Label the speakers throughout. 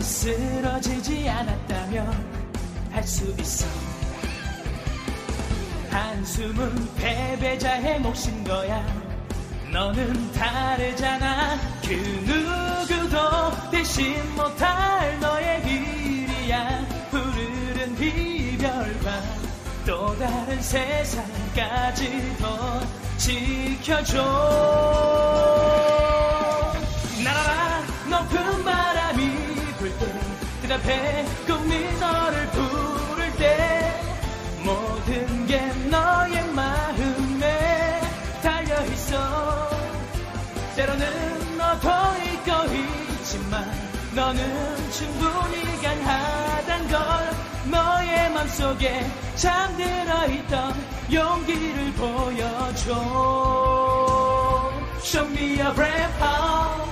Speaker 1: 쓰러지지 않았다면 할 수 있어 한숨은 패배자의 몫인 거야 너는 다르잖아 그 누구도 대신 못할 너의 길이야 푸르른 이별과 또 다른 세상까지 더 지켜줘 날아라 높은 바람이 불때그 앞에 꿈이 너를 부를 때 모든 게 너의 마음에 달려있어 때로는 너도일 거이지만 너는 충분히 강하단 걸 너의 맘속에 잠들어 있던 용기를 보여줘 Show me your oh. brave heart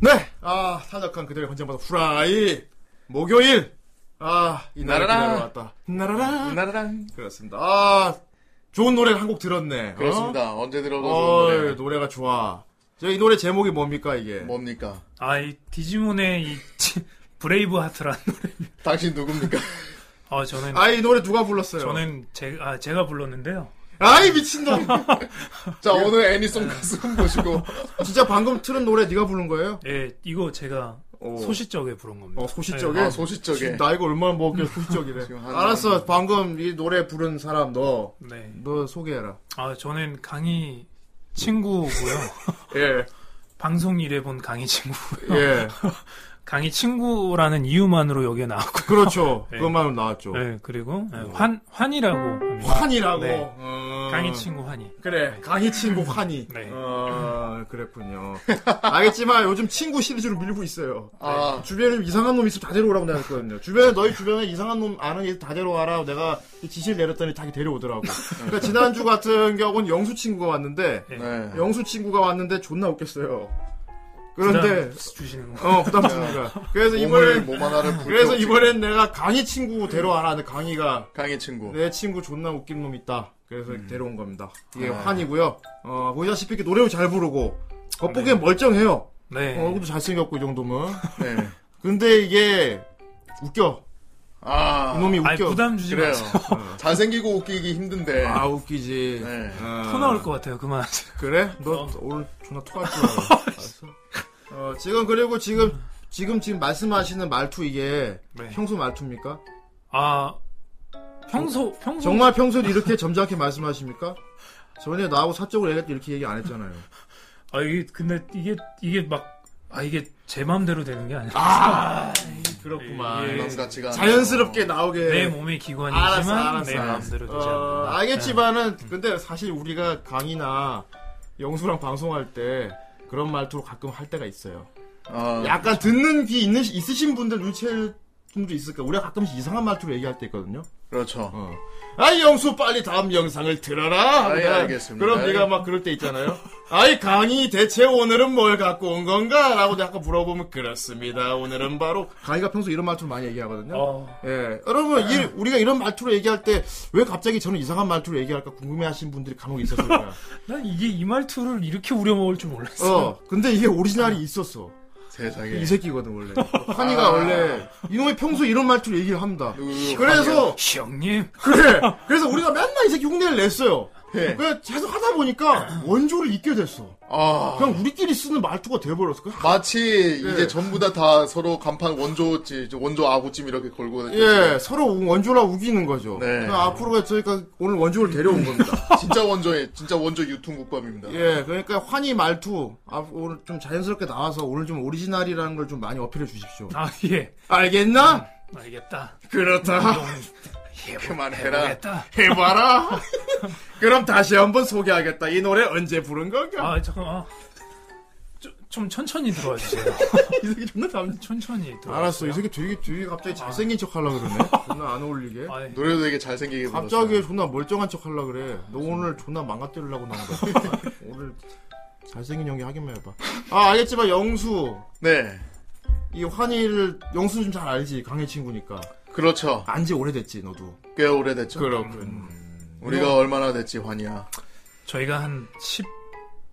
Speaker 2: 네! 아, 사적한 그들의 권장받아 후라이! 목요일! 아, 이 날을
Speaker 3: 나라라.
Speaker 2: 기다려왔다. 나라라!
Speaker 3: 나라랑.
Speaker 2: 그렇습니다. 아, 좋은 노래를 한 곡 들었네. 어?
Speaker 3: 어? 그렇습니다. 언제 들어도
Speaker 2: 어, 노래.
Speaker 3: 좋은 노래.
Speaker 2: 노래가 좋아. 저 이 노래 제목이 뭡니까, 이게?
Speaker 3: 뭡니까?
Speaker 4: 아이 디지몬의 이 브레이브 하트라는 노래.
Speaker 3: 당신 누굽니까?
Speaker 4: 아 저는
Speaker 2: 아, 이 노래 누가 불렀어요?
Speaker 4: 저는 제, 아, 제가 불렀는데요.
Speaker 2: 아이, 미친놈!
Speaker 3: 자, 오늘 애니송 가슴 보시고.
Speaker 2: 진짜 방금 틀은 노래 네가 부른 거예요?
Speaker 4: 예, 이거 제가
Speaker 2: 오.
Speaker 4: 소시적에 부른 겁니다.
Speaker 2: 어, 소시적에?
Speaker 3: 아, 소시적에.
Speaker 2: 나 이거 얼마나 먹게 소시적이래.
Speaker 3: 지금 한-
Speaker 2: 알았어, 방금 이 노래 부른 사람 너,
Speaker 4: 네.
Speaker 2: 너 소개해라.
Speaker 4: 아 저는 강희 친구고요.
Speaker 2: 예,
Speaker 4: 방송 일해 본 강희 친구.
Speaker 2: 예.
Speaker 4: 강희 친구라는 이유만으로 여기에 나왔고.
Speaker 2: 그렇죠.
Speaker 4: 네.
Speaker 2: 그것만 나왔죠.
Speaker 4: 네, 그리고 예, 환 환이라고 합니다.
Speaker 2: 환이라고.
Speaker 4: 네.
Speaker 2: 어.
Speaker 4: 강희 친구 환이.
Speaker 2: 그래, 강희 친구 환희.
Speaker 4: 네.
Speaker 2: 어, 그랬군요. 알겠지만 요즘 친구 시리즈로 밀고 있어요.
Speaker 3: 아,
Speaker 2: 주변에 좀 이상한 놈 있으면 다 데려오라고 내가 했거든요. 주변에 너희 주변에 이상한 놈 아는 애 다 데려와라. 내가 지시를 내렸더니 자기 데려오더라고. 그러니까 지난주 같은 경우는 영수 친구가 왔는데
Speaker 4: 네.
Speaker 3: 네.
Speaker 2: 영수 친구가 왔는데 존나 웃겼어요. 그런데
Speaker 4: 부담 주시는 거.
Speaker 2: 어 부담스러니까 그래서
Speaker 3: 몸을,
Speaker 2: 이번엔
Speaker 3: 몸 하나를 불
Speaker 2: 그래서 이번엔 내가 강희 친구 데려와라. 근데 강희가
Speaker 3: 강의 친구.
Speaker 2: 내 친구 존나 웃긴 놈 있다. 그래서
Speaker 4: 음.
Speaker 2: 데려온 겁니다. 이게
Speaker 4: 네.
Speaker 2: 환이고요. 어, 보시다시피 이렇게 노래를 잘 부르고 겉보기엔 멀쩡해요.
Speaker 4: 네.
Speaker 2: 어, 얼굴도 잘생겼고 이 정도면.
Speaker 3: 네.
Speaker 2: 근데 이게 웃겨.
Speaker 3: 아,
Speaker 2: 이놈이
Speaker 4: 아니
Speaker 2: 웃겨.
Speaker 4: 부담 주지
Speaker 3: 그래요.
Speaker 4: 마세요.
Speaker 3: 잘생기고 웃기기 힘든데.
Speaker 2: 아 웃기지.
Speaker 3: 네.
Speaker 2: 어,
Speaker 4: 토 나올 것 같아요. 그만.
Speaker 2: 그래? 너
Speaker 4: 어.
Speaker 2: 오늘 존나 토할 줄 알아. 알았어. 어, 지금 그리고 지금 지금 지금 말씀하시는 말투 이게
Speaker 4: 네.
Speaker 2: 평소 말투입니까?
Speaker 4: 아 평소 평소
Speaker 2: 정말 평소에 이렇게 점잖게 말씀하십니까? 전에 나하고 사적으로 얘기할 때 이렇게 얘기 안 했잖아요.
Speaker 4: 아 이게 근데 이게 이게 막 아 이게 제 마음대로 되는 게 아니라
Speaker 2: 그렇구만.
Speaker 4: 예.
Speaker 3: 넌
Speaker 2: 아,
Speaker 3: 같이가.
Speaker 2: 자연스럽게 나오게.
Speaker 4: 내 몸의 기관이지만
Speaker 2: 네. 알았어, 알았어,
Speaker 4: 내
Speaker 2: 알았어.
Speaker 4: 마음대로 되지
Speaker 2: 어,
Speaker 4: 네, 뭐, 않는다. 네.
Speaker 2: 알겠지만은 근데 사실 우리가 강이나 영수랑 방송할 때 그런 말투로 가끔 할 때가 있어요.
Speaker 3: 아,
Speaker 2: 약간 듣는 귀 있는 있으신 분들 눈치챌 분도 있을까? 우리가 가끔씩 이상한 말투로 얘기할 때 있거든요.
Speaker 3: 그렇죠.
Speaker 2: 어. 아이 영수 빨리 다음 영상을 들어라. 하고
Speaker 3: 아이,
Speaker 2: 내가-
Speaker 3: 알겠습니다.
Speaker 2: 그럼
Speaker 3: 아이.
Speaker 2: 네가 막 그럴 때 있잖아요. 아이 강이 대체 오늘은 뭘 갖고 온 건가?라고 내가 물어보면 그렇습니다. 오늘은 바로 강이가 평소 이런 말투로 많이 얘기하거든요.
Speaker 4: 어,
Speaker 2: 예. 여러분,
Speaker 3: 네.
Speaker 2: 이- 우리가 이런 말투로 얘기할 때 왜 갑자기 저는 이상한 말투로 얘기할까 궁금해 하시는 분들이 간혹 있었을 거야.
Speaker 4: 난 이게 이 말투를 이렇게 우려먹을 줄 몰랐어.
Speaker 2: 어. 근데 이게 오리지널이 있었어.
Speaker 3: 세상에.
Speaker 2: 이 새끼거든, 원래. 환희가
Speaker 3: 네. 아.
Speaker 2: 원래 이놈이 평소 이런 말투로 얘기를 합니다.
Speaker 3: 누구,
Speaker 2: 그래서
Speaker 4: 형님,
Speaker 2: 그래. 그래서 우리가 맨날 이 새끼 흉내를 냈어요.
Speaker 3: 예.
Speaker 2: 그래 계속 하다 보니까 원조를 잊게 됐어.
Speaker 3: 아.
Speaker 2: 그냥 우리끼리 쓰는 말투가 돼버렸어. 그
Speaker 3: 마치
Speaker 2: 예.
Speaker 3: 이제 전부 다, 다 서로 간판 원조찜, 원조 아구찜 이렇게 걸고.
Speaker 2: 예, 서로 원조라 우기는 거죠.
Speaker 3: 네.
Speaker 2: 그냥 앞으로가 저희가 오늘 원조를 데려온 겁니다.
Speaker 3: 진짜 원조의, 진짜 원조 유통국밥입니다.
Speaker 2: 예, 그러니까 환희 말투 아, 오늘 좀 자연스럽게 나와서 오늘 좀 오리지널이라는 걸 좀 많이 어필해 주십시오.
Speaker 4: 아 예,
Speaker 2: 알겠나?
Speaker 4: 알겠다.
Speaker 2: 그렇다.
Speaker 3: 그만해라.
Speaker 4: 알겠다.
Speaker 2: 해봐라. 그럼 다시 한번 소개하겠다. 이 노래 언제 부른 건가?
Speaker 4: 아 잠깐, 아, 좀, 좀 천천히 들어와 주세요.
Speaker 2: 이 새끼 존나 담. 아.
Speaker 4: 천천히 들어.
Speaker 2: 알았어, 이 새끼 되게 되게 갑자기 잘생긴 척 하려 그러네. 존나 안 어울리게.
Speaker 4: 아, 예.
Speaker 3: 노래도 되게 잘생기게 불렀어요.
Speaker 2: 갑자기 존나 멀쩡한 척 하려 그래. 너 오늘 존나 망가뜨리려고 나온 거야. 오늘 잘생긴 연기 하기만 해봐. 아 알겠지만 영수
Speaker 3: 네.
Speaker 2: 이 환희를 영수 좀 잘 알지 강의 친구니까
Speaker 3: 그렇죠.
Speaker 2: 안지 오래됐지 너도
Speaker 3: 꽤 오래됐죠.
Speaker 2: 그렇군
Speaker 3: 우리가
Speaker 2: 음.
Speaker 3: 얼마나 됐지, 환이야.
Speaker 4: 저희가 한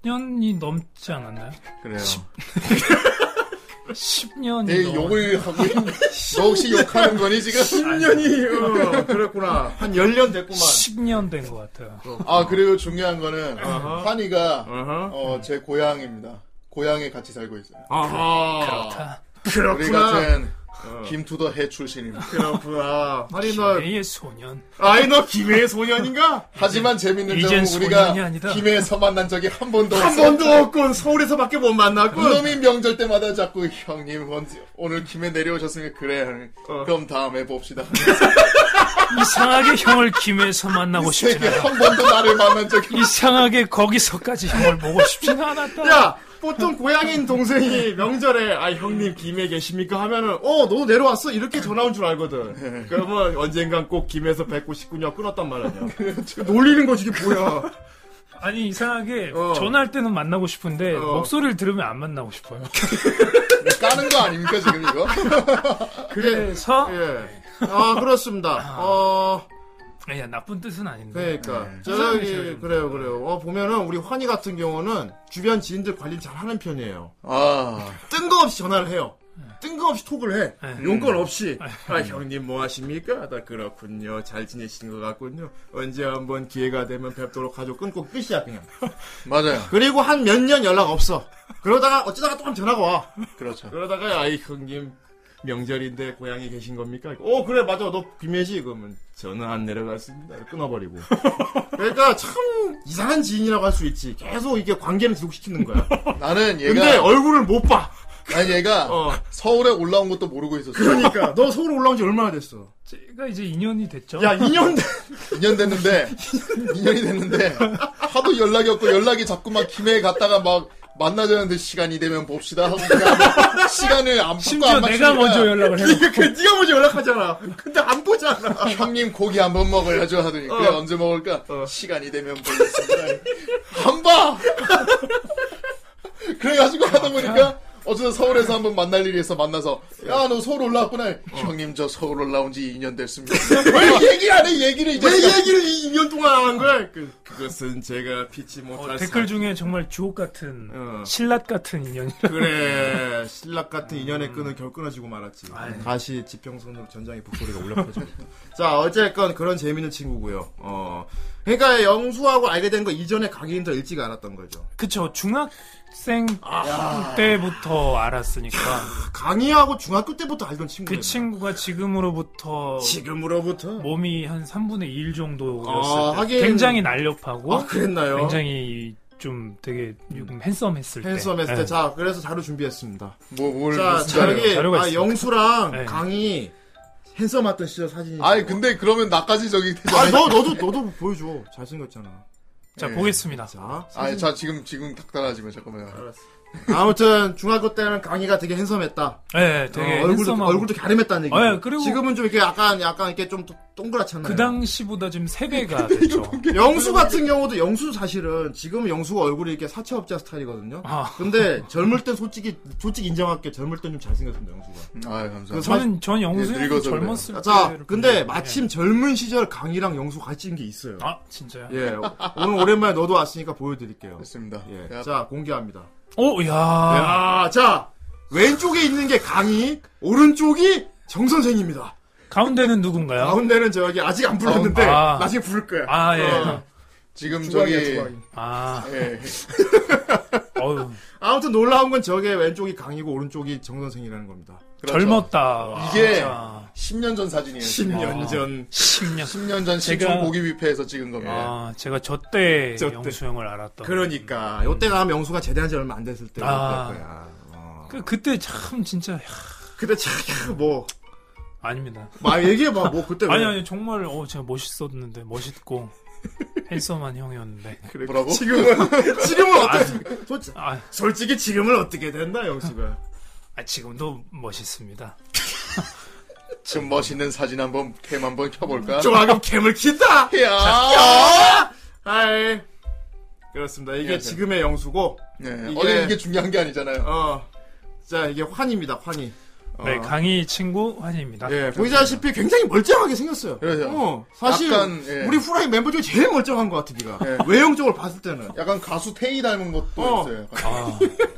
Speaker 4: 10년이 넘지 않았나요?
Speaker 3: 그래요.
Speaker 2: 음,
Speaker 3: 내
Speaker 4: 10년이 넘.
Speaker 3: 욕을 하고 있는데. 너 혹시 욕하는 거니, 지금?
Speaker 2: 10년이 어, 그랬구나 한 10년 됐구만
Speaker 4: 10년 된 것 같아요.
Speaker 3: 아, 그리고 중요한 거는,
Speaker 2: 아하.
Speaker 3: 환이가,
Speaker 2: 어허.
Speaker 3: 어, 제 고향입니다. 고향에 같이 살고 있어요.
Speaker 2: 아하
Speaker 4: 그렇다.
Speaker 3: 우리
Speaker 2: 그렇구나 어.
Speaker 3: 같은 김투더 해 출신입니다.
Speaker 2: 그렇구나 환희 너
Speaker 4: 기회의 소년.
Speaker 2: 아이 너 김해의 소년인가?
Speaker 3: 하지만 재밌는 점은
Speaker 4: 이젠 소년이
Speaker 3: 우리가
Speaker 4: 아니다.
Speaker 3: 김해에서 만난 적이 한 번도
Speaker 2: 한
Speaker 3: 없어.
Speaker 2: 번도 없군 서울에서밖에 못 만났군
Speaker 3: 그놈이 명절 때마다 자꾸 형님 언제- 오늘 김해 내려오셨으니까 그래 형님.
Speaker 2: 어.
Speaker 3: 그럼 다음에 봅시다.
Speaker 4: 이상하게 형을 김에서 만나고 싶진
Speaker 3: 세계
Speaker 4: 않아.
Speaker 3: 한 번도 나를 만난 적이
Speaker 4: 이상하게 거기서까지 형을 보고 싶지는 않았다.
Speaker 2: 야 보통 고향인 동생이 명절에 아 형님 김해 계십니까 하면은 어 너도 내려왔어 이렇게 전화 온 줄 알거든 그러면 언젠간 꼭 김해에서 뵙고 싶군요 끊었단 말이야 놀리는 거지 이게 뭐야
Speaker 4: 아니 이상하게
Speaker 2: 어.
Speaker 4: 전화할 때는 만나고 싶은데
Speaker 2: 어.
Speaker 4: 목소리를 들으면 안 만나고 싶어요.
Speaker 3: 까는 거 아닙니까 지금 이거?
Speaker 4: 그래서
Speaker 2: 예. 아 그렇습니다 어
Speaker 4: 아, 야 나쁜 뜻은 아닌데
Speaker 2: 그러니까
Speaker 4: 세상에
Speaker 2: 저기
Speaker 4: 지어진
Speaker 2: 그래요 그래요 어 보면은 우리 환희 같은 경우는 주변 지인들 관리 잘 하는 편이에요
Speaker 3: 아
Speaker 2: 뜬금없이 전화를 해요. 뜬금없이 톡을 해.
Speaker 4: 네.
Speaker 2: 용건 없이. 아, 형님 뭐 하십니까? 나 그렇군요. 잘 지내신 것 같군요. 언제 한번 기회가 되면 뵙도록 하죠. 끊고 끝이야, 그냥.
Speaker 3: 맞아요.
Speaker 2: 그리고 한 몇 년 연락 없어. 그러다가 어쩌다가 또 한 전화가 와.
Speaker 3: 그렇죠.
Speaker 2: 그러다가, 아이, 형님. 명절인데 고향에 계신 겁니까? 어 그래 맞아 너 김혜지 그러면 전화 안 내려갔습니다 끊어버리고 그러니까 참 이상한 지인이라고 할 수 있지 계속 이게 관계를 지속시키는 거야
Speaker 3: 나는 얘가
Speaker 2: 근데 얼굴을 못봐
Speaker 3: 아니 얘가
Speaker 2: 어.
Speaker 3: 서울에 올라온 것도 모르고 있었어.
Speaker 2: 그러니까 너 서울 올라온 지 얼마나 됐어?
Speaker 4: 제가 이제 2년이 됐죠.
Speaker 2: 야 2년 됐
Speaker 3: 2년 됐는데 2년이 됐는데 하도 연락이 없고 연락이 자꾸만 김해에 갔다가 막 만나자는데 시간이 되면 봅시다 하고 그냥 시간을 안 받고
Speaker 4: 심지어
Speaker 3: 안 맞추니까
Speaker 4: 내가 먼저 연락을 해요.
Speaker 2: 그러니까 네가 먼저 연락하잖아. 근데 안 보잖아.
Speaker 3: 형님 고기 한 번 먹어야죠 하더니 그래
Speaker 2: 어.
Speaker 3: 언제 먹을까
Speaker 2: 어.
Speaker 3: 시간이 되면 보겠습니다 한바 그래가지고
Speaker 2: 아,
Speaker 3: 하다 보니까 어쨌든 서울에서 한번 만날 일이 있어 만나서 야
Speaker 2: 네.
Speaker 3: 너 서울 올라왔구나
Speaker 2: 어.
Speaker 3: 형님 저 서울 올라온 지 2년 됐습니다 왜 얘기를 안해 얘기를 이제
Speaker 2: 왜 얘기를 2년 동안 안 한 거야? 그, 그것은 제가 피치 못할
Speaker 4: 어, 댓글 중에 정말 주옥 같은
Speaker 2: 어.
Speaker 4: 신랏 같은 인연이
Speaker 2: 그래 신락 같은 인연의 끈은 결 끊어지고 말았지.
Speaker 4: 아이. 네.
Speaker 2: 다시 지평선으로 전장의 북소리가 올라 퍼지고. 있다. 자 어쨌건 그런 재밌는 친구고요. 어 그러니까 영수하고 알게 된 거 이전에 가기는 더 일찍 알았던 거죠.
Speaker 4: 그쵸 중학생 때부터 알았으니까
Speaker 2: 그러니까. 강희하고 중학교 때부터 알던 친구예요.
Speaker 4: 그 친구가 지금으로부터
Speaker 2: 지금으로부터.
Speaker 4: 몸이 한 3분의 2일 정도였을
Speaker 2: 아, 하긴-
Speaker 4: 때 굉장히 날렵하고
Speaker 2: 아 그랬나요?
Speaker 4: 뭐?
Speaker 2: 음.
Speaker 4: 굉장히 좀 되게 좀 핸섬했을 때
Speaker 2: 핸섬했을
Speaker 4: 네.
Speaker 2: 때, 자, 그래서 자료 준비했습니다.
Speaker 3: 뭐뭘
Speaker 2: 자,
Speaker 4: 자료?
Speaker 2: 저기
Speaker 4: 자료가
Speaker 2: 아,
Speaker 4: 있습니까?
Speaker 2: 영수랑
Speaker 4: 네.
Speaker 2: 강이 핸섬했던 시절 사진이.
Speaker 3: 아니 근데 그러면 나까지 저기
Speaker 2: 아,
Speaker 3: 되잖아
Speaker 2: 너 너도 너도 보여줘. 잘생겼잖아.
Speaker 4: 자
Speaker 3: 예.
Speaker 4: 보겠습니다
Speaker 2: 자,
Speaker 3: 아니
Speaker 2: 사진.
Speaker 3: 자 지금 지금 탁달하지만 잠깐만요 아,
Speaker 2: 알았어. 아무튼 중학교 때는 강이가 되게 핸섬했다.
Speaker 4: 예, 예,
Speaker 2: 어,
Speaker 4: 되게
Speaker 2: 얼굴도
Speaker 4: 핸섬하고
Speaker 2: 얼굴도 갸름했다는 얘기.
Speaker 4: 아, 예, 그리고-
Speaker 2: 지금은 좀 이렇게 약간 약간 이렇게 좀 동그랗잖아요.
Speaker 4: 그 당시보다 지금 3배가 됐죠
Speaker 2: 영수 같은 경우도 영수 사실은 지금 영수가 얼굴이 이렇게 사채업자 스타일이거든요.
Speaker 4: 아.
Speaker 2: 근데 젊을 땐 솔직히 솔직히 인정할게 젊을 땐 좀 잘생겼습니다 영수가.
Speaker 3: 아
Speaker 2: 그
Speaker 3: 감사합니다
Speaker 2: 사-
Speaker 4: 저는 전 영수
Speaker 3: 예,
Speaker 4: 형이
Speaker 3: 늙어서
Speaker 4: 젊었을 때
Speaker 2: 자, 근데 마침 젊은 시절 강이랑 영수 같이 있는 게 있어요.
Speaker 4: 예. 아 진짜요?
Speaker 2: 예, 오늘 오랜만에 너도 왔으니까 보여드릴게요.
Speaker 3: 됐습니다
Speaker 2: 예,
Speaker 3: 야,
Speaker 2: 자 공개합니다.
Speaker 4: 오야
Speaker 2: 야, 자 왼쪽에 있는 게 강이, 오른쪽이 정 선생입니다.
Speaker 4: 가운데는 누군가요?
Speaker 2: 아, 가운데는 저기 아직 안 불렀는데
Speaker 4: 아.
Speaker 2: 나중에 부를 거야.
Speaker 4: 아, 예.
Speaker 2: 어,
Speaker 3: 지금
Speaker 2: 주광이야,
Speaker 3: 저기
Speaker 2: 주광이.
Speaker 4: 아,
Speaker 3: 예.
Speaker 4: 어휴,
Speaker 2: 아무튼 놀라운 건 저게 왼쪽이 강이고 오른쪽이 정 선생이라는 겁니다.
Speaker 3: 그렇죠.
Speaker 4: 젊었다. 아,
Speaker 3: 이게-
Speaker 4: 진짜.
Speaker 3: 10년 전
Speaker 2: 예.
Speaker 3: 사진이에요.
Speaker 2: 10년
Speaker 4: 아.
Speaker 2: 전.
Speaker 4: 10년.
Speaker 3: 10년 전
Speaker 4: 제가-
Speaker 3: 신촌 고기 뷔페에서 찍은 겁니다.
Speaker 4: 아, 제가 저 때
Speaker 2: 예. 저 때.
Speaker 4: 영수형을 알았던.
Speaker 2: 그러니까 요때 가면 영수가 제대한 지 얼마 안 됐을 때
Speaker 4: 아.
Speaker 2: 거야. 어.
Speaker 4: 그, 그때 참 진짜 야,
Speaker 2: 근데 참뭐
Speaker 4: 아닙니다.
Speaker 2: 막 얘기해봐 뭐 그때 왜-
Speaker 4: 아니 아니 정말 어 제가 멋있었는데 멋있고 핸섬한 형이었는데.
Speaker 2: 그
Speaker 3: 뭐라고?
Speaker 2: 지금은
Speaker 4: 그
Speaker 2: 지금은 어떻게 솔직-
Speaker 4: 아,
Speaker 2: 솔직히 지금은 어떻게 됐나 영수가
Speaker 4: 아, 지금도 멋있습니다.
Speaker 3: 지금 멋있는 사진 한번 캠 한번 켜볼까?
Speaker 2: 조금 캠을 킨다
Speaker 3: 야.
Speaker 2: 하이 그렇습니다 이게
Speaker 3: 안녕하세요.
Speaker 2: 지금의 영수고
Speaker 3: 네.
Speaker 2: 이게-
Speaker 3: 어제 이게 중요한 게 아니잖아요.
Speaker 2: 어자 이게 환입니다 환희
Speaker 4: 네, 강희 친구 환희입니다.
Speaker 2: 예, 보이다시피 굉장히 멀쩡하게 생겼어요.
Speaker 3: 아, 그래요.
Speaker 2: 어, 사실
Speaker 3: 약간, 예.
Speaker 2: 우리 후라이 멤버 중에 제일 멀쩡한 것 같아, 네가.
Speaker 3: 예.
Speaker 2: 외형적으로 봤을 때는.
Speaker 3: 약간 가수 테이 닮은 것도
Speaker 2: 어.
Speaker 3: 있어요. 약간.
Speaker 4: 아,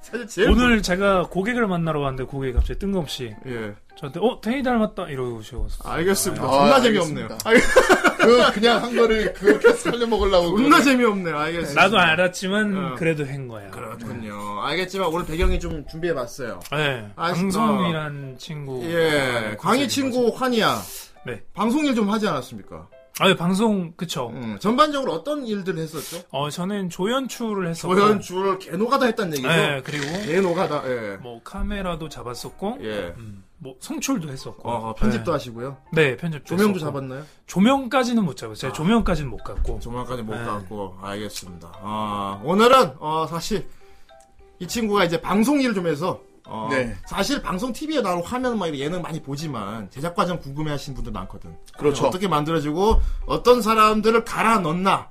Speaker 2: 사실 제일
Speaker 4: 오늘 제가 고객을 만나러 왔는데 고객이 갑자기 뜬금없이
Speaker 2: 예,
Speaker 4: 저한테 어 테이 닮았다 이러시고서
Speaker 2: 알겠습니다.
Speaker 3: 아,
Speaker 2: 존나
Speaker 3: 아,
Speaker 2: 재미없네요.
Speaker 3: 알겠습니다.
Speaker 2: 알-
Speaker 3: 그 그냥 한 거를 어, 그렇게 살려 먹으려고.
Speaker 2: 존나 재미없네요. 알겠습니다.
Speaker 4: 나도 알았지만
Speaker 2: 어.
Speaker 4: 그래도 한 거야.
Speaker 2: 그렇군요. 알겠지만 오늘 배경이 좀 준비해봤어요.
Speaker 4: 네,
Speaker 2: 아,
Speaker 4: 강성이란 친구.
Speaker 3: 아,
Speaker 2: 예, 광희 친구 환희야.
Speaker 4: 네.
Speaker 2: 방송 일 좀 하지 않았습니까?
Speaker 4: 아, 예, 방송 그쵸.
Speaker 2: 음, 전반적으로 어떤 일들을 했었죠?
Speaker 4: 어, 저는 조연출을 했었고,
Speaker 2: 조연주를 개노가다 했단 얘기죠.
Speaker 4: 예, 그리고
Speaker 2: 개노가다. 예.
Speaker 4: 뭐 카메라도 잡았었고,
Speaker 2: 예.
Speaker 4: 음, 뭐 성출도 했었고,
Speaker 2: 어, 편집도 하시고요.
Speaker 4: 네, 네, 편집
Speaker 2: 조명도 잡았나요?
Speaker 4: 조명까지는 못 잡았어요. 제가 조명까지는 못 갔고,
Speaker 2: 조만간에 못
Speaker 4: 네.
Speaker 2: 갔고 알겠습니다. 아, 오늘은 어, 사실 이 친구가 이제 방송 일을 좀 해서 어,
Speaker 3: 네.
Speaker 2: 사실 방송 TV에 나오는 화면 막 이런 예능 많이 보지만 제작 과정 궁금해 하시는 분들 많거든.
Speaker 3: 그렇죠.
Speaker 2: 어떻게 만들어지고 어떤 사람들을 갈아 넣나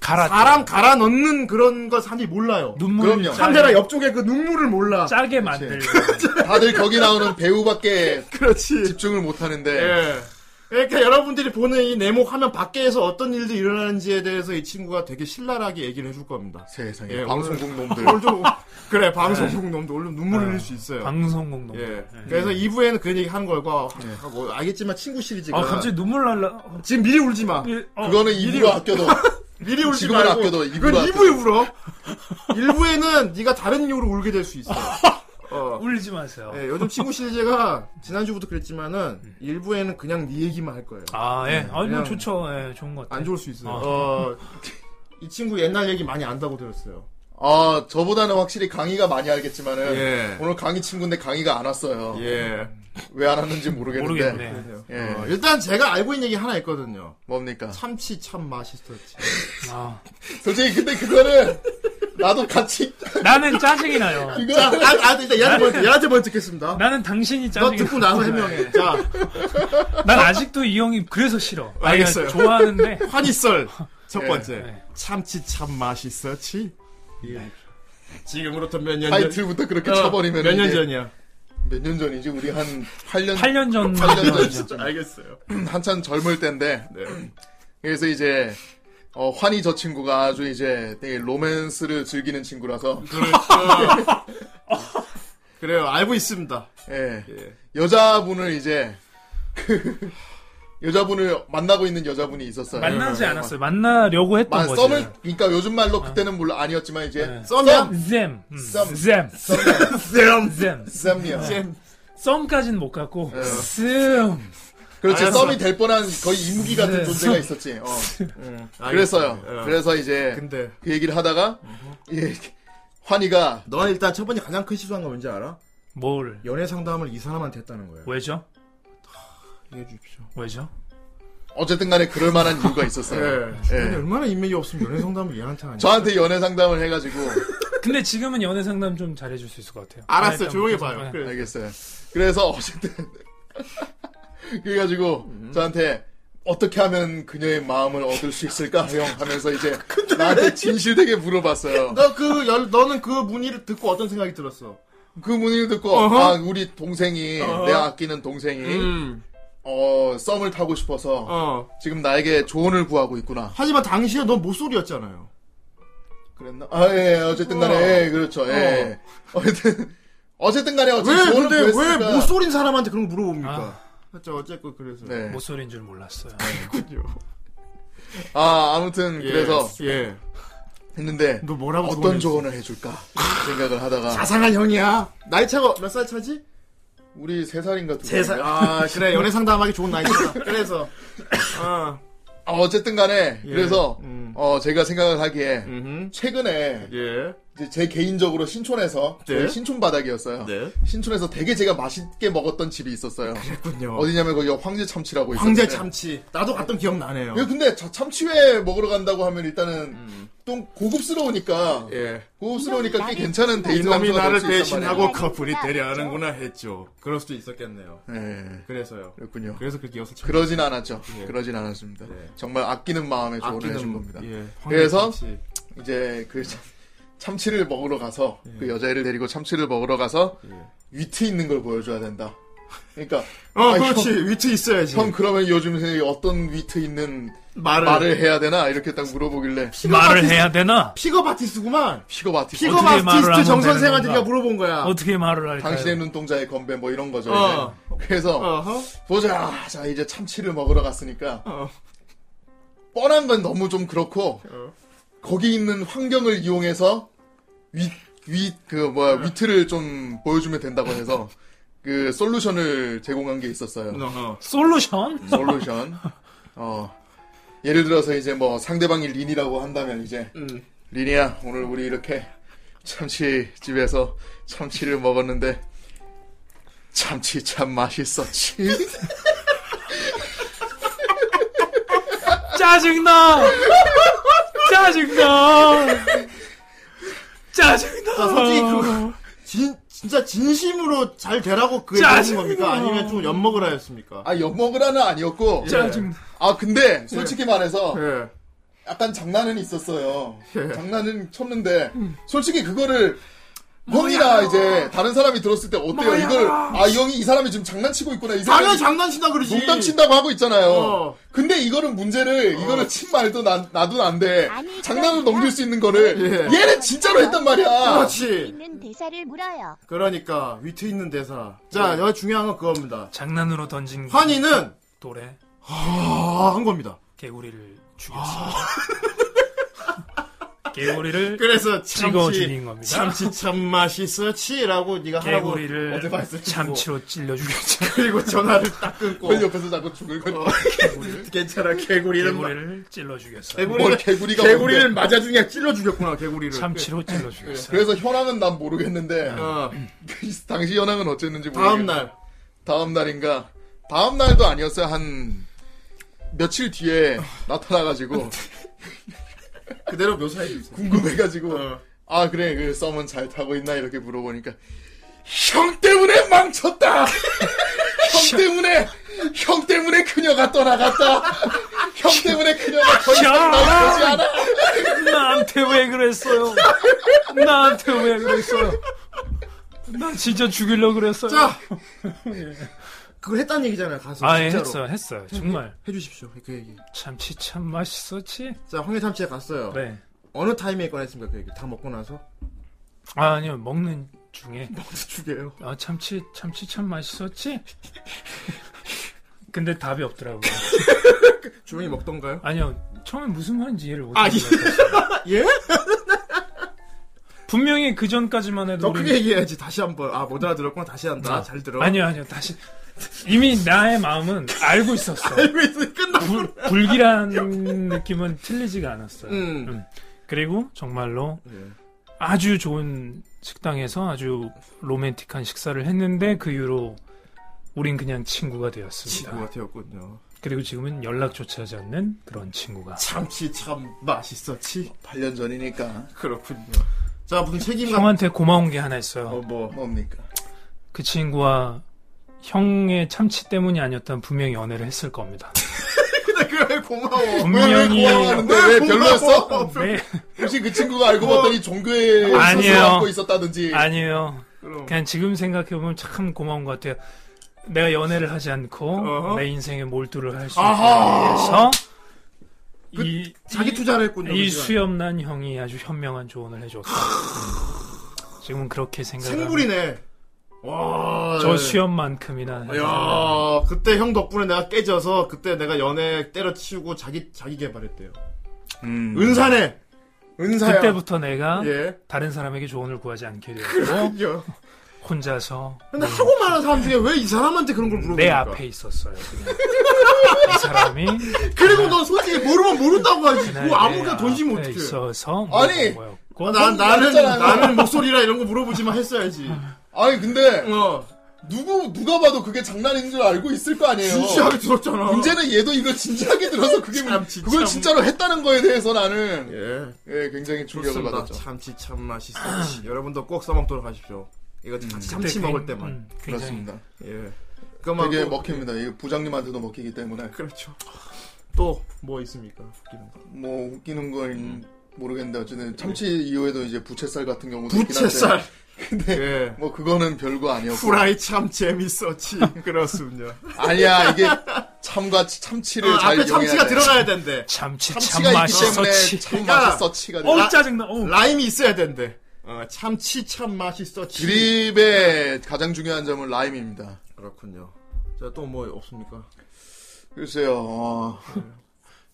Speaker 4: 갈아
Speaker 2: 사람 갈아 넣는 그런 걸 사람들이 몰라요.
Speaker 4: 눈물
Speaker 3: 그럼요.
Speaker 2: 카메라 옆쪽에 그 눈물을 몰라.
Speaker 4: 짜게 만들고,
Speaker 2: 그렇죠.
Speaker 3: 다들 거기 나오는 배우밖에
Speaker 2: 그렇지.
Speaker 3: 집중을 못 하는데.
Speaker 2: 예. 그러니까 여러분들이 보는 이 네모 화면 밖에서 어떤 일들이 일어나는지에 대해서 이 친구가 되게 신랄하게 얘기를 해줄 겁니다.
Speaker 3: 세상에
Speaker 2: 예,
Speaker 3: 방송국 놈들.
Speaker 2: 오늘 좀 그래 방송국 놈도 오늘 눈물 흘릴 수 있어요.
Speaker 4: 방송국 농.
Speaker 2: 예.
Speaker 4: 예.
Speaker 2: 그래서 2부에는 그런 얘기 하는 걸과 하고 알겠지만 친구 시리즈가
Speaker 4: 아, 갑자기 눈물 날라. 어,
Speaker 2: 지금 미리 울지 마.
Speaker 4: 예, 어,
Speaker 3: 그거는 입으로 아껴둬.
Speaker 2: 미리 울지
Speaker 3: 지금은
Speaker 2: 말고
Speaker 3: 아껴둬,
Speaker 2: 이건
Speaker 3: 이부로
Speaker 2: 2부에 울어. 1부에는 네가 다른 이유로 울게 될 수 있어. 어.
Speaker 4: 울지 마세요.
Speaker 2: 예, 요즘 친구 시리즈가 지난주부터 그랬지만은 1부에는 그냥 네 얘기만 할 거예요.
Speaker 4: 아, 예. 아니, 뭐
Speaker 2: 음, 그냥-
Speaker 4: 좋죠. 예, 좋은 것 같아요.
Speaker 2: 안 좋을 수 있어요.
Speaker 4: 아.
Speaker 2: 어, 이 친구 옛날 얘기 많이 안다고 들었어요.
Speaker 3: 아 저보다는 확실히 강의가 많이 알겠지만은
Speaker 2: 예.
Speaker 3: 오늘 강의 친구인데 강의가 안 왔어요.
Speaker 2: 예.
Speaker 3: 왜 안 왔는지 모르겠는데.
Speaker 4: 모르겠네.
Speaker 3: 예.
Speaker 2: 어, 일단 제가 알고 있는 얘기 하나 있거든요.
Speaker 3: 뭡니까?
Speaker 2: 참치 참 맛있었지.
Speaker 4: 아,
Speaker 3: 솔직히 근데 그거는 나도 같이
Speaker 4: 나는 짜증이 나요.
Speaker 2: 자, 아, 아, 일단 얘한테 먼저, 얘한테 먼저 듣겠습니다.
Speaker 4: 나는 당신이
Speaker 2: 너
Speaker 4: 짜증이
Speaker 2: 듣고
Speaker 4: 네, 나.
Speaker 2: 나서 해명해. 자,
Speaker 4: 난 아직도 이 형이 그래서 싫어. 아니,
Speaker 2: 알겠어요.
Speaker 4: 좋아하는데.
Speaker 2: 환희썰. 첫
Speaker 3: 예,
Speaker 2: 번째.
Speaker 4: 예.
Speaker 2: 참치 참 맛있었지? 예. 지금으로부터 몇 년 전. 어,
Speaker 3: 타이틀부터 그렇게
Speaker 4: 어,
Speaker 3: 쳐버리면
Speaker 2: 몇 년 전이야.
Speaker 3: 몇년 전이지 우리 한 8년
Speaker 4: 8년 전.
Speaker 3: 8년 전
Speaker 2: 진짜 알겠어요.
Speaker 3: 한참 젊을 때인데
Speaker 2: 네.
Speaker 3: 그래서 이제 어, 환희 저 친구가 아주 이제 되게 로맨스를 즐기는 친구라서
Speaker 2: 그렇죠. 그래요. 알고 있습니다.
Speaker 3: 예.
Speaker 2: 예.
Speaker 3: 여자분을 이제 그 여자분을 만나고 있는 여자분이 있었어요.
Speaker 4: 만나지
Speaker 2: 예,
Speaker 4: 않았어요. 만나려고 했던
Speaker 3: 만
Speaker 4: 거지. 어.
Speaker 3: 썸을 그러니까 요즘 말로 그때는 물론 아니었지만 이제
Speaker 4: 네.
Speaker 2: 썸이야?
Speaker 4: 잼. 음,
Speaker 3: 썸.
Speaker 4: 잼.
Speaker 2: 쌤.
Speaker 4: 잼.
Speaker 3: 썸이야.
Speaker 2: 쌤.
Speaker 4: 썸까지는 못 갔고.
Speaker 2: 예.
Speaker 4: 썸.
Speaker 3: 그렇지
Speaker 2: 알았어.
Speaker 3: 썸이 될 뻔한 거의 이무기 같은
Speaker 4: 아, 네.
Speaker 3: 존재가 있었지. 어.
Speaker 2: 음,
Speaker 3: 그랬어요.
Speaker 2: 알겠어요. 예.
Speaker 3: 그래서 이제
Speaker 2: 근데
Speaker 3: 그 얘기를 하다가 예, 환희가
Speaker 2: 너 일단 첫 번째 가장 큰 실수한 거 뭔지 알아?
Speaker 4: 뭘.
Speaker 2: 연애 상담을 이 사람한테 했다는 거야.
Speaker 4: 왜죠?
Speaker 2: 이해해 주십시오.
Speaker 4: 왜죠?
Speaker 3: 어쨌든 간에 그럴 만한 이유가 있었어요.
Speaker 2: 예.
Speaker 3: 예.
Speaker 2: 근데 얼마나 인맥이 없으면 연애 상담을 얘한테 하냐.
Speaker 3: 저한테 연애 상담을 해가지고
Speaker 4: 근데 지금은 연애 상담 좀 잘해줄 수 있을 것 같아요.
Speaker 2: 알았어요.
Speaker 4: 아,
Speaker 2: 조용히
Speaker 4: 일단
Speaker 2: 봐요.
Speaker 4: 네.
Speaker 2: 그래.
Speaker 3: 알겠어요. 그래서 어쨌든 그래가지고
Speaker 2: 음.
Speaker 3: 저한테 어떻게 하면 그녀의 마음을 얻을 수 있을까 형 하면서 이제 나한테 진실되게 물어봤어요.
Speaker 2: 너 그 열 너는 그 문의를 듣고 어떤 생각이 들었어?
Speaker 3: 그 문의를 듣고
Speaker 2: 어허. 음.
Speaker 3: 아 우리 동생이 내가 아끼는 동생이 어 썸을 타고 싶어서
Speaker 2: 어.
Speaker 3: 지금 나에게 조언을 구하고 있구나.
Speaker 2: 하지만 당시에 넌 모쏠이었잖아요.
Speaker 3: 그랬나? 아, 예, 어쨌든 간에, 예, 그렇죠, 예. 어. 쨌든 어쨌든 간에,
Speaker 2: 왜
Speaker 3: 어쨌든 조언을
Speaker 2: 근데 왜
Speaker 3: 구했으니까.
Speaker 2: 모쏠인 사람한테 그런 거 물어봅니까? 저 그렇죠. 어쨌건 아, 그래서.
Speaker 3: 네.
Speaker 4: 모쏠인 줄 몰랐어요.
Speaker 2: 그렇군요.
Speaker 3: 아, 아무튼,
Speaker 2: 예.
Speaker 3: 그래서,
Speaker 2: 예.
Speaker 3: 했는데,
Speaker 2: 너 뭐라고
Speaker 3: 어떤
Speaker 2: 조언했어?
Speaker 3: 조언을 해줄까? 생각을 하다가,
Speaker 2: 자상한 형이야. 나이 차가 몇 살 차지?
Speaker 3: 우리 세 살인가 두
Speaker 2: 세 살.
Speaker 3: 살인가?
Speaker 2: 아 그래 연애 상담하기 좋은 나이 차다. 그래서. 아.
Speaker 3: 아, 어쨌든 간에,
Speaker 2: 예.
Speaker 3: 그래서,
Speaker 2: 음.
Speaker 3: 어, 제가 생각을 하기에,
Speaker 2: 음.
Speaker 3: 최근에,
Speaker 2: 예.
Speaker 3: 이제 제 개인적으로 신촌에서, 저희
Speaker 2: 네.
Speaker 3: 신촌 바닥이었어요.
Speaker 2: 네.
Speaker 3: 신촌에서 되게 제가 맛있게 먹었던 집이 있었어요.
Speaker 2: 그렇군요.
Speaker 3: 어디냐면 거기 황제 참치라고 있어요.
Speaker 2: 황제 참치. 나도 갔던 기억 나네요.
Speaker 3: 예, 근데 자- 참치회 먹으러 간다고 하면 일단은 좀 고급스러우니까
Speaker 2: 음. 예.
Speaker 3: 고급스러우니까 꽤 괜찮은 데이트
Speaker 2: 이놈이
Speaker 3: 장소가
Speaker 2: 나를
Speaker 3: 될수 있단
Speaker 2: 배신하고
Speaker 3: 말이에요.
Speaker 2: 커플이 되려는구나 했죠. 그럴 수도 있었겠네요.
Speaker 3: 예,
Speaker 2: 그래서요.
Speaker 3: 그렇군요.
Speaker 2: 그래서 그렇게 여섯 참
Speaker 3: 그러진 않았죠.
Speaker 2: 예.
Speaker 3: 그러진 않았습니다.
Speaker 2: 네.
Speaker 3: 정말 아끼는 마음에 조언을
Speaker 2: 아끼는
Speaker 3: 해준 겁니다.
Speaker 2: 예,
Speaker 3: 그래서
Speaker 2: 황금 참치.
Speaker 3: 이제 그 참치를 먹으러 가서
Speaker 2: 예.
Speaker 3: 그 여자애를 데리고 참치를 먹으러 가서 위트 있는 걸 보여줘야 된다. 그러니까
Speaker 2: 어,
Speaker 3: 아,
Speaker 2: 그렇지.
Speaker 3: 형,
Speaker 2: 위트 있어야지.
Speaker 3: 형 그러면 요즘 세상에 어떤 위트 있는
Speaker 2: 말을.
Speaker 3: 말을 해야 되나 이렇게 딱 물어보길래
Speaker 4: 말을
Speaker 2: 아티스트-
Speaker 4: 해야 되나?
Speaker 2: 픽업 아티스트구만.
Speaker 3: 픽업 아티스트
Speaker 2: 픽업
Speaker 4: 어떻게 말을
Speaker 2: 아티스트
Speaker 4: 하면
Speaker 2: 정선생한테
Speaker 4: 되는
Speaker 2: 네가
Speaker 4: 건가?
Speaker 2: 물어본 거야.
Speaker 4: 어떻게 말을 할까요?
Speaker 3: 당신의 눈동자의 건배 뭐 이런 거죠.
Speaker 2: 그 어.
Speaker 3: 이제. 그래서
Speaker 2: 어허.
Speaker 3: 보자. 자, 이제 참치를 먹으러 갔으니까.
Speaker 2: 어.
Speaker 3: 뻔한 건 너무 좀 그렇고,
Speaker 2: 어.
Speaker 3: 거기 있는 환경을 이용해서 위, 위, 그, 뭐야,
Speaker 2: 어.
Speaker 3: 위트를 좀 보여주면 된다고 해서, 그, 솔루션을 제공한 게 있었어요.
Speaker 2: 어허.
Speaker 4: 솔루션?
Speaker 2: 네.
Speaker 3: 솔루션. 어. 예를 들어서 이제 뭐 상대방이 린이라고 한다면 이제,
Speaker 2: 음.
Speaker 3: 린이야, 오늘 우리 이렇게 참치집에서 참치를 먹었는데, 참치 참 맛있었지.
Speaker 4: 짜증나! 짜증나! 짜증나!
Speaker 2: 아, 솔직히 그거 진 진짜 진심으로 잘 되라고 그게 되는
Speaker 4: 짜증나.
Speaker 2: 겁니까? 아니면 좀 엿먹으라 였습니까?
Speaker 3: 아, 엿먹으라는 아니었고,
Speaker 4: 짜증나.
Speaker 3: 아 근데 솔직히 말해서
Speaker 2: 예.
Speaker 3: 약간 장난은 있었어요.
Speaker 2: 예. 음.
Speaker 3: 장난은 쳤는데 솔직히 그거를 형이나 이제 다른 사람이 들었을 때 어때요? 이걸 아 이 형이 이 사람이 지금 장난치고 있구나 이
Speaker 2: 당연
Speaker 3: 사람이
Speaker 2: 장난친다 그러지.
Speaker 3: 농담친다고 하고 있잖아요.
Speaker 2: 어.
Speaker 3: 근데 이거는 문제를 이거는 친 말도 나, 놔둔 안 돼. 장난으로 넘길 수 있는 거를
Speaker 2: 예. 아,
Speaker 3: 얘는 진짜로 했단 말이야.
Speaker 2: 그렇지.
Speaker 5: 있는 대사를 물어요.
Speaker 2: 그러니까 위트 있는 대사.
Speaker 3: 네.
Speaker 2: 자, 여기 중요한 건 그겁니다.
Speaker 4: 장난으로 던진
Speaker 2: 환희는
Speaker 4: 돌에
Speaker 2: 아, 한 겁니다.
Speaker 4: 개구리를 죽였어요. 개구리를
Speaker 2: 아. 그래서
Speaker 4: 찍어
Speaker 2: 참치
Speaker 4: 죽인 겁니다.
Speaker 2: 참치 참 맛있었지라고 네가 하라고
Speaker 4: 개구리를
Speaker 2: 어디가 있었지?
Speaker 4: 참치로 찔러 죽였죠.
Speaker 2: 그리고 전화를 딱 끊고
Speaker 3: 왜 옆에서 자꾸 죽을 거.
Speaker 2: 어. 괜찮아 개구리는 막-
Speaker 4: 개구리를 찔러 죽였어요.
Speaker 3: 뭘
Speaker 2: 개구리를
Speaker 3: 개구리가
Speaker 2: 개구리를
Speaker 3: 뭔데?
Speaker 2: 맞아 주냐 찔러 죽였구나 개구리를.
Speaker 4: 참치로
Speaker 2: 네.
Speaker 4: 찔러 죽였어요.
Speaker 3: 그래서 현황은 난 모르겠는데
Speaker 2: 어,
Speaker 3: 당시 현황은 어쨌는지 모르겠
Speaker 2: 다음 날
Speaker 3: 다음 날인가 다음 날도 아니었어요 한 며칠
Speaker 2: 어.
Speaker 3: 뒤에 나타나가지고
Speaker 2: 그대로 묘사해 주세요.
Speaker 3: 궁금해가지고
Speaker 2: 어.
Speaker 3: 아 그래 그 썸은 잘 타고 있나 이렇게 물어보니까 형 때문에 망쳤다 형 때문에 형 때문에 그녀가 떠나갔다 형 때문에 그녀가 더 이상
Speaker 4: 야!
Speaker 3: 나 보지 않아
Speaker 4: 나한테 왜 그랬어요? 나한테 왜 그랬어요? 나 진짜 죽이려고 그랬어요.
Speaker 2: 자, 그걸 했다는 얘기잖아요. 가서
Speaker 4: 아예
Speaker 2: 진짜로
Speaker 4: 했어요, 했어요. 정말
Speaker 2: 해주십시오. 그 얘기.
Speaker 4: 참치 참 맛있었지.
Speaker 2: 자, 황해참치에 갔어요.
Speaker 4: 네.
Speaker 2: 어느 타이밍에 꺼냈습니까? 그 얘기 다 먹고 나서
Speaker 4: 아, 아니요 먹는 중에
Speaker 2: 죽여요.
Speaker 4: 아 참치 참치 참 맛있었지. 근데 답이 없더라고요. 음.
Speaker 2: 조용히 먹던가요?
Speaker 4: 아니요 처음에 무슨 말인지 이해를
Speaker 2: 아,
Speaker 4: 못했어요.
Speaker 2: 예?
Speaker 4: 분명히 그 전까지만 해도
Speaker 2: 더
Speaker 4: 우리-
Speaker 2: 크게 얘기해야지. 다시 한번. 아, 못 알아들었구나. 다시 한다.
Speaker 4: 아,
Speaker 2: 잘 들어.
Speaker 4: 아니요 아니요 다시 이미 나의 마음은 알고 있었어.
Speaker 2: 알고 있으니 끝나.
Speaker 4: 불, 불길한 느낌은 틀리지가 않았어요.
Speaker 2: 음.
Speaker 4: 음. 그리고 정말로
Speaker 2: 예.
Speaker 4: 아주 좋은 식당에서 아주 로맨틱한 식사를 했는데 그 이후로 우린 그냥 친구가 되었습니다.
Speaker 2: 친구가 되었군요.
Speaker 4: 그리고 지금은 연락조차 하지 않는 그런 친구가.
Speaker 2: 참치 참 맛있었지.
Speaker 3: 8년 전이니까
Speaker 2: 그렇군요. 자, 무슨 책임감?
Speaker 4: 형한테 고마운 게 하나 있어요.
Speaker 2: 어, 뭐.
Speaker 3: 뭡니까
Speaker 4: 그 친구와 형의 참치 때문이 아니었다면 분명히 연애를 했을 겁니다.
Speaker 2: 근데 그래 고마워.
Speaker 3: 왜
Speaker 4: 분명히 네,
Speaker 3: 고마워하는데 왜 별로였어?
Speaker 4: 매-
Speaker 3: 혹시 그 친구가 알고
Speaker 2: 뭐.
Speaker 3: 봤더니 종교에
Speaker 4: 아니에요.
Speaker 3: 스스로 갖고 있었다든지
Speaker 4: 아니에요.
Speaker 2: 그럼.
Speaker 4: 그냥 지금 생각해보면 참 고마운 것 같아요. 내가 연애를 하지 않고
Speaker 2: 어허.
Speaker 4: 내 인생에 몰두를 할 수
Speaker 2: 아하. 그
Speaker 4: 있어서 이,
Speaker 2: 자기
Speaker 4: 이-
Speaker 2: 투자를 했군요.
Speaker 4: 이
Speaker 2: 그 시간에.
Speaker 4: 수염난 형이 아주 현명한 조언을 해줬다. 음. 지금은 그렇게 생각을 합니다.
Speaker 2: 생굴이네. 와.
Speaker 4: 저
Speaker 2: 예.
Speaker 4: 수염만큼이나 해서
Speaker 2: 야 그때 형 덕분에 내가 깨져서 그때 내가 연애 때려치우고 자기 자기 개발했대요.
Speaker 3: 음.
Speaker 2: 은사네. 은사야.
Speaker 4: 그때부터 내가
Speaker 2: 예.
Speaker 4: 다른 사람에게 조언을 구하지 않게 되었고
Speaker 2: 그죠.
Speaker 4: 혼자서
Speaker 2: 근데 하고 많은 사람 중에 왜 이 사람한테 그런 걸 물어보니까?
Speaker 4: 내 앞에 있었어요. 그냥. 이 사람이
Speaker 2: 그리고 너 솔직히 모르면 모른다고 하지.
Speaker 4: 그날
Speaker 2: 뭐 아무거나
Speaker 4: 내
Speaker 2: 던지면
Speaker 4: 앞에
Speaker 2: 어떡해.
Speaker 4: 네, 있어서
Speaker 3: 아니!
Speaker 4: 거였고
Speaker 2: 난 나는
Speaker 3: 맞잖아.
Speaker 2: 나는 목소리라 이런 거 물어보지만 했어야지.
Speaker 3: 아니 근데
Speaker 2: 어.
Speaker 3: 누구 누가 봐도 그게 장난인 줄 알고 있을 거 아니에요.
Speaker 2: 진지하게 들었잖아.
Speaker 3: 네, 어. 문제는 얘도 이걸 진지하게 들어서 그게
Speaker 2: 참, 진짜.
Speaker 3: 그걸 진짜로 했다는 거에 대해서 나는
Speaker 2: 예.
Speaker 3: 예 굉장히 충격을
Speaker 2: 좋습니다.
Speaker 3: 받았죠.
Speaker 2: 참치 참 맛있었지. 여러분도 꼭 써먹도록 하십시오. 이거
Speaker 3: 음,
Speaker 2: 같이 참치 먹을 때만.
Speaker 4: 음,
Speaker 3: 그렇습니다.
Speaker 2: 예. 그만
Speaker 3: 음. 되게 먹힙니다.
Speaker 2: 예.
Speaker 3: 이게 부장님한테도 먹히기 때문에 음,
Speaker 2: 그렇죠. 또 뭐 있습니까? 웃기는 거.
Speaker 3: 뭐 웃기는 건 모르겠는데 어쨌든 참치 이후에도 이제 부채살 같은 경우도 있긴 한데
Speaker 2: 부채살.
Speaker 3: 근데
Speaker 2: 예.
Speaker 3: 뭐 그거는 별거 아니었고
Speaker 2: 후라이 참 재밌었지. 그렇습니다.
Speaker 3: 아니야 이게 참과 참치를
Speaker 2: 아,
Speaker 3: 잘
Speaker 2: 앞에 참치가
Speaker 3: 이용해야 돼.
Speaker 2: 들어가야 된대.
Speaker 4: 참치 참
Speaker 3: 참치가 있기 때문에
Speaker 4: 맛있었지.
Speaker 3: 참
Speaker 2: 그러니까-
Speaker 3: 맛있었지가 돼.
Speaker 4: 어우
Speaker 2: 라-
Speaker 4: 짜증나. 어우.
Speaker 2: 라임이 있어야 된대. 어, 참치 참 맛있었지.
Speaker 3: 드립의 가장 중요한 점은 라임입니다.
Speaker 2: 그렇군요. 자, 또 뭐 없습니까?
Speaker 3: 글쎄요. 어,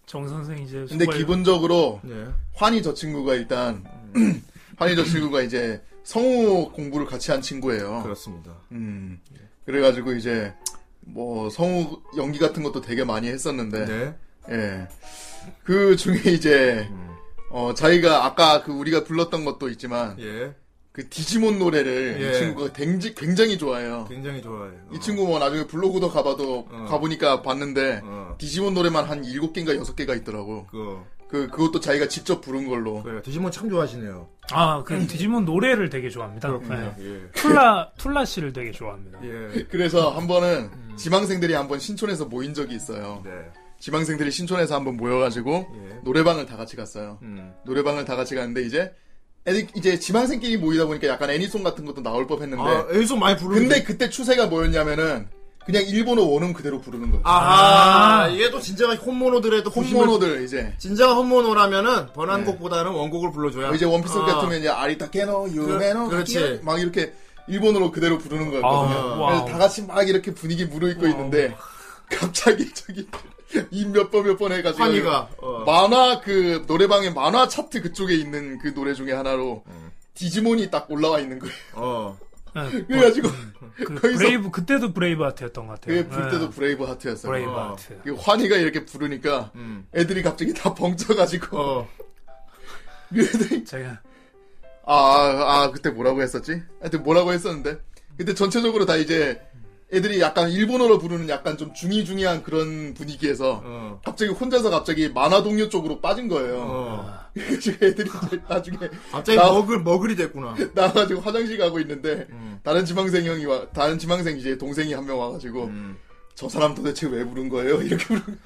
Speaker 4: 정 선생 이제
Speaker 3: 근데
Speaker 4: 정말
Speaker 3: 기본적으로
Speaker 2: 네.
Speaker 3: 환희 저 친구가 일단
Speaker 2: 음.
Speaker 3: 환희 저 친구가 이제 성우 공부를 같이 한
Speaker 2: 그렇죠.
Speaker 3: 친구예요.
Speaker 2: 그렇습니다.
Speaker 3: 음. 그래가지고 이제 뭐 성우 연기 같은 것도 되게 많이 했었는데
Speaker 2: 네.
Speaker 3: 예. 그 중에 이제
Speaker 2: 음.
Speaker 3: 어 자기가 아까 그 우리가 불렀던 것도 있지만
Speaker 2: 예.
Speaker 3: 그 디지몬 노래를
Speaker 2: 예.
Speaker 3: 이 친구가 굉장히, 굉장히 좋아해요.
Speaker 2: 굉장히 좋아해요.
Speaker 3: 이 친구 뭐 나중에 블로그도 가봐도
Speaker 2: 어.
Speaker 3: 가보니까 봤는데
Speaker 2: 어.
Speaker 3: 디지몬 노래만 한 7개인가 6개가 있더라고.
Speaker 2: 그거.
Speaker 3: 그 그것도 자기가 직접 부른 걸로.
Speaker 2: 그래요. 디지몬 참 좋아하시네요.
Speaker 4: 아,
Speaker 3: 음.
Speaker 4: 그 디지몬 노래를 되게 좋아합니다. 네.
Speaker 2: 예.
Speaker 4: 툴라 툴라 씨를 되게 좋아합니다.
Speaker 2: 예.
Speaker 3: 그래서 한 번은 지망생들이 한 번 신촌에서 모인 적이 있어요.
Speaker 2: 음. 네.
Speaker 3: 지망생들이 신촌에서 한 번 모여가지고
Speaker 2: 예.
Speaker 3: 노래방을 다 같이 갔어요.
Speaker 2: 음.
Speaker 3: 노래방을 다 같이 갔는데 이제 애들 이제 지망생끼리 모이다 보니까 약간 애니송 같은 것도 나올 법했는데
Speaker 2: 아, 여기서 많이 부르는데.
Speaker 3: 근데 그때 추세가 뭐였냐면은 그냥 일본어 원음 그대로 부르는 거예요.
Speaker 2: 아, 아하, 이게 또 진정한 혼모노들의 또 혼모노.
Speaker 3: 혼모노들 이제
Speaker 2: 진정한 혼모노라면은 번안곡보다는 원곡을 불러줘야.
Speaker 3: 뭐 이제 원피스
Speaker 2: 아.
Speaker 3: 같으면 이제 아리타케노 유메노
Speaker 2: 그렇지.
Speaker 3: 가키노, 막 이렇게 일본어로 그대로 부르는 거였거든요.
Speaker 4: 아,
Speaker 3: 그래서
Speaker 4: 와우.
Speaker 3: 다 같이 막 이렇게 분위기 무르익고 있는데 갑자기 저기 입몇번 몇 번 해가지고
Speaker 2: 환희가 어.
Speaker 3: 만화 그 노래방의 만화 차트 그쪽에 있는 그 노래 중에 하나로
Speaker 2: 음.
Speaker 3: 디지몬이 딱 올라와 있는 거예요.
Speaker 2: 어.
Speaker 4: 네,
Speaker 3: 그래가지고
Speaker 4: 그
Speaker 3: 거기서- 예,
Speaker 4: 브레이브 그때도 브레이브 하트였던 것 같아요.
Speaker 3: 그게 부를 때도
Speaker 4: 네,
Speaker 3: 브레이브 하트였어요.
Speaker 4: 브레이브
Speaker 2: 어.
Speaker 4: 하트.
Speaker 3: 그 환희가 이렇게 부르니까
Speaker 2: 음.
Speaker 3: 애들이 갑자기 다 벙쪄가지고
Speaker 2: 어.
Speaker 3: 애들이
Speaker 4: 제가
Speaker 3: 아, 아, 아, 그때 뭐라고 했었지? 하여튼 뭐라고 했었는데 근데 전체적으로 다 이제 애들이 약간 일본어로 부르는 약간 좀 중이중이한 그런 분위기에서
Speaker 2: 어.
Speaker 3: 갑자기 혼자서 갑자기 만화 동료 쪽으로 빠진 거예요.
Speaker 2: 어.
Speaker 3: 그래서 애들이 이제 나중에
Speaker 2: 갑자기
Speaker 3: 나-
Speaker 2: 먹을 먹을이 됐구나.
Speaker 3: 나와가지고 화장실 가고 있는데
Speaker 2: 음.
Speaker 3: 다른 지망생 형이 와 다른 지망생 이제 동생이 한 명 와가지고
Speaker 2: 음.
Speaker 3: 저 사람 도대체 왜 부른 거예요? 이렇게 부른 거예요.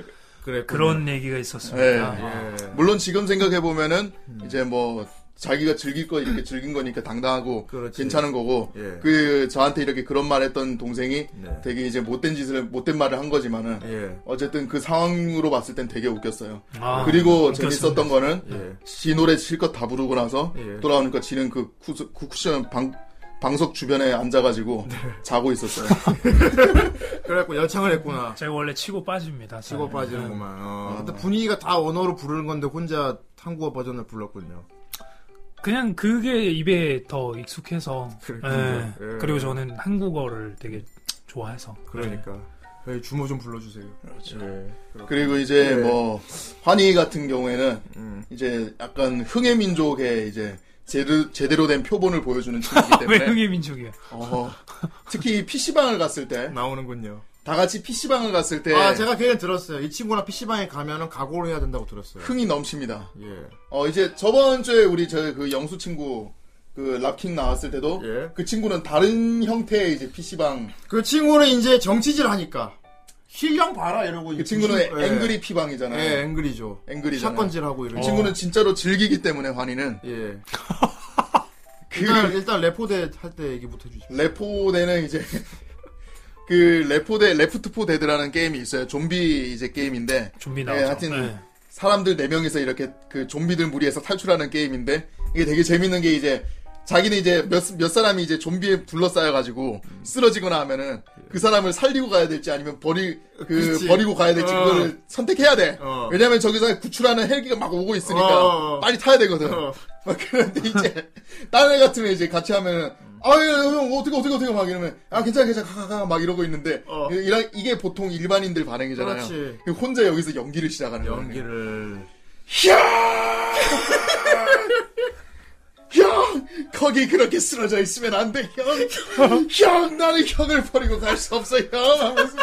Speaker 2: 그래.
Speaker 4: 그런 얘기가 있었습니다. 아,
Speaker 2: 예.
Speaker 3: 물론 지금 생각해 보면은 이제 뭐 자기가 즐길 거 이렇게 즐긴 거니까 당당하고
Speaker 2: 그렇지.
Speaker 3: 괜찮은 거고
Speaker 2: 예.
Speaker 3: 그 저한테 이렇게 그런 말 했던 동생이
Speaker 2: 네.
Speaker 3: 되게 이제 못된 짓을 못된 말을 한 거지만은
Speaker 2: 예.
Speaker 3: 어쨌든 그 상황으로 봤을 땐 되게 웃겼어요.
Speaker 4: 아,
Speaker 3: 그리고
Speaker 4: 웃겼습니다.
Speaker 3: 재밌었던 거는
Speaker 2: 예.
Speaker 3: 지 노래 실컷 다 부르고 나서
Speaker 2: 예.
Speaker 3: 돌아오니까 지는 그 쿠스- 그 쿠션 방 방석 주변에 앉아가지고
Speaker 2: 네.
Speaker 3: 자고 있었어요.
Speaker 2: 그래갖고 열창을 했구나.
Speaker 4: 제가 원래 치고 빠집니다.
Speaker 2: 치고 빠지는구만. 어. 근데 분위기가 다 언어로 부르는 건데 혼자 한국어 버전을 불렀군요.
Speaker 4: 네. 그냥 그게 입에 더 익숙해서.
Speaker 2: 그렇군요.
Speaker 4: 예.
Speaker 2: 예.
Speaker 4: 그리고 저는 한국어를 되게 좋아해서.
Speaker 2: 그러니까. 저희 주모 좀 불러주세요. 그렇죠. 예.
Speaker 3: 그리고 이제
Speaker 2: 예.
Speaker 3: 뭐 환희 같은 경우에는
Speaker 2: 음.
Speaker 3: 이제 약간 흥의 민족의 이제 제대로, 제대로 된 표본을 보여주는
Speaker 2: 아,
Speaker 3: 친구이기
Speaker 4: 왜
Speaker 3: 때문에
Speaker 4: 흥의 민족이야?
Speaker 3: 어, 특히 PC방을 갔을 때 다
Speaker 2: 나오는군요.
Speaker 3: 같이 PC방을 갔을 때
Speaker 2: 아, 제가 걔는 들었어요. 이 친구랑 PC방에 가면은 각오를 해야 된다고 들었어요.
Speaker 3: 흥이 넘칩니다.
Speaker 2: 예.
Speaker 3: 어 이제 저번 주에 우리 저 그 영수 친구 그 랍킹 나왔을 때도
Speaker 2: 예.
Speaker 3: 그 친구는 다른 형태의 이제 PC방
Speaker 2: 그 친구는 이제 정치질 하니까. 힐령 봐라, 이러고.
Speaker 3: 그 친구는 앵그리 피방이잖아요.
Speaker 2: 예, 어. 앵그리죠.
Speaker 3: 앵그리잖아요.
Speaker 2: 샷건질 하고 이러고.
Speaker 3: 그 친구는 진짜로 즐기기 때문에 환희는
Speaker 2: 예. 일단,
Speaker 3: 그
Speaker 2: 일단 레포대 할 때 얘기부터 해주죠.
Speaker 3: 레포대는 이제 그 레포대 레프트 포 데드라는 게임이 있어요. 좀비 이제 게임인데
Speaker 4: 좀비
Speaker 3: 예,
Speaker 4: 나오죠.
Speaker 3: 하여튼
Speaker 4: 예.
Speaker 3: 사람들 네명이서 이렇게 그 좀비들 무리해서 탈출하는 게임인데 이게 되게 재밌는 게 이제 자기는 이제 몇, 몇 사람이 이제 좀비에 둘러싸여가지고 쓰러지거나 하면은 그 사람을 살리고 가야 될지 아니면 버리, 그
Speaker 2: 그치.
Speaker 3: 버리고 가야 될지
Speaker 2: 어.
Speaker 3: 그걸 선택해야 돼.
Speaker 2: 어.
Speaker 3: 왜냐면 저기서 구출하는 헬기가 막 오고 있으니까
Speaker 2: 어.
Speaker 3: 빨리 타야 되거든.
Speaker 2: 어.
Speaker 3: 막 그런데 이제 다른 애 같으면 이제 같이 하면은 아유 예, 형 어떻게 어떻게 어떻게 막 이러면 아 괜찮아 괜찮아 가가가 막 이러고 있는데
Speaker 2: 어.
Speaker 3: 이- 이게 보통 일반인들 반응이잖아요.
Speaker 2: 그렇지.
Speaker 3: 혼자 여기서 연기를 시작하는 거예요.
Speaker 2: 연기를.
Speaker 3: 형! 거기 그렇게 쓰러져 있으면 안 돼, 형! 형! 나는 형을 버리고 갈 수 없어, 형! 하면서.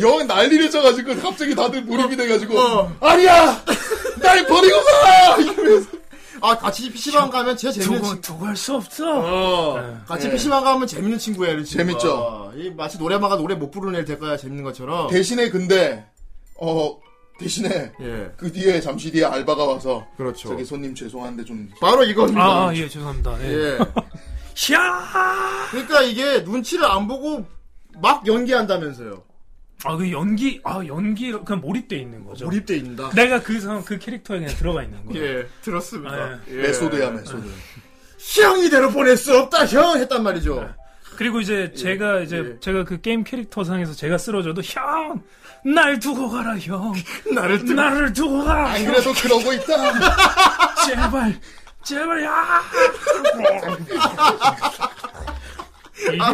Speaker 3: 영 난리를 쳐가지고 갑자기 다들 몰입이 돼가지고
Speaker 2: 어.
Speaker 3: 아니야! 날 버리고 가! 이러면서
Speaker 2: 아, 같이 PC방 가면 제 재밌는
Speaker 4: 두고 두고 할 수 없어.
Speaker 2: 어, 같이
Speaker 3: 예.
Speaker 2: PC방 가면 재밌는 친구예요. 이 친구가.
Speaker 3: 재밌죠.
Speaker 2: 이 마치 노래방 가 노래 못 부르는 애를 데려가야 재밌는 것처럼.
Speaker 3: 대신에 근데 어 대신에
Speaker 2: 예.
Speaker 3: 그 뒤에 잠시 뒤에 알바가 와서
Speaker 2: 그렇죠.
Speaker 3: 저기 손님 죄송한데 좀
Speaker 2: 바로 이겁니다.
Speaker 4: 아, 아, 예, 죄송합니다. 예.
Speaker 2: 예.
Speaker 4: 샤!
Speaker 2: 그러니까 이게 눈치를 안 보고 막 연기한다면서요.
Speaker 4: 아, 그 연기, 아, 연기, 그냥 몰입돼 있는 거죠.
Speaker 2: 몰입돼 있다.
Speaker 4: 내가 그 상황, 그 캐릭터에 그냥 들어가 있는 거예요.
Speaker 2: 예, 들었습니다.
Speaker 4: 아,
Speaker 2: 예.
Speaker 3: 메소드야 메소드.
Speaker 2: 형 이대로 보낼 수 없다, 형! 했단 말이죠.
Speaker 4: 그리고 이제 제가 이제
Speaker 2: 예.
Speaker 4: 제가 그 게임 캐릭터상에서 제가 쓰러져도 형, 날 두고 가라 형,
Speaker 2: 나를 뜨
Speaker 4: 나를 두고 가,
Speaker 3: 안 그래도 그러고 있다.
Speaker 2: 아.
Speaker 4: 제발, 제발 야.
Speaker 2: 아.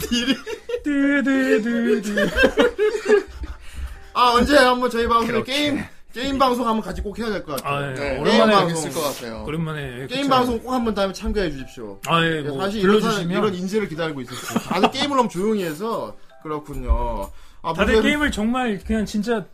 Speaker 2: 딜이.
Speaker 4: 띠르르르르르.
Speaker 2: 아, 언제 한번 저희 방송에 게임, 게임 방송 한번 같이 꼭 해야 될 것 같아요.
Speaker 4: 아, 예.
Speaker 3: 네,
Speaker 2: 오랜만에
Speaker 3: 오랜만에
Speaker 2: 방송.
Speaker 3: 있을 것 같아요.
Speaker 4: 오랜만에 예,
Speaker 2: 게임
Speaker 4: 그쵸.
Speaker 2: 방송 꼭 한번 다음에 참가해 주십시오.
Speaker 4: 아, 예, 뭐
Speaker 2: 사실 이런, 사람,
Speaker 4: 불러주시면
Speaker 2: 이런 인재를 기다리고 있었어요. 다들 게임을 너무 조용히 해서, 그렇군요. 아,
Speaker 4: 다들
Speaker 2: 문제는
Speaker 4: 게임을 정말 그냥 진짜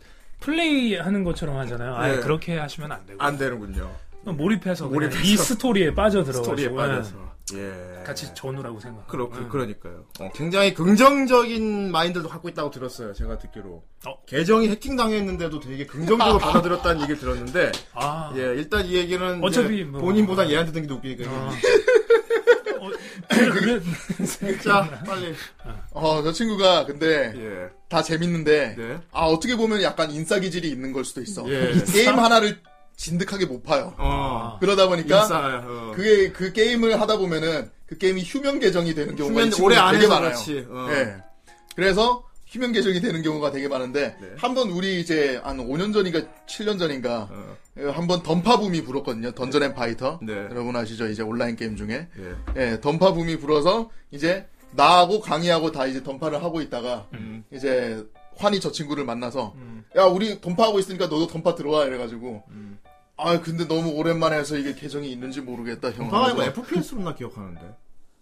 Speaker 4: 플레이하는 것처럼 하잖아요. 아,
Speaker 2: 예.
Speaker 4: 그렇게 하시면 안 되고
Speaker 2: 안 되는군요.
Speaker 4: 몰입해서, 그냥
Speaker 2: 아, 몰입해서.
Speaker 4: 이 스토리에 빠져들어가지고
Speaker 2: 스토리에
Speaker 4: 예.
Speaker 2: 빠져서. 예.
Speaker 4: 같이 음. 전우라고 생각.
Speaker 2: 그렇 그러니까요. 어, 굉장히 긍정적인 마인드도 갖고 있다고 들었어요. 제가 듣기로
Speaker 4: 어.
Speaker 2: 계정이 해킹 당했는데도 되게 긍정적으로 받아들였다는 얘기를 들었는데
Speaker 4: 아,
Speaker 2: 예 일단 이 얘기는 이제
Speaker 4: 어차피 뭐-
Speaker 2: 본인보다 얘한테 듣는 게 웃기니까
Speaker 4: 아. 어, 그래, 그래.
Speaker 2: 자 빨리
Speaker 3: 어, 저 친구가 근데
Speaker 2: 예예
Speaker 3: 다 재밌는데
Speaker 2: 네.
Speaker 3: 아 어떻게 보면 약간 인싸 기질이 있는 걸 수도 있어.
Speaker 2: 예.
Speaker 3: 게임 하나를 진득하게 못 파요.
Speaker 2: 어
Speaker 3: 그러다 보니까
Speaker 2: 인싸야, 어.
Speaker 3: 그게 그 게임을 하다 보면은 그 게임이 휴면 계정이 되는 경우가
Speaker 2: 휴면
Speaker 3: 이 친구는
Speaker 2: 올해 안
Speaker 3: 되게
Speaker 2: 해서
Speaker 3: 많아요.
Speaker 2: 그렇지. 어.
Speaker 3: 예. 그래서 휴면 계정이 되는 경우가 되게 많은데
Speaker 2: 네.
Speaker 3: 한 번 우리 이제 한 5년 전인가 7년 전인가
Speaker 2: 어.
Speaker 3: 한 번 던파붐이 불었거든요. 던전 앤 파이터.
Speaker 2: 네.
Speaker 3: 여러분 아시죠? 이제 온라인 게임 중에.
Speaker 2: 예.
Speaker 3: 그렇죠. 예, 던파붐이 불어서 이제 나하고 강희하고 다 이제 던파를 하고 있다가
Speaker 2: 음.
Speaker 3: 이제 환희 저 친구를 만나서 야 우리 던파하고 있으니까 너도 던파 들어와 이래가지고
Speaker 2: 음.
Speaker 3: 아 근데 너무 오랜만에 해서 이게 계정이 있는지 모르겠다 형.
Speaker 2: 방금
Speaker 3: 하면서.
Speaker 2: FPS로 나 기억하는데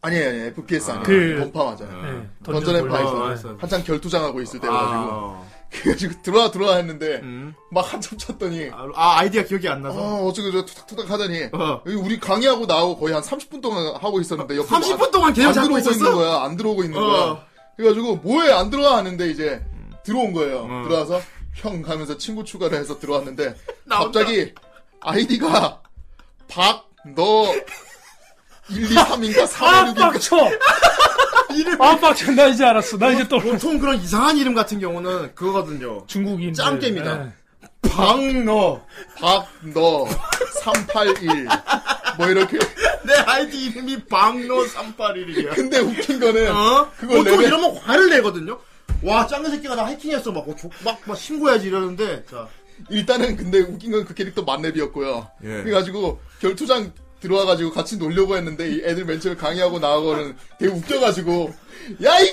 Speaker 3: 아니 아니 FPS 아니야.
Speaker 4: 그-
Speaker 3: 던파 맞아요.
Speaker 4: 예,
Speaker 3: 던전 앤
Speaker 4: 골라서,
Speaker 2: 파이터.
Speaker 4: 예.
Speaker 2: 어. 알았어.
Speaker 3: 한창 결투장하고 있을 때가지고
Speaker 2: 아,
Speaker 3: 그래가지고 들어와 들어와 했는데
Speaker 2: 음.
Speaker 3: 막 한참 쳤더니
Speaker 2: 아, 아 아이디가 기억이 안
Speaker 3: 어
Speaker 2: 나서
Speaker 3: 어쩌고 저 투닥투닥 하더니
Speaker 2: 어.
Speaker 3: 여기 우리 강의하고 나하고 거의 한 30분 동안 하고 있었는데 옆에
Speaker 2: 30분 동안
Speaker 3: 안,
Speaker 2: 계속
Speaker 3: 안
Speaker 2: 잡고
Speaker 3: 들어오고 있는
Speaker 2: 있었어
Speaker 3: 거야 안 들어오고 있는
Speaker 2: 어.
Speaker 3: 거야 그래가지고 뭐해 안 들어와 하는데 이제 들어온 거예요
Speaker 2: 음.
Speaker 3: 들어와서 형 하면서 친구 추가를 해서 들어왔는데
Speaker 2: 나 혼자.
Speaker 3: 갑자기 아이디가 박너 1, 2, 3인가 4, 5,
Speaker 4: 아,
Speaker 2: 그
Speaker 3: 6인가
Speaker 4: 빡쳐! 아, 빡쳐! 나 이제 알았어. 나 이제 또
Speaker 2: 보통 그런 이상한 이름 같은 경우는 그거거든요.
Speaker 4: 중국인.
Speaker 2: 짬깨입니다.
Speaker 4: 네.
Speaker 2: 방너
Speaker 3: 박너 381. 뭐 이렇게.
Speaker 2: 내 아이디 이름이 방너 381이야.
Speaker 3: 근데 웃긴 거는
Speaker 2: 어?
Speaker 3: 그거
Speaker 2: 보통
Speaker 3: 레벨-
Speaker 2: 이러면 화를 내거든요. 와 짱구 새끼가 나 해킹했어 막, 어, 조- 막, 막 신고해야지 이러는데 자
Speaker 3: 일단은 근데 웃긴 건 그 캐릭터 만렙이었고요.
Speaker 2: 예.
Speaker 3: 그래가지고 결투장 들어와가지고 같이 놀려고 했는데 이 애들 맨 처음에 강의하고 나하고는 되게 웃겨가지고 야이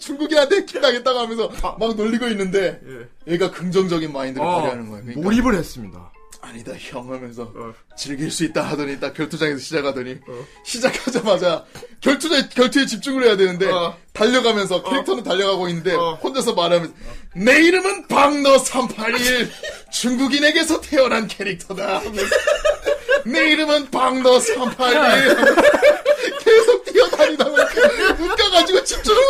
Speaker 3: 중국인한테 해킹당했다고 하면서 막 놀리고 있는데
Speaker 2: 아. 예.
Speaker 3: 얘가 긍정적인 마인드를
Speaker 2: 어,
Speaker 3: 발휘하는 거예요. 그러니까
Speaker 2: 몰입을 했습니다.
Speaker 3: 아니다 형 하면서
Speaker 2: 어.
Speaker 3: 즐길 수 있다 하더니 딱 결투장에서 시작하더니
Speaker 2: 어.
Speaker 3: 시작하자마자 결투에 결투에 집중을 해야 되는데
Speaker 2: 어.
Speaker 3: 달려가면서 캐릭터는 달려가고 있는데
Speaker 2: 어.
Speaker 3: 혼자서 말하면서 내 이름은 박너 381 중국인에게서 태어난 캐릭터다 하면서 내 이름은 박너 381 계속 뛰어다니다 보니까 웃겨가지고 집중을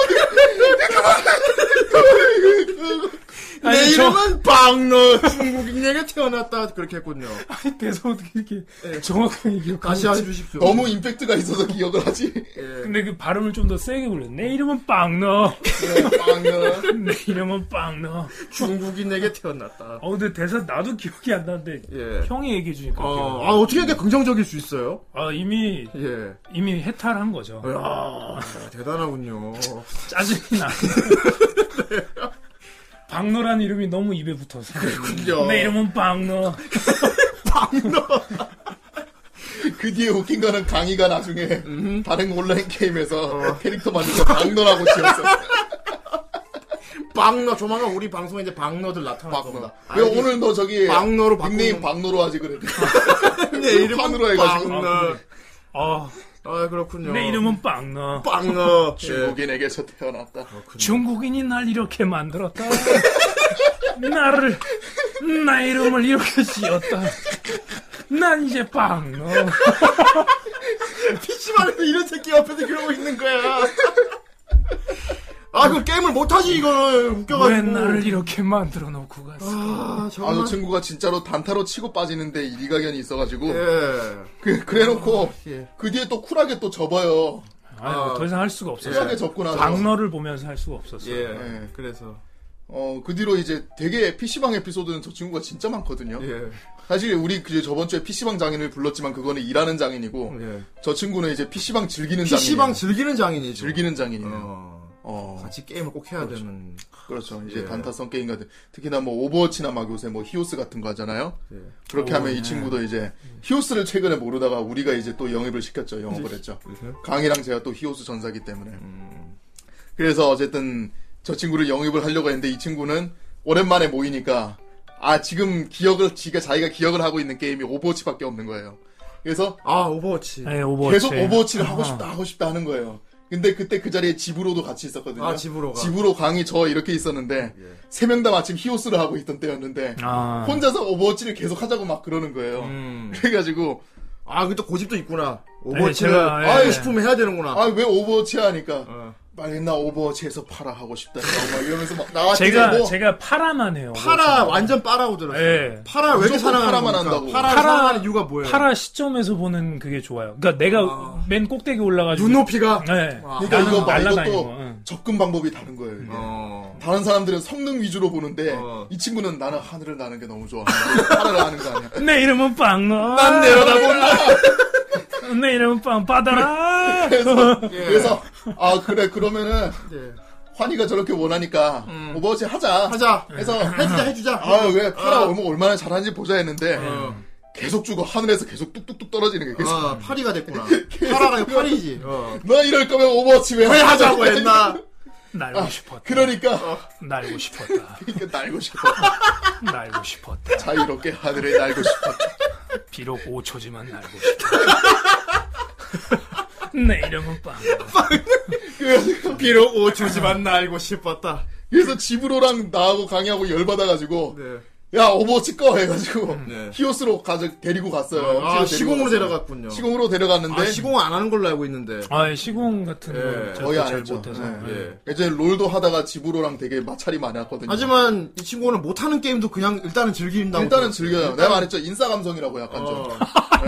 Speaker 4: 아니,
Speaker 2: 내
Speaker 4: 저-
Speaker 2: 이름은 방너 중국인에게 태어났다 그렇게 했군요.
Speaker 4: 네. 대사 어떻게 이렇게 정확하게 기억하지?
Speaker 2: 네. 다시 해주십시오.
Speaker 3: 아,
Speaker 2: 예.
Speaker 3: 너무 임팩트가 있어서 기억을 하지
Speaker 4: 근데 그 발음을 좀 더 세게 불러. 내 이름은 빵너.
Speaker 2: 네,
Speaker 3: 박너
Speaker 4: 내 이름은 빵너.
Speaker 2: 중국인에게 태어났다.
Speaker 4: 어, 근데 대사 나도 기억이 안 나는데.
Speaker 2: 예.
Speaker 4: 형이 얘기해주니까.
Speaker 2: 어,
Speaker 4: 기억나.
Speaker 2: 아 어떻게 이렇게 긍정적일 수 있어요?
Speaker 4: 아, 이미,
Speaker 2: 예.
Speaker 4: 이미 해탈한 거죠.
Speaker 2: 어. 이야 대단하군요.
Speaker 4: 짜증이 나. 박노란 이름이 너무 입에 붙어서.
Speaker 2: 그렇군요.
Speaker 4: 내 이름은 박노.
Speaker 3: 그 뒤에 웃긴 거는 강희가 나중에 다른 온라인 게임에서
Speaker 2: 어.
Speaker 3: 캐릭터 만들고 박너라고 지었어
Speaker 2: 방너 조만간 우리 방송에 이제 방너들 나타날
Speaker 3: 박너
Speaker 2: 겁니다. 아,
Speaker 3: 왜 오늘 너 저기
Speaker 2: 방너로 바꾸는
Speaker 3: 닉네임 박노로 하지 그래
Speaker 2: 내 이름은
Speaker 3: 판으로 해가지고.
Speaker 2: 방너.
Speaker 4: 어,
Speaker 2: 아 그렇군요. 예.
Speaker 4: 내 이름은 빵너.
Speaker 2: 빵너.
Speaker 3: 중국인에게서 네 태어났다
Speaker 4: 중국인이 날 이렇게 만들었다. 나를, 나 이름을 이렇게 지었다. 난 이제 빵너.
Speaker 2: PC방에서 이런 새끼 옆에서 그러고 있는 거야. 아, 그 게임을 못하지, 이거는. 웃겨가지고.
Speaker 4: 왜 나를 이렇게 만들어 놓고 갔어.
Speaker 2: 정말.
Speaker 3: 아, 저 친구가 진짜로 단타로 치고 빠지는데 일가견이 있어가지고
Speaker 2: 예.
Speaker 3: 그, 그래놓고
Speaker 2: 예.
Speaker 3: 그 뒤에 또 쿨하게 또 접어요.
Speaker 4: 아유, 더 이상 할 수가
Speaker 2: 네.
Speaker 3: 쿨하게
Speaker 4: 없었어요.
Speaker 3: 접고 나서
Speaker 4: 장너를 보면서 할 수가 없었어요.
Speaker 2: 예.
Speaker 3: 네.
Speaker 2: 그래서.
Speaker 3: 어, 그 뒤로 이제 되게 PC방 에피소드는 저 친구가 진짜 많거든요.
Speaker 2: 예.
Speaker 3: 사실 우리 그 저번 주에 PC방 장인을 불렀지만 그거는 일하는 장인이고
Speaker 2: 예.
Speaker 3: 저 친구는 이제 PC방 즐기는 장인.
Speaker 2: PC방 즐기는 장인이죠.
Speaker 3: 즐기는 장인이에요.
Speaker 2: 어.
Speaker 3: 어.
Speaker 2: 같이 게임을 꼭 해야 되는.
Speaker 3: 그렇죠. 이제
Speaker 2: 예.
Speaker 3: 단타성 게임 같은 특히나 뭐 오버워치나 막 요새 뭐 히오스 같은 거 하잖아요.
Speaker 2: 예.
Speaker 3: 그렇게
Speaker 4: 오,
Speaker 3: 하면
Speaker 4: 예.
Speaker 3: 이 친구도 이제 히오스를 최근에 모르다가 우리가 이제 또 영입을 시켰죠.
Speaker 4: 네.
Speaker 3: 영업을 했죠.
Speaker 2: 그래서.
Speaker 3: 강이랑 제가 또 히오스 전사기 때문에.
Speaker 2: 음.
Speaker 3: 그래서 어쨌든 저 친구를 영입을 하려고 했는데 이 친구는 오랜만에 모이니까 아 지금 기억을 지가 자기가 기억을 하고 있는 게임이 오버워치밖에 없는 거예요. 그래서
Speaker 2: 아, 오버워치.
Speaker 4: 예, 오버워치.
Speaker 3: 계속 오버워치를 하고
Speaker 4: 아하.
Speaker 3: 싶다 하고 싶다 하는 거예요. 근데 그때 그 자리에 집으로도 같이 있었거든요.
Speaker 2: 아, 집으로 가.
Speaker 3: 집으로 강이 저 이렇게 있었는데
Speaker 2: 예.
Speaker 3: 세 명 다 마침 히오스를 하고 있던 때였는데
Speaker 4: 아,
Speaker 3: 혼자서 오버워치를 계속 하자고 막 그러는 거예요.
Speaker 2: 음.
Speaker 3: 그래가지고
Speaker 2: 아, 근데 고집도 있구나. 오버워치를
Speaker 4: 제가,
Speaker 2: 아,
Speaker 4: 예.
Speaker 2: 싶으면 해야 되는구나.
Speaker 3: 아 왜 오버워치 하니까
Speaker 2: 어.
Speaker 3: 빨리 나 오버워치에서 팔아 하고 싶다 막 이러면서 막 나왔지
Speaker 4: 제가
Speaker 3: 뭐.
Speaker 4: 제가 파라만 해요. 뭐
Speaker 2: 파라 완전 빠라고 들었어요.
Speaker 4: 예.
Speaker 2: 파라 왜 이렇게
Speaker 3: 무조건
Speaker 2: 사랑하는
Speaker 3: 파라만
Speaker 2: 겁니까?
Speaker 3: 한다고.
Speaker 2: 파라
Speaker 4: 파라-
Speaker 2: 사랑하는 이유가 뭐예요?
Speaker 4: 파라 시점에서 보는 그게 좋아요. 그러니까 내가 맨 꼭대기 올라가지고
Speaker 2: 눈높이가
Speaker 4: 네.
Speaker 2: 아.
Speaker 3: 그러니까 이거 막
Speaker 4: 날라다니는
Speaker 3: 이것도
Speaker 4: 거, 응.
Speaker 3: 접근 방법이 다른 거예요. 이게.
Speaker 2: 어.
Speaker 3: 다른 사람들은 성능 위주로 보는데
Speaker 2: 어.
Speaker 3: 이 친구는 나는 하늘을 나는 게 너무 좋아. 하늘을 나는 거 아니야.
Speaker 4: 내 이름은 빵너.
Speaker 2: 난 내려다본다.
Speaker 4: 내 이름은 빵 바다라.
Speaker 3: 네.
Speaker 4: 어.
Speaker 3: 그래서
Speaker 2: 예.
Speaker 3: 그래서 아 그래 그러면은
Speaker 2: 예.
Speaker 3: 환희가 저렇게 원하니까
Speaker 4: 음.
Speaker 3: 오버워치 하자.
Speaker 2: 하자.
Speaker 4: 예.
Speaker 3: 그래서
Speaker 2: 해주자, 해주자.
Speaker 3: 아 왜 파라
Speaker 2: 아.
Speaker 3: 얼마 얼마나 잘하는지 보자 했는데
Speaker 2: 어.
Speaker 3: 계속 주고 하늘에서 계속 뚝뚝뚝 떨어지는 게 그래서
Speaker 2: 어, 파리가 됐구나. 파라가 아니고 파리지. 어.
Speaker 3: 너 이럴 거면 오버워치 왜
Speaker 2: 왜 하자고 어. 했나?
Speaker 4: 날고 싶었다.
Speaker 3: 그러니까
Speaker 4: 날고 싶었다.
Speaker 3: 그러니까 날고 싶었다.
Speaker 4: 날고 싶었다.
Speaker 3: 자유롭게 하늘에 날고 싶었다.
Speaker 4: 비록 5초지만 날고 싶었다. 내 이름은 빵.
Speaker 3: 그래서
Speaker 2: 비록 5초지만 날고 싶었다.
Speaker 3: 그래서 집으로랑 나하고 강의하고 열받아가지고
Speaker 2: 네.
Speaker 3: 야 오버워치 꺼 해가지고
Speaker 2: 네.
Speaker 3: 히오스로 가져 데리고 갔어요.
Speaker 2: 아,
Speaker 3: 집에 데리고
Speaker 2: 시공으로
Speaker 3: 갔어요.
Speaker 2: 데려갔군요.
Speaker 3: 시공으로 데려갔는데
Speaker 2: 아, 시공 안 하는 걸로 알고 있는데.
Speaker 4: 아 시공 같은
Speaker 2: 예,
Speaker 4: 거
Speaker 3: 거의
Speaker 4: 제가
Speaker 3: 안
Speaker 4: 잘
Speaker 3: 했죠.
Speaker 4: 못해서.
Speaker 3: 예.
Speaker 4: 예.
Speaker 2: 예.
Speaker 3: 예전에 롤도 하다가 집으로랑 되게 마찰이 많았거든요.
Speaker 2: 하지만 이 친구는 못하는 게임도 그냥 일단은 즐긴다고. 어.
Speaker 3: 일단은 즐겨요. 네. 내가 말했죠 인싸 감성이라고 약간 좀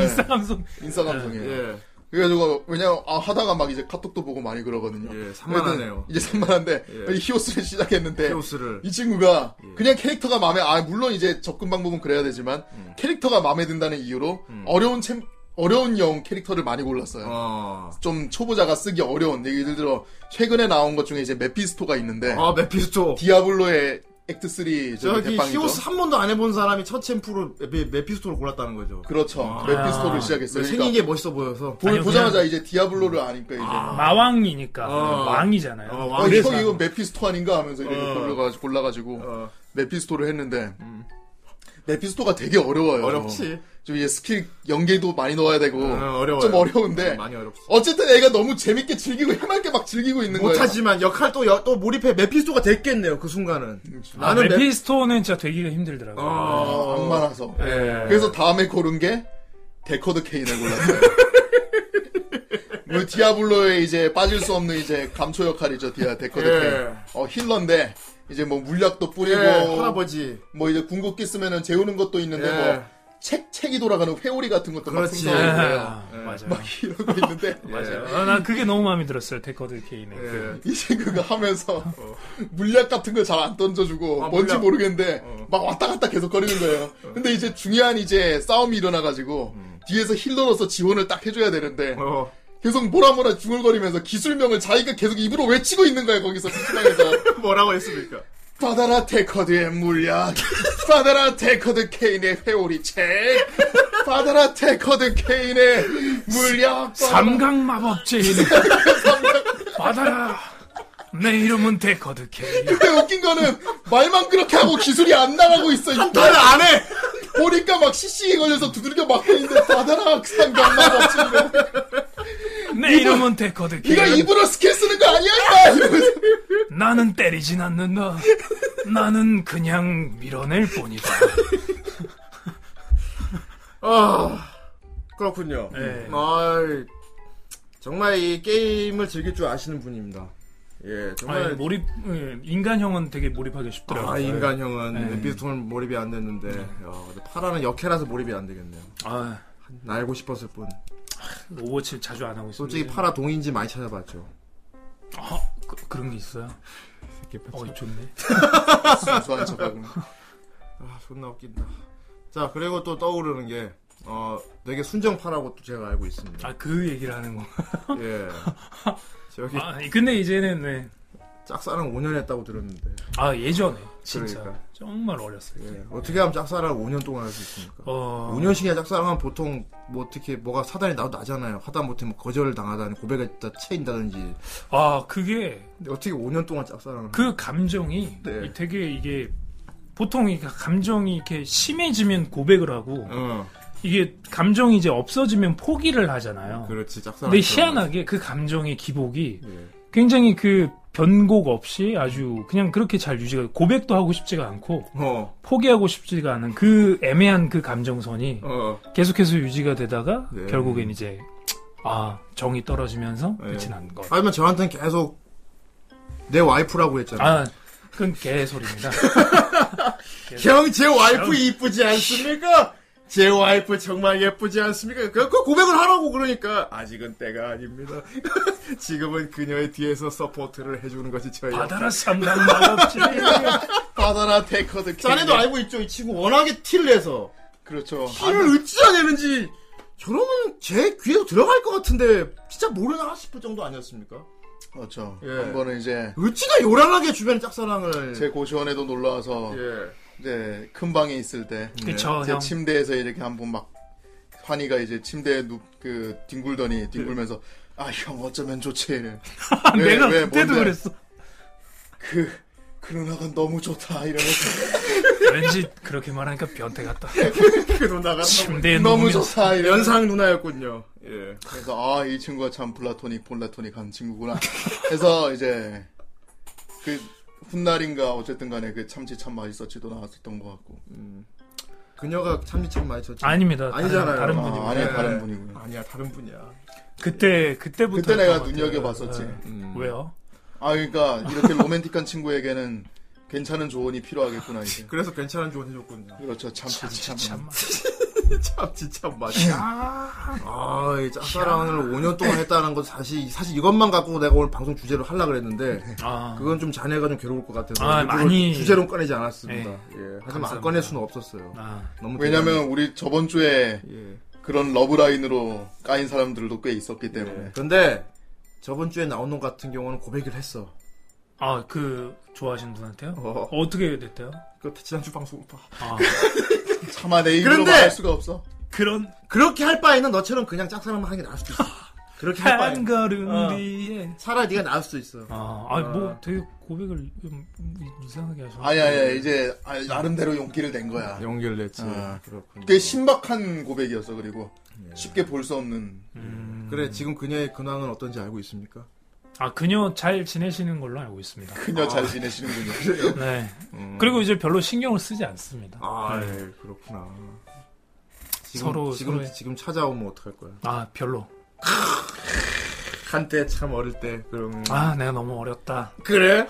Speaker 3: 예,
Speaker 4: 감성.
Speaker 3: 인싸 감성이에요.
Speaker 2: 예.
Speaker 3: 그래가지고 왜냐면 아, 하다가 막 이제 카톡도 보고 많이 그러거든요.
Speaker 2: 예, 산만하네요.
Speaker 3: 그래도 이제 산만한데
Speaker 2: 예.
Speaker 3: 이 히오스를 시작했는데
Speaker 2: 케오스를. 예.
Speaker 3: 이 친구가 그냥 캐릭터가 마음에 아 물론 이제 접근 방법은 그래야 되지만 캐릭터가 마음에 든다는 이유로 어려운 챔 어려운 영웅 캐릭터를 많이 골랐어요.
Speaker 2: 어.
Speaker 3: 좀 초보자가 쓰기 어려운 예를 들어 최근에 나온 것 중에 이제 메피스토가 있는데
Speaker 2: 아, 메피스토.
Speaker 3: 디아블로의 액트 3 저기
Speaker 2: 저기
Speaker 3: 대빵이죠.
Speaker 2: 히오스 한 번도 안 해본 사람이 첫 챔프로 메- 메피스토를 골랐다는 거죠.
Speaker 3: 그렇죠.
Speaker 2: 아.
Speaker 3: 메피스토를
Speaker 2: 왜
Speaker 3: 시작했어요. 그러니까
Speaker 2: 생긴 게 멋있어 보여서.
Speaker 3: 보,
Speaker 4: 아니요,
Speaker 3: 보자마자 이제 디아블로를 아니까 이제
Speaker 4: 마왕이니까
Speaker 2: 어.
Speaker 4: 왕이잖아요.
Speaker 2: 어,
Speaker 3: 어,
Speaker 2: 왕이
Speaker 3: 형 이거 메피스토 아닌가 하면서 이렇게
Speaker 2: 어.
Speaker 3: 골라가지고, 골라가지고
Speaker 2: 어,
Speaker 3: 메피스토를 했는데 메피스토가 되게 어려워요.
Speaker 2: 어렵지.
Speaker 3: 좀 이제 스킬 연계도 많이 넣어야 되고
Speaker 2: 어, 어려워요.
Speaker 3: 좀 어려운데
Speaker 2: 많이 어렵지.
Speaker 3: 네. 어쨌든 애가 너무 재밌게 즐기고 해맑게 막 즐기고 있는 거예요.
Speaker 2: 못하지만 역할 또, 여- 또 몰입해 메피스토가 됐겠네요 그
Speaker 3: 음,
Speaker 2: 순간은
Speaker 3: 그렇죠.
Speaker 4: 아,
Speaker 2: 나는 메-
Speaker 4: 메피스토는 진짜 되기가 힘들더라고요.
Speaker 2: 어,
Speaker 3: 안 많아서.
Speaker 2: 예.
Speaker 3: 그래서 다음에 고른 게 데커드 케인을 골랐어요. 물 디아블로의 이제 빠질 수 없는 이제 감초 역할이죠 디아 데커드
Speaker 2: 예.
Speaker 3: 케인. 어 힐러인데 이제 뭐 물약도
Speaker 2: 예,
Speaker 3: 뿌리고
Speaker 2: 할아버지
Speaker 3: 뭐 이제 궁극기 쓰면은 재우는 것도 있는데
Speaker 2: 예.
Speaker 3: 뭐 책, 책이 돌아가는 회오리 같은 것도 막
Speaker 2: 그렇지.
Speaker 3: 생성하고 그래요.
Speaker 4: 아, 맞아요.
Speaker 3: 막 이러고 있는데
Speaker 2: 맞아요 네.
Speaker 4: 아, 난 그게 너무 마음에 들었어요. 데커드 케인의.
Speaker 2: 예.
Speaker 4: 그.
Speaker 3: 이 친구가 하면서 물약 같은 걸 잘 안 던져주고
Speaker 2: 아,
Speaker 3: 뭔지
Speaker 2: 물약. 어.
Speaker 3: 모르겠는데 막 왔다 갔다 계속 거리는 거예요. 근데 이제 중요한 이제 싸움이 일어나가지고 뒤에서 힐러로서 지원을 딱 해줘야 되는데
Speaker 2: 음. 어,
Speaker 3: 계속 뭐라 뭐라 중얼거리면서 기술명을 자기가 계속 입으로 외치고 있는 거예요 거기서 PC방에서
Speaker 2: 뭐라고 했습니까
Speaker 3: 받아라 데커드의 물약 받아라 데커드 케인의 회오리책 받아라 데커드 케인의 물약
Speaker 4: 삼강 마법제인. 받아라. 내 이름은 데커드 케인.
Speaker 3: 근데 웃긴 거는 말만 그렇게 하고 기술이 안 나가고 있어
Speaker 2: 나는 안해
Speaker 3: 보니까 막 CC에 걸려서 두들겨 맞고 있는데 받아라 상관만 없지
Speaker 4: 내 이름은 데커드
Speaker 3: 네가
Speaker 4: 케인.
Speaker 3: 입으로 스킬 쓰는 거 아니야 임마! 이러면서
Speaker 4: 나는 때리진 않는다. 나는 그냥 밀어낼 뿐이다.
Speaker 2: 아 그렇군요
Speaker 4: 예.
Speaker 2: 아 정말 이 게임을 즐길 줄 아시는 분입니다 예, 정말.
Speaker 4: 아, 몰입 예, 인간형은 되게 몰입하기 쉽더라고요.
Speaker 2: 아, 인간형은
Speaker 4: 네.
Speaker 2: 엠비스톤은 몰입이 안 됐는데, 야, 근데 파라는 역해라서 몰입이 안 되겠네요.
Speaker 4: 아,
Speaker 2: 알고 싶었을 뿐.
Speaker 4: 오버워치 자주 안 하고 있어요.
Speaker 2: 솔직히 파라 동인지 많이 찾아봤죠.
Speaker 4: 아, 그, 그런 게 있어요. 어, 좋네.
Speaker 3: 순수한 척하고.
Speaker 2: 아, 존나 웃긴다. 자, 그리고 또 떠오르는 게, 어, 되게 순정파라고 또 제가 알고 있습니다.
Speaker 4: 아, 그 얘기를 하는 거.
Speaker 2: 예. 저기
Speaker 4: 아, 근데 이제는 네.
Speaker 2: 짝사랑 5년 했다고 들었는데.
Speaker 4: 아, 예전에 진짜
Speaker 2: 그러니까.
Speaker 4: 정말 어렸어요.
Speaker 2: 예. 어떻게 하면 짝사랑을 5년 동안 할 수 있습니까?
Speaker 4: 어,
Speaker 2: 5년씩이나 짝사랑하면 보통 뭐 어떻게 뭐가 사단이 나도 나잖아요. 하다 못해 뭐 거절을 당하다니 고백했다 체인다든지.
Speaker 4: 아, 그게
Speaker 2: 근데 어떻게 5년 동안 짝사랑을
Speaker 4: 그 감정이
Speaker 2: 네.
Speaker 4: 이 되게 이게 보통 이 감정이 이렇게 심해지면 고백을 하고
Speaker 2: 어,
Speaker 4: 이게 감정이 이제 없어지면 포기를 하잖아요.
Speaker 2: 어, 그렇지 짝사랑.
Speaker 4: 근데 희한하게 그 감정의 기복이
Speaker 2: 예.
Speaker 4: 굉장히 그 변곡 없이 아주 그냥 그렇게 잘 유지가 고백도 하고 싶지가 않고
Speaker 2: 어,
Speaker 4: 포기하고 싶지가 않은 그 애매한 그 감정선이
Speaker 2: 어,
Speaker 4: 계속해서 유지가 되다가
Speaker 2: 네.
Speaker 4: 결국엔 이제 아 정이 떨어지면서
Speaker 2: 네.
Speaker 4: 끝이 난 거.
Speaker 2: 아니면 저한테는 계속 내 와이프라고 했잖아. 요
Speaker 4: 아 그건 개소리입니다.
Speaker 2: 형, 제 와이프 이쁘지 않습니까? 제 와이프 정말 예쁘지 않습니까? 그, 그 고백을 하라고 그러니까 아직은 때가 아닙니다. 지금은 그녀의 뒤에서 서포트를 해주는 것이 저의
Speaker 4: 바다라 삼남 마법지.
Speaker 3: 바다나 데커드
Speaker 2: 자네도
Speaker 3: 케이크.
Speaker 2: 알고 있죠 이 친구 워낙에 티를 내서
Speaker 3: 그렇죠.
Speaker 2: 티를 어찌나 내는지 저러면 제 귀에도 들어갈 것 같은데 진짜 모르나 싶을 정도 아니었습니까?
Speaker 3: 그렇죠.
Speaker 2: 예.
Speaker 3: 한 번은 이제
Speaker 2: 어찌나 요란하게 주변 짝사랑을
Speaker 3: 제 고시원에도 놀러 와서
Speaker 2: 예.
Speaker 3: 이제 큰 방에 있을 때 네. 제
Speaker 4: 그쵸 어, 형.
Speaker 3: 침대에서 이렇게 한 번 막 환희가 이제 침대에 누, 그 뒹굴더니 뒹굴면서 아 형 어쩌면 좋지. 왜,
Speaker 4: 예. 아, 내가
Speaker 3: 왜,
Speaker 4: 그때도
Speaker 3: 뭔데?
Speaker 4: 그랬어.
Speaker 3: 그 그누나가 너무 좋다 이러면서
Speaker 4: 왠지 그렇게 말하니까 변태 같다.
Speaker 2: 그도 나가
Speaker 4: 침대에
Speaker 3: 너무
Speaker 4: 누우면
Speaker 3: 좋다 이러면서
Speaker 2: 연상 누나였군요. 예.
Speaker 3: 그래서 아 이 친구가 참 플라토닉 폴라토닉한 친구구나 해서 이제 그 훗날인가 어쨌든 간에 그 참치 참 맛있었지도 나왔었던 것 같고
Speaker 2: 음. 그녀가 참이 참 많이 쳤지.
Speaker 4: 아닙니다. 다른-
Speaker 2: 아니잖아요.
Speaker 4: 다른 분이
Speaker 3: 아, 아니야
Speaker 2: 네.
Speaker 4: 예.
Speaker 3: 다른 분이구나
Speaker 2: 아니야 다른 분이야.
Speaker 4: 그때 그때부터
Speaker 3: 그때 내가
Speaker 4: 했던 것 같아요.
Speaker 3: 눈여겨봤었지
Speaker 4: 네.
Speaker 2: 음.
Speaker 4: 왜요?
Speaker 3: 아 그러니까 이렇게 로맨틱한 친구에게는 괜찮은 조언이 필요하겠구나 이제
Speaker 2: 그래서 괜찮은 조언 해줬군요.
Speaker 3: 그렇죠 참치 참,
Speaker 4: 참.
Speaker 2: 참 진짜 맞아. 아, 이 짝사랑을 5년 동안 했다는 건 사실 사실 이것만 갖고 내가 오늘 방송 주제로 하려 그랬는데
Speaker 4: 아,
Speaker 2: 그건 좀 자네가 좀 괴로울 것 같아서
Speaker 4: 아,
Speaker 2: 일부러
Speaker 4: 많이-
Speaker 2: 주제로 꺼내지 않았습니다.
Speaker 4: 네.
Speaker 2: 예, 하지만
Speaker 4: 감사합니다.
Speaker 2: 안 꺼낼 수는 없었어요.
Speaker 4: 아,
Speaker 2: 너무
Speaker 3: 왜냐면 우리 저번 주에
Speaker 2: 대단해. 예.
Speaker 3: 그런 러브라인으로 까인 사람들도 꽤 있었기 때문에
Speaker 2: 예. 근데 저번 주에 나온 놈 같은 경우는 고백을 했어.
Speaker 4: 아, 그 좋아하시는 분한테요?
Speaker 2: 어,
Speaker 4: 어떻게 됐대요?
Speaker 2: 그 지난주 방송 봐.
Speaker 4: 아,
Speaker 3: 차마 내 입으로
Speaker 2: 그런데-
Speaker 3: 말 수가 없어
Speaker 4: 그런
Speaker 2: 그렇게 할 바에는 너처럼 그냥 짝사랑만 하는 게 나을 수도 있어. 그렇게 할
Speaker 4: 한
Speaker 2: 바에는
Speaker 4: 걸음
Speaker 2: 어.
Speaker 4: 뒤에.
Speaker 2: 차라리 네가 나을 수도 있어.
Speaker 4: 아, 아니 뭐
Speaker 2: 어.
Speaker 4: 되게 고백을 좀 이상하게 하셔.
Speaker 3: 아니 아니 이제 아, 나름대로 용기를 낸 거야
Speaker 2: 네. 연결됐지.
Speaker 3: 아,
Speaker 2: 그렇군요.
Speaker 3: 꽤 신박한 고백이었어 그리고 쉽게 볼 수 없는
Speaker 4: 음.
Speaker 2: 그래 지금 그녀의 근황은 어떤지 알고 있습니까?
Speaker 4: 아, 그녀 잘 지내시는 걸로 알고 있습니다.
Speaker 3: 그녀 잘 지내시는군요.
Speaker 4: 네.
Speaker 2: 음.
Speaker 4: 그리고 이제 별로 신경을 쓰지 않습니다.
Speaker 2: 아,
Speaker 3: 네.
Speaker 2: 예, 그렇구나. 지금,
Speaker 4: 서로,
Speaker 2: 지금
Speaker 4: 서로의-
Speaker 2: 지금 찾아오면 어떡할 거야?
Speaker 4: 아, 별로.
Speaker 2: 한때 참 어릴 때 그럼
Speaker 4: 아, 내가 너무 어렸다.
Speaker 2: 그래?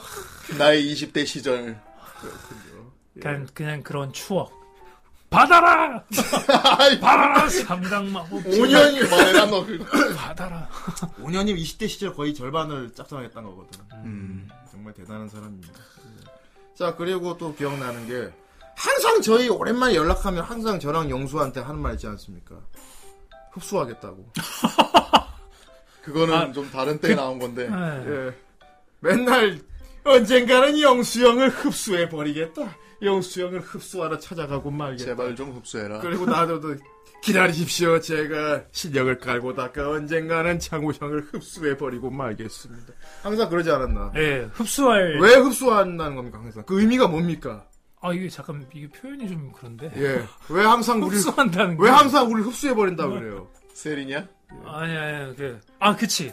Speaker 3: 나의 20대 시절
Speaker 4: 그냥 그냥 그런 추억. 받아라!
Speaker 3: 아이,
Speaker 4: 받아라! 삼각마 호
Speaker 3: 5년이 말안 먹을
Speaker 4: 받아라.
Speaker 2: 5년이면 20대 시절 거의 절반을 짝사랑했던 거거든.
Speaker 3: 음.
Speaker 2: 정말 대단한 사람입니다. 예. 자 그리고 또 기억나는 게 항상 저희 오랜만에 연락하면 항상 저랑 영수한테 하는 말 있지 않습니까? 흡수하겠다고.
Speaker 3: 그거는 좀 다른 때 나온 건데
Speaker 4: 네.
Speaker 2: 예. 맨날 언젠가는 영수 형을 흡수해 버리겠다. 영수 형을 흡수하러 찾아가고 말겠다.
Speaker 3: 제발 좀 흡수해라.
Speaker 2: 그리고 나도 기다리십시오. 제가 실력을 깔고 닦아 언젠가는 창호 형을 흡수해 버리고 말겠습니다. 항상 그러지 않았나?
Speaker 4: 예, 흡수할.
Speaker 2: 왜 흡수한다는 겁니까 항상? 그 의미가 뭡니까?
Speaker 4: 아, 이게 잠깐, 이게 표현이 좀 그런데.
Speaker 2: 예. 왜 항상 우리
Speaker 4: 흡수한다는 게.
Speaker 2: 왜 항상 우리 흡수해 버린다 그래요?
Speaker 3: 세리냐?
Speaker 4: 아니, 아니, 그. 아, 그치.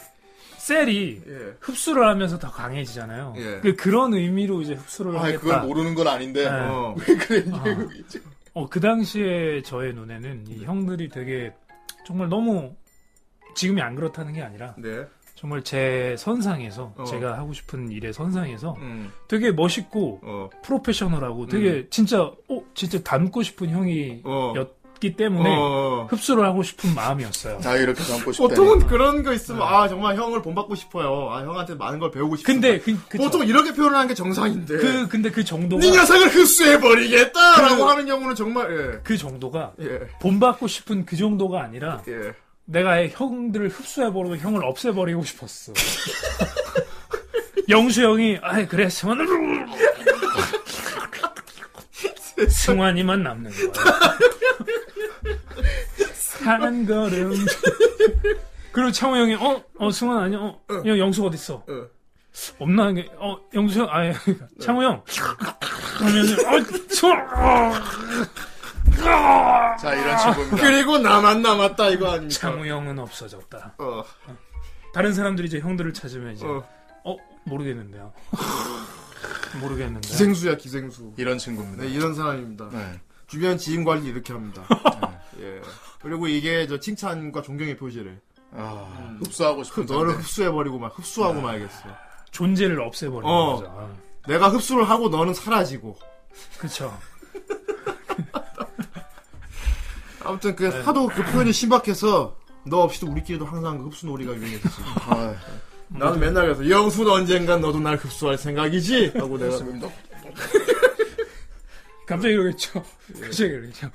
Speaker 4: 셀이
Speaker 2: 예.
Speaker 4: 흡수를 하면서 더 강해지잖아요.
Speaker 2: 예.
Speaker 4: 그, 그런 의미로 이제 흡수를
Speaker 3: 아,
Speaker 4: 하겠다.
Speaker 3: 그걸 모르는 건 아닌데
Speaker 4: 네.
Speaker 2: 어.
Speaker 3: 왜 그래 미국이지?
Speaker 4: 어, 그 당시에 저의 눈에는 이 형들이 되게 정말 너무 지금이 안 그렇다는 게 아니라
Speaker 2: 네.
Speaker 4: 정말 제 선상에서
Speaker 2: 어.
Speaker 4: 제가 하고 싶은 일의 선상에서
Speaker 2: 음,
Speaker 4: 되게 멋있고
Speaker 2: 어,
Speaker 4: 프로페셔널하고 되게
Speaker 2: 음.
Speaker 4: 진짜 어 진짜 닮고 싶은 형이었기
Speaker 2: 어.
Speaker 4: 때문에
Speaker 2: 어, 어.
Speaker 4: 흡수를 하고 싶은 마음이었어요.
Speaker 3: 나 이렇게 담고 싶다.
Speaker 2: 보통은 그런 거
Speaker 4: 네.
Speaker 2: 있으면 아 정말 형을 본받고 싶어요. 아 형한테 많은 걸 배우고 싶어.
Speaker 4: 근데 그 그쵸.
Speaker 2: 보통 이렇게 표현하는 게 정상인데.
Speaker 4: 그 근데 그 정도가
Speaker 2: 네 녀석을 흡수해버리겠다라고
Speaker 4: 그-
Speaker 2: 하는 경우는 정말
Speaker 4: 그 정도가
Speaker 2: 예. 예.
Speaker 4: 본받고 싶은 그 정도가 아니라
Speaker 2: 예.
Speaker 4: 내가 아예 형들을 흡수해버리고 형을 없애버리고 싶었어. 영수 형이 아 그래 승환 승환이만 남는 거야. 한 걸음. 그리고 창호 형이 어, 어 승환 아니야? 어, 형 영수 어디 있어? 어.
Speaker 2: 어.
Speaker 4: 없나? 하는 게, 어 영수 형 아예 창호 형. 그러면 어 승환
Speaker 3: 자, 이런 친구입니다.
Speaker 2: 그리고 나만 남았다 이거 아닙니까?
Speaker 4: 창호 형은 없어졌다.
Speaker 2: 어,
Speaker 4: 다른 사람들이 이제 형들을 찾으면 이제
Speaker 2: 어.
Speaker 4: 어 모르겠는데요. 모르겠는데. 요
Speaker 2: 기생수야 기생수.
Speaker 3: 이런
Speaker 2: 네
Speaker 3: 친구입니다.
Speaker 2: 이런 사람입니다.
Speaker 3: 네.
Speaker 2: 주변 지인 관리 이렇게 합니다. 예. 그리고 이게 저 칭찬과 존경의 표시래.
Speaker 3: 아, 흡수하고
Speaker 2: 그
Speaker 3: 싶은데.
Speaker 2: 너를 흡수해버리고 막 흡수하고 말겠어.
Speaker 4: 존재를 없애버리는
Speaker 2: 어.
Speaker 4: 거죠. 아,
Speaker 2: 내가 흡수를 하고 너는 사라지고.
Speaker 4: 그쵸.
Speaker 2: 아무튼 그 하도 그 표현이 신박해서 너 없이도 우리끼리도 항상 그 흡수놀이가 유행했었어.
Speaker 3: 아,
Speaker 2: 나는 맨날 그래서 영수 는 언젠간 너도 날 흡수할 생각이지? 하고 내가
Speaker 3: 그렇습니다.
Speaker 4: 갑자기 이러겠죠. 갑자기 이러겠죠.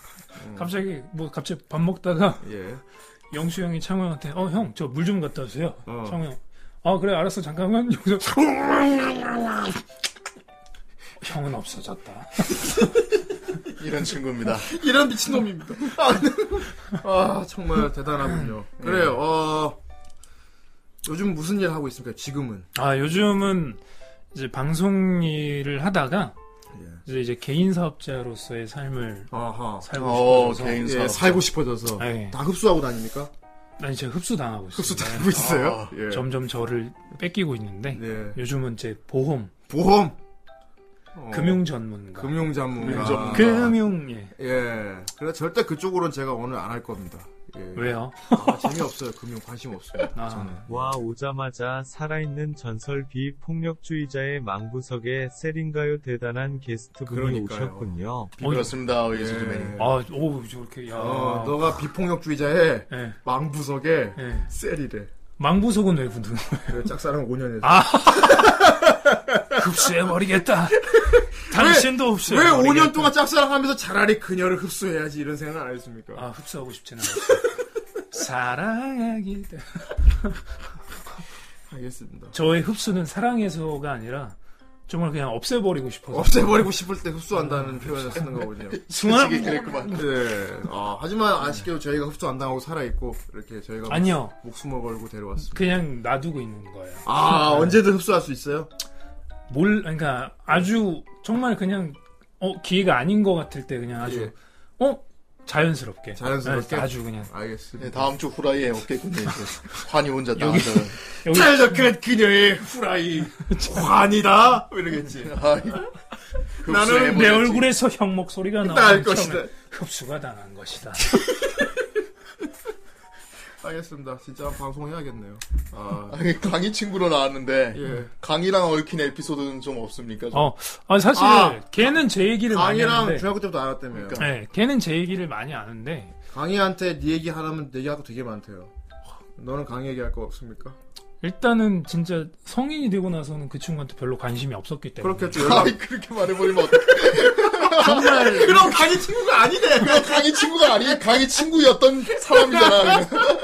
Speaker 4: 갑자기 뭐 갑자기 밥 먹다가
Speaker 2: 예.
Speaker 4: 영수 형이 창호 형한테 어 형 저 물 좀 갖다 주세요.
Speaker 2: 어.
Speaker 4: 창호 형. 아 그래 알았어 잠깐만 여기서 형은 없어졌다.
Speaker 3: 이런 친구입니다.
Speaker 2: 이런 미친놈입니다. 네. 아, 정말 대단하군요. 그래요, 어, 요즘 무슨 일 하고 있습니까, 지금은?
Speaker 4: 아 요즘은 이제 방송 일을 하다가
Speaker 2: 예.
Speaker 4: 이제, 이제 개인 사업자로서의 삶을
Speaker 2: 아하.
Speaker 4: 살고
Speaker 3: 어,
Speaker 4: 싶어서
Speaker 3: 개인
Speaker 2: 예,
Speaker 3: 사업.
Speaker 2: 살고 싶어져서.
Speaker 4: 아, 예.
Speaker 2: 다 흡수하고 다닙니까?
Speaker 4: 아니 제가 흡수 당하고 있어요.
Speaker 2: 흡수 다니고 있어요?
Speaker 3: 아,
Speaker 2: 예.
Speaker 4: 점점 저를 뺏기고 있는데
Speaker 2: 예.
Speaker 4: 요즘은 제 보험
Speaker 2: 보험. 어,
Speaker 4: 금융 전문가 아,
Speaker 2: 금융
Speaker 3: 금융
Speaker 2: 전문가.
Speaker 3: 전문가.
Speaker 4: 금융, 예
Speaker 2: 예. 그래 절대 그쪽으로는 제가 오늘 안 할 겁니다. 예.
Speaker 4: 왜요?
Speaker 2: 아, 재미없어요. 금융 관심 없습니다.
Speaker 4: 아.
Speaker 2: 저는.
Speaker 5: 와 오자마자 살아있는 전설 비폭력주의자의 망부석에 세린가요 대단한 게스트분이
Speaker 2: 그러니까요.
Speaker 5: 오셨군요.
Speaker 3: 그렇습니다, 우리
Speaker 2: 예.
Speaker 3: 수주맨이.
Speaker 4: 아오 저렇게 야
Speaker 2: 어, 너가 비폭력주의자의
Speaker 4: 예,
Speaker 2: 망부석에
Speaker 4: 예.
Speaker 2: 셀이래.
Speaker 4: 망부석은 왜 붙는
Speaker 2: 그 짝사랑 5년에.
Speaker 4: 흡수해버리겠다 당신도 흡수해
Speaker 2: 왜 5년 동안 짝사랑하면서 차라리 그녀를 흡수해야지 이런 생각을 안 했습니까?
Speaker 4: 아 흡수하고 싶지는 않았어 사랑하기 때-
Speaker 2: 알겠습니다.
Speaker 4: 저의 흡수는 사랑해서가 아니라 정말 그냥 없애버리고 싶어서
Speaker 2: 없애버리고 싶을 때 흡수한다는 표현을 쓰는 거군요.
Speaker 4: 승환
Speaker 3: 솔직히 그랬구만.
Speaker 2: 네. 아, 하지만 아쉽게도 저희가 흡수 안 당하고 살아있고, 이렇게 저희가
Speaker 4: 아니요
Speaker 2: 목숨을 걸고 데려왔습니다.
Speaker 4: 그냥 놔두고 있는 거예요
Speaker 2: 아, 언제든 흡수할 수 있어요?
Speaker 4: 몰 그러니까 아주 정말 그냥 어 기회가 아닌 것 같을 때 그냥 아주 어 자연스럽게
Speaker 2: 예. 자연스럽게?
Speaker 4: 네, 아주 그냥
Speaker 3: 네,
Speaker 2: 알겠습니다.
Speaker 3: 다음 주 후라이에 없겠군요, 이제. 환희 혼자 나와서.
Speaker 4: 여기
Speaker 2: 탈덕한 그녀의 후라이, 환이다? 이러겠지.
Speaker 3: 아이, 그
Speaker 2: 나는
Speaker 4: 내
Speaker 3: 흡수해버렸지.
Speaker 4: 얼굴에서 형 목소리가
Speaker 2: 나을
Speaker 4: 나올
Speaker 2: 것이다.
Speaker 4: 흡수가 당한 것이다
Speaker 2: 알겠습니다. 진짜 방송해야겠네요. 아,
Speaker 3: 아니, 강희 친구로 나왔는데,
Speaker 2: 예.
Speaker 3: 강희랑 얽힌 에피소드는 좀 없습니까? 좀?
Speaker 4: 어 아, 사실
Speaker 2: 아,
Speaker 4: 걔는 제 얘기를 많이
Speaker 2: 강희랑
Speaker 4: 하는데
Speaker 2: 중학교 때부터 알았다며요.
Speaker 3: 그러니까.
Speaker 4: 네, 걔는 제 얘기를 많이 아는데
Speaker 2: 강희한테 네 얘기 하라면 내 얘기할 거 되게 많대요. 너는 강희 얘기할 거 없습니까?
Speaker 4: 네. 일단은 진짜 성인이 되고 나서는 그 친구한테 별로 관심이 없었기 때문에
Speaker 2: 그렇게 좀 연락.
Speaker 3: 아이, 그렇게 말해버리면 어떡해.
Speaker 2: 그럼 강희 친구가 아니네.
Speaker 3: 그냥 강희 친구가 아니야. 강희 친구였던 사람이잖아. 그냥.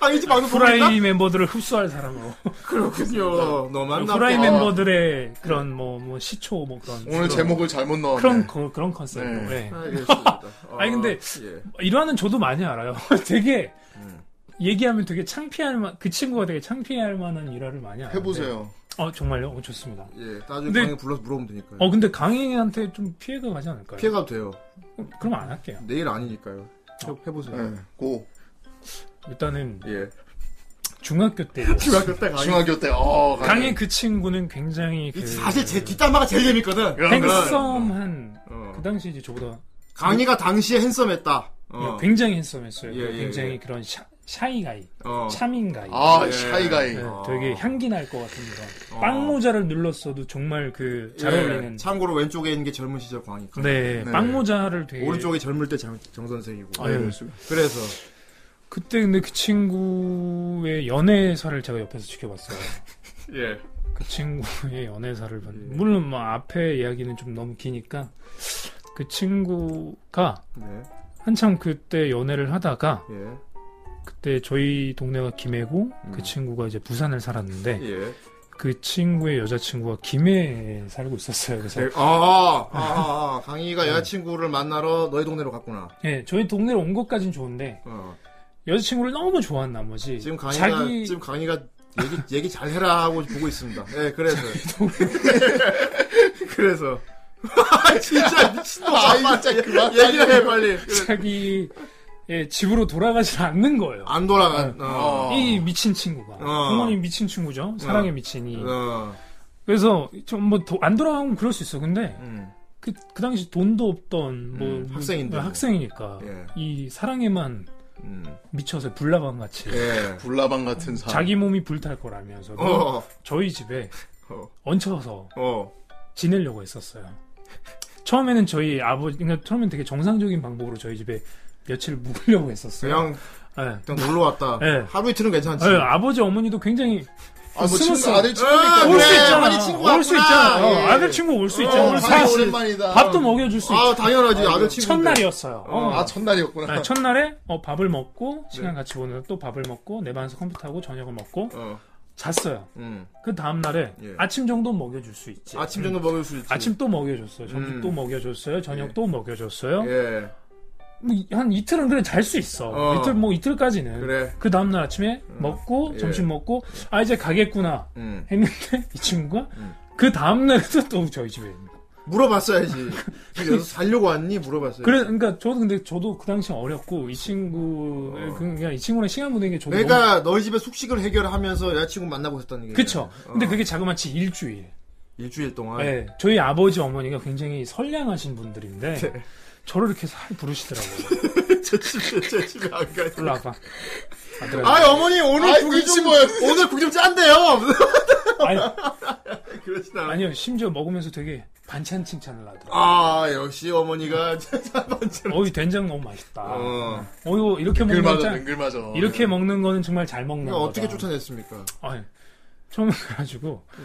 Speaker 2: 강희 집 방송 보니까
Speaker 4: 후라이 멤버들을 흡수할 사람으로
Speaker 2: 그렇군요. 너만 나.
Speaker 4: 후라이
Speaker 3: 아.
Speaker 4: 멤버들의 그런 뭐, 뭐 시초 뭐 그런
Speaker 3: 오늘 제목을 잘못 넣었네.
Speaker 4: 그런 거- 그런 컨셉으로
Speaker 3: 네.
Speaker 4: 예.
Speaker 2: 알겠습니다. 아,
Speaker 4: 아니, 근데-
Speaker 2: 예.
Speaker 4: 일화는 저도 많이 알아요. 되게
Speaker 2: 음.
Speaker 4: 얘기하면 되게 창피할 만, 그 친구가 되게 창피할 만한 일화를 많이 알아요.
Speaker 3: 해보세요.
Speaker 4: 어 정말요? 어, 좋습니다.
Speaker 2: 예, 나중에
Speaker 4: 근데-
Speaker 2: 강희 불러서 물어보면 되니까요.
Speaker 4: 어 근데 강희한테 좀 피해가 가지 않을까요?
Speaker 2: 피해가도 돼요.
Speaker 4: 어, 그럼 안 할게요.
Speaker 2: 내일 아니니까요. 해- 해보세요.
Speaker 3: 네, 고.
Speaker 4: 일단은
Speaker 2: 예.
Speaker 4: 중학교 때
Speaker 2: 중학교 때 강희.
Speaker 3: 중학교 때, 어,
Speaker 4: 강희 그 친구는 굉장히 그
Speaker 2: 사실 제 뒷담화가 제일 재밌거든.
Speaker 3: 그러면-
Speaker 4: 그러니까. 핸섬한
Speaker 2: 어.
Speaker 4: 그 당시 이제 저보다
Speaker 2: 강희가 당시에 핸섬했다. 어.
Speaker 4: 네, 그러니까 굉장히 핸섬했어요.
Speaker 2: 예, 예,
Speaker 4: 굉장히
Speaker 2: 예.
Speaker 4: 그런 샤- 샤이가이,
Speaker 2: 어.
Speaker 4: 차민가이.
Speaker 3: 아
Speaker 2: 예.
Speaker 3: 샤이가이
Speaker 4: 네,
Speaker 2: 어.
Speaker 4: 되게 향기 날 것 같습니다.
Speaker 2: 어.
Speaker 4: 빵 모자를 눌렀어도 정말 그 잘
Speaker 2: 예,
Speaker 4: 어울리는.
Speaker 2: 참고로 왼쪽에 있는 게 젊은 시절 광희카.
Speaker 4: 네,
Speaker 3: 네.
Speaker 4: 빵 모자를 되게
Speaker 2: 오른쪽이 젊을 때 장, 정 선생이고.
Speaker 4: 아유. 예,
Speaker 2: 그래서
Speaker 4: 그때 근데 그 친구의 연애사를 제가 옆에서 지켜봤어요.
Speaker 2: 예.
Speaker 4: 그 친구의 연애사를
Speaker 2: 네.
Speaker 4: 봤는데 물론 뭐 앞에 이야기는 좀 너무 기니까 그 친구가
Speaker 2: 네.
Speaker 4: 한참 그때 연애를 하다가
Speaker 2: 예.
Speaker 4: 그때 저희 동네가 김해고
Speaker 2: 음.
Speaker 4: 그 친구가 이제 부산을 살았는데
Speaker 2: 예.
Speaker 4: 그 친구의 여자친구가 김해에 살고 있었어요. 그래서
Speaker 2: 아, 아, 아, 아. 강희가 여자친구를 만나러 너희 동네로 갔구나.
Speaker 4: 예, 저희 동네로 온 것까진 좋은데
Speaker 2: 어.
Speaker 4: 여자친구를 너무 좋아한 나머지
Speaker 2: 지금 강희가
Speaker 4: 자기
Speaker 2: 지금 강희가 얘기 얘기 잘 해라 하고 보고 있습니다. 예, 그래서. 그래서 아, 진짜 미친놈
Speaker 3: 아 이거 진짜 그만
Speaker 2: 얘기를 해 빨리. 그래.
Speaker 4: 자기 예, 집으로 돌아가질 않는 거예요.
Speaker 2: 안 돌아간.
Speaker 3: 어.
Speaker 2: 어.
Speaker 4: 이 미친 친구가
Speaker 2: 어.
Speaker 4: 부모님 미친 친구죠. 사랑에 미친이.
Speaker 2: 어.
Speaker 4: 그래서 좀 뭐 안 돌아가면 그럴 수 있어. 근데
Speaker 2: 음.
Speaker 4: 그, 그 당시 돈도 없던 뭐
Speaker 2: 음, 학생인데 뭐.
Speaker 4: 학생이니까
Speaker 2: 예.
Speaker 4: 이 사랑에만
Speaker 2: 음.
Speaker 4: 미쳐서 불나방 같이
Speaker 2: 예.
Speaker 3: 불나방 같은 사람
Speaker 4: 자기 몸이 불탈 거라면서
Speaker 2: 어.
Speaker 4: 저희 집에
Speaker 2: 어.
Speaker 4: 얹혀서
Speaker 2: 어.
Speaker 4: 지내려고 했었어요. 처음에는 저희 아버지, 그러니까 처음엔 되게 정상적인 방법으로 저희 집에 며칠 묵으려고 했었어요.
Speaker 2: 그냥
Speaker 4: 예.
Speaker 2: 그냥 놀러 왔다.
Speaker 4: 예.
Speaker 2: 하루 이틀은 괜찮지.
Speaker 4: 예, 아버지 어머니도 굉장히
Speaker 3: 아, 뭐 친구,
Speaker 4: 스무스한-
Speaker 3: 아들 친구니까
Speaker 2: 어,
Speaker 4: 올 수
Speaker 2: 그래,
Speaker 4: 있잖아.
Speaker 2: 아버지 친구
Speaker 4: 올 수
Speaker 2: 왔구나.
Speaker 4: 있잖아. 어,
Speaker 2: 예.
Speaker 4: 아들 친구 올 수
Speaker 2: 어,
Speaker 4: 있잖아.
Speaker 2: 어,
Speaker 4: 우리
Speaker 2: 사실
Speaker 3: 아
Speaker 4: 다
Speaker 3: 오랜만이다
Speaker 4: 밥도 먹여줄 수
Speaker 2: 아,
Speaker 4: 있고.
Speaker 2: 당연하지. 아들 친구.
Speaker 4: 첫날이었어요. 어.
Speaker 3: 아 첫날이었구나
Speaker 4: 네, 첫날에 어, 밥을
Speaker 2: 네.
Speaker 4: 먹고 시간 같이 보내서 또 밥을 먹고 내 방에서 컴퓨터 하고 저녁을 먹고
Speaker 2: 어.
Speaker 4: 잤어요.
Speaker 2: 음.
Speaker 4: 그 다음 날에
Speaker 2: 예.
Speaker 4: 아침 정도 먹여줄 수 있지.
Speaker 2: 아침 정도 먹을 수 있지.
Speaker 4: 음. 아침 또 먹여줬어요. 점심
Speaker 2: 음.
Speaker 4: 또 먹여줬어요. 저녁
Speaker 2: 예.
Speaker 4: 또 먹여줬어요.
Speaker 2: 예.
Speaker 4: 뭐한 이틀은 그래 잘 수 있어.
Speaker 2: 어.
Speaker 4: 이틀 뭐 이틀까지는.
Speaker 2: 그래.
Speaker 4: 그 다음 날 아침에 먹고
Speaker 2: 예.
Speaker 4: 점심 먹고 아 이제 가겠구나
Speaker 2: 음.
Speaker 4: 했는데 이 친구가
Speaker 2: 음.
Speaker 4: 그 다음 날에도 또 저희 집에 있는 거.
Speaker 2: 물어봤어야지. 지금 여기서 살려고 왔니? 물어봤어야지.
Speaker 4: 그래 그러니까 저도 근데 저도 그 당시 어렸고 이 친구
Speaker 2: 어.
Speaker 4: 그냥 이 친구랑 시간 보내는 게 저도 너무-
Speaker 2: 그러니까 너희 집에 숙식을 해결하면서 여자친구 만나고 있었다는 게.
Speaker 4: 그쵸. 근데
Speaker 2: 어. 아, 네.
Speaker 4: 그게 자그마치 일주일.
Speaker 2: 일주일 동안.
Speaker 4: 예, 저희 아버지 어머니가 굉장히 선량하신 분들인데
Speaker 2: 네.
Speaker 4: 저를 이렇게 살 부르시더라고요.
Speaker 2: 저 집에 저 집에 안 가.
Speaker 4: 일로 와봐. 아들아.
Speaker 2: 아 어머니 오늘
Speaker 3: 아이,
Speaker 2: 국이 좀
Speaker 3: 뭐야.
Speaker 2: 오늘 국이 좀 짠데요.
Speaker 4: 아니,
Speaker 2: 그러진 않아.
Speaker 4: 아니요 심지어 먹으면서 되게 반찬 칭찬을 하더라고요.
Speaker 2: 아 역시
Speaker 4: 음.
Speaker 2: 어머니가
Speaker 4: 어이 된장 너무 맛있다.
Speaker 2: 어.
Speaker 4: 어 이거 이렇게 먹는 거
Speaker 3: 글맞아
Speaker 4: 짱.
Speaker 3: 글맞아
Speaker 4: 이렇게 먹는 거는 정말 잘 먹는 거다.
Speaker 2: 어떻게 쫓아냈습니까?
Speaker 4: 아니, 예. 처음 그래가지고
Speaker 2: 네.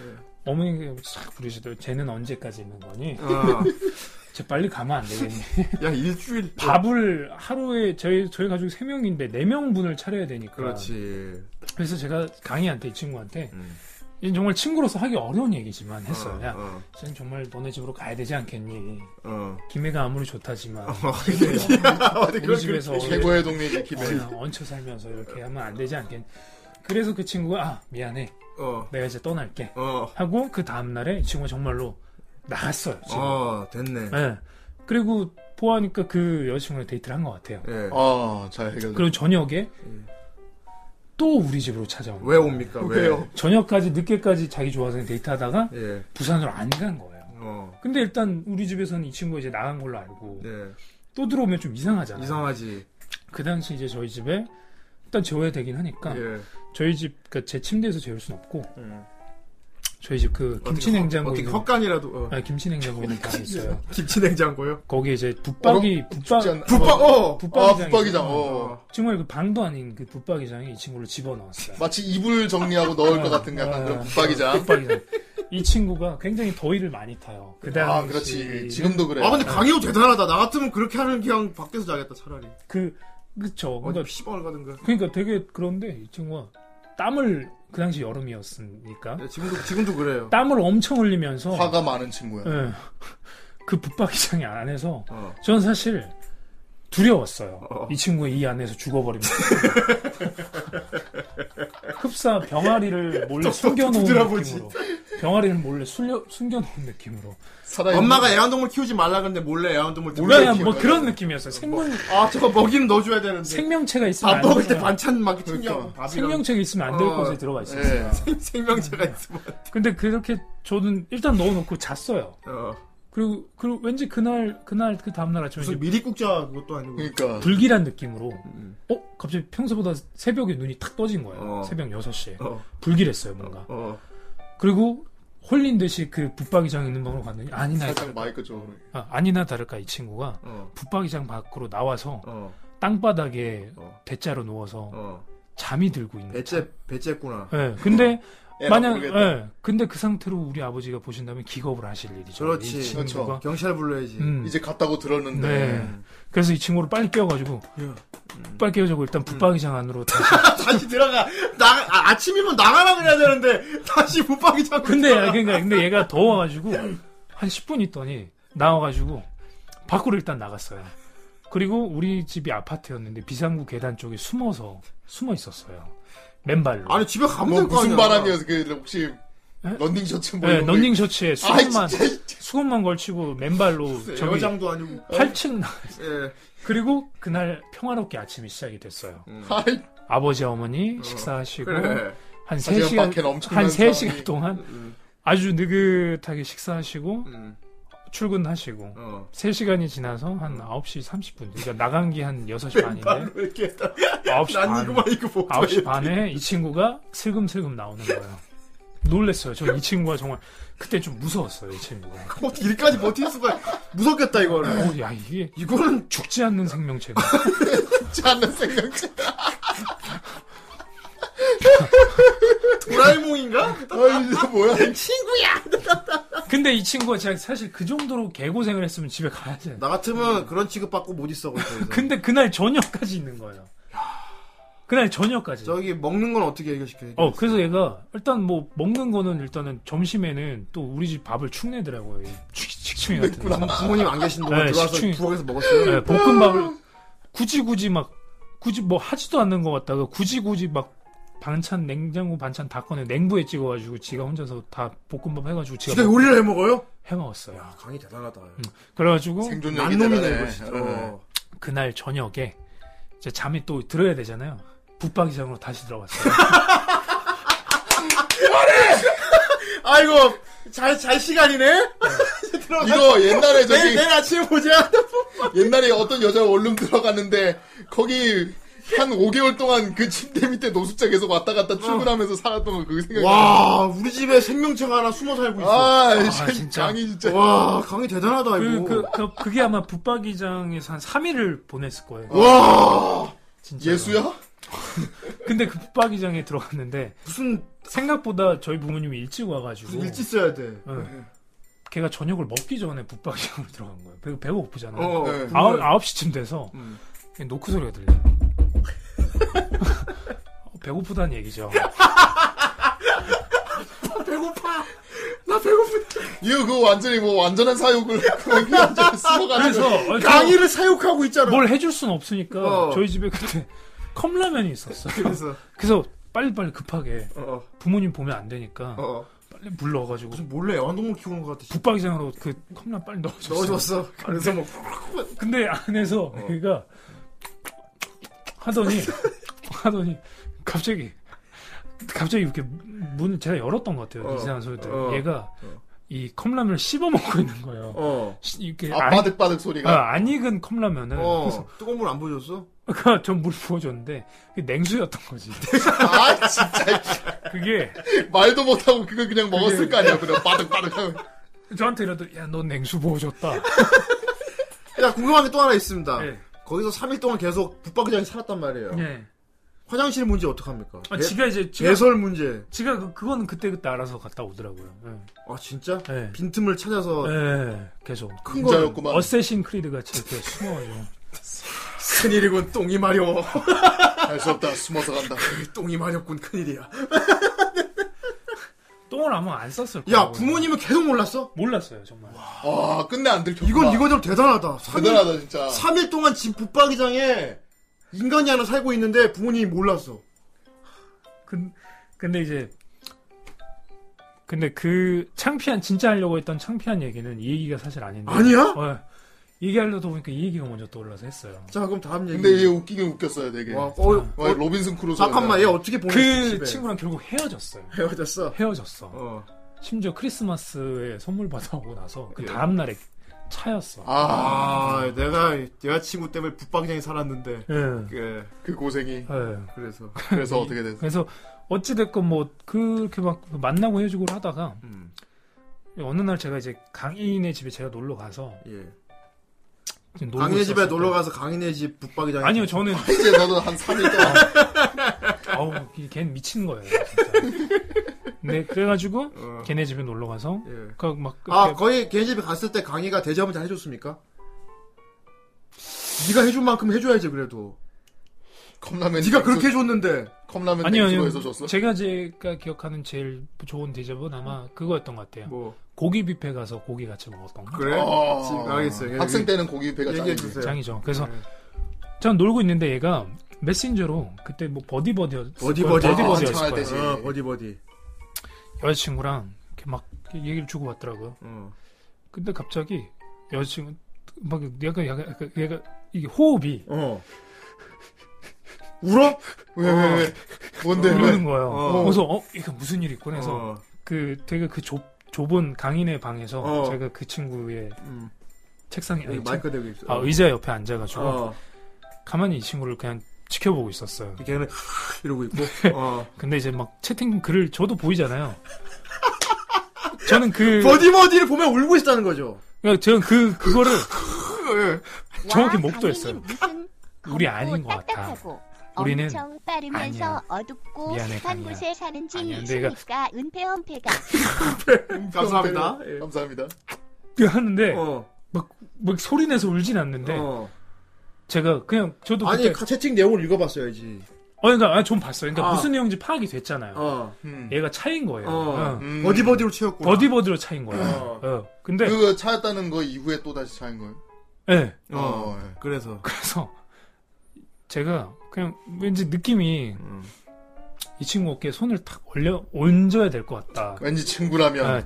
Speaker 4: 어머니가 싹 부르시더라고. 쟤는 언제까지 있는 거니?
Speaker 2: 어.
Speaker 4: 쟤 빨리 가면 안 되겠니?
Speaker 2: 야 일주일.
Speaker 4: 밥을 하루에 저희 저희 가족 세 명인데 네 명분을 차려야 되니까.
Speaker 2: 그렇지.
Speaker 4: 래서 제가 강희한테 이 친구한테
Speaker 2: 음.
Speaker 4: 이건 정말 친구로서 하기 어려운 얘기지만 했어요. 야,
Speaker 2: 어.
Speaker 4: 쟤는 정말 너네 집으로 가야 되지 않겠니?
Speaker 2: 어. 어.
Speaker 4: 김해가 아무리 좋다지만 우리
Speaker 2: 아, 그런
Speaker 4: 집에서
Speaker 3: 최고의 동네지 김해
Speaker 4: 어, 얹혀 살면서 이렇게 하면 안 되지 않겠니? 그래서 그 친구가 아 미안해
Speaker 2: 어.
Speaker 4: 내가 이제 떠날게
Speaker 2: 어.
Speaker 4: 하고 그 다음날에 이 친구가 정말로 나갔어요 지금
Speaker 2: 어. 됐네.
Speaker 4: 예. 그리고 보아하니까 그 여자친구랑 데이트를 한 것 같아요
Speaker 2: 예.
Speaker 3: 어, 아잘 해결
Speaker 4: 네. 그리고 저녁에 또 우리 집으로 찾아온
Speaker 2: 왜 옵니까? 왜?
Speaker 3: 왜요?
Speaker 4: 저녁까지 늦게까지 자기 좋아하는 데이트하다가
Speaker 2: 예.
Speaker 4: 부산으로 안 간 거예요
Speaker 2: 어.
Speaker 4: 근데 일단 우리 집에서는 이 친구가 이제 나간 걸로 알고
Speaker 2: 네.
Speaker 4: 또 들어오면 좀 이상하잖아요
Speaker 2: 이상하지.
Speaker 4: 그 당시 이제 저희 집에 일단 재워야 되긴 하니까
Speaker 2: 예.
Speaker 4: 저희 집 그 제 침대에서 재울 순 없고
Speaker 2: 음.
Speaker 4: 저희 집 그 김치 냉장고
Speaker 2: 어떻게 헛간이라도 어.
Speaker 4: 아 김치 냉장고 있는 방이 있어요.
Speaker 2: 김치 냉장고요?
Speaker 4: 거기 이제 붙박이
Speaker 3: 죽지
Speaker 4: 붙박
Speaker 3: 않나?
Speaker 2: 국밥 어.
Speaker 3: 아
Speaker 4: 붙박이장
Speaker 3: 붙박이장 어.
Speaker 4: 정말 그 방도 아닌 그 붙박이장에 이 친구를 집어 넣었어요.
Speaker 3: 마치 이불 정리하고 넣을 것 같은 약간
Speaker 4: 어,
Speaker 3: 그런 붙박이장
Speaker 4: 붙박이장. 이 친구가 굉장히 더위를 많이 타요. 그 당시
Speaker 3: 아 그렇지 지금도 그래
Speaker 2: 아 근데 강의도 대단하다. 나 같으면 그렇게 하는 그냥 밖에서 자겠다 차라리.
Speaker 4: 그 그쵸.
Speaker 2: 어디
Speaker 4: 그러니까,
Speaker 2: 피시방을 가든가.
Speaker 4: 그러니까 되게 그런데 이 친구가 땀을 그 당시 여름이었으니까
Speaker 2: 예, 지금도 지금도 그래요.
Speaker 4: 땀을 엄청 흘리면서
Speaker 3: 화가 많은 친구야
Speaker 4: 예. 그 붙박이장 안에서
Speaker 2: 어.
Speaker 4: 저는 사실 두려웠어요.
Speaker 2: 어.
Speaker 4: 이 친구가 이 안에서 죽어버리면. 흡사 병아리를 몰래 숨겨놓은
Speaker 2: 두드려보지.
Speaker 4: 느낌으로. 병아리를 몰래 숨겨, 숨겨놓은 느낌으로.
Speaker 3: 살아있는
Speaker 2: 엄마가 애완동물 키우지 말라 그랬는데 몰래 애완동물 들고
Speaker 4: 몰래
Speaker 2: 키우는
Speaker 4: 뭐
Speaker 2: 거야.
Speaker 4: 그런 느낌이었어요. 생물,
Speaker 2: 아 저거 먹이는 넣어줘야 되는데.
Speaker 4: 생명체가 있으면
Speaker 2: 밥
Speaker 4: 안
Speaker 2: 먹을 때
Speaker 4: 되잖아요.
Speaker 2: 반찬 막 챙겨.
Speaker 3: 그러니까.
Speaker 2: 밥이랑
Speaker 4: 생명체가 있으면 안 될
Speaker 2: 어.
Speaker 4: 곳에 들어가 있어요.
Speaker 3: 예.
Speaker 2: 생명체가 있으면.
Speaker 4: 근데 그렇게 저는 일단 넣어놓고 잤어요.
Speaker 2: 어.
Speaker 4: 그리고 그리고 왠지 그날 그날 그 다음 날 아침에
Speaker 2: 무슨
Speaker 4: 이제
Speaker 2: 미리국자 그것도 아니고.
Speaker 3: 그러니까
Speaker 4: 불길한 느낌으로
Speaker 2: 음.
Speaker 4: 어 갑자기 평소보다 새벽에 눈이 탁 떠진 거예요.
Speaker 2: 어.
Speaker 4: 새벽 6시에
Speaker 2: 어,
Speaker 4: 불길했어요 뭔가.
Speaker 2: 어.
Speaker 4: 그리고 홀린 듯이 그 붙박이장 있는 방으로 갔더니 아니나
Speaker 3: 살짝 마이크 쪽으로
Speaker 4: 아, 아니나 다를까 이 친구가
Speaker 2: 어,
Speaker 4: 붙박이장 밖으로 나와서
Speaker 2: 어,
Speaker 4: 땅바닥에
Speaker 2: 어,
Speaker 4: 대자로 누워서
Speaker 2: 어.
Speaker 4: 잠이 들고 있는. 거예요.
Speaker 2: 배째, 배째구나.
Speaker 4: 예. 근데
Speaker 3: 에라
Speaker 4: 만약
Speaker 3: 모르겠다.
Speaker 4: 예. 근데 그 상태로 우리 아버지가 보신다면 기겁을 하실 일이죠.
Speaker 2: 그렇지.
Speaker 4: 이 친구가.
Speaker 2: 경찰 불러야지.
Speaker 4: 음.
Speaker 3: 이제 갔다고 들었는데 예.
Speaker 4: 네. 그래서 이 친구를 빨리 깨워가지고 빨리 깨워주고 일단 붙박이장 안으로 다시
Speaker 2: 다시 들어가. 나, 아, 아침이면 나가라 그래야 되는데, 다시 붙박이 잡고.
Speaker 4: 근데
Speaker 2: 들어가.
Speaker 4: 야, 그러니까 근데 얘가 더워가지고 한 10분 있더니 나와가지고 밖으로 일단 나갔어요. 그리고 우리 집이 아파트였는데 비상구 계단 쪽에 숨어서 숨어 있었어요. 맨발로.
Speaker 2: 아니, 집에 가면
Speaker 3: 뭐
Speaker 2: 될 거 아니야.
Speaker 3: 무슨 바람이어서 그 혹시 런닝 셔츠 뭐
Speaker 4: 네,
Speaker 3: 이런 거
Speaker 4: 런닝 셔츠에 수건만
Speaker 3: 아, 진짜.
Speaker 4: 수건만 걸치고
Speaker 3: 그
Speaker 4: 맨발로
Speaker 2: 글쎄,
Speaker 4: 저기
Speaker 2: 여장도 아니고.
Speaker 4: 8층 나-
Speaker 2: 어, 예.
Speaker 4: 그리고 그날 평화롭게 아침이 시작이 됐어요.
Speaker 3: 아이
Speaker 4: 아버지 어머니 식사하시고
Speaker 2: 그래.
Speaker 4: 한
Speaker 3: 하지만
Speaker 4: 3시간
Speaker 3: 밖에는 엄청난
Speaker 4: 한
Speaker 3: 사람이-
Speaker 4: 3시간 동안
Speaker 2: 음,
Speaker 4: 아주 느긋하게 식사하시고
Speaker 2: 음,
Speaker 4: 출근하시고
Speaker 2: 어.
Speaker 4: 3시간이 지나서 한 9시 30분. 그러니까 나간 게 한 6시 반인데.
Speaker 2: 발로 이렇게. 딱-
Speaker 4: 9시
Speaker 2: 난
Speaker 4: 반.
Speaker 2: 이거만 이거 보고.
Speaker 4: 9시 반에 이 친구가 슬금슬금 나오는 거예요. 놀랬어요. 저 이 친구가 정말 그때 좀 무서웠어요, 이 친구가.
Speaker 2: 어떻게 뭐 이렇게까지 버틸 수가. 무섭겠다, 이거는.
Speaker 4: 어, 야, 이게
Speaker 2: 이거는
Speaker 4: 죽지 않는 생명체다.
Speaker 3: 않는 생각지
Speaker 2: 도라에몽인가?
Speaker 3: 아이 이거 뭐야
Speaker 4: 근데 이 친구가 제가 사실 그 정도로 개고생을 했으면 집에 가야 돼.
Speaker 2: 나 같으면 그런 취급받고 못 있어. 그래서.
Speaker 4: 네. 근데 그날 저녁까지 있는 거예요. 그날 저녁까지.
Speaker 2: 저기 먹는 건 어떻게 해결시켜?
Speaker 4: 어, 그래서 얘가 일단 뭐 먹는 거는 일단은 점심에는 또 우리 집 밥을 축내더라고요. 이 치- 치킨 같은 거.
Speaker 2: 네, 부모님 안 계신 동안
Speaker 4: 네,
Speaker 2: 들어와서
Speaker 4: 시중에-
Speaker 2: 부엌에서 먹었어요.
Speaker 4: 예, 볶음밥을 굳이 굳이 막 굳이 뭐 하지도 않는 것 같다가 굳이 굳이 막 반찬 냉장고 반찬 다 꺼내 냉부에 찍어가지고 지가 혼자서 다 볶음밥 해가지고 지가,
Speaker 2: 지가 요리를 해 먹어요?
Speaker 4: 해 먹었어요.
Speaker 2: 야, 아, 강이 대단하다.
Speaker 4: 그래가지고
Speaker 3: 생존력이
Speaker 2: 난놈이네
Speaker 3: 대단해.
Speaker 2: 이거 진짜.
Speaker 3: 어.
Speaker 2: 어.
Speaker 4: 그날 저녁에 이제 잠이 또 들어야 되잖아요. 붙박이장으로 다시 들어갔어요.
Speaker 2: 아이고 잘 잘 시간이네. 들어가.
Speaker 3: 이거 옛날에
Speaker 2: 내일
Speaker 4: 네,
Speaker 3: 저기
Speaker 2: 내일 아침에 보자.
Speaker 3: 옛날에 어떤 여자 원룸 들어갔는데 거기 한 5개월 동안 그 침대 밑에 노숙자 계속 왔다 갔다 출근하면서 살았던 거 그게 생각이
Speaker 2: 와 우리 집에 생명체가 하나 숨어 살고 있어.
Speaker 3: 아,
Speaker 4: 아, 진짜.
Speaker 3: 진짜 강이 진짜
Speaker 2: 와 강이 대단하다
Speaker 4: 그,
Speaker 2: 이거.
Speaker 4: 그, 그, 그게 아마 붙박이장에서 한 3일을 보냈을
Speaker 2: 어?
Speaker 4: 거예요.
Speaker 2: 와
Speaker 4: 진짜.
Speaker 3: 예수야?
Speaker 4: 근데 그 붙박이장에 들어갔는데
Speaker 2: 무슨
Speaker 4: 생각보다 저희 부모님이 일찍 와가지고
Speaker 2: 무슨 일찍 써야 돼. 어.
Speaker 4: 예. 걔가 저녁을 먹기 전에 붙박이장으로 들어간 거예요. 배, 배고프잖아요.
Speaker 2: 어.
Speaker 3: 네.
Speaker 4: 아홉, 아홉 시쯤 돼서
Speaker 2: 음.
Speaker 4: 그냥 노크 소리가 들려요. 어, 배고프다는 얘기죠.
Speaker 2: 배고파. 나 배고프다.
Speaker 3: 이거 그거 완전히 뭐 완전한 사욕을 거기 완전히 쓸어가는
Speaker 4: 아, 그래서
Speaker 3: 거
Speaker 4: 어, 저
Speaker 2: 강이를 사육하고 있잖아.
Speaker 4: 뭘 해줄 순 없으니까
Speaker 2: 어.
Speaker 4: 저희 집에 그때 컵라면이 있었어요.
Speaker 2: 그래서
Speaker 4: 그래서 빨리빨리 급하게
Speaker 2: 어어
Speaker 4: 부모님 보면 안 되니까
Speaker 2: 어.
Speaker 4: 빨리 불러가지고
Speaker 2: 무슨 몰래 애완동물 키우는 것 같아. 씨.
Speaker 4: 붙박이장으로 그 컵라면 빨리 넣어줬어요.
Speaker 2: 넣어줬어. 그래서 뭐
Speaker 4: 근데 안에서 얘가 하더니 하더니 갑자기 갑자기 이렇게 문을 제가 열었던 것 같아요
Speaker 2: 어,
Speaker 4: 이상한 소리들
Speaker 2: 어,
Speaker 4: 얘가
Speaker 2: 어.
Speaker 4: 이 컵라면을 씹어 먹고 있는 거예요
Speaker 2: 어.
Speaker 4: 시- 이렇게
Speaker 3: 아
Speaker 4: 안,
Speaker 3: 바득바득 소리가
Speaker 4: 아, 안 익은 컵라면을
Speaker 2: 어. 뜨거운 물 안 보여줬어?
Speaker 4: 그래서 전물 부어줬는데 그게 냉수였던 거지
Speaker 3: 아 진짜
Speaker 4: 그게
Speaker 3: 말도 못하고 그걸 그냥 먹었을 거 아니야 그냥 바득바득 하면
Speaker 4: 저한테 이러더니 야넌 냉수 부어줬다
Speaker 2: 야, 궁금한 게 또 하나 있습니다.
Speaker 4: 예.
Speaker 2: 거기서 3일 동안 계속 붙박이장에 살았단 말이에요.
Speaker 4: 예.
Speaker 2: 화장실 문제 어떡합니까?
Speaker 4: 아,
Speaker 2: 배-
Speaker 4: 지가 이제 지가,
Speaker 2: 배설 문제.
Speaker 4: 지가 그, 그거는 그때그때 알아서 갔다 오더라고요
Speaker 2: 아, 진짜?
Speaker 4: 예. 예.
Speaker 2: 빈틈을 찾아서
Speaker 4: 예. 계속
Speaker 2: 큰 거.
Speaker 3: 진짜였구만
Speaker 4: 어쌔신 크리드 같이 이렇게 숨어가지고
Speaker 2: 큰일이군, 똥이 마려. 그
Speaker 3: 할 수 없다 숨어서 간다
Speaker 2: 똥이 마렵군, 큰일이야.
Speaker 4: 똥을 아마 안 썼을 거예요.
Speaker 2: 야, 부모님은 계속 몰랐어?
Speaker 4: 몰랐어요 정말.
Speaker 3: 와 아, 끝내 안 들켰구나
Speaker 2: 이건 이거대로 대단하다. 3일,
Speaker 3: 대단하다 진짜
Speaker 2: 3일 동안 집 붙박이장에 인간이 하나 살고 있는데 부모님이 몰랐어.
Speaker 4: 근, 근데 이제 근데 그 창피한 진짜 하려고 했던 창피한 얘기는 이 얘기가 사실 아닌데.
Speaker 2: 아니야?
Speaker 4: 어, 얘기하려다 보니까 이 얘기가 먼저 떠올라서 했어요.
Speaker 2: 자, 그럼 다음 얘기.
Speaker 3: 근데 얘 웃기긴 웃겼어요 되게 아,
Speaker 2: 와,
Speaker 3: 와,
Speaker 2: 어, 어,
Speaker 3: 로빈슨 크루소
Speaker 2: 잠깐만, 얘 어떻게 보냈어?
Speaker 4: 그
Speaker 2: 집에?
Speaker 4: 친구랑 결국 헤어졌어요.
Speaker 2: 헤어졌어.
Speaker 4: 헤어졌어.
Speaker 2: 어.
Speaker 4: 심지어 크리스마스에 선물 받아오고 나서 그 다음 날에 차였어.
Speaker 3: 아,
Speaker 2: 아, 내가 여자친구 때문에 북방장이 살았는데.
Speaker 4: 예.
Speaker 2: 예,
Speaker 3: 그 고생이.
Speaker 4: 예.
Speaker 2: 그래서.
Speaker 3: 그래서 어떻게 됐어?
Speaker 4: 그래서 어찌 됐건 뭐 그렇게 막 만나고 헤어지고 하다가
Speaker 2: 음,
Speaker 4: 어느 날 제가 이제 강인의 집에 제가 놀러 가서
Speaker 2: 예.
Speaker 4: 이제 놀고
Speaker 2: 강인의 집에
Speaker 4: 있었을 때-
Speaker 2: 놀러 가서 강인의 집 북방장이.
Speaker 4: 아니요 저는
Speaker 3: 이제 너도 한 3일 동안.
Speaker 2: 아.
Speaker 4: 아우 이- 걘 미친 거예요 진짜. 네 그래가지고
Speaker 2: 어,
Speaker 4: 걔네 집에 놀러 가서 그러니까
Speaker 2: 예.
Speaker 4: 그막
Speaker 2: 아, 거의 걔네 집에 갔을 때 강의가 대접은 잘 해줬습니까? 네가 해준 만큼 해줘야지 그래도.
Speaker 3: 컵라면.
Speaker 2: 네가
Speaker 3: 냉수-
Speaker 2: 그렇게 해줬는데.
Speaker 3: 컵라면
Speaker 4: 아니요
Speaker 3: 냉수로
Speaker 4: 아니요
Speaker 3: 해서 줬어.
Speaker 4: 제가 제가 기억하는 제일 좋은 대접은 아마 그거였던 것 같아요
Speaker 2: 뭐
Speaker 4: 고기 뷔페 가서 고기 같이 먹었던 거
Speaker 2: 그래?
Speaker 3: 아,
Speaker 2: 지금 알겠어요.
Speaker 3: 학생 때는 고기 배가
Speaker 2: 얘기해
Speaker 3: 짱이지.
Speaker 2: 주세요.
Speaker 4: 장이죠 그래서
Speaker 2: 네.
Speaker 4: 제가 놀고 있는데 얘가 메신저로 그때 뭐 버디버디였
Speaker 2: 버디버디.
Speaker 3: 아,
Speaker 4: 버디버디였을
Speaker 3: 한창 할
Speaker 4: 거예요
Speaker 3: 때지.
Speaker 2: 어, 버디 버디.
Speaker 4: 여자친구랑 이렇게 막 얘기를 주고 받더라고요
Speaker 2: 어.
Speaker 4: 근데 갑자기 여자친구 막 약간 약간, 약간 얘가 이게 호흡이
Speaker 2: 어. 울어?
Speaker 3: 왜, 왜, 왜? 뭔데, 왜?
Speaker 4: 이러는 거예요.
Speaker 2: 네, 어.
Speaker 4: 그래서 어 이거 무슨 일이 있구나 해서
Speaker 2: 어.
Speaker 4: 그 되게 그 좁, 좁은 강인의 방에서
Speaker 2: 어.
Speaker 4: 제가 그 친구의
Speaker 2: 음.
Speaker 4: 책상에
Speaker 2: 여기
Speaker 4: 아니,
Speaker 2: 마이크 대고 있어.
Speaker 4: 아 의자 옆에 앉아가지고
Speaker 2: 어.
Speaker 4: 가만히 이 친구를 그냥 지켜보고 있었어요.
Speaker 2: 걔는 이러고 있고. 어.
Speaker 4: 근데 이제 막 채팅 글을 저도 보이잖아요. 저는 그
Speaker 2: 버디 버디를 보면 울고 있다는 거죠.
Speaker 4: 그러니까 저는 그 그거를
Speaker 2: 어.
Speaker 4: 정확히
Speaker 6: 정확히
Speaker 4: 목도했어요.
Speaker 6: 목도했어요.
Speaker 4: 우리 아닌 것 같아. 우리는
Speaker 6: 빠르면서
Speaker 4: 아니야.
Speaker 6: 어둡고
Speaker 4: 미안해, 강이야.
Speaker 6: 사는지
Speaker 4: 아니야, 내가- 네,
Speaker 6: 은폐원폐가
Speaker 2: 감사합니다. 예.
Speaker 3: 감사합니다.
Speaker 4: 하는데
Speaker 2: 어.
Speaker 4: 막 소리 내서 울진 않는데
Speaker 2: 어.
Speaker 4: 제가 그냥 저도
Speaker 2: 아니
Speaker 4: 네. 그때
Speaker 2: 카- 채팅 내용을 읽어봤어야지.
Speaker 4: 어 그러니까 아, 좀 봤어요. 그러니까
Speaker 2: 아.
Speaker 4: 무슨 내용인지 파악이 됐잖아요.
Speaker 2: 어.
Speaker 3: 음.
Speaker 4: 얘가 차인 거예요.
Speaker 2: 어.
Speaker 4: 어.
Speaker 3: 음.
Speaker 2: 버디 버디로 채웠구나.
Speaker 4: 버디버디로 차인 거예요.
Speaker 2: 어.
Speaker 4: 어. 근데
Speaker 3: 그 차였다는 거 이후에 또 다시 차인 거예요.
Speaker 4: 예.
Speaker 2: 어.
Speaker 3: 어, 예.
Speaker 2: 그래서.
Speaker 4: 그래서 그러니까 제가 그냥 왠지 느낌이
Speaker 2: 음.
Speaker 4: 이 친구 어깨에 손을 탁 올려 얹어야 될 것 같다.
Speaker 3: 왠지 친구라면
Speaker 4: 아,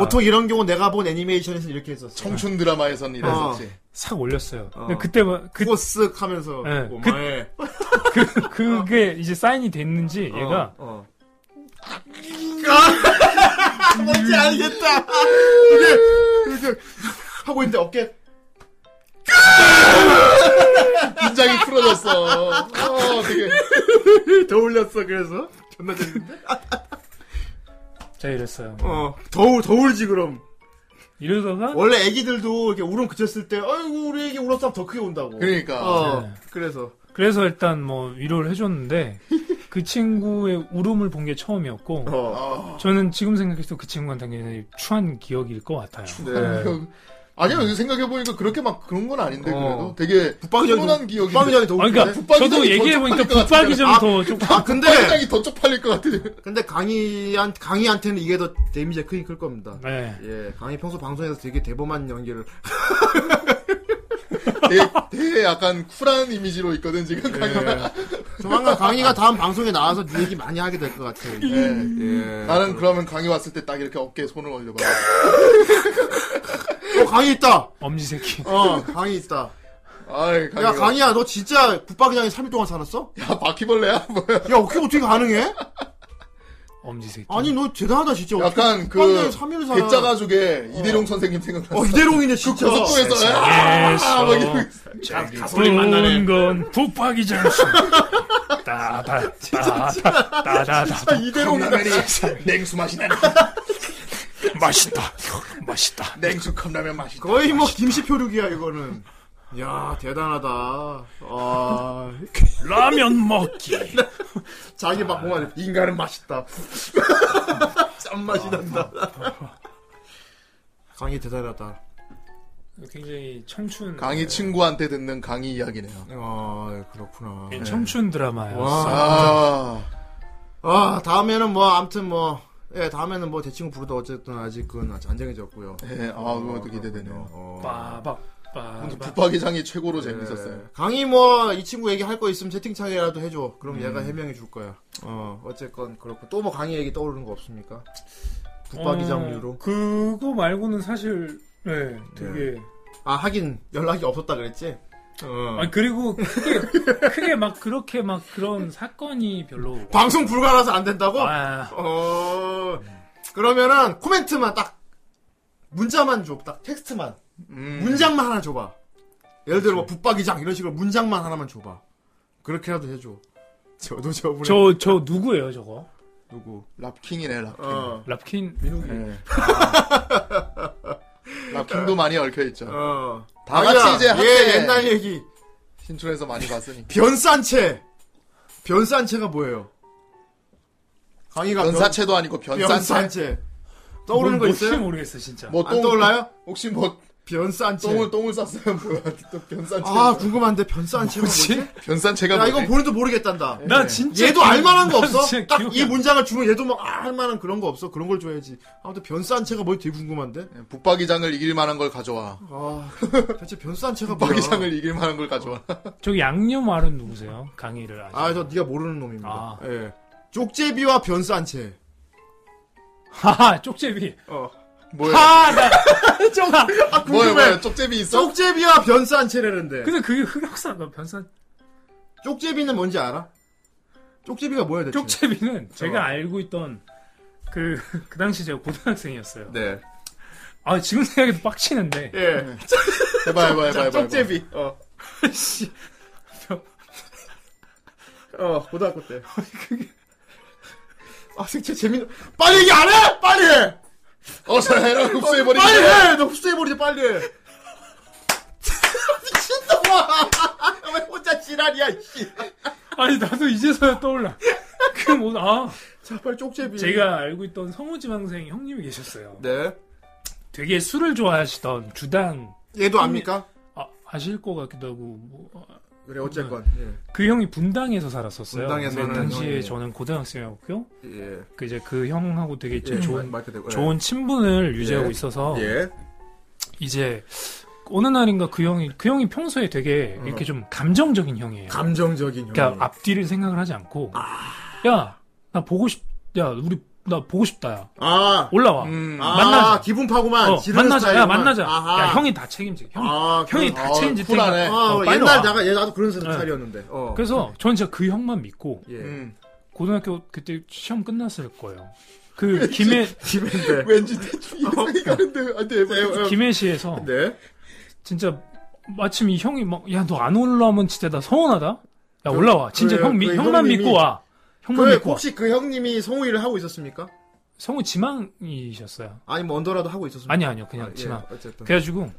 Speaker 2: 그 보통 이런 경우 내가 본 애니메이션에서는 이렇게 했었어.
Speaker 3: 청춘 드라마에선 이랬었지.
Speaker 4: 싹 올렸어요.
Speaker 2: 어.
Speaker 4: 근데 그때 막- 그
Speaker 2: 코쓱 하면서
Speaker 4: 네.
Speaker 2: 오마에
Speaker 4: 그- 그게 이제 사인이 됐는지 얘가
Speaker 2: 어. 아! 뭔지 알겠다. 이게 이렇게 하고 있는데 어깨
Speaker 3: 긴장이 풀어졌어. 어, 되게
Speaker 2: 더 올렸어. 그래서 존나 재밌는데.
Speaker 4: 제가 이랬어요.
Speaker 2: 어. 더울 더울지 그럼.
Speaker 4: 이러다가
Speaker 2: 원래 애기들도 이렇게 울음 그쳤을 때 아이고 우리 애기 울었으면 더 크게 온다고.
Speaker 3: 그러니까
Speaker 2: 어.
Speaker 4: 네.
Speaker 2: 그래서
Speaker 4: 그래서 일단 뭐 위로를 해줬는데 그 친구의 울음을 본 게 처음이었고
Speaker 2: 어.
Speaker 3: 아,
Speaker 4: 저는 지금 생각해도 그 친구한테 굉장히 추한 기억일 것 같아요.
Speaker 2: 네.
Speaker 3: 그- 아니요 생각해 보니까 그렇게 막 그런 건 아닌데
Speaker 2: 어.
Speaker 3: 그래도 되게
Speaker 2: 북방이전이
Speaker 3: 훈훈한 기억이
Speaker 2: 네, 북방이전이 더
Speaker 4: 아,
Speaker 2: 웃긴데.
Speaker 4: 그러니까
Speaker 3: 북박이
Speaker 4: 저도
Speaker 3: 점이
Speaker 4: 얘기해
Speaker 3: 더
Speaker 4: 보니까
Speaker 3: 쪽팔릴 것
Speaker 4: 북박이
Speaker 2: 같은데. 아,
Speaker 4: 좀더 좀.
Speaker 2: 아 근데
Speaker 3: 굉장히 더 쪽팔릴 것 같아.
Speaker 2: 근데 강희한 강희한테는 이게 더 데미지가 크긴 클 겁니다.
Speaker 4: 네.
Speaker 2: 예, 강희 평소 방송에서 되게 대범한 연기를
Speaker 3: 되게, 되게 약간 쿨한 이미지로 있거든 지금
Speaker 2: 예.
Speaker 3: 강요가.
Speaker 2: 조만간 강희가 다음 방송에 나와서 네 얘기 많이 하게 될 것 같아요.
Speaker 3: 예.
Speaker 2: 예.
Speaker 3: 나는 그러면 강의 왔을 때 딱 이렇게 어깨에 손을 올려봐.
Speaker 2: 어, 강희 있다.
Speaker 4: 엄지 새끼.
Speaker 2: 어, 강희 있다.
Speaker 3: 아이 강의.
Speaker 2: 야, 강희야, 너 진짜 붙박이장에 3일 동안 살았어?
Speaker 3: 야 바퀴벌레야 뭐야.
Speaker 2: 야, 어떻게 어떻게 가능해?
Speaker 4: 엄지 새끼.
Speaker 2: 아니, 너 대단하다, 진짜. 어떻게
Speaker 3: 약간 그
Speaker 2: 북박이장에 3일 살아.
Speaker 3: 괴짜 가족의 이대룡 선생님 생각나.
Speaker 2: 어, 이대롱이네, 진짜.
Speaker 3: 고속도에서 아,
Speaker 4: 예서
Speaker 3: 막 이러고
Speaker 2: 가솔린 만나네.
Speaker 4: 건 북박이 장수. 따다 따다 따다
Speaker 3: 아,
Speaker 4: 따다
Speaker 3: 이대로라면이 냉수 맛이 나네.
Speaker 4: 맛있다 맛있다.
Speaker 3: 냉수 컵라면 맛이 나.
Speaker 2: 거의 뭐 김시표류기야, 이거는. 야, 대단하다. 아,
Speaker 4: 라면 먹기.
Speaker 2: 자기 막 뭔가 인간은 맛있다. 짠맛이
Speaker 3: 아,
Speaker 2: 난다. 강희 대단하다.
Speaker 4: 굉장히 청춘.
Speaker 3: 강희 친구한테 듣는 강희 이야기네요.
Speaker 2: 아, 그렇구나.
Speaker 4: 예, 청춘 드라마였어.
Speaker 2: 와.
Speaker 3: 아,
Speaker 2: 아 다음에는 뭐 아무튼 뭐 예, 다음에는 뭐 제 친구 부르다 어쨌든 아직 그건 아직 안 정해졌고요.
Speaker 3: 예, 아, 그것도 기대되네요.
Speaker 2: 어.
Speaker 4: 빠박
Speaker 2: 아,
Speaker 3: 오늘
Speaker 2: 그
Speaker 4: 빠박.
Speaker 3: 붙박이장이 최고로
Speaker 2: 예.
Speaker 3: 재밌었어요.
Speaker 2: 강의 뭐 이 친구 얘기할 거 있으면 채팅창이라도 해줘. 그럼
Speaker 3: 음.
Speaker 2: 얘가 해명해 줄 거야. 어 어쨌건 그렇고 또 뭐 강의 얘기 떠오르는 거 없습니까? 북박이장류로.
Speaker 4: 어, 그거 말고는 사실 네, 되게
Speaker 2: 아 하긴 연락이 없었다 그랬지. 어.
Speaker 4: 아니 그리고 크게 크게 막 그렇게 막 그런 사건이 별로 예.
Speaker 2: 방송 불가라서 안 된다고?
Speaker 4: 아,
Speaker 2: 어 그러면은 코멘트만 딱 문자만 줘. 딱 텍스트만.
Speaker 3: 음.
Speaker 2: 문장만 하나 줘봐. 예를 들어 뭐 붙박이장 이런 식으로 문장만 하나만 줘봐. 그렇게라도 해줘. 저도 저번에
Speaker 4: 저, 저 누구예요, 저거?
Speaker 2: 누구?
Speaker 3: 랍킹이네 랍킹.
Speaker 2: 어.
Speaker 4: 랍킨.
Speaker 2: 민욱이.
Speaker 3: 예. 랍킹도 많이 얽혀 있죠.
Speaker 2: 어.
Speaker 3: 다 같이
Speaker 2: 자기야,
Speaker 3: 이제
Speaker 2: 얘
Speaker 3: 한때-
Speaker 2: 옛날 얘기.
Speaker 3: 신촌에서 많이 봤으니.
Speaker 2: 예, 변산체. 변산체가 뭐예요? 강의가
Speaker 3: 변사체도 아니고 변산체.
Speaker 2: 변산체. 떠오르는 거
Speaker 4: 뭔지
Speaker 2: 있어요?
Speaker 4: 모르겠어, 진짜.
Speaker 3: 뭐
Speaker 2: 안
Speaker 3: 똥-
Speaker 2: 떠올라요?
Speaker 3: 혹시 뭐
Speaker 2: 변산체.
Speaker 3: 똥을 똥을 쌌으면 뭐야? 또 변산체.
Speaker 2: 아 궁금한데 변산체가
Speaker 4: 뭐지? 네.
Speaker 2: 뭐지?
Speaker 3: 변산체가
Speaker 2: 야
Speaker 3: 그러니까 뭐지? 네.
Speaker 2: 이건 본인도 모르겠단다.
Speaker 4: 나 진짜.
Speaker 2: 네. 얘도
Speaker 4: 기억-
Speaker 2: 알만한 거
Speaker 4: 나
Speaker 2: 없어?
Speaker 4: 진짜
Speaker 2: 딱
Speaker 4: 네. 기억이
Speaker 2: 이
Speaker 4: 안 나.
Speaker 2: 문장을 주면 얘도 막 아, 알만한 그런 거 없어? 그런 걸 줘야지. 아무튼 변산체가 뭘 되게 궁금한데?
Speaker 3: 예, 북박이장을 이길 만한 걸 가져와.
Speaker 2: 아 대체 변산체가 뭐야?
Speaker 3: 북박이장을 이길 만한 걸 가져와.
Speaker 4: 저기 양념알은 누구세요? 강의를. 아시는
Speaker 2: 아저 네가 모르는 놈입니다.
Speaker 4: 아.
Speaker 2: 예. 쪽제비와 변산체.
Speaker 4: 하하, 쪽제비.
Speaker 2: 어.
Speaker 3: 뭐야?
Speaker 4: 아, 나. 쪽아.
Speaker 3: 뭐야 뭐야? 쪽제비 있어?
Speaker 2: 쪽제비와 변산체라는데.
Speaker 4: 근데 그게 흑역사가 변산.
Speaker 2: 쪽제비는 뭔지 알아? 쪽제비가 뭐야 대체?
Speaker 4: 쪽제비는 제가
Speaker 2: 어.
Speaker 4: 알고 있던 그, 그 당시 제가 고등학생이었어요.
Speaker 3: 네.
Speaker 4: 아, 지금 생각해도 빡치는데.
Speaker 2: 예.
Speaker 3: 해봐 해봐 해봐 해봐.
Speaker 2: 쪽제비. 어.
Speaker 4: 씨.
Speaker 2: 어 고등학교 때. 아 진짜 재밌. 빨리 얘기 안 해. 빨리 해.
Speaker 3: 어서 해라 흡수해버리자.
Speaker 2: 빨리 해! 너 흡수해버리자, 빨리 해! 미친놈아! 왜 혼자 지랄이야, 씨.
Speaker 4: 아니, 나도 이제서야 떠올라. 그, 뭐, 아.
Speaker 2: 자, 빨리 쪽제비.
Speaker 4: 제가 알고 있던 성우지망생 형님이 계셨어요.
Speaker 2: 네.
Speaker 4: 되게 술을 좋아하시던 주당
Speaker 2: 얘도 압니까?
Speaker 4: 아, 아실 것 같기도 하고 뭐, 아,
Speaker 2: 그래, 어쨌건.
Speaker 4: 그 형이 분당에서 살았었어요.
Speaker 2: 분당에서는
Speaker 4: 근데 당시에
Speaker 2: 형이-
Speaker 4: 저는 고등학생이었고요.
Speaker 2: 예. 예.
Speaker 4: 그 이제 그 형하고 되게 이제
Speaker 2: 예,
Speaker 4: 좋은
Speaker 2: 마이크 대고.
Speaker 4: 좋은 친분을 유지하고
Speaker 2: 예.
Speaker 4: 있어서
Speaker 2: 예.
Speaker 4: 이제 어느 날인가 그 형이 그 형이 평소에 되게 이렇게 좀 감정적인 형이에요.
Speaker 2: 어. 감정적인 아.
Speaker 4: 그러니까
Speaker 2: 형이.
Speaker 4: 앞뒤를 생각을 하지 않고 야 나 보고 싶 야 우리 나 보고 싶다 야
Speaker 2: 아.
Speaker 4: 올라와
Speaker 3: 음.
Speaker 2: 아,
Speaker 4: 만나자.
Speaker 2: 기분 파고만.
Speaker 4: 어,
Speaker 2: 지르는
Speaker 4: 만나자 야
Speaker 2: 스타일이구만.
Speaker 4: 만나자
Speaker 2: 아하.
Speaker 4: 야 형이 다 책임져 형
Speaker 2: 아,
Speaker 4: 형이
Speaker 2: 그래.
Speaker 4: 다
Speaker 3: 어,
Speaker 4: 책임질 테니까.
Speaker 3: 쿨하네.
Speaker 2: 아,
Speaker 4: 어, 빨리
Speaker 2: 옛날
Speaker 4: 와.
Speaker 2: 내가, 얘, 나도 그런
Speaker 4: 네.
Speaker 2: 스타일이었는데. 어.
Speaker 4: 그래서 전 진짜 그 형만 믿고
Speaker 2: 예.
Speaker 3: 음.
Speaker 4: 고등학교 그때 시험 끝났을 거예요. 그 김해
Speaker 2: 집인데. 어.
Speaker 3: 왠지 대충 이상이 가는데
Speaker 4: 아,
Speaker 3: 안돼 해봐.
Speaker 4: 김해시에서
Speaker 2: 네.
Speaker 4: 진짜 마침 이 형이 막 야 너 안 올라오면 진짜 나 서운하다. 야 올라와. 진짜
Speaker 2: 그,
Speaker 4: 형 미,
Speaker 2: 그
Speaker 4: 형만
Speaker 2: 형님이-
Speaker 4: 믿고 와. 형만
Speaker 2: 그,
Speaker 4: 믿고 와.
Speaker 2: 혹시 그 형님이 성우 일을 하고 있었습니까?
Speaker 4: 성우 지망이셨어요.
Speaker 2: 아니면 뭐 언더라도 하고 있었습니까?
Speaker 4: 아니 아니요 그냥
Speaker 2: 아, 예,
Speaker 4: 지망.
Speaker 2: 어쨌든.
Speaker 4: 그래가지고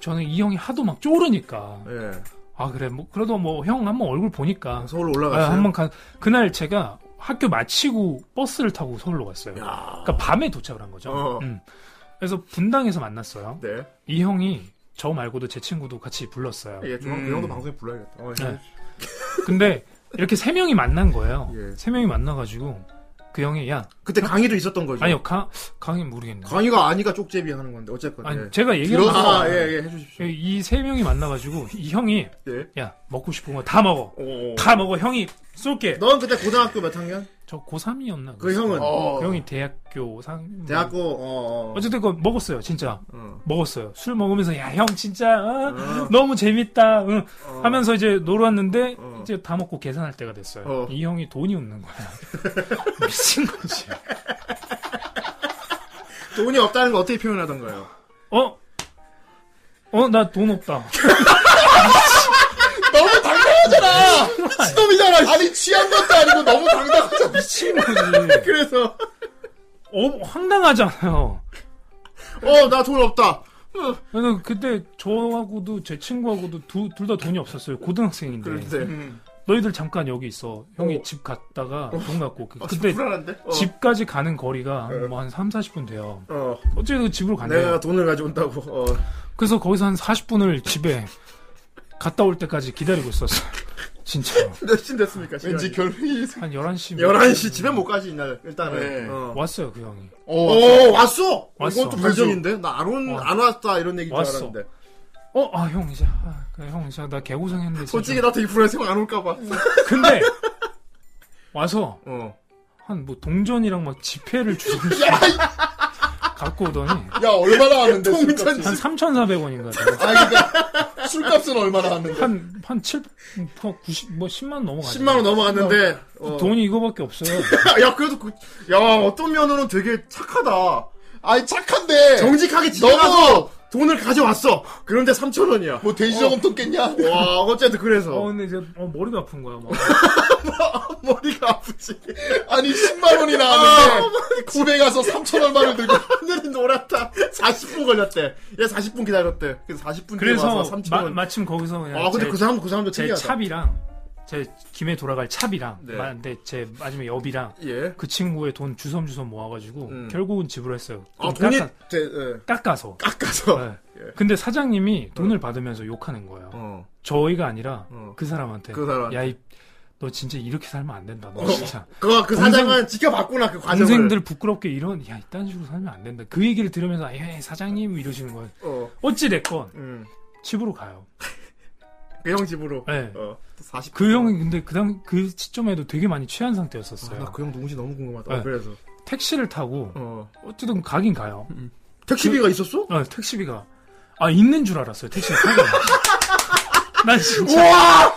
Speaker 4: 저는 이 형이 하도 막 쪼르니까
Speaker 2: 예.
Speaker 4: 아 그래 뭐 그래도 뭐 형 한번 얼굴 보니까
Speaker 2: 서울로
Speaker 4: 아,
Speaker 2: 올라갔어요.
Speaker 4: 한번 간 그날 제가 학교 마치고 버스를 타고 서울로 갔어요. 그러니까 밤에 도착을 한 거죠.
Speaker 2: 어.
Speaker 4: 음. 그래서 분당에서 만났어요.
Speaker 2: 네.
Speaker 4: 이 형이 저 말고도 제 친구도 같이 불렀어요.
Speaker 2: 예, 조만간 그
Speaker 3: 음.
Speaker 2: 형도 방송에 불러야겠다. 어,
Speaker 4: 네. 근데 이렇게 세 명이 만난 거예요.
Speaker 2: 예.
Speaker 4: 세 명이 만나가지고 그 형이 야
Speaker 2: 그때 강의도 있었던 거죠.
Speaker 4: 아니요 강 강의 모르겠네.
Speaker 2: 강의가 아니가 쪽제비 하는 건데 어쨌건.
Speaker 4: 아니
Speaker 2: 예.
Speaker 4: 제가 얘기한
Speaker 3: 들어서-
Speaker 4: 거.
Speaker 2: 아, 예, 예, 해주십시오.
Speaker 4: 이 세 명이 만나가지고 이 형이
Speaker 2: 예.
Speaker 4: 야 먹고 싶은 거 다 먹어.
Speaker 2: 오.
Speaker 4: 다 먹어 형이 쏠게.
Speaker 2: 넌 그때 고등학교 몇 학년?
Speaker 4: 저 고3이었나?
Speaker 2: 그 형은
Speaker 4: 그 형이 대학교 상
Speaker 2: 대학교 어. 어.
Speaker 4: 어쨌든 그 먹었어요 진짜
Speaker 2: 어.
Speaker 4: 먹었어요 술 먹으면서 야 형 진짜 어, 너무 재밌다 응, 하면서 이제 놀았는데
Speaker 2: 어.
Speaker 4: 이제 다 먹고 계산할 때가 됐어요
Speaker 2: 어.
Speaker 4: 이 형이 돈이 없는 거야 미친 거지
Speaker 2: 돈이 없다는 거 어떻게 표현하던 거예요?
Speaker 4: 어? 어 나 돈 없다
Speaker 3: 너무 당당하잖아. 미친놈이잖아. 아니 취한 것도 아니고 너무 당당하잖아.
Speaker 4: 미친 거지
Speaker 2: 그래서
Speaker 4: 어, 황당하잖아요
Speaker 2: 어 나 돈 없다.
Speaker 4: 그래서 그때 저하고도 제 친구하고도 둘 다 돈이 없었어요 고등학생인데
Speaker 2: 그런데
Speaker 3: 음.
Speaker 4: 너희들 잠깐 여기 있어 형이
Speaker 2: 어.
Speaker 4: 집 갔다가 돈 갖고 올게.
Speaker 2: 어, 좀
Speaker 4: 그때
Speaker 2: 불안한데. 어. 네.
Speaker 4: 집까지 가는 거리가 뭐한 3, 40분 돼요.
Speaker 2: 어.
Speaker 4: 어쨌든 집으로 간대요.
Speaker 2: 내가 돈을 가져온다고. 어.
Speaker 4: 그래서 거기서 한 40분을 집에 갔다 올 때까지 기다리고 있었어. 요 진짜로.
Speaker 2: 몇시 됐습니까?
Speaker 3: 왠지 결혼이
Speaker 4: 한 11시.
Speaker 2: 11시 집에 못 가지 이날 일단은.
Speaker 3: 네.
Speaker 2: 어.
Speaker 4: 왔어요, 그 형이.
Speaker 2: 어,
Speaker 3: 어.
Speaker 2: 왔어.
Speaker 4: 왔어.
Speaker 2: 이건 좀 반전인데 나 안 온
Speaker 4: 어.
Speaker 2: 안 왔다 이런 얘기인 줄
Speaker 4: 왔어.
Speaker 2: 알았는데.
Speaker 4: 어, 아, 형, 이제. 아, 그래, 형, 진짜 나 개고생했는데. 진짜.
Speaker 2: 솔직히 나 되게 불안해서 안 올까봐.
Speaker 4: 근데, 와서,
Speaker 2: 어.
Speaker 4: 한 뭐 동전이랑 막 지폐를 주고 갖고 오더니,
Speaker 3: 야 얼마나 하는데
Speaker 2: 통천
Speaker 4: 한 3,400원인가.
Speaker 3: 아 그러니까 술값은 얼마나 하는데?
Speaker 4: 한, 한 7, 90, 뭐 10만원 넘어가죠.
Speaker 2: 10만원 넘어갔는데, 어.
Speaker 4: 돈이 이거밖에 없어요.
Speaker 2: 야, 그래도 그, 야, 어떤 면으로는 되게 착하다.
Speaker 3: 아니
Speaker 2: 네.
Speaker 3: 착한데.
Speaker 2: 정직하게 집에
Speaker 3: 너무-
Speaker 2: 가서 돈을 가져왔어. 그런데 3천원이야.
Speaker 3: 뭐 돼지 저금통 깼냐?
Speaker 2: 어. 와, 어쨌든
Speaker 4: 어,
Speaker 2: 그래서.
Speaker 4: 근데 이제, 어, 머리가 아픈 거야, 막.
Speaker 2: 머리가 아프지.
Speaker 3: 아니 10만 원이
Speaker 2: 아,
Speaker 3: 나왔는데 집에 가서 3천 얼마를 들고
Speaker 2: 하늘이 노랗다. 40분 걸렸대. 얘 40분 기다렸대. 그래서 40분 뒤에
Speaker 4: 그래서,
Speaker 2: 와서 3천원.
Speaker 4: 마, 침 거기서 그냥.
Speaker 2: 아, 근데
Speaker 4: 제,
Speaker 2: 그 사람, 그 사람도
Speaker 4: 제
Speaker 2: 특이하다.
Speaker 4: 찹이랑, 제 김에 돌아갈 찹이랑,
Speaker 2: 네.
Speaker 4: 마- 근데 제 마지막 여비랑,
Speaker 2: 예.
Speaker 4: 그 친구의 돈 주섬주섬 모아가지고,
Speaker 2: 음.
Speaker 4: 결국은 지불 했어요.
Speaker 2: 아, 돈이,
Speaker 4: 깎아,
Speaker 2: 제, 예.
Speaker 4: 깎아서.
Speaker 2: 깎아서. 예.
Speaker 4: 네. 근데 사장님이 돈을 받으면서 욕하는 거예요.
Speaker 2: 어.
Speaker 4: 저희가 아니라
Speaker 2: 어.
Speaker 4: 그 사람한테.
Speaker 2: 그 사람한테. 어.
Speaker 4: 야, 이, 너 진짜 이렇게 살면 안 된다. 너 진짜.
Speaker 2: 그거, 그
Speaker 4: 동생-
Speaker 2: 사장은 지켜봤구나, 그 과정을.
Speaker 4: 동생들 부끄럽게 이런, 야, 이딴 식으로 살면 안 된다. 그 얘기를 들으면서, 예, 사장님 이러시는 거예요.
Speaker 2: 어,
Speaker 4: 어찌됐건,
Speaker 2: 음.
Speaker 4: 집으로 가요.
Speaker 2: 그 형 집으로.
Speaker 4: 예.
Speaker 2: 어. 40.
Speaker 4: 그 형이 근데 그 당, 그 시점에도 되게 많이 취한 상태였었어요.
Speaker 2: 나 그 형 누군지 너무 궁금하다.
Speaker 4: 네.
Speaker 2: 그래서.
Speaker 4: 택시를 타고,
Speaker 2: 어. 음. 그-
Speaker 4: 어쨌든 가긴 가요.
Speaker 2: 택시비가 있었어?
Speaker 4: 어, 택시비가. 아, 있는 줄 알았어요. 택시 타고. 난 진짜.
Speaker 2: 우와!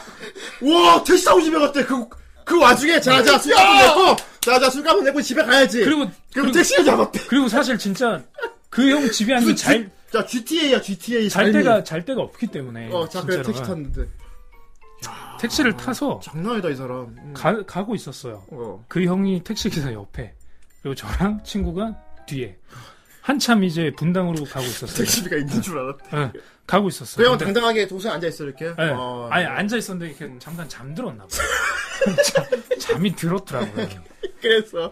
Speaker 2: 우와, 택시 타고 집에 갔대. 그, 그 와중에, 자, 자, 술값은 냈고, 자, 자, 술값은 냈고, 집에 가야지.
Speaker 4: 그리고,
Speaker 2: 그럼
Speaker 4: 그리고,
Speaker 2: 택시를 잡았대.
Speaker 4: 그리고 사실 진짜 그 형 집에 앉는 잘,
Speaker 2: 자, GTA야, GTA.
Speaker 4: 잘 때가 잘 때가 없기 때문에
Speaker 2: 어, 자, 그래,
Speaker 4: 진짜로
Speaker 2: 택시 탔는데.
Speaker 4: 택시를 타서
Speaker 2: 장난이다, 이 사람. 음.
Speaker 4: 가, 가고 있었어요.
Speaker 2: 어.
Speaker 4: 그 형이 택시 기사 옆에 그리고 저랑 친구가 뒤에 한참 이제 분당으로 가고 있었어요.
Speaker 2: 택시비가 있는 줄 알았대.
Speaker 4: 예, 가고
Speaker 2: 그
Speaker 4: 있었어요.
Speaker 2: 형은
Speaker 4: 근데-
Speaker 2: 당당하게 도서에 앉아있어, 이렇게.
Speaker 4: 예.
Speaker 2: 어. 음.
Speaker 4: 아니 앉아 있었는데 이렇게 잠깐 잠들었나 봐요. 잠, 잠이 들었더라고요.
Speaker 2: 그래서.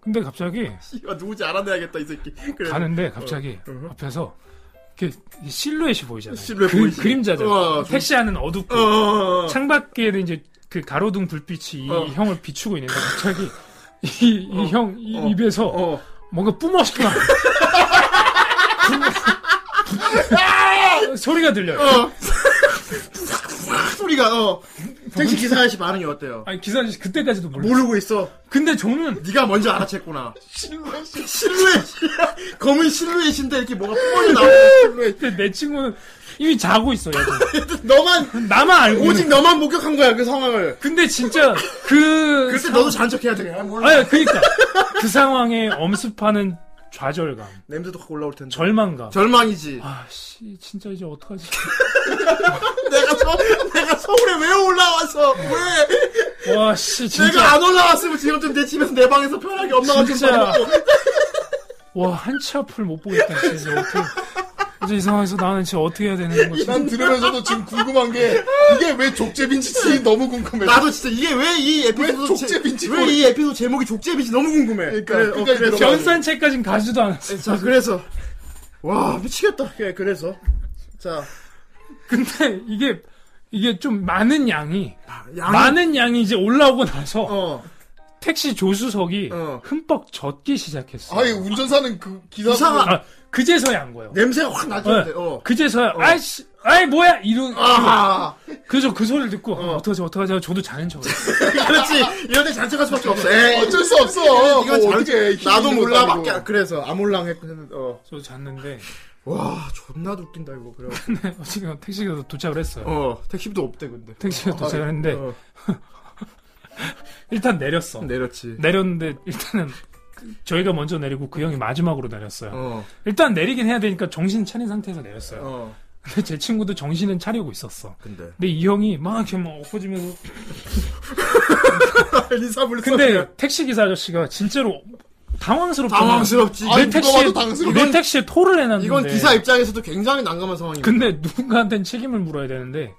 Speaker 4: 근데 갑자기
Speaker 2: 이거 누구지 알아내야겠다, 이 새끼. 그래.
Speaker 4: 가는데 갑자기 앞에서 이렇게 실루엣이 보이잖아요.
Speaker 2: 음. 실루엣
Speaker 4: 그,
Speaker 2: 보이지.
Speaker 4: 그림자죠.
Speaker 2: 우와, 좀-
Speaker 4: 택시 안은 어둡고
Speaker 2: 어, 어, 어.
Speaker 4: 창밖에는 이제 그 가로등 불빛이 이
Speaker 2: 어.
Speaker 4: 형을 비추고 있는데 갑자기 이
Speaker 2: 어.
Speaker 4: 형
Speaker 2: 어.
Speaker 4: 입에서
Speaker 2: 어.
Speaker 4: 뭔가 뿜어서 나 아! 소리가 들려요.
Speaker 2: 어. 소리가, 어. 택시 기사 아저씨 반응이 어때요?
Speaker 4: 아니 기사님 그때까지도 몰라.
Speaker 2: 모르고 있어.
Speaker 4: 근데 저는
Speaker 2: 네가 먼저 알아챘구나. 실루엣. 실루엣. 검은 실루엣인데 이렇게 뭐가 뿜어져 나오는 실루엣.
Speaker 4: 그때 내 친구는 이미 자고 있어요.
Speaker 2: 너만
Speaker 4: 나만 알고.
Speaker 2: 오직
Speaker 4: 있는.
Speaker 2: 너만 목격한 거야 그 상황을.
Speaker 4: 근데 진짜 그
Speaker 2: 그때 너도 잔척해야 돼. 아, 몰라.
Speaker 4: 아니 그러니까 그 상황에 엄습하는 좌절감,
Speaker 2: 냄새도 확 올라올 텐데.
Speaker 4: 절망감.
Speaker 2: 절망이지.
Speaker 4: 아씨 진짜 이제 어떡하지?
Speaker 2: 내가 서, 내가 서울에 왜 올라와서 왜
Speaker 4: 와씨
Speaker 2: 내가
Speaker 4: 진짜
Speaker 2: 안 올라왔으면 지금쯤 내 집에서 내 방에서 편하게 엄마가 좀
Speaker 4: 진짜.
Speaker 2: 먹고
Speaker 4: 와 한치 앞을 못 보겠다 진짜 이제 어떻게 이제 이 상황에서 나는 진짜 어떻게 해야 되는 거지?
Speaker 3: 난 들으면서도 지금 궁금한 게 이게 왜 족제빈지 지 너무 궁금해.
Speaker 2: 나도 진짜 이게 왜 이 에피소드
Speaker 3: 왜 족제비인지
Speaker 2: 왜 이 에피소드 제목이 족제비인지 너무 궁금해.
Speaker 3: 그러니까,
Speaker 2: 그래, 어,
Speaker 3: 끝까지
Speaker 2: 그래서
Speaker 3: 들어봐.
Speaker 4: 연산책까진 가지도 않았어.
Speaker 2: 자 그래서 와 미치겠다. 예, 그래서 자
Speaker 4: 근데 이게 이게 좀 많은 양이
Speaker 2: 아, 양.
Speaker 4: 많은 양이 이제 올라오고 나서
Speaker 2: 어.
Speaker 4: 택시 조수석이
Speaker 2: 어.
Speaker 4: 흠뻑 젖기 시작했어.
Speaker 3: 아니 운전사는 그 기사
Speaker 2: 이상한
Speaker 4: 아, 그제서야 한 거예요.
Speaker 2: 냄새가 확 나는데.
Speaker 4: 네.
Speaker 2: 어.
Speaker 4: 그제서야 아이씨 아이 뭐야 이런
Speaker 2: 아,
Speaker 4: 그래서 그 소리를 듣고 어. 떡하지 어떡하지 하고 저도 자는 척을 했어요.
Speaker 2: 그렇지. 이런 데 잔뜩할 수밖에 없어. 에이,
Speaker 3: 어쩔 수 없어.
Speaker 2: 이건
Speaker 3: 뭐
Speaker 2: 잔뜩-
Speaker 3: 어떻게 해.
Speaker 2: 나도
Speaker 3: 힘든
Speaker 2: 몰라.
Speaker 3: 것도 아니고.
Speaker 2: 밖에 안- 그래서 아몰랑 했는데. 어.
Speaker 4: 저도 잤는데
Speaker 2: 와, 존나 웃긴다 이거. 그래.
Speaker 4: 어쨌든 택시가 도착을 했어요.
Speaker 2: 어, 택시도 없대 근데.
Speaker 4: 택시가 도착을 했는데
Speaker 2: 어, 네.
Speaker 4: 일단 내렸어.
Speaker 2: 내렸지.
Speaker 4: 내렸는데 일단은 그- 저희가 먼저 내리고 그 형이 마지막으로 내렸어요.
Speaker 2: 어,
Speaker 4: 일단 내리긴 해야 되니까 정신 차린 상태에서 내렸어요.
Speaker 2: 어.
Speaker 4: 근데 제 친구도 정신은 차리고 있었어.
Speaker 2: 근데.
Speaker 4: 근데 이 형이 막 이렇게 막 엎어지면서
Speaker 2: 리사불.
Speaker 4: 근데 택시 기사 아저씨가 진짜로 당황스럽잖아.
Speaker 2: 어, 그러니까. 당황스럽지.
Speaker 3: 아니,
Speaker 4: 내
Speaker 3: 누가
Speaker 4: 택시에
Speaker 3: 봐도 당황스러워.
Speaker 4: 내 택시에 토를 해놨는데
Speaker 2: 이건 기사 입장에서도 굉장히 난감한 상황이야.
Speaker 4: 근데 누군가한테는 책임을 물어야 되는데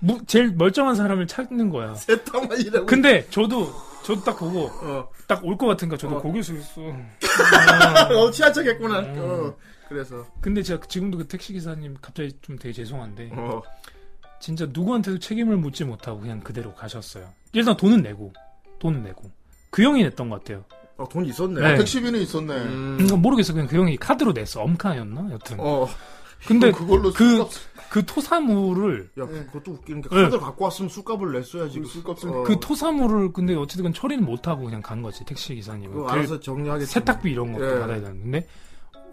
Speaker 4: 무- 제일 멀쩡한 사람을 찾는 거야.
Speaker 2: 대타만이라고.
Speaker 4: 근데 저도 저도 딱 보고
Speaker 2: 어,
Speaker 4: 딱 올 것 같으니까 저도
Speaker 2: 어.
Speaker 4: 고개 숙였어.
Speaker 2: 어 취한 척했구나. 어, 그래서.
Speaker 4: 근데 제가 지금도 그 택시 기사님 갑자기 좀 되게 죄송한데
Speaker 2: 어,
Speaker 4: 진짜 누구한테도 책임을 묻지 못하고 그냥 그대로 가셨어요. 일단 돈은 내고 돈은 내고 그 형이 냈던 것 같아요.
Speaker 2: 어, 돈 있었네.
Speaker 4: 네.
Speaker 3: 택시비는 있었네.
Speaker 2: 음,
Speaker 4: 음, 모르겠어 그냥 그 형이 카드로 냈어 엄카였나 여튼.
Speaker 2: 어,
Speaker 4: 근데 그
Speaker 3: 그걸로
Speaker 4: 그,
Speaker 3: 술값-
Speaker 4: 토사물을
Speaker 2: 야, 그것도 웃기는 게
Speaker 4: 네.
Speaker 2: 카드 갖고 왔으면 술값을 냈어야지.
Speaker 3: 그 술값은
Speaker 2: 어.
Speaker 4: 그 토사물을 근데 어쨌든 처리는 못 하고 그냥 간 거지 택시 기사님은.
Speaker 2: 그거
Speaker 4: 그-
Speaker 2: 알아서 정리하겠지.
Speaker 4: 세탁비 이런 것도
Speaker 2: 예.
Speaker 4: 받아야 되는데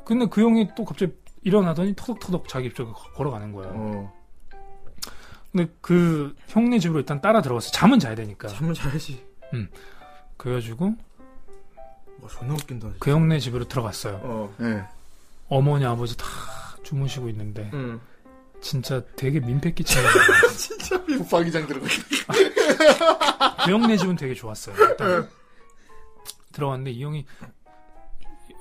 Speaker 4: 근데 그 형이 또 갑자기 일어나더니 터덕터덕 자기 쪽에 걸어가는 거야.
Speaker 2: 어.
Speaker 4: 근데 그 형네 집으로 일단 따라 들어갔어. 잠은 자야 되니까.
Speaker 2: 잠을 자야지.
Speaker 4: 그래가지고
Speaker 2: 뭐 존나 웃긴다.
Speaker 4: 그 형네 집으로 들어갔어요.
Speaker 2: 어.
Speaker 3: 예.
Speaker 4: 어머니 아버지 다 주무시고 있는데
Speaker 2: 응.
Speaker 4: 진짜 되게 민폐 끼치는 거예요.
Speaker 3: 북방이장 들어가.
Speaker 4: 그 형네 집은 되게 좋았어요.
Speaker 2: 네.
Speaker 4: 일단 들어갔는데 이 형이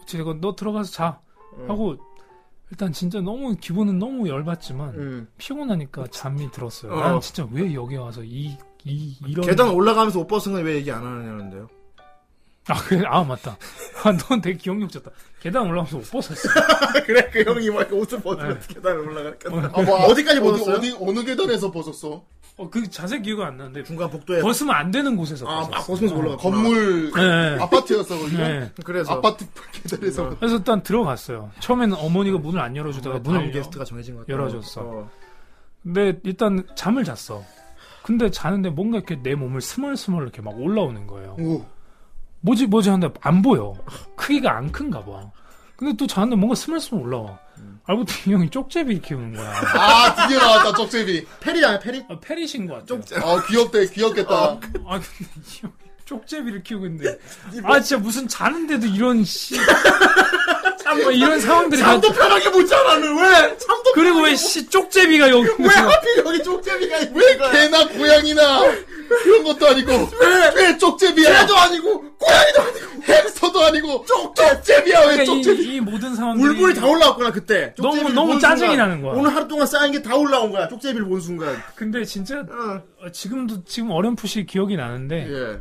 Speaker 4: 제가 너 들어가서 자 하고 일단 진짜 너무 기분은 너무 열받지만
Speaker 2: 응.
Speaker 4: 피곤하니까 잠이 들었어요.
Speaker 2: 음. 어.
Speaker 4: 난 진짜 왜 여기 와서 이, 이, 이런.
Speaker 2: 계단 올라가면서 오빠 승은 왜 얘기 안 하느냐는데요.
Speaker 4: 아, 그래. 아, 맞다. 아, 넌 되게 기억력 좋다. 계단 올라가면서 옷 벗었어.
Speaker 2: 그래 그 형이 막 옷을 벗으면서 계단을 올라가니까.
Speaker 3: 아, 뭐,
Speaker 2: 네. 어디까지 벗었어요?
Speaker 3: 어디, 어디, 어느 계단에서 벗었어?
Speaker 4: 어, 그 자세 기억이 안 나는데.
Speaker 2: 중간 복도에
Speaker 4: 벗으면 안 되는 곳에서.
Speaker 2: 네. 아, 막
Speaker 4: 벗었어.
Speaker 2: 벗으면서 올라가.
Speaker 3: 건물,
Speaker 4: 예,
Speaker 3: 아파트였어,
Speaker 4: 예.
Speaker 3: 거기가?
Speaker 4: 예.
Speaker 2: 그래서 어.
Speaker 3: 아파트 계단에서.
Speaker 4: 그래서 일단 들어갔어요. 처음에는 어머니가 문을 안 열어주다가 문을
Speaker 2: 네, 다음
Speaker 4: 열
Speaker 2: 게스트가 정해진 것 같아.
Speaker 4: 열어줬어. 근데 일단 잠을 잤어. 근데 자는데 뭔가 이렇게 내 몸을 스멀스멀 이렇게 막 올라오는 거예요.
Speaker 3: 오.
Speaker 4: 뭐지 뭐지 하는데 안 보여. 크기가 안 큰가 봐. 근데 또 자는데 뭔가 스멀스멀 올라와. 알고 보니 형이 쪽제비 키우는 거야.
Speaker 3: 아, 드디어 나왔다, 쪽제비.
Speaker 2: 페리 아니야 페리?
Speaker 4: 아, 페리신 것 같아. 쪽...
Speaker 3: 아, 귀엽대, 귀엽겠다.
Speaker 4: 아 근데 이 형이 쪽제비를 키우고 있는데.
Speaker 2: 뭐-
Speaker 4: 아 진짜 무슨 자는데도 이런 씨. 뭐 이런 상황들이 다.
Speaker 2: 잠도 편하게 못 자라는 왜? 잠도
Speaker 4: 그리고 그 왜 씨 쪽제비가 여기
Speaker 2: 왜 하필 여기 쪽제비가 왜 거야?
Speaker 3: 개나 고양이나 그런 것도 아니고 왜 쪽제비야? 개도 아니고 고양이도 아니고 햄스터도 아니고 쪽제비야 왜
Speaker 4: 그러니까
Speaker 3: 쪽제비?
Speaker 4: 이, 이 모든 상황들이
Speaker 2: 울분이 다 올라왔구나 그때.
Speaker 4: 너무-
Speaker 2: 쪽제비를
Speaker 4: 너무
Speaker 2: 본
Speaker 4: 짜증이
Speaker 2: 순간.
Speaker 4: 나는 거야.
Speaker 2: 오늘 하루 동안 쌓인 게 다 올라온 거야. 쪽제비를 본 순간.
Speaker 4: 근데 진짜
Speaker 2: 어.
Speaker 4: 어, 지금도 지금 어렴풋이 기억이 나는데
Speaker 2: 예.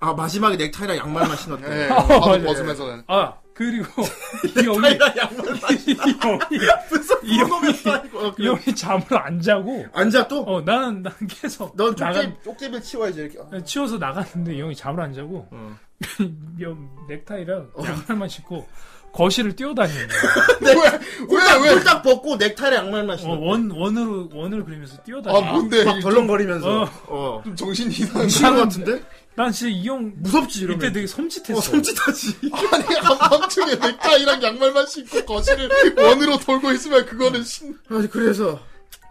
Speaker 2: 아 마지막에 넥타이랑 양말만 신었대.
Speaker 3: 예,
Speaker 2: 넥타이랑
Speaker 3: 바로
Speaker 4: 맞아요.
Speaker 3: 벗으면서는
Speaker 4: 아 그리고 이 형이
Speaker 2: 양말만
Speaker 4: 이 형이
Speaker 2: 무슨
Speaker 4: 이
Speaker 2: 놈이었어, 이거. 어,
Speaker 4: 이
Speaker 2: 그래.
Speaker 4: 형이 잠을 안 자고
Speaker 2: 앉아 또.
Speaker 4: 어 나는 난 계속
Speaker 2: 넌
Speaker 4: 나가-
Speaker 2: 쪽제비 쪽제비를 치워야지 이렇게. 아.
Speaker 4: 치워서 나갔는데 이 형이 잠을 안 자고
Speaker 2: 어.
Speaker 4: 이 형 넥타이랑 양말만 신고 거실을 뛰어다니는 거야.
Speaker 3: 왜, 왜?
Speaker 2: 홀딱 벗고 넥타이랑 양말만
Speaker 4: 어,
Speaker 2: 신었대.
Speaker 4: 원 원으로 원을 그리면서
Speaker 3: 아
Speaker 4: 뛰어다니는 거야.
Speaker 3: 뭔데
Speaker 2: 막 덜렁거리면서.
Speaker 4: 어.
Speaker 2: 어.
Speaker 3: 좀 정신 이상한
Speaker 2: 이상한 것 같은데?
Speaker 4: 난 진짜 이형
Speaker 2: 무섭지 이러면.
Speaker 4: 이때 되게 섬찟했어.
Speaker 2: 어, 섬찟하지.
Speaker 3: 아니 한밤중에 넥타이랑 양말만 신고 거실을 원으로 돌고 있으면 그거는 신
Speaker 2: 아, 그래서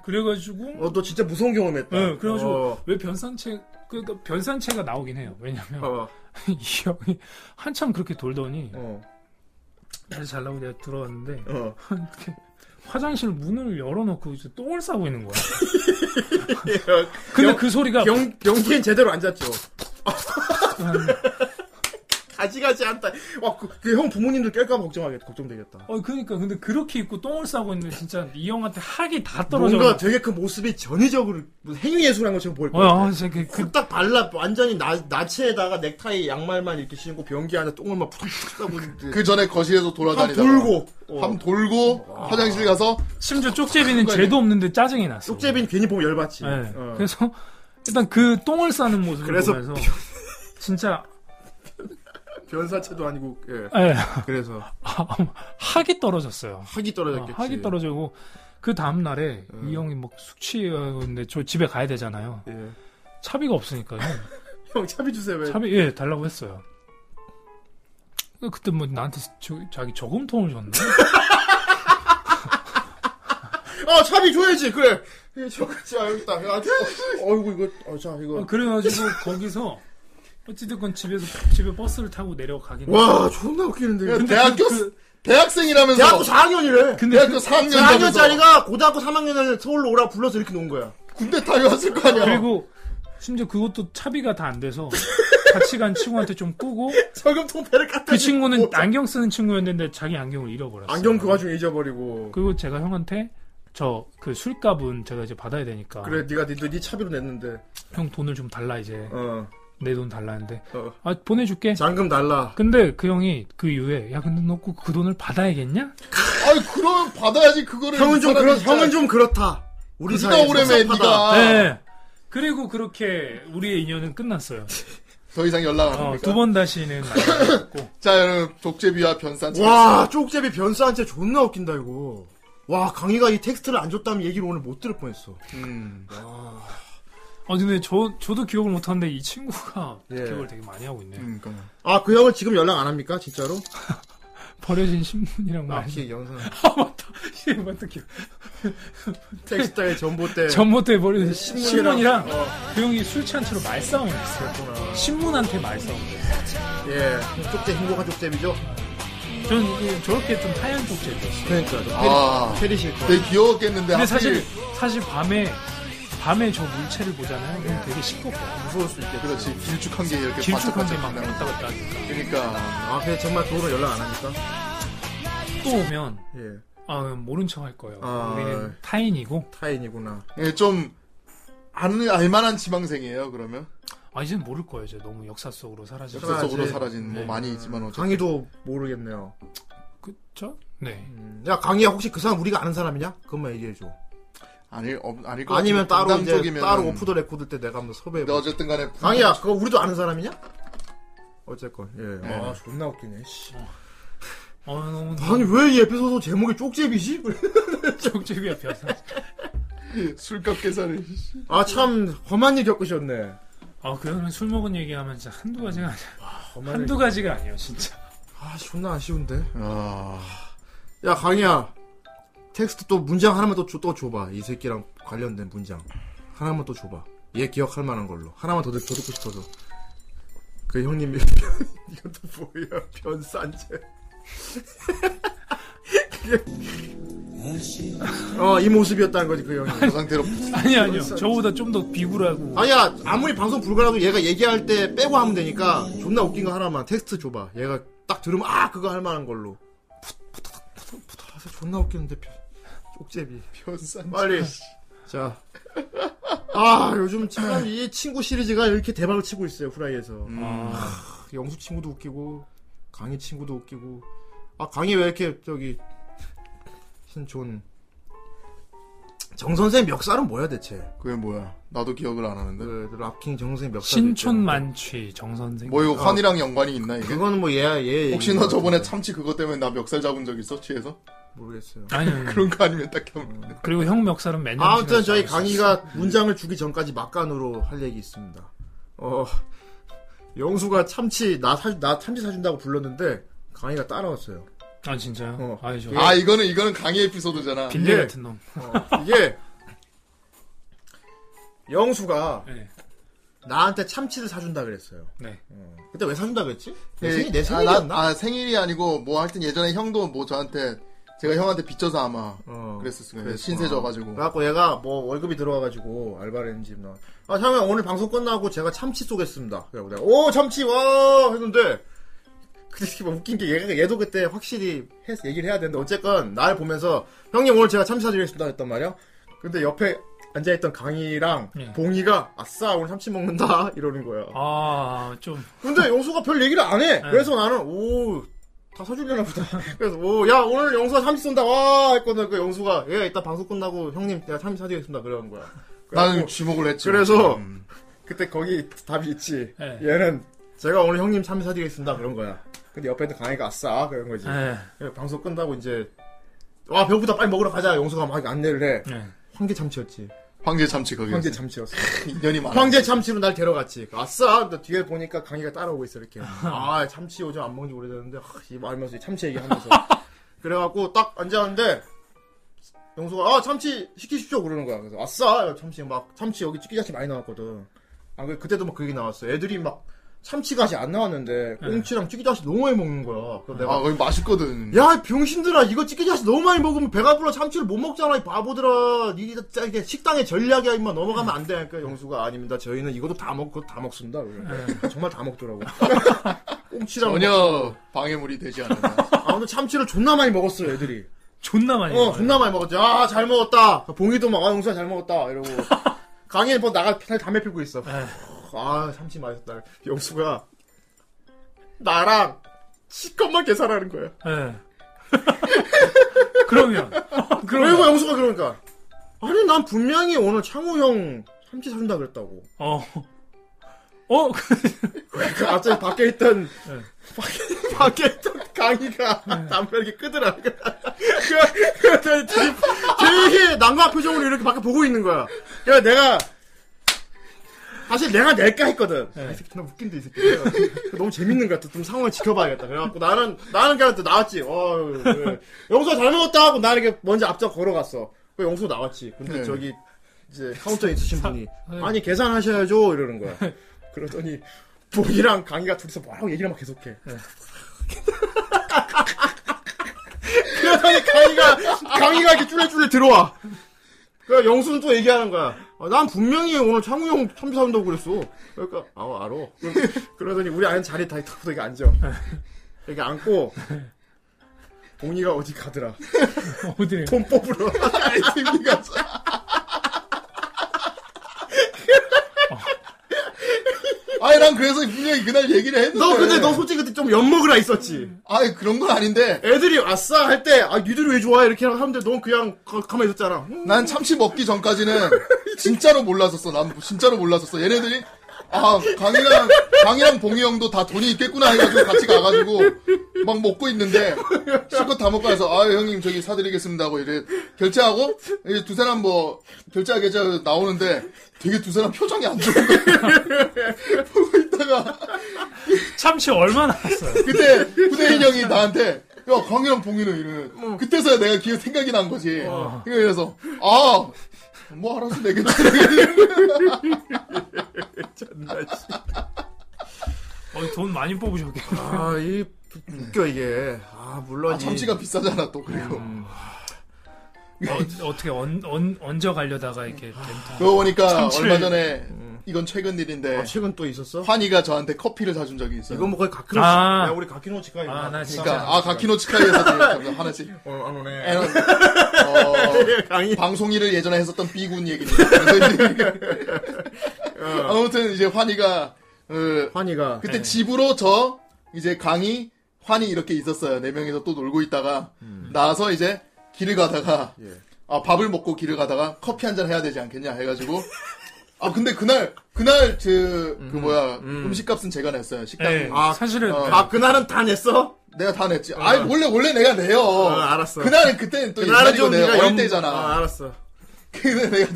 Speaker 4: 그래가지고
Speaker 2: 어, 너 진짜 무서운 경험했다.
Speaker 4: 어, 그래가지고
Speaker 2: 어.
Speaker 4: 왜 변산체 그러니까 변산체가 나오긴 해요. 왜냐면
Speaker 2: 어,
Speaker 4: 이 형이 한참 그렇게 돌더니
Speaker 2: 어,
Speaker 4: 잘 잘라고 내가 들어왔는데
Speaker 2: 어.
Speaker 4: 이렇게 화장실 문을 열어놓고 이제 똥을 싸고 있는 거야. 근데
Speaker 2: 영-
Speaker 4: 그 소리가
Speaker 2: 영, 영기엔 제대로 앉았죠. 가지가지 않다. 와, 그, 그 형 부모님들 깰까봐 걱정하겠다. 걱정되겠다.
Speaker 4: 어 그러니까 근데 그렇게 입고 똥을 싸고 있는데 진짜 이 형한테 학이 다 떨어져.
Speaker 2: 뭔가 되게 그 모습이 전위적으로 무슨 행위예술한 것처럼 보일 것
Speaker 4: 어, 어,
Speaker 2: 같아.
Speaker 4: 진짜 그, 그
Speaker 2: 그딱 발라 완전히 나, 나체에다가 넥타이 양말만 이렇게 신고 변기 안에 똥을 막 푹푹 싸고
Speaker 3: 그 전에 거실에서
Speaker 2: 한
Speaker 3: 돌아다니다
Speaker 2: 돌고 어.
Speaker 3: 한 돌고 화장실 가서
Speaker 4: 심지어 쪽제비는 죄도 없는데 짜증이 났어.
Speaker 2: 쪽제빈 괜히 보면 열받지.
Speaker 4: 예.
Speaker 2: 어.
Speaker 4: 그래서 일단 그 똥을 싸는 모습을
Speaker 2: 그래서
Speaker 4: 보면서 진짜
Speaker 2: 변사체도 아니고 예.
Speaker 4: 예,
Speaker 2: 그래서
Speaker 4: 학이 떨어졌어요.
Speaker 2: 학이
Speaker 4: 어,
Speaker 2: 떨어졌겠지. 어.
Speaker 4: 학이 떨어지고 그 다음 날에 이 형이 막 숙취였는데 저 집에 가야 되잖아요.
Speaker 2: 예.
Speaker 4: 차비가 없으니까요.
Speaker 2: 형 차비 주세요. 왜?
Speaker 4: 차비 예 달라고 했어요. 근데 그때 뭐 나한테 저- 자기 저금통을 줬나?
Speaker 2: 어 차비 줘야지 그래. 예, 저 자, 여기 있다. 아, 어, 어이구 이거 어, 자 이거.
Speaker 4: 어, 그래가지고 거기서 어찌됐건 집에서 집에 버스를 타고 내려가긴.
Speaker 2: 와 존나 웃기는데. 이거.
Speaker 4: 근데
Speaker 3: 대학교
Speaker 4: 그-
Speaker 3: 스- 대학생이라면서
Speaker 2: 대학교 4학년이래.
Speaker 4: 근데
Speaker 3: 대학교
Speaker 4: 그,
Speaker 3: 4학년
Speaker 2: 4학년짜리가 고등학교 3학년을 서울로 오라 불러서 이렇게 놓은 거야.
Speaker 3: 군대 다녀왔을 거 아니야
Speaker 4: 그리고 심지어 그것도 차비가 다 안 돼서 같이 간 친구한테 좀 꾸고
Speaker 2: 저금통 배를 갖다.
Speaker 4: 그
Speaker 2: 주-
Speaker 4: 친구는 안경 쓰는 친구였는데 자기 안경을 잃어버렸어요.
Speaker 2: 안경 그 와중에 잊어버리고.
Speaker 4: 그리고 제가 형한테 저 그 술값은 제가 이제 받아야 되니까
Speaker 2: 그래 네가 네, 네 차비로 냈는데.
Speaker 4: 형 돈을 좀 달라 이제
Speaker 2: 어.
Speaker 4: 내 돈 달라는데
Speaker 2: 어.
Speaker 4: 아 보내줄게
Speaker 2: 잔금 달라.
Speaker 4: 근데 그 형이 그 이후에 야 근데 너 꼭 그 돈을 받아야겠냐?
Speaker 3: 아니 그러면 받아야지 그거를
Speaker 2: 형은 좀
Speaker 3: 이 사람이
Speaker 2: 그렇
Speaker 3: 진짜
Speaker 2: 형은 좀 그렇다. 우리
Speaker 3: 그지나
Speaker 2: 사이에서
Speaker 3: 오래매,
Speaker 2: 섭섭하다.
Speaker 3: 네가. 아.
Speaker 4: 네 그리고 그렇게 우리의 인연은 끝났어요
Speaker 3: 더 이상 연락 안
Speaker 4: 어,
Speaker 3: 합니까?
Speaker 4: 두 번 다시는 안 만났고
Speaker 3: 자, 여러분, 독재비와 변산.
Speaker 2: 와 쪽제비 변사한테 존나 웃긴다 이거. 와 강희가 이 텍스트를 안 줬다면 얘기를 오늘 못 들을 뻔했어.
Speaker 3: 음.
Speaker 4: 아 근데 저, 저도 기억을 못하는데 이 친구가
Speaker 2: 예.
Speaker 4: 기억을 되게 많이 하고 있네요
Speaker 3: 그러니까.
Speaker 2: 아 그 형을 지금 연락 안 합니까 진짜로?
Speaker 4: 버려진 신문이랑
Speaker 2: 아,
Speaker 4: 많이
Speaker 2: 이 영상.
Speaker 4: 아 맞다 예, 맞다 기억
Speaker 2: 택시장에 전봇대.
Speaker 3: 예.
Speaker 4: 전봇대 버리는 신문이랑
Speaker 2: 어,
Speaker 4: 그 형이 술 취한 채로 말싸움이 났어요. 신문한테 말싸움.
Speaker 2: 예. 쪽제 행복한 쪽제비죠.
Speaker 4: 저는 이게 저렇게 좀 하얀 쪽제였어요.
Speaker 2: 그러니까
Speaker 3: 아.
Speaker 2: 페리 실거
Speaker 3: 되게 귀여웠겠는데
Speaker 4: 근데
Speaker 3: 하필
Speaker 4: 사실 사실 밤에 밤에 저 물체를 보잖아요. 그럼 되게 시끄럽고
Speaker 2: 무서울 수 있겠다.
Speaker 3: 그렇지 길쭉한 게 이렇게
Speaker 4: 길쭉한 게 막
Speaker 3: 반짝반짝 빛나는
Speaker 4: 왔다 갔다 하니까
Speaker 3: 그러니까
Speaker 2: 아, 근데 정말 도로 연락 안 하니까.
Speaker 4: 또 오면
Speaker 2: 예.
Speaker 4: 아 모른 척 할 거예요.
Speaker 2: 아.
Speaker 4: 우리는 타인이고
Speaker 2: 타인이구나.
Speaker 3: 예, 좀 아는 알만한 지망생이에요 그러면
Speaker 4: 아 이제는 모를 거예요. 이제 너무 역사 속으로 사라져.
Speaker 3: 역사 속으로
Speaker 2: 사라지.
Speaker 3: 사라진 뭐
Speaker 4: 네.
Speaker 3: 많이 있지만 어쨌든
Speaker 2: 강의도 모르겠네요.
Speaker 4: 그쵸? 네.
Speaker 2: 음, 야, 강의야, 혹시 그 사람 우리가 아는 사람이냐? 그것만 얘기해줘.
Speaker 3: 아닐 없 아닐 것
Speaker 2: 아니면
Speaker 3: 같은데,
Speaker 2: 따로
Speaker 3: 분당
Speaker 2: 이제
Speaker 3: 쪽이면은-
Speaker 2: 따로 오프 더 레코드 때 내가 한번 섭외해.
Speaker 3: 근데 어쨌든간에
Speaker 2: 강희야, 그거 우리도 아는 사람이냐? 어쨌건 예.
Speaker 3: 예.
Speaker 2: 아 존나 웃기네. 씨.
Speaker 4: 어 너무
Speaker 2: 아니 왜 이 에피소드 제목이 쪽제비지?
Speaker 4: 쪽제비야 변사.
Speaker 3: 술값 계산을
Speaker 2: 아 참 험한 일 겪으셨네.
Speaker 4: 아 그러면 술 먹은 얘기하면 진짜 한두 가지가 아니야.
Speaker 2: 험한 일.
Speaker 4: 한두 가지가 아니에요 진짜.
Speaker 2: 아 존나 아쉬운데.
Speaker 3: 아
Speaker 2: 야 강희야, 텍스트 또 문장 하나만 또, 줘- 또 줘봐. 이 새끼랑 관련된 문장 하나만 또 줘봐. 얘 기억할 만한 걸로 하나만 더, 듣- 더 듣고 싶어서. 그 형님이 이것도 뭐야 변산제. 어이 모습이었다는 거지 그 형이.
Speaker 3: 그 상태로 부스-
Speaker 4: 아니 아니요. 저보다 좀 더 비굴하고
Speaker 2: 음. 아니야 아무리 방송 불가라도 얘가 얘기할 때 빼고 하면 되니까 존나 웃긴 거 하나만 텍스트 줘봐 얘가 딱 들으면 아 그거 할 만한 걸로 푸푸푸푸푸푸 존나 웃기는데 표- 쪽제비
Speaker 3: 변산
Speaker 2: 빨리 자아 아, 요즘 참 이 친구 시리즈가 이렇게 대박을 치고 있어요 후라이에서
Speaker 4: 아,
Speaker 2: 크, 음, 영수 친구도 웃기고 강희 친구도 웃기고 아 강희 왜 이렇게 저기 신존 정 선생 멱살은 뭐야 대체
Speaker 3: 음, 그게 뭐야 나도 기억을 안 하는데
Speaker 2: 그 락킹 정 선생 멱살
Speaker 4: 신촌만취 정선생.
Speaker 3: 뭐 이거
Speaker 2: 아.
Speaker 3: 환이랑 연관이 있나 이게
Speaker 2: 그거는 뭐 얘야 얘.
Speaker 3: 혹시 너 저번에 참치 그것 때문에 나 멱살 잡은 적 있어 취해서
Speaker 2: 모르겠어요.
Speaker 4: 아니 아니.
Speaker 3: 그런 거 아니면 딱히 없는데
Speaker 2: 음,
Speaker 4: 그리고 형 멱살은 몇년
Speaker 2: 아무튼 저희 강의가 문장을 주기 전까지 막간으로 할 얘기 있습니다. 어 영수가 참치 나, 사, 나 참치 사준다고 불렀는데 강의가 따라왔어요.
Speaker 4: 아 진짜요?
Speaker 2: 어.
Speaker 4: 아이 저
Speaker 3: 아 이거는 이거는 강의 에피소드잖아
Speaker 4: 빈대
Speaker 2: 예.
Speaker 4: 같은 놈.
Speaker 2: 어, 이게 영수가
Speaker 4: 네.
Speaker 2: 나한테 참치를 사준다 그랬어요.
Speaker 4: 네.
Speaker 2: 그때 왜 사준다 그랬지? 내
Speaker 3: 예,
Speaker 2: 생일 내
Speaker 3: 아,
Speaker 2: 생일이었나?
Speaker 3: 나- 아, 생일이 아니고 뭐 하여튼 예전에 형도 뭐 저한테 제가 형한테 빚져서 아마
Speaker 2: 어.
Speaker 3: 그랬었을 거예요.
Speaker 2: 그랬구나.
Speaker 3: 네, 신세져가지고.
Speaker 2: 그래갖고 얘가 뭐 월급이 들어와가지고 알바를 했는지 나. 아 형님 오늘 방송 끝나고 제가 참치 쏘겠습니다. 그래갖고 내가 오 참치 와 했는데 근데 이게 뭐 웃긴 게 얘가 얘도 그때 확실히 해- 얘기를 해야 되는데 어쨌건 날 보면서 형님 오늘 제가 참치 사드리겠습니다 했단 말이야. 근데 옆에 앉아있던 강희랑
Speaker 4: 예.
Speaker 2: 봉이가 아싸 오늘 참치 먹는다 이러는 거야.
Speaker 4: 아좀
Speaker 2: 근데 영수가 별 얘기를 안 해. 그래서 나는 오. 다 사주려나 보다. 그래서 오, 야 오늘 영수가 참치 쏜다 와 했거든. 그 영수가 얘 이따 방송 끝나고 형님 내가 참치 사드리겠습니다. 그러는 거야.
Speaker 3: 나는
Speaker 2: 그래갖고
Speaker 3: 주목을 했지.
Speaker 2: 그래서-
Speaker 3: 음.
Speaker 2: 그때 거기 답이 있지.
Speaker 4: 네.
Speaker 2: 얘는 제가 오늘 형님 참치 사드리겠습니다. 그런 거야. 근데 옆에 있는 강희가 아싸 그런 거지.
Speaker 4: 예.
Speaker 2: 그래서 방송 끝나고 이제 와 배고프다 빨리 먹으러 가자. 영수가 막 안내를 해.
Speaker 4: 예.
Speaker 2: 황제 참치였지.
Speaker 3: 황제 참치 거기.
Speaker 2: 황제
Speaker 3: 황제
Speaker 2: 참치였어.
Speaker 3: 인연이 많아.
Speaker 2: 황제 참치로 날 데려갔지. 아싸! 근데 뒤에 보니까 강희가 따라오고 있어, 이렇게. 아, 참치 요즘 안 먹은 지 오래됐는데, 하, 이 말면서 이 참치 얘기하면서. 그래갖고 딱 앉았는데, 영수가, 아, 참치 시키십시오. 그러는 거야. 그래서, 아싸! 참치 막, 참치 여기 찌기자치 많이 나왔거든. 아, 그- 그때도 막 그 얘기 나왔어. 애들이 막, 참치가시 안 나왔는데,
Speaker 3: 네.
Speaker 2: 꽁치랑 찌기자치 너무 많이 먹는 거야. 그래서 내가,
Speaker 3: 아 거기 맛있거든.
Speaker 2: 야, 병신들아, 이거 찌개자식 너무 많이 먹으면 배가 불러 참치를 못 먹잖아, 이 바보들아. 니, 진짜 이게 식당의 전략이야, 임마. 넘어가면 안 돼. 그러니까 영수가 아닙니다. 저희는 이것도 다 먹고, 다 먹습니다. 그래. 정말 다 먹더라고. 꽁치랑.
Speaker 3: 네. 전혀 방해물이 되지 않는다.
Speaker 2: 아, 근데 참치를 존나 많이 먹었어요, 애들이.
Speaker 4: 존나 많이.
Speaker 2: 어,
Speaker 4: 먹어요.
Speaker 2: 존나 많이 먹었지. 아, 잘 먹었다. 봉이도 막, 아, 영수야, 잘 먹었다. 이러고. 강의에 뭐 나가 담배 피고 있어.
Speaker 3: 네.
Speaker 4: 예.
Speaker 2: 아, 참치 맛있다. 영수가, 나랑, 치건만 계산하는 거야.
Speaker 4: 예. 그러면 어,
Speaker 2: 그리고
Speaker 4: 그러면
Speaker 2: 영수가 그러니까 아니 난 분명히 오늘 창우 형 참치 사준다 그랬다고
Speaker 4: 어. 어,
Speaker 2: 그 갑자기 밖에 있던
Speaker 4: 네.
Speaker 2: 밖에, 밖에 있던 강희가 담배 이렇게 끄더라 그- 그랬더니 되게, 되게 난감한 표정으로 이렇게 밖에 보고 있는 거야 그래서 내가 사실 내가 낼까 했거든 아,
Speaker 4: 네.
Speaker 2: 이 새끼 나 웃긴데 이 새끼 너무 재밌는 것 같아 좀 상황을 지켜봐야겠다 그래갖고 나는 나는 그냥 또 나왔지 어, 그래. 영수가 잘 먹었다 하고 나는 이렇게 먼저 앞장 걸어갔어 그 영수 나왔지. 근데
Speaker 3: 네.
Speaker 2: 저기 이제 카운터에 있으신 분이 아니 계산하셔야죠 이러는 거야. 그러더니 보기랑 강의가 둘이서 뭐라고 얘기를 막 계속해. 그러더니 강의가 강의가 이렇게 쭈레쭈레 들어와. 그러니까 영수는 또 얘기하는 거야. 아, 난 분명히 오늘 창우 형 참사 온다고 그랬어. 그러니까 아 알아. 그러- 그러더니 우리 아는 자리에 다 있다고 이게 앉아. 이렇게 앉고 동이가 어디 가더라.
Speaker 4: 어디래?
Speaker 2: 돈 뽑으러.
Speaker 3: 아이템이가 아니 난 그래서 분명히 그날 얘기를 했는데
Speaker 2: 너 근데 너 솔직히 그때 좀 엿먹으라 있었지.
Speaker 3: 아니 그런 건 아닌데
Speaker 2: 애들이 아싸 할 때, 아, 니들 왜 좋아? 이렇게 하는데 넌 그냥 가, 가만히 있었잖아. 음,
Speaker 3: 난 참치 먹기 전까지는 진짜로 몰랐었어 난 진짜로 몰랐었어 얘네들이 아 강이랑 강이랑 봉이 형도 다 돈이 있겠구나 해가지고 같이 가가지고 막 먹고 있는데 실컷 다 먹고 와서 아 형님 저기 사드리겠습니다 하고 이래 결제하고 이제 두 사람 뭐 결제하 계좌 나오는데 되게 두 사람 표정이 안 좋은 거야 보고 있다가
Speaker 4: 참치 얼마 나왔어요?
Speaker 3: 그때 후대인 형이 나한테 야 광희랑 봉이는 이러면 그때서야 내가 기억 생각이 난 거지 그래서 아 뭐 알아서 내겠지
Speaker 4: 어, 돈 많이 뽑으셨겠네.
Speaker 2: 아, 이, 웃겨, 이게. 아, 물론.
Speaker 3: 아,
Speaker 2: 이-
Speaker 3: 참치가 비싸잖아 또 그리고
Speaker 4: 어, 어떻게 얹, 얹, 얹어 가려다가 이렇게 된다.
Speaker 3: 그러고 보니까
Speaker 4: 참치.
Speaker 3: 얼마 전에 이건 최근 일인데
Speaker 2: 아, 최근 또 있었어?
Speaker 3: 환희가 저한테 커피를 사준 적이 있어요
Speaker 2: 이건 뭐 거의 가키노치.
Speaker 4: 아.
Speaker 2: 야, 우리 가키노치가.
Speaker 4: 아, 나 진짜.
Speaker 3: 그러니까 아 가키노치카이에서 되게 하나씩
Speaker 2: 오늘 안 오네.
Speaker 3: 애는 어,
Speaker 2: 강의.
Speaker 3: 방송일을 예전에 했었던 B군 얘기입니다 그래서 아무튼 이제 환희가 어,
Speaker 2: 환희가.
Speaker 3: 그때 집으로 저 이제 강이 환이 이렇게 있었어요. 네 명이서 또 놀고 있다가
Speaker 2: 음.
Speaker 3: 나와서 이제 길을 가다가 아 밥을 먹고 길을 가다가 커피 한 잔 해야 되지 않겠냐 해가지고 아 근데 그날 그날 그, 그 뭐야 음. 식값은 제가 냈어요 식당
Speaker 4: 예,
Speaker 2: 아,
Speaker 4: 사실은
Speaker 3: 어.
Speaker 2: 아, 그날은 다 냈어?
Speaker 3: 내가 다 냈지 아 원래 원래 내가 내요
Speaker 2: 어, 알았어.
Speaker 3: 그날은 그때는 또
Speaker 2: 그날은
Speaker 3: 옛날이고
Speaker 2: 좀
Speaker 3: 내가
Speaker 2: 네가
Speaker 3: 어릴
Speaker 2: 엿-
Speaker 3: 때잖아
Speaker 2: 아, 알았어.
Speaker 3: 근데 내가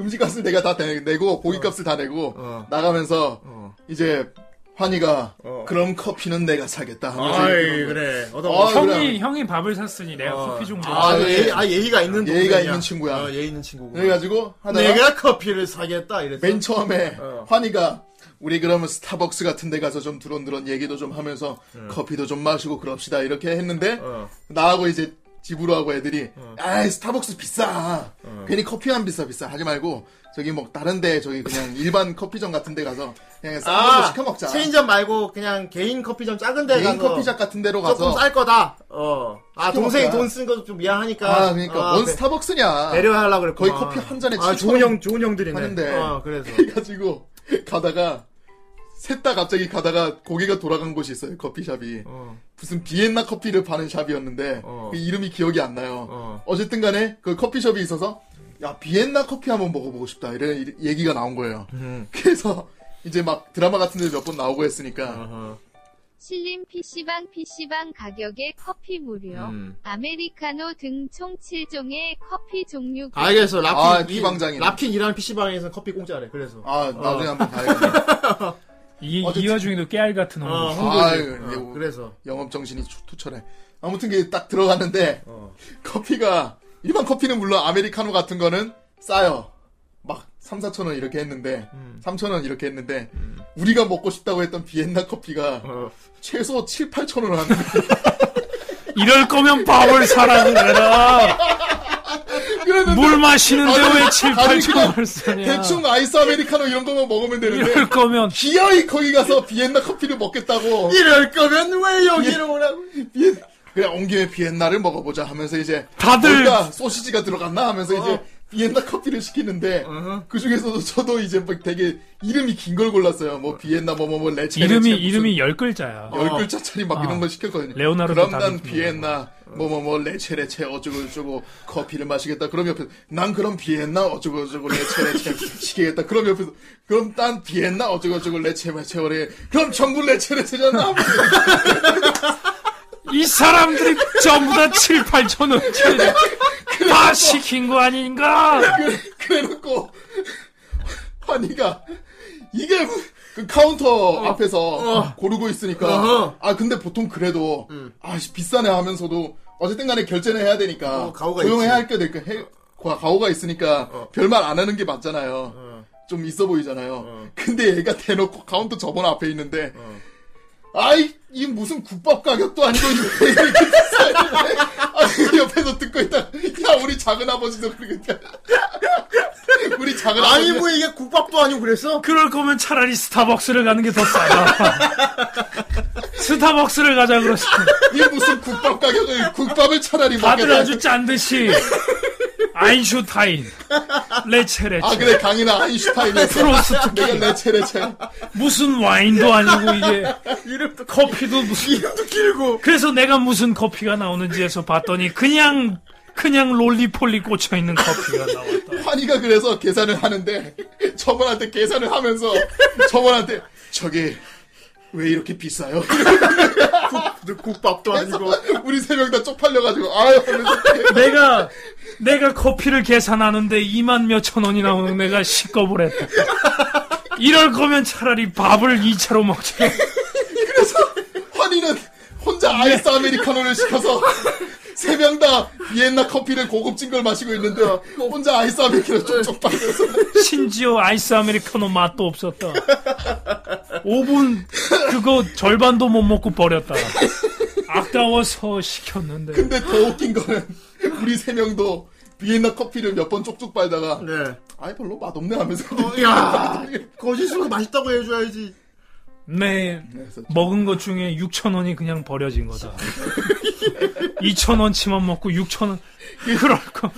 Speaker 3: 음식값을 내가 다 내- 내고 고기값을 다 내고
Speaker 2: 어.
Speaker 3: 나가면서
Speaker 2: 어.
Speaker 3: 이제 환희가
Speaker 2: 어.
Speaker 3: 그럼 커피는 내가 사겠다 하면서
Speaker 2: 아이, 예,
Speaker 3: 이러는 거야.
Speaker 2: 그래. 얻어
Speaker 3: 어,
Speaker 4: 형이
Speaker 3: 그래.
Speaker 4: 형이 밥을 샀으니 내가
Speaker 2: 어.
Speaker 4: 커피 좀
Speaker 2: 아,
Speaker 4: 줘.
Speaker 3: 그래.
Speaker 2: 예의, 아, 예의가 있는
Speaker 3: 예의가
Speaker 2: 동생이야.
Speaker 3: 있는 친구야.
Speaker 2: 어, 예의 있는 친구고.
Speaker 3: 그래가지고 하다가
Speaker 2: 내가 커피를 사겠다, 이랬어.
Speaker 3: 맨 처음에
Speaker 2: 어.
Speaker 3: 환희가 우리 그러면 스타벅스 같은 데 가서 좀 두런두런 얘기도 좀 하면서 커피도 좀 마시고 그럽시다 이렇게 했는데
Speaker 2: 어.
Speaker 3: 나하고 이제 집으로 하고 애들이 아이 스타벅스 비싸
Speaker 2: 어.
Speaker 3: 괜히 커피만 비싸 비싸 하지 말고 저기 뭐 다른 데 저기 그냥 일반 커피점 같은 데 가서 그냥 싼 걸로 아, 시켜 먹자
Speaker 2: 아, 체인점 말고 그냥 개인 커피점 작은 데
Speaker 3: 개인
Speaker 2: 네, 가서
Speaker 3: 커피숍 같은 데로
Speaker 2: 조금
Speaker 3: 가서
Speaker 2: 쌀 거다. 어. 아
Speaker 3: 시켜
Speaker 2: 동생이
Speaker 3: 먹자.
Speaker 2: 돈 쓴 것도 좀 미안하니까.
Speaker 3: 아 그러니까
Speaker 2: 아,
Speaker 3: 뭔
Speaker 2: 배-
Speaker 3: 스타벅스냐
Speaker 2: 배려하려고 그랬고.
Speaker 3: 거의 커피 한 잔에
Speaker 2: 아
Speaker 3: 7,000원
Speaker 2: 좋은 형 좋은 형들이네.
Speaker 3: 하는데.
Speaker 2: 어 그래서.
Speaker 3: 그래가지고 가다가 셋 다 갑자기 가다가 고개가 돌아간 곳이 있어요 커피숍이
Speaker 2: 어.
Speaker 3: 무슨 비엔나 커피를 파는 샵이었는데
Speaker 2: 어.
Speaker 3: 그 이름이 기억이 안 나요
Speaker 2: 어.
Speaker 3: 어. 쨌든 간에 그 커피숍이 있어서 야 비엔나 커피 한번 먹어보고 싶다 이런 일- 얘기가 나온 거예요
Speaker 2: 음.
Speaker 3: 그래서 이제 막 드라마 같은 데 몇 번 나오고 했으니까
Speaker 2: 어허.
Speaker 7: 실린 PC방 PC방 가격에 커피 무료
Speaker 2: 음.
Speaker 7: 아메리카노 등 총 7종의 커피 종류
Speaker 2: 알겠어. 라핀
Speaker 3: 아,
Speaker 2: 이-
Speaker 3: 피방장이네.
Speaker 2: 라핀 일하는 PC 방에서 커피 공짜래. 그래서.
Speaker 3: 아 나중에 한번 가야겠다
Speaker 4: 이, 이
Speaker 3: 아, 어쨌든-
Speaker 4: 와중에도 깨알 같은 놈.
Speaker 2: 어,
Speaker 4: 어.
Speaker 2: 홍보지.
Speaker 3: 아유,
Speaker 2: 어,
Speaker 3: 이제 뭐-
Speaker 2: 그래서.
Speaker 3: 영업정신이 투- 투철해 아무튼 그게 딱 들어갔는데
Speaker 2: 어.
Speaker 3: 커피가 일반 커피는 물론 아메리카노 같은 거는 싸요. 막 3, 4천 원 이렇게 했는데 3천 원 이렇게 했는데 우리가 먹고 싶다고 했던 비엔나 커피가
Speaker 2: 어.
Speaker 3: 최소 7, 8천 원 하는 거야.
Speaker 4: 이럴 거면 밥을 사라고 그래라.
Speaker 3: 그러면
Speaker 4: 물 마시는데
Speaker 3: 아니,
Speaker 4: 왜 7,
Speaker 3: 아니,
Speaker 4: 8천
Speaker 3: 그냥
Speaker 4: 원을 쓰냐.
Speaker 3: 뭐 대충 아이스 아메리카노 이런 거만 먹으면 되는데
Speaker 4: 이럴 거면
Speaker 3: 기어이 거기 가서 비엔나 커피를 먹겠다고
Speaker 2: 이럴 거면 왜 여기로 오라고?
Speaker 3: 그냥 온 김에 비엔나를 먹어보자 하면서 이제
Speaker 4: 다들-
Speaker 3: 뭘까? 소시지가 들어갔나 하면서 이제 비엔나 커피를 시키는데 그 중에서도 저도 이제 막 되게 이름이 긴 걸 골랐어요. 뭐 비엔나 뭐 뭐뭐 레체
Speaker 4: 이름이
Speaker 3: 레체 무슨
Speaker 4: 이름이 열 글자야.
Speaker 3: 열 글자짜리 막
Speaker 4: 아.
Speaker 3: 이런 걸 시켰거든요.
Speaker 4: 레오나르도
Speaker 3: 그럼 난
Speaker 4: 다빈치.
Speaker 3: 비엔나 뭐 뭐 뭐 레체 레체 어쩌고 저쩌고 커피를 마시겠다. 그럼 옆에서 난 그럼 비엔나 어쩌고 저쩌고 레체 레체 시키겠다. 그럼 옆에서 그럼 난 비엔나 어쩌고 저쩌고 레체 레체 오래 그럼 전부 레체 레체잖아.
Speaker 4: 이 사람들이 전부 다 7, 8천 원짜리 다 시킨 거 아닌가?
Speaker 3: 그래, 그래놓고 환희가 이게 뭐- 그 카운터 앞에서 고르고 있으니까
Speaker 2: 어. 어허. 음.
Speaker 3: 아 근데 보통 아, 그래도 아씨 비싸네 하면서도 어쨌든 간에 결제는 해야 되니까
Speaker 2: 어, 가오가
Speaker 3: 조용히
Speaker 2: 있지.
Speaker 3: 할게 될까 해 과- 과오가 있으니까
Speaker 2: 어.
Speaker 3: 별말 안 하는 게 맞잖아요.
Speaker 2: 어,
Speaker 3: 좀 있어 보이잖아요.
Speaker 2: 어.
Speaker 3: 근데 얘가 대놓고 카운터 저번 앞에 있는데
Speaker 2: 어.
Speaker 3: 아이 이 무슨 국밥 가격도 아니고 이렇게 비싸요. 아니, 옆에서 듣고 있다. 야 우리 작은 아버지도 그러니까 우리 작은
Speaker 2: 아니
Speaker 3: 아버지
Speaker 2: 뭐 이게 국밥도 아니고 그랬어?
Speaker 4: 그럴 거면 차라리 스타벅스를 가는 게 더 싸다. 스타벅스를 가자 그러시.
Speaker 3: 이 무슨 국밥 가격을 국밥을 차라리
Speaker 4: 다들
Speaker 3: 먹겠다.
Speaker 4: 아주 짠 듯이 아인슈타인, 레체 레체,
Speaker 3: 아 그래 강이나 아인슈타인이었어.
Speaker 4: 프로스트
Speaker 3: 내가 레체 레체.
Speaker 4: 무슨 와인도 아니고 이게
Speaker 2: 이름도
Speaker 4: 커피도 무슨
Speaker 2: 이름도 길고
Speaker 4: 그래서 내가 무슨 커피가 나오는지 해서 봤더니 그냥 그냥 롤리폴리 꽂혀 있는 커피가 나왔다.
Speaker 3: 환희가 그래서 계산을 하는데 저번한테 계산을 하면서 저번한테 저게 왜 이렇게 비싸요?
Speaker 2: 국밥도 아니고
Speaker 3: 우리 세 명 다 쪽팔려가지고 아유 하면서
Speaker 4: 내가 내가 커피를 계산하는데 2만 몇천 원이 나오는 내가 시겁을 했다. 이럴 거면 차라리 밥을 2차로 먹자.
Speaker 3: 환희는 혼자 아이스 아메리카노를 시켜서 세 명 다 비엔나 커피를 고급진 걸 마시고 있는데 혼자 아이스 아메리카노 쪽쪽 빨면서
Speaker 4: 심지어 아이스 아메리카노 맛도 없었다. 5분 그거 절반도 못 먹고 버렸다. 아까워서 시켰는데
Speaker 3: 근데 더 웃긴 거는 우리 세 명도 비엔나 커피를 몇 번 쪽쪽 빨다가
Speaker 2: 네
Speaker 3: 아이 별로 맛없네 하면서
Speaker 2: 어, 야 거짓으로 맛있다고 해줘야지
Speaker 4: 내
Speaker 3: 그래서
Speaker 4: 네, 먹은 것 중에 6천 원이 그냥 버려진 거다. 2천 원치만 먹고 6천 원 그럴 거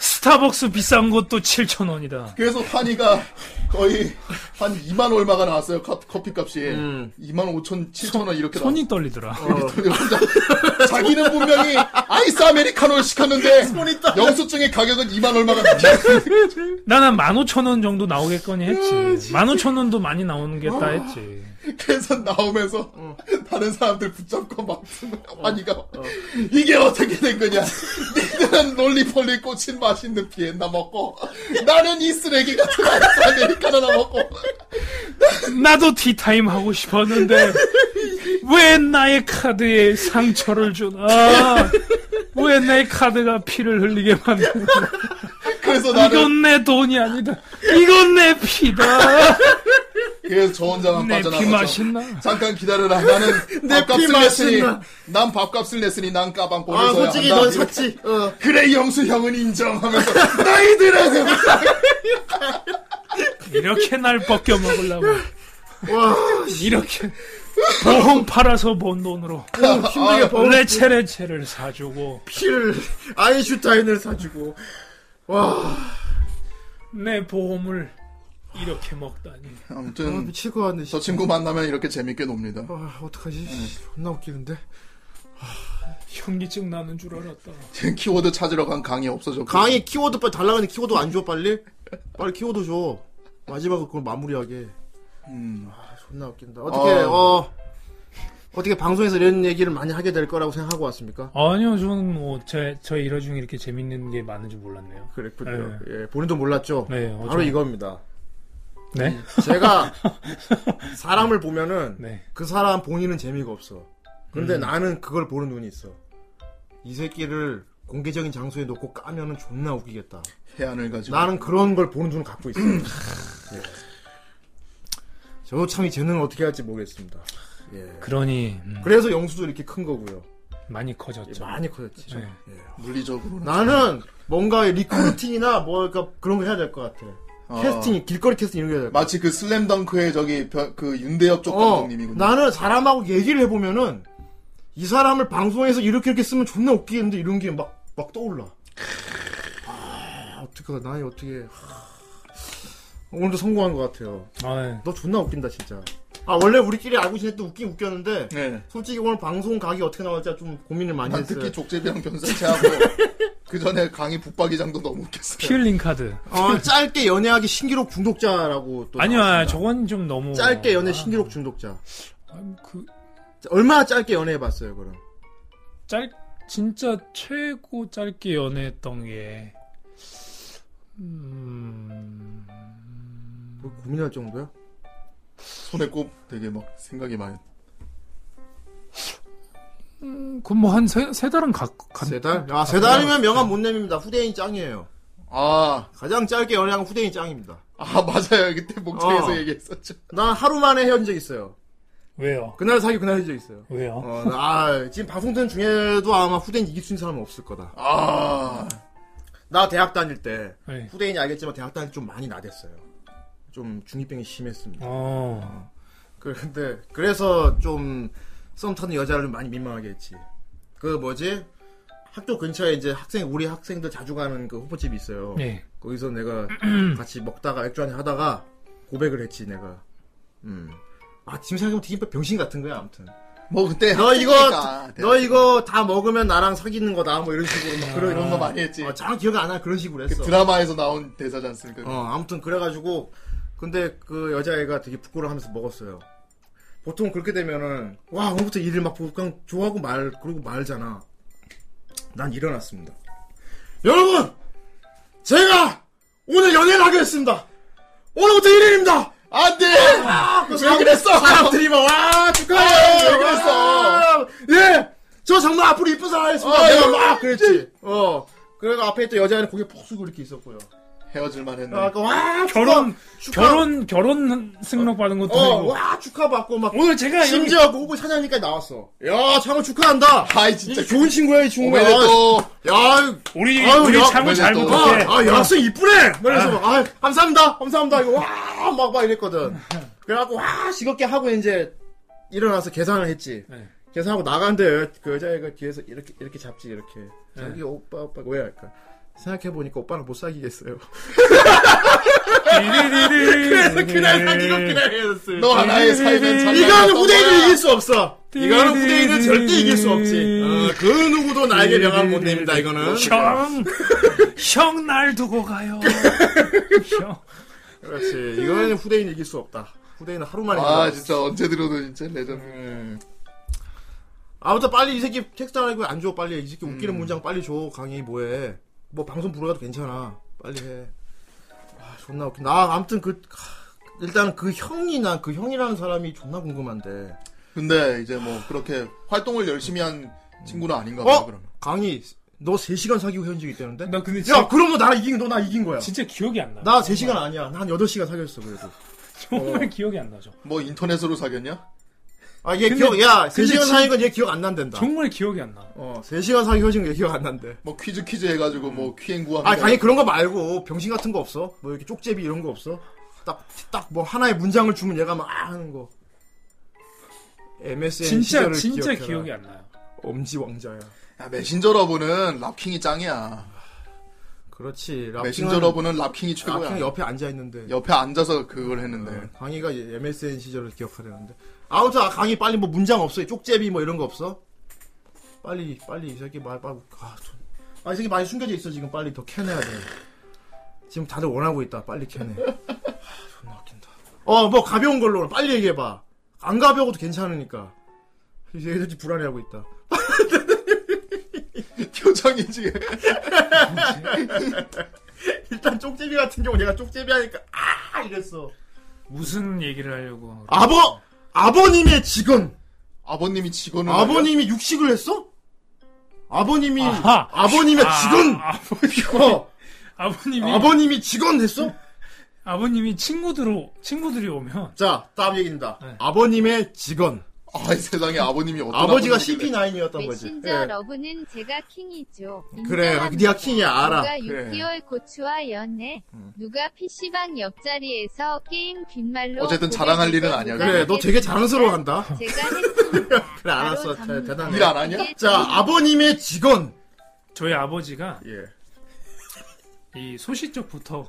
Speaker 4: 스타벅스 비싼 것도 7천 원이다.
Speaker 3: 그래서 환희가 거의 한 2만 얼마가 나왔어요 카- 커피 값이
Speaker 2: 음.
Speaker 3: 2만 5천 7천 원 이렇게
Speaker 4: 손이 떨리더라.
Speaker 3: 나왔어요 혼자 자기는 분명히 아이스 아메리카노를 시켰는데 영수증의 가격은 2만 얼마가 나왔어요
Speaker 4: 나는 15,000원 정도 나오겠거니 했지. 15,000원도 많이 나오는 게 따 했지.
Speaker 3: 그래서 나오면서 다른 사람들 붙잡고 막
Speaker 2: 어.
Speaker 3: 환희가 이게 어떻게 된 거냐 니들은 롤리폴리 꽂힌 맛있는 비엔나 먹고 나는 이 쓰레기 같은 아이스 아메리카노나 먹고
Speaker 4: 나도 티타임 하고 싶었는데 왜 나의 카드에 상처를 주나? 왜 내 카드가 피를 흘리게 만드는
Speaker 3: 그래서 나는
Speaker 4: 이건 내 돈이 아니다. 이건 내 피다.
Speaker 3: 그래서 저 혼자만
Speaker 4: 내 피
Speaker 3: 빠져나가죠
Speaker 4: 맛있나?
Speaker 3: 잠깐 기다려라. 나는
Speaker 2: 내
Speaker 3: 밥값을
Speaker 2: 피
Speaker 3: 냈으니,
Speaker 2: 맛있나?
Speaker 3: 난 밥값을 냈으니 난 가방 꼬
Speaker 2: 아
Speaker 3: 르서야
Speaker 2: 솔직히 넌 샀지 어
Speaker 3: 그래 영수 형은 인정하면서 너희들은
Speaker 4: 이렇게 날 벗겨 먹으려고.
Speaker 2: 와,
Speaker 4: 이렇게 보험 팔아서 번 돈으로 어,
Speaker 2: 힘들게 버는
Speaker 4: 레체레체를 사주고
Speaker 2: 피를 아인슈타인을 사주고 와
Speaker 4: 내 보험을 이렇게 먹다니.
Speaker 2: 아,
Speaker 3: 아무튼
Speaker 2: 미칠 것 같네 씨.
Speaker 3: 저 친구 만나면 이렇게 재밌게 놉니다.
Speaker 2: 아 어떡하지 씨, 존나 웃기는데
Speaker 4: 현기증 나는 줄 알았다.
Speaker 3: 지금 키워드 찾으러 간 강의 없어졌고
Speaker 2: 강의 키워드 빨리 달라가는데 키워드 안 줘 빨리 빨리 키워드 줘 마지막으로 그걸 마무리하게
Speaker 3: 음.
Speaker 2: 아, 존나 웃긴다 어떻게
Speaker 3: 어.
Speaker 2: 어, 어떻게 방송에서 이런 얘기를 많이 하게 될 거라고 생각하고 왔습니까?
Speaker 4: 아니요, 저는 뭐, 제, 저의 일화 중에 이렇게 재밌는 게 많은 줄 몰랐네요.
Speaker 2: 그랬군요. 예, 본인도 몰랐죠.
Speaker 4: 네,
Speaker 2: 바로
Speaker 4: 어쩌-
Speaker 2: 이겁니다.
Speaker 4: 네?
Speaker 2: 제가 사람을 보면은
Speaker 4: 네. 음.
Speaker 2: 그 사람 본인은 재미가 없어. 근데 나는 그걸 보는 눈이 있어. 이 새끼를 공개적인 장소에 놓고 까면은 존나 웃기겠다.
Speaker 3: 해안을 가지고
Speaker 2: 나는 그런 걸 보는 눈을 갖고 있어요.
Speaker 3: 음.
Speaker 2: 예. 저도 참 이 재능을 어떻게 할지 모르겠습니다. 예.
Speaker 4: 그러니, 음,
Speaker 2: 그래서 영수도 이렇게 큰 거고요.
Speaker 4: 많이
Speaker 2: 예,
Speaker 4: 커졌죠.
Speaker 2: 많이 커졌지.
Speaker 4: 네.
Speaker 3: 예. 물리적으로
Speaker 2: 나는 뭔가 리크루팅이나 뭐 그러니까 그런 거 해야 될 것 같아.
Speaker 3: 어.
Speaker 2: 캐스팅, 길거리 캐스팅 이런 거 해야 될 것 같아.
Speaker 3: 마치 그 슬램덩크의 저기 벼- 그 윤대엽 쪽
Speaker 2: 어,
Speaker 3: 감독님이군요.
Speaker 2: 나는 사람하고 얘기를 해보면은 이 사람을 방송에서 이렇게 이렇게 쓰면 존나 웃기겠는데 이런 게 막 막 떠올라. 아, 어떻게 나이 어떻게 하, 오늘도 성공한 것 같아요.
Speaker 4: 아,
Speaker 2: 너 존나 웃긴다 진짜. 아 원래 우리끼리 알고 지냈던 웃긴 웃겼는데
Speaker 3: 네.
Speaker 2: 솔직히 오늘 방송 각이 어떻게 나올지 좀 고민을 많이
Speaker 3: 난
Speaker 2: 했어요.
Speaker 3: 특히 족제비랑 변사체하고 그 전에 강의 북박이장도 너무 웃겼어요.
Speaker 4: 피흘링 카드.
Speaker 2: 어, 짧게 연애하기 신기록 중독자라고 또
Speaker 4: 아니요,
Speaker 2: 나왔습니다.
Speaker 4: 아니, 저건 좀 너무.
Speaker 2: 짧게 연애 신기록 중독자.
Speaker 4: 아, 그,
Speaker 2: 얼마나 짧게 연애해봤어요 그럼?
Speaker 4: 짧, 진짜 최고 짧게 연애했던 게, 음,
Speaker 2: 뭐 고민할 정도야?
Speaker 3: 손에 꼽 되게 막 생각이 많이.
Speaker 4: 그럼 뭐 한 세, 세 달은 갔, 갔,
Speaker 2: 아, 세 달? 아, 세 달이면 명함 못 내밉니다. 후대인 짱이에요.
Speaker 3: 아,
Speaker 2: 가장 짧게 연애한 후대인 짱입니다.
Speaker 3: 아, 맞아요. 그때 목장에서
Speaker 2: 어.
Speaker 3: 얘기했었죠.
Speaker 2: 나 하루 만에 헤어진 적 있어요.
Speaker 4: 왜요?
Speaker 2: 그날 사귀고 그날 헤어진 적 있어요.
Speaker 4: 왜요?
Speaker 2: 어, 나- 아, 지금 방송 듣는 중에도 아마 후대인 이길 수 있는 사람은 없을 거다.
Speaker 3: 아,
Speaker 2: 나 대학 다닐 때
Speaker 4: 네.
Speaker 2: 후대인이 알겠지만 대학 다닐 때 좀 많이 나댔어요. 좀 중이병이 심했습니다.
Speaker 4: 어.
Speaker 2: 그런데 그래서 좀 썸 타는 여자를 많이 민망하게 했지. 그 뭐지? 학교 근처에 이제 학생 우리 학생들 자주 가는 그 호프집이 있어요.
Speaker 4: 예.
Speaker 2: 거기서 내가 같이 먹다가 맥주 한잔 하다가 고백을 했지 내가. 음. 아 지금 생각해보면 되게 병신 같은 거야 아무튼.
Speaker 3: 뭐 그때
Speaker 2: 너 이거
Speaker 3: 학생이니까. 네.
Speaker 2: 너 이거 다 먹으면 나랑 사귀는 거다 뭐 이런 식으로 막
Speaker 3: 그런
Speaker 2: 그런
Speaker 3: 이런 거 많이 했지.
Speaker 2: 어, 잘 기억 안 나 그런 식으로
Speaker 3: 그
Speaker 2: 했어.
Speaker 3: 드라마에서 나온 대사지 않습니까?
Speaker 2: 어, 아무튼 그래가지고 근데 그 여자애가 되게 부끄러워하면서 먹었어요. 보통 그렇게 되면은 와 오늘부터 일을 막 보고 그냥 좋아하고 말 그러고 말잖아. 난 일어났습니다. 여러분, 제가 오늘 연애를 하게 됐습니다. 오늘부터 1일입니다.
Speaker 3: 안 돼!
Speaker 2: 왜
Speaker 3: 아, 그랬어?
Speaker 2: 사람들이 막와 축하해.
Speaker 3: 아, 왜 그랬어?
Speaker 2: 와, 예, 저 정말 앞으로 이쁜 사람 하겠습니다.
Speaker 3: 아,
Speaker 2: 내가
Speaker 3: 예.
Speaker 2: 막 그랬지. 어, 그래서 앞에 있던 여자애는 고개 푹 숙이고 이렇게 있었고요.
Speaker 3: 헤어질만 했네.
Speaker 2: 아, 그러니까 와
Speaker 4: 결혼
Speaker 2: 축하, 축하.
Speaker 4: 결혼 결혼 승낙 받은 것도
Speaker 2: 어,
Speaker 4: 아니고
Speaker 2: 와, 축하받고, 막,
Speaker 4: 오늘 제가 여기
Speaker 2: 심지어 그 후보 사장님까지 나왔어. 야, 창호 축하한다!
Speaker 3: 아이,
Speaker 2: 진짜
Speaker 3: 진짜. 그
Speaker 2: 좋은 친구야, 이 아, 어, 친구야.
Speaker 3: 오메데도.
Speaker 2: 야,
Speaker 4: 우리
Speaker 2: 아유,
Speaker 4: 우리
Speaker 2: 야,
Speaker 4: 창호 잘
Speaker 3: 또-
Speaker 2: 아,
Speaker 4: 부탁해.
Speaker 2: 아, 야, 학생 이쁘네! 그래서 막, 아, 감사합니다! 감사합니다! 이거, 와! 막, 막 이랬거든. 그래갖고, 와! 시겁게 하고, 이제, 일어나서 계산을 했지.
Speaker 4: 네.
Speaker 2: 계산하고 나가는데, 그 여자애가 뒤에서 이렇게, 이렇게 잡지, 이렇게. 자기 오빠, 오빠, 왜 할까? 생각해보니까 오빠랑 못 사귀겠어요.
Speaker 4: 그래서
Speaker 2: 그날 사귀고,
Speaker 4: 네.
Speaker 2: 그날 헤어졌어요.
Speaker 3: 너 하나의 삶은 장난
Speaker 2: 이거는
Speaker 3: 같던
Speaker 2: 후대인을
Speaker 3: 거야.
Speaker 2: 이길 수 없어. 이거는 후대인을 절대 이길 수 없지.
Speaker 4: 음.
Speaker 2: 어, 그 누구도 나에게 명함 못 냅니다. 이거는.
Speaker 4: 형, 형 날 두고 가요. 형.
Speaker 2: 그렇지. 이거는 후대인 이길 수 없다. 후대인은 하루만에.
Speaker 3: 아, 진짜 언제 들어도 진짜 레전드.
Speaker 2: 음. 아무튼 빨리 이 새끼 텍스트 하고 안 줘. 빨리 이 새끼
Speaker 4: 음.
Speaker 2: 웃기는 문장 빨리 줘. 강의 뭐해? 뭐 방송 불러가도 괜찮아. 빨리 해. 아 존나 웃긴. 나 아무튼 그 하, 일단 그 형이 난 그 형이라는 사람이 존나 궁금한데.
Speaker 3: 근데 이제 뭐 그렇게 활동을 열심히 한 친구는 아닌가 봐요,
Speaker 2: 어?
Speaker 3: 그러면.
Speaker 2: 강의 너3 시간 사귀고 헤어진 적 있다는데?
Speaker 4: 나 근데 진짜,
Speaker 2: 야 그럼 너 나 이긴 너 나 이긴 거야.
Speaker 4: 진짜 기억이 안 나.
Speaker 2: 나 3시간 아니야. 난 8시간 사귀었어, 그래도.
Speaker 4: 정말
Speaker 2: 어.
Speaker 4: 기억이 안 나죠.
Speaker 3: 뭐 인터넷으로 사귀었냐?
Speaker 2: 아, 얘
Speaker 4: 근데-
Speaker 2: 기억, 야, 3시간
Speaker 4: 진-
Speaker 2: 사귄 건 얘 기억 안 난댄다.
Speaker 4: 정말 기억이 안 나.
Speaker 2: 어, 3시간 사귀어진 게 기억 안 난대.
Speaker 3: 뭐 퀴즈 퀴즈 해가지고 뭐 퀴행구한.
Speaker 2: 아, 강의 그런 거 말고, 병신 같은 거 없어? 뭐 이렇게 쪽제비 이런 거 없어? 딱, 딱 뭐 하나의 문장을 주면 얘가 막, 아, 하는 거. MSN
Speaker 4: 진짜
Speaker 2: 시절을
Speaker 4: 진짜
Speaker 2: 기억해라.
Speaker 4: 기억이 안 나요.
Speaker 2: 엄지 왕자야.
Speaker 3: 야, 메신저러브는 랍킹이 짱이야.
Speaker 2: 그렇지. 랍킹은-
Speaker 3: 메신저러브는 랍킹이 최고야.
Speaker 2: 랍킹은 음. 옆에 앉아 있는데.
Speaker 3: 옆에 앉아서 그걸
Speaker 2: 네,
Speaker 3: 했는데.
Speaker 2: 강의가 예, MSN 시절을 기억하려는데. 아무튼 아, 강의 빨리 뭐 문장 없어? 쪽제비 뭐 이런 거 없어? 빨리 빨리 이 새끼 말 빨리 아, 돈. 아, 이 새끼 많이 숨겨져 있어 지금 빨리 더 캐내야 돼. 지금 다들 원하고 있다. 빨리 캐내. 아, 존나 웃긴다. 어, 뭐 가벼운 걸로 빨리 얘기해 봐. 안 가벼워도 괜찮으니까. 이제 얘들이 불안해하고 있다.
Speaker 3: 표정이 지금.
Speaker 2: 일단 쪽제비 같은 경우 내가 쪽제비 하니까 아 이랬어.
Speaker 4: 무슨 얘기를 하려고.
Speaker 2: 아버 아버님의 직원
Speaker 3: 아버님이 직원을.
Speaker 2: 아버님이 육식을 했어? 아버님이
Speaker 4: 아하.
Speaker 2: 아버님의 직원
Speaker 4: 아, 아버지,
Speaker 2: 어,
Speaker 4: 아버님이
Speaker 2: 아버님이 직원 됐어?
Speaker 4: 아버님이 친구들로 친구들이 오면
Speaker 2: 자 다음 얘기입니다.
Speaker 4: 네.
Speaker 2: 아버님의 직원
Speaker 3: 아이 세상에 아버님이 어떤
Speaker 2: 아버지가
Speaker 3: 아버님이길래.
Speaker 7: 네,
Speaker 2: CP9이었던 거지.
Speaker 7: 메신저
Speaker 2: 예.
Speaker 7: 러브는 제가 킹이죠.
Speaker 2: 그래
Speaker 7: 인정합니다.
Speaker 2: 네가 킹이야 알아. 음.
Speaker 7: 누가 6개월 고추와 연애, 누가 PC방 옆자리에서 게임 빈말로
Speaker 3: 어쨌든 자랑할 일은 아니야,
Speaker 2: 예. 그래 너 되게 자랑스러워한다.
Speaker 7: 제가 했습니다.
Speaker 2: 그래 알았어
Speaker 7: 네. 바로
Speaker 2: 대-
Speaker 7: 전문.
Speaker 2: 대단해.
Speaker 3: 일 안 하냐?
Speaker 7: 이게
Speaker 2: 자 아버님의 직원
Speaker 4: 저희 아버지가
Speaker 2: 예.
Speaker 4: 이 소시 쪽부터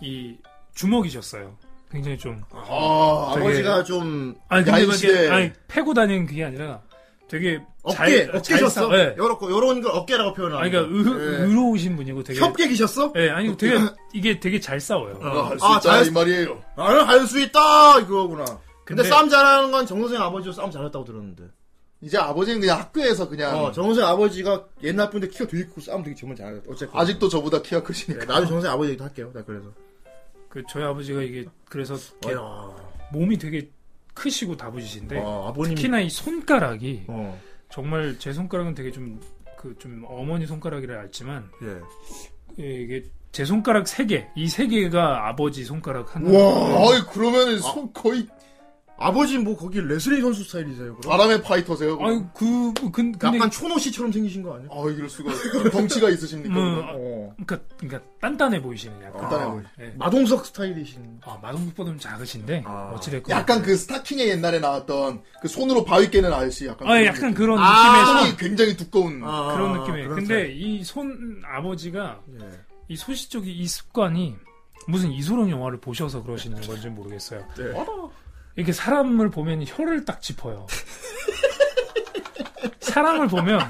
Speaker 4: 이 주먹이셨어요. 굉장히 좀
Speaker 2: 아,
Speaker 4: 되게-
Speaker 2: 아버지가 좀
Speaker 4: 아니 근데 막
Speaker 3: 야인시대.
Speaker 4: 이렇게 아니 패고 다니는 그게 아니라 되게
Speaker 2: 어깨
Speaker 4: 잘,
Speaker 2: 어깨셨어? 네.
Speaker 4: 잘, 예.
Speaker 2: 요런 거 요런 걸 어깨라고 표현하는.
Speaker 4: 아니 그러니까 의,
Speaker 2: 예.
Speaker 4: 의로우신 분이고 되게
Speaker 2: 협객이셨어?
Speaker 4: 예, 아니 되게 이게 되게 잘 싸워요.
Speaker 2: 어.
Speaker 3: 아, 할수
Speaker 2: 아,
Speaker 3: 있다
Speaker 2: 잘했-
Speaker 3: 이 말이에요.
Speaker 2: 나는 할 수 있다 이거구나. 근데,
Speaker 4: 근데-
Speaker 2: 싸움 잘하는 건 정선생 아버지도 싸움 잘했다고 들었는데.
Speaker 3: 음. 이제 아버지는 그냥 학교에서 그냥
Speaker 2: 어, 정선생 아버지가 옛날 분인데 키가 되게 크고 싸움 되게 정말 잘했다. 어쨌든
Speaker 3: 아직도 저보다 키가 크시니까.
Speaker 2: 네, 나도 정선생 아버지 얘기도 할게요. 나 그래서.
Speaker 4: 그 저희 아버지가 이게 그래서 이렇게
Speaker 2: 어야.
Speaker 4: 몸이 되게 크시고 다부지신데
Speaker 2: 아, 아버님이
Speaker 4: 특히나 이 손가락이
Speaker 2: 어.
Speaker 4: 정말 제 손가락은 되게 좀 그 좀 어머니 손가락이라 알지만
Speaker 2: 예.
Speaker 4: 예, 이게 제 손가락 세 개, 이 세 개가 아버지 손가락 하나.
Speaker 3: 와, 아이, 그러면은 손 거의
Speaker 2: 아버지 뭐 거기 레슬링 선수 스타일이세요? 그럼? 그러니까
Speaker 3: 바람의 파이터세요. 그럼?
Speaker 4: 아유 그 아, 근, 근데
Speaker 2: 약간 초노 씨처럼 생기신 거 아니야?
Speaker 3: 아, 이럴 수가. 덩치가 있으십니까?
Speaker 4: 음.
Speaker 3: 그러면?
Speaker 2: 어.
Speaker 4: 그러니까 그러니까 단단해 보이시는 약간.
Speaker 3: 간단해 보이.
Speaker 4: 예.
Speaker 2: 마동석 스타일이신.
Speaker 4: 아 마동석보다 는 작으신데
Speaker 2: 아.
Speaker 4: 어찌됐건
Speaker 3: 약간 그 스타킹에 옛날에 나왔던 그 손으로 바위 깨는 아저씨 약간.
Speaker 4: 아
Speaker 3: 그런
Speaker 4: 약간
Speaker 3: 느낌.
Speaker 4: 그런
Speaker 2: 아,
Speaker 4: 느낌의
Speaker 3: 손이 굉장히 두꺼운.
Speaker 2: 아,
Speaker 4: 그런 느낌의
Speaker 2: 스타일.
Speaker 4: 근데 이 손 아버지가
Speaker 2: 예.
Speaker 4: 이 소시적인 이 습관이 무슨 이소룡 영화를 보셔서 그러시는 건지 모르겠어요.
Speaker 2: 네.
Speaker 4: 이렇게 사람을 보면 혀를 딱 짚어요. 사람을 보면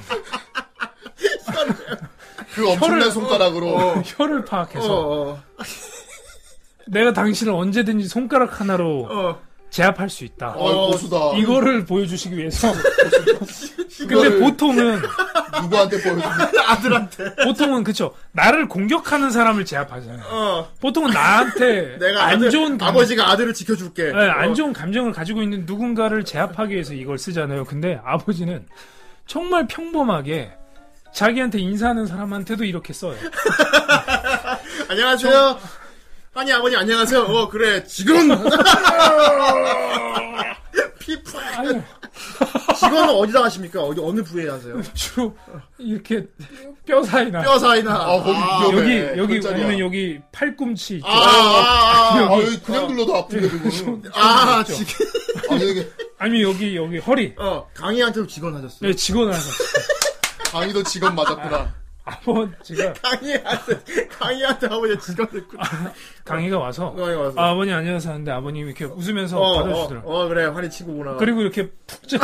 Speaker 3: 그 엄청난
Speaker 4: 혀를- 어.
Speaker 3: 손가락으로.
Speaker 4: 혀를 파악해서
Speaker 2: 어, 어,
Speaker 4: 내가 당신을 언제든지 손가락 하나로
Speaker 2: 어.
Speaker 4: 제압할 수 있다.
Speaker 3: 아이, 고수다.
Speaker 4: 이거를 보여주시기 위해서. 근데 보통은
Speaker 3: 누구한테 보여주는
Speaker 2: 아들한테.
Speaker 4: 보통은 그쵸 나를 공격하는 사람을 제압하잖아요.
Speaker 2: 어.
Speaker 4: 보통은 나한테
Speaker 2: 내가
Speaker 4: 안
Speaker 2: 아들,
Speaker 4: 좋은 감-
Speaker 2: 아버지가 아들을 지켜줄게.
Speaker 4: 네, 안
Speaker 2: 어.
Speaker 4: 좋은 감정을 가지고 있는 누군가를 제압하기 위해서 이걸 쓰잖아요. 근데 아버지는 정말 평범하게 자기한테 인사하는 사람한테도 이렇게 써요.
Speaker 2: 안녕하세요. 아니 아버지 안녕하세요. 어 그래 지금 피파
Speaker 4: 아니,
Speaker 2: 지금은 어디다 하십니까? 어디 어느 부에 하세요?
Speaker 4: 주로 이렇게 뼈 사이나
Speaker 2: 뼈 사이나.
Speaker 3: 아, 거기 위험해.
Speaker 4: 여기
Speaker 3: 네,
Speaker 4: 여기
Speaker 3: 혈자리야.
Speaker 4: 보면 여기 팔꿈치 있죠.
Speaker 2: 아, 아, 아,
Speaker 3: 아,
Speaker 2: 아,
Speaker 3: 여기 그냥 둘러도 아픈데, 그거는.
Speaker 2: 아, 지금
Speaker 3: 아, 여기
Speaker 4: 아니 여기 여기 허리.
Speaker 2: 어 강희한테도 직원 하셨어요.
Speaker 4: 네, 직원하서
Speaker 3: 강의도 직업 맞았구나.
Speaker 4: 아버지가
Speaker 2: 강희한테 강희한테 아버지 직원 했구나.
Speaker 4: 강의가 와서
Speaker 2: 강희 와서.
Speaker 4: 아, 버님 안녕하세요 하는데 아버님이 이렇게 웃으면서
Speaker 2: 네. 어, 어,
Speaker 4: 받아주시더라고요.
Speaker 2: 어, 그래 환희 친구구나.
Speaker 4: 그리고 이렇게 푹 쪄요.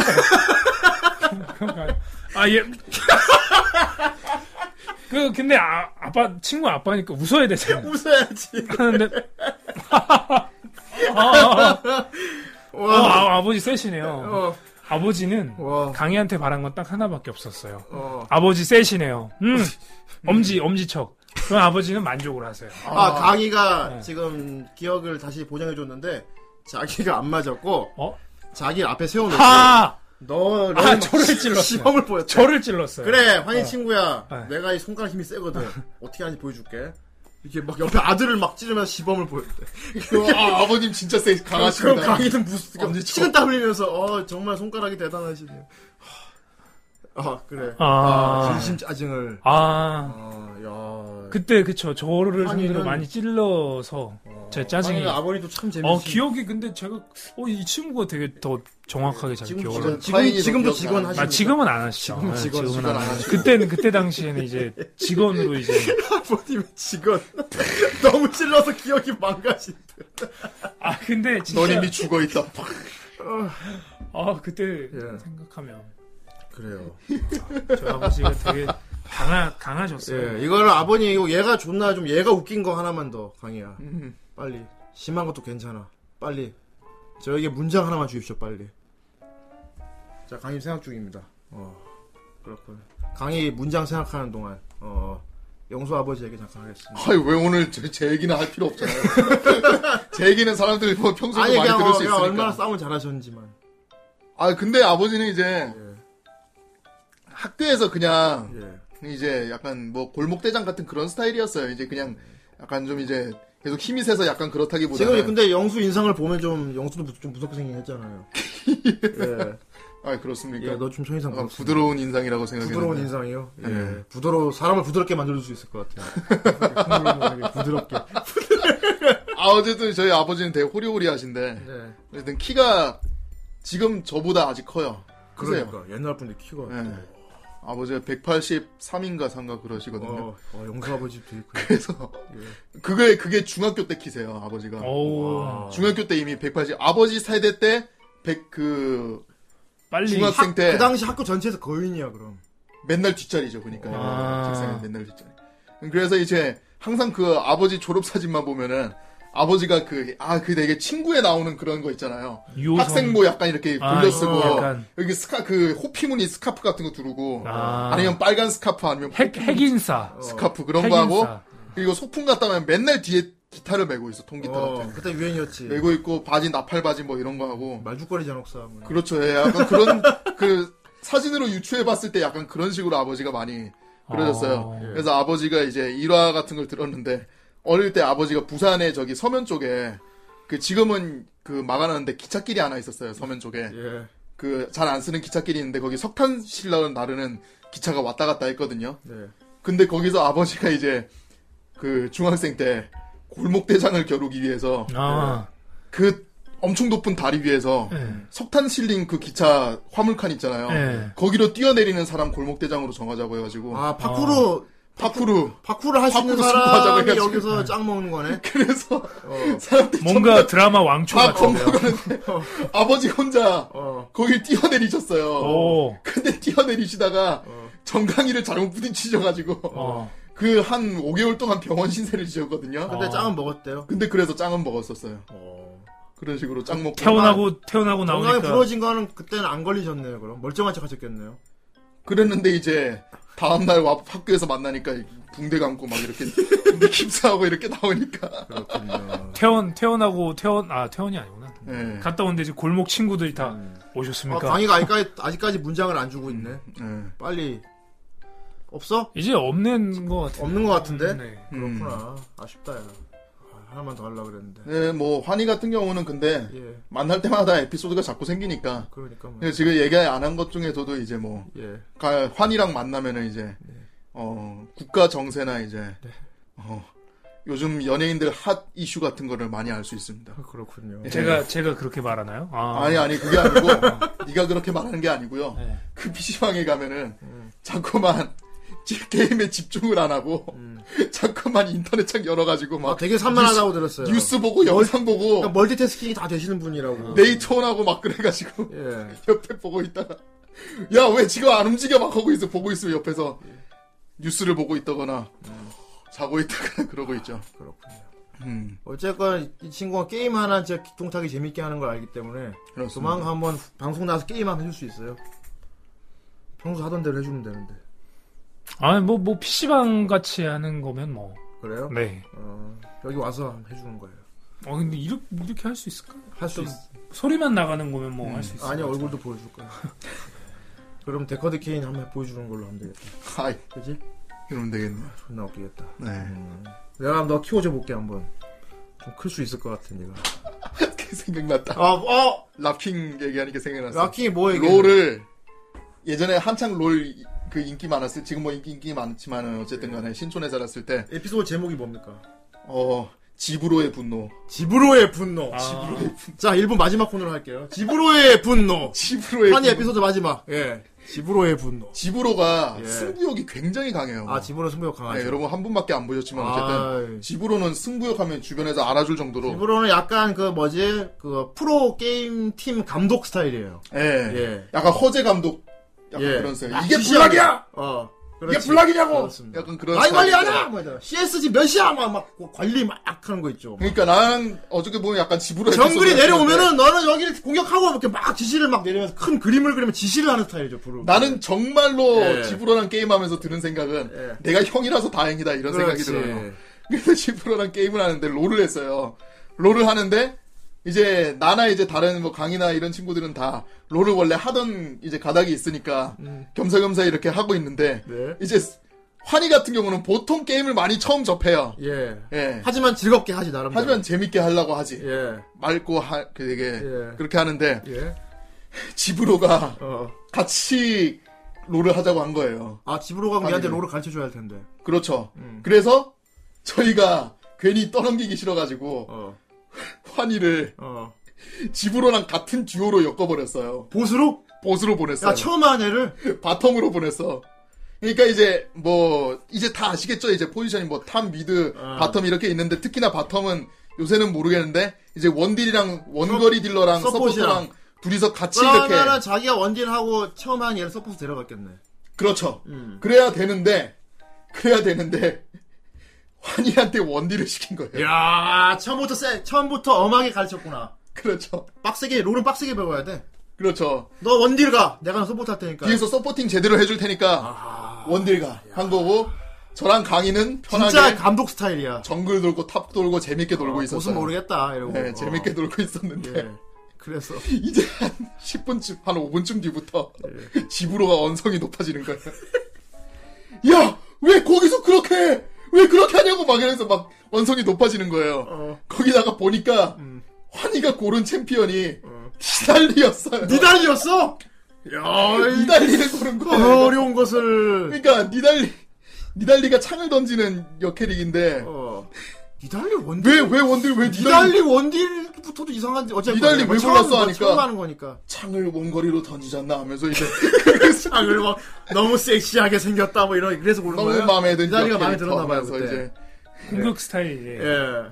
Speaker 4: 아, 예. 그, 근데 아, 아빠, 친구 아빠니까 웃어야 되잖아요.
Speaker 2: 웃어야지.
Speaker 4: 하는데. 아, 아, 아,
Speaker 2: 와,
Speaker 4: 아, 버지 세시네요.
Speaker 2: 어,
Speaker 4: 아버지는
Speaker 2: 와,
Speaker 4: 강희한테 바란 건 딱 하나밖에 없었어요.
Speaker 2: 어.
Speaker 4: 아버지 세시네요. 음, 엄지, 엄지척. 그럼 아버지는 만족을 하세요.
Speaker 2: 아 강희가
Speaker 4: 네.
Speaker 2: 지금 기억을 다시 보장해 줬는데 자기가 안 맞았고
Speaker 4: 어?
Speaker 2: 자기 앞에 세워놓고
Speaker 4: 하!
Speaker 2: 너
Speaker 4: 아, 저를 찔렀어요.
Speaker 2: 시험을 보였다.
Speaker 4: 저를 찔렀어요.
Speaker 2: 그래, 환희
Speaker 4: 어.
Speaker 2: 친구야.
Speaker 4: 네.
Speaker 2: 내가 이 손가락 힘이 세거든. 어떻게 하는지 보여줄게. 이렇게 막 옆에 아들을 막 찌르면서 시범을 보였대.
Speaker 4: 그, 어,
Speaker 3: 아, 버님 진짜 세,
Speaker 2: 그, 그럼
Speaker 3: 강하십니다.
Speaker 2: 강희는 무슨
Speaker 3: 엄지 쳐.
Speaker 2: 식은 땀 흘리면서 어 정말 손가락이 대단하시네요. 아 그래.
Speaker 4: 아.
Speaker 2: 아, 진심 짜증을.
Speaker 4: 아,
Speaker 2: 아, 야.
Speaker 4: 그때, 그쵸. 저를
Speaker 2: 아니,
Speaker 4: 상대로
Speaker 2: 이런-
Speaker 4: 많이 찔러서 제 짜증이.
Speaker 2: 환희는 아버지도 참 재밌어.
Speaker 4: 어 기억이 근데 제가 어 이 친구가 되게 더 정확하게 잘
Speaker 2: 지금
Speaker 4: 기억을
Speaker 2: 지금,
Speaker 4: 하-
Speaker 2: 지금 지금도
Speaker 3: 기억나요.
Speaker 2: 직원 하시고.
Speaker 4: 아 지금은 안 하시죠.
Speaker 2: 지금은
Speaker 4: 네,
Speaker 2: 직원,
Speaker 4: 지금은
Speaker 2: 직원
Speaker 4: 안
Speaker 2: 안
Speaker 4: 하시죠.
Speaker 2: 하시고.
Speaker 4: 그때는 그때 당시에는 이제 직원으로 이제
Speaker 2: 아버님의 직원 너무 찔러서 기억이 망가진.
Speaker 4: 아 근데
Speaker 3: 넌
Speaker 4: 진짜
Speaker 3: 이미 죽어있다.
Speaker 4: 아 그때
Speaker 2: 예.
Speaker 4: 생각하면
Speaker 2: 그래요.
Speaker 4: 저 아버지가 되게 강하 강하셨어요.
Speaker 2: 예, 이거를 아버님 이거 얘가 존나 좀 얘가 웃긴 거 하나만 더 강희야.
Speaker 3: 음.
Speaker 2: 빨리 심한 것도 괜찮아. 빨리 저에게 문장 하나만 주십시오 빨리. 자 강희 생각 중입니다. 어 그렇군. 강희 문장 생각하는 동안 어 영수 아버지에게 잠깐 하겠습니다.
Speaker 3: 아이 왜 오늘 제, 제 얘기는 할 필요 없잖아요. 제 얘기는 사람들이 뭐 평소에
Speaker 2: 아니
Speaker 3: 많이
Speaker 2: 그냥,
Speaker 3: 들을
Speaker 2: 어,
Speaker 3: 수
Speaker 2: 그냥
Speaker 3: 있으니까.
Speaker 2: 얼마나 싸움을 잘하셨는지만.
Speaker 3: 아 근데 아버지는 이제
Speaker 2: 예.
Speaker 3: 학교에서 그냥
Speaker 2: 예.
Speaker 3: 이제 약간 뭐 골목대장 같은 그런 스타일이었어요. 이제 그냥 약간 좀 이제 계속 힘이 세서 약간
Speaker 2: 지금
Speaker 3: 그렇다기보다는.
Speaker 2: 근데 영수 인상을 보면 좀 영수도 무- 좀 무섭게 생긴 했잖아요. 예.
Speaker 3: 아 그렇습니까?
Speaker 2: 예, 너좀 천인상
Speaker 3: 약간
Speaker 2: 부
Speaker 3: 아, 부드러운 인상이라고 생각했는데.
Speaker 2: 부드러운 인상이요. 예.
Speaker 3: 예.
Speaker 2: 부드러워 사람을 부드럽게 만들 수 있을 것 같아요. 부드럽게.
Speaker 3: 아 어쨌든 저희 아버지는 되게 호리호리하신데
Speaker 2: 네.
Speaker 3: 어쨌든 키가 지금 저보다 아직 커요. 크세요.
Speaker 2: 그러니까 옛날 분들 키가.
Speaker 3: 예. 아버지가 183인가 3가 그러시거든요. 예.
Speaker 2: 어, 어, 영수 아버지 되게 크네.
Speaker 3: 그래서
Speaker 4: 예.
Speaker 3: 그게 그게 중학교 때 키세요 아버지가
Speaker 4: 오
Speaker 2: 와.
Speaker 3: 중학교 때 이미 180 아버지 세대 때100그
Speaker 4: 빨리
Speaker 3: 중학- 학생
Speaker 2: 학-
Speaker 3: 때.
Speaker 2: 그 당시 학교 전체에서 거인이야 그럼.
Speaker 3: 맨날 뒷자리죠 그러니까
Speaker 4: 아.
Speaker 3: 책상에 맨날 뒷자리 음, 그래서 이제 항상 그 아버지 졸업 사진만 보면은 아버지가 그 아 그 되게 친구에 나오는 그런 거 있잖아요
Speaker 4: 유호성-
Speaker 3: 학생모 약간 이렇게
Speaker 4: 아,
Speaker 3: 돌려 쓰고
Speaker 4: 약간.
Speaker 3: 여기 스카 그 호피무늬 스카프 같은 거 두르고
Speaker 4: 아.
Speaker 3: 아. 니면 빨간 스카프 아니면
Speaker 4: 핵 핵인사
Speaker 3: 스카프 그런 거 하고
Speaker 4: 핵인사
Speaker 3: 그리고 소풍 갔다 오면 맨날 뒤에 기타를 메고 있어 통기타
Speaker 2: 어,
Speaker 3: 같은 거.
Speaker 2: 그때 유행이었지.
Speaker 3: 예. 메고 있고 바지 나팔 바지 뭐 이런 거 하고
Speaker 2: 말죽거리 잔혹사. 뭐.
Speaker 3: 그 그렇죠 예, 약간 그런 그 사진으로 유추해 봤을 때 약간 그런 식으로 아버지가 많이 그러셨어요.
Speaker 4: 어.
Speaker 3: 그래서 아버지가 이제 일화 같은 걸 들었는데 어릴 때 아버지가 부산에 저기 서면 쪽에 그 지금은 그 막아놨는데 기찻길이 하나 있었어요. 서면 쪽에
Speaker 2: 예.
Speaker 3: 그 잘 안 쓰는 기찻길이 있는데 거기 석탄 실라를 나르는 기차가 왔다 갔다 했거든요.
Speaker 2: 네.
Speaker 3: 근데 거기서 아버지가 이제 그 중학생 때 골목 대장을 겨루기 위해서
Speaker 4: 아,
Speaker 3: 그 엄청 높은 다리 위에서
Speaker 4: 예.
Speaker 3: 석탄 실린 그 기차 화물칸 있잖아요.
Speaker 4: 예.
Speaker 3: 거기로 뛰어내리는 사람 골목 대장으로 정하자고 해가지고
Speaker 2: 아, 파쿠르,
Speaker 3: 파쿠르
Speaker 2: 파쿠르 할 수 있는
Speaker 3: 어. 파쿠르 승부하자고
Speaker 2: 사람이
Speaker 3: 해가지고.
Speaker 2: 여기서 짱 먹는 거네.
Speaker 3: 그래서
Speaker 2: 어.
Speaker 3: 사람들이
Speaker 4: 뭔가 드라마 왕초
Speaker 3: 다
Speaker 4: 같은.
Speaker 3: 건너가는데 아버지 혼자
Speaker 2: 어.
Speaker 3: 거기 뛰어내리셨어요.
Speaker 4: 오,
Speaker 3: 근데 뛰어내리시다가
Speaker 2: 어.
Speaker 3: 정강이를 잘못 부딪히셔가지고
Speaker 4: 어,
Speaker 3: 그 한 5개월 동안 병원 신세를 지었거든요.
Speaker 2: 근데
Speaker 4: 어.
Speaker 2: 짱은 먹었대요.
Speaker 3: 근데 그래서 짱은 먹었었어요.
Speaker 2: 어.
Speaker 3: 그런 식으로 짱 먹고
Speaker 4: 태어나고 태어나고
Speaker 2: 건강에
Speaker 4: 나오니까
Speaker 2: 부러진 거는 그때는 안 걸리셨네요, 그럼. 멀쩡한 척 하셨겠네요.
Speaker 3: 그랬는데 이제 다음날 와 학교에서 만나니까 붕대 감고 막 이렇게 깁스하고 이렇게 나오니까
Speaker 2: 그렇군요.
Speaker 4: 태원 태어나고 태원 아 태원이 아니구나.
Speaker 3: 예,
Speaker 4: 갔다 온데 이제 골목 친구들이 다
Speaker 2: 아,
Speaker 4: 오셨습니까?
Speaker 2: 강의가 아직까지, 아직까지 문장을 안 주고 있네.
Speaker 3: 예. 음.
Speaker 2: 빨리. 없어?
Speaker 4: 이제 없는 것 같은데.
Speaker 2: 없는 것 같은데?
Speaker 4: 네.
Speaker 3: 음.
Speaker 2: 그렇구나. 아쉽다, 야. 아, 하나만 더 하려고 그랬는데.
Speaker 3: 예, 뭐 환희 같은 경우는 근데
Speaker 2: 예.
Speaker 3: 만날 때마다 에피소드가 자꾸 생기니까
Speaker 2: 그러니까 뭐.
Speaker 3: 근데 지금 얘기 안 한 것 중에서도 이제 뭐
Speaker 2: 예.
Speaker 3: 가- 환이랑 만나면은 이제
Speaker 2: 네.
Speaker 3: 어, 국가 정세나 이제 어, 요즘 연예인들 핫 이슈 같은 거를 많이 알 수 있습니다.
Speaker 2: 아, 그렇군요.
Speaker 3: 예.
Speaker 4: 네. 제가 제가 그렇게 말하나요? 아,
Speaker 3: 아니 아니 그게 아니고 네가 그렇게 말하는 게 아니고요.
Speaker 4: 네.
Speaker 3: 그 PC방에 가면은
Speaker 2: 네.
Speaker 3: 자꾸만 지- 게임에 집중을 안 하고 자꾸만 인터넷창 열어가지고
Speaker 2: 음. 아,
Speaker 3: 막
Speaker 2: 되게 산만하다고 들었어요.
Speaker 3: 뉴스 보고 영상 보고
Speaker 2: 그러니까 멀티태스킹이 다 되시는 분이라고.
Speaker 3: 네이트온하고 막 그래가지고
Speaker 2: 예.
Speaker 3: 옆에 보고 있다가 야 왜 지금 안 움직여 막 하고 있어 보고 있으면 옆에서 뉴스를 보고 있다거나 자고 있다거나 그러고 있죠.
Speaker 2: 그렇군요.
Speaker 3: 음,
Speaker 2: 어쨌건 이 친구가 게임 하나 진짜 기똥차게 재밌게 하는 걸 알기 때문에
Speaker 3: 그렇습니다.
Speaker 2: 조만간 한번 방송 나와서 게임 한번 해줄 수 있어요. 평소 하던 대로 해주면 되는데.
Speaker 4: 아니 뭐 뭐 PC방 같이 하는 거면 뭐.
Speaker 2: 그래요?
Speaker 4: 네.
Speaker 2: 어, 여기 와서 해주는 거예요.
Speaker 4: 어 근데 이렇게 이렇게 할 수 있을까?
Speaker 2: 할 수
Speaker 4: 좀-
Speaker 2: 있...
Speaker 4: 소리만 나가는 거면 뭐 할 수 있을까?
Speaker 2: 음. 아니 얼굴도 보여줄 거야. 그럼 데커드 케인 한번 보여주는 걸로 하면 되겠다.
Speaker 3: 아이
Speaker 2: 그지?
Speaker 3: 이러면 되겠네.
Speaker 2: 존나 웃기겠다.
Speaker 3: 네.
Speaker 2: 음. 내가 한번 너 키워줘 볼게 한번. 좀 클 수 있을 것 같은 얘가.
Speaker 3: 생각났다.
Speaker 2: 아, 어!
Speaker 3: 랍킹 얘기하니까 생각났어.
Speaker 2: 라키 뭐 얘기?
Speaker 3: 롤을 예전에 한창 롤 그 인기 많았을 지금 뭐 인기 인기 많지만은 어쨌든
Speaker 2: 예.
Speaker 3: 간에 신촌에 살았을 때
Speaker 2: 에피소드 제목이 뭡니까?
Speaker 3: 어, 집으로의 분노.
Speaker 2: 집으로의 분노.
Speaker 4: 아.
Speaker 2: 자, 1분 마지막 코너로 할게요. 집으로의 분노.
Speaker 3: 집으로의
Speaker 2: 환희
Speaker 3: 분노.
Speaker 2: 에피소드 마지막. 예. 집으로의 분노.
Speaker 3: 집으로가
Speaker 2: 예.
Speaker 3: 승부욕이 굉장히 강해요.
Speaker 2: 아, 집으로 승부욕 강하죠.
Speaker 3: 네, 여러분 한 분밖에 안 보셨지만 어쨌든
Speaker 2: 아,
Speaker 3: 집으로는 승부욕하면 주변에서 알아줄 정도로
Speaker 2: 집으로는 약간 그 뭐지? 그 프로 게임 팀 감독 스타일이에요.
Speaker 3: 예.
Speaker 2: 예.
Speaker 3: 약간 허재 감독 약간
Speaker 2: 예.
Speaker 3: 그런 스타일.
Speaker 2: 아,
Speaker 3: 이게
Speaker 2: 주시하게.
Speaker 3: 불락이야.
Speaker 2: 어.
Speaker 3: 이게
Speaker 2: 그렇지.
Speaker 3: 불락이냐고. 네.
Speaker 2: 그렇습니다.
Speaker 3: 약간 그런
Speaker 2: 라이 관리 안
Speaker 3: 스타일인데.
Speaker 2: 해! 뭐 이런. CSG 몇이야! 막, 막 관리 막 하는 거 있죠.
Speaker 3: 그러니까 나는 어저께 보면 약간 집으로
Speaker 2: 정글이
Speaker 3: 에피소드가 있었는데
Speaker 2: 내려오면은 너는 여기를 공격하고 이렇게 막 지시를 막 내리면서 큰 그림을 그리면 지시를 하는 스타일이죠, 브루.
Speaker 3: 나는 정말로
Speaker 2: 예.
Speaker 3: 집으로랑 게임하면서 드는 생각은
Speaker 2: 예.
Speaker 3: 내가 형이라서 다행이다 이런 생각이 들어요. 그래서 지프로랑 게임을 하는데 롤을 했어요. 롤을 하는데 이제 나나 이제 다른 뭐 강이나 이런 친구들은 다 롤을 원래 하던 이제 가닥이 있으니까
Speaker 2: 음.
Speaker 3: 겸사겸사 이렇게 하고 있는데
Speaker 2: 네.
Speaker 3: 이제 환희 같은 경우는 보통 게임을 많이 처음 접해요.
Speaker 2: 예.
Speaker 3: 예.
Speaker 2: 하지만 즐겁게 하지, 나름대로.
Speaker 3: 하지만 재밌게 하려고 하지.
Speaker 2: 예.
Speaker 3: 맑고 하, 그 되게
Speaker 2: 예.
Speaker 3: 그렇게 하는데
Speaker 2: 예.
Speaker 3: 지브로가
Speaker 2: 어.
Speaker 3: 같이 롤을 하자고 한 거예요.
Speaker 2: 아, 집으로 가면 얘한테
Speaker 3: 아니요. 그
Speaker 2: 롤을 가르쳐 줘야 할 텐데.
Speaker 3: 그렇죠.
Speaker 2: 음.
Speaker 3: 그래서 저희가 괜히 떠넘기기 싫어가지고
Speaker 2: 어.
Speaker 3: 환희를
Speaker 2: 어.
Speaker 3: 집으로랑 같은 듀오로 엮어버렸어요.
Speaker 2: 보스로?
Speaker 3: 보스로
Speaker 2: 야,
Speaker 3: 보냈어요.
Speaker 2: 아,
Speaker 3: 그
Speaker 2: 처음 한 애를?
Speaker 3: 바텀으로 보냈어. 그러니까 이제 뭐 이제 다 아시겠죠? 이제 포지션이 뭐 탑, 미드,
Speaker 2: 아.
Speaker 3: 바텀 이렇게 있는데 특히나 바텀은 요새는 모르겠는데 이제 원딜이랑 원거리 딜러랑
Speaker 2: 서폿이랑. 아,
Speaker 3: 서포터랑 둘이서 같이 이렇게
Speaker 2: 그러면은 자기가 원딜하고 처음 한 얘를 서포트 데려갔겠네.
Speaker 3: 그렇죠.
Speaker 2: 음.
Speaker 3: 그래야 되는데 그래야 되는데 환희한테 원딜을 시킨 거예요.
Speaker 2: 야 처음부터 세, 처음부터 엄하게 가르쳤구나.
Speaker 3: 그렇죠.
Speaker 2: 빡세게, 롤은 빡세게 배워야 돼.
Speaker 3: 그렇죠.
Speaker 2: 너 원딜 가! 내가 서포트 할 테니까.
Speaker 3: 뒤에서 서포팅 제대로 해줄 테니까
Speaker 2: 그러니까 아,
Speaker 3: 원딜가 한 거고 저랑 강희는 편하게
Speaker 2: 진짜 감독 스타일이야.
Speaker 3: 정글 돌고 탑 돌고 재밌게 돌고
Speaker 2: 어, 무슨
Speaker 3: 있었어요.
Speaker 2: 모르겠다 이러고
Speaker 3: 네, 재밌게
Speaker 2: 어,
Speaker 3: 돌고 있었는데
Speaker 2: 예. 그래서
Speaker 3: 이제 한 10분쯤
Speaker 2: 예.
Speaker 3: 한 5분쯤 뒤부터 집으로가 언성이 높아지는 거예요. 야, 왜 거기서 그렇게 해? 왜 그렇게 하냐고 막 이러면서 막 원성이 높아지는 거예요.
Speaker 2: 어.
Speaker 3: 거기다가 보니까
Speaker 2: 음.
Speaker 3: 환희가 고른 챔피언이
Speaker 2: 어.
Speaker 3: 니달리였어요.
Speaker 2: 니달리였어? 야, 이그
Speaker 3: 니달리를 고른 거예요.
Speaker 2: 어려운 것을.
Speaker 3: 그러니까 니달리 니달리가 창을 던지는 역캐릭인데
Speaker 2: 어. 니달리 원딜.
Speaker 3: 왜 왜 원딜 왜 니달리
Speaker 2: 니달리 원딜부터도 이상한지 어쨌든
Speaker 3: 니달리 왜
Speaker 2: 처음,
Speaker 3: 골랐어 하니까.
Speaker 2: 처음 하는 거니까.
Speaker 3: 창을 원거리로 던지잖아 하면서 이제
Speaker 2: 아 그리고 막 너무 섹시하게 생겼다 뭐 이런 그래서 고른
Speaker 3: 너무
Speaker 2: 거예요.
Speaker 3: 마음에 든
Speaker 2: 니달리가 마음에
Speaker 3: 역캐릭터
Speaker 2: 들었나 봐요
Speaker 3: 하면서
Speaker 2: 그때.
Speaker 3: 이제
Speaker 4: 공격 스타일이
Speaker 2: 예.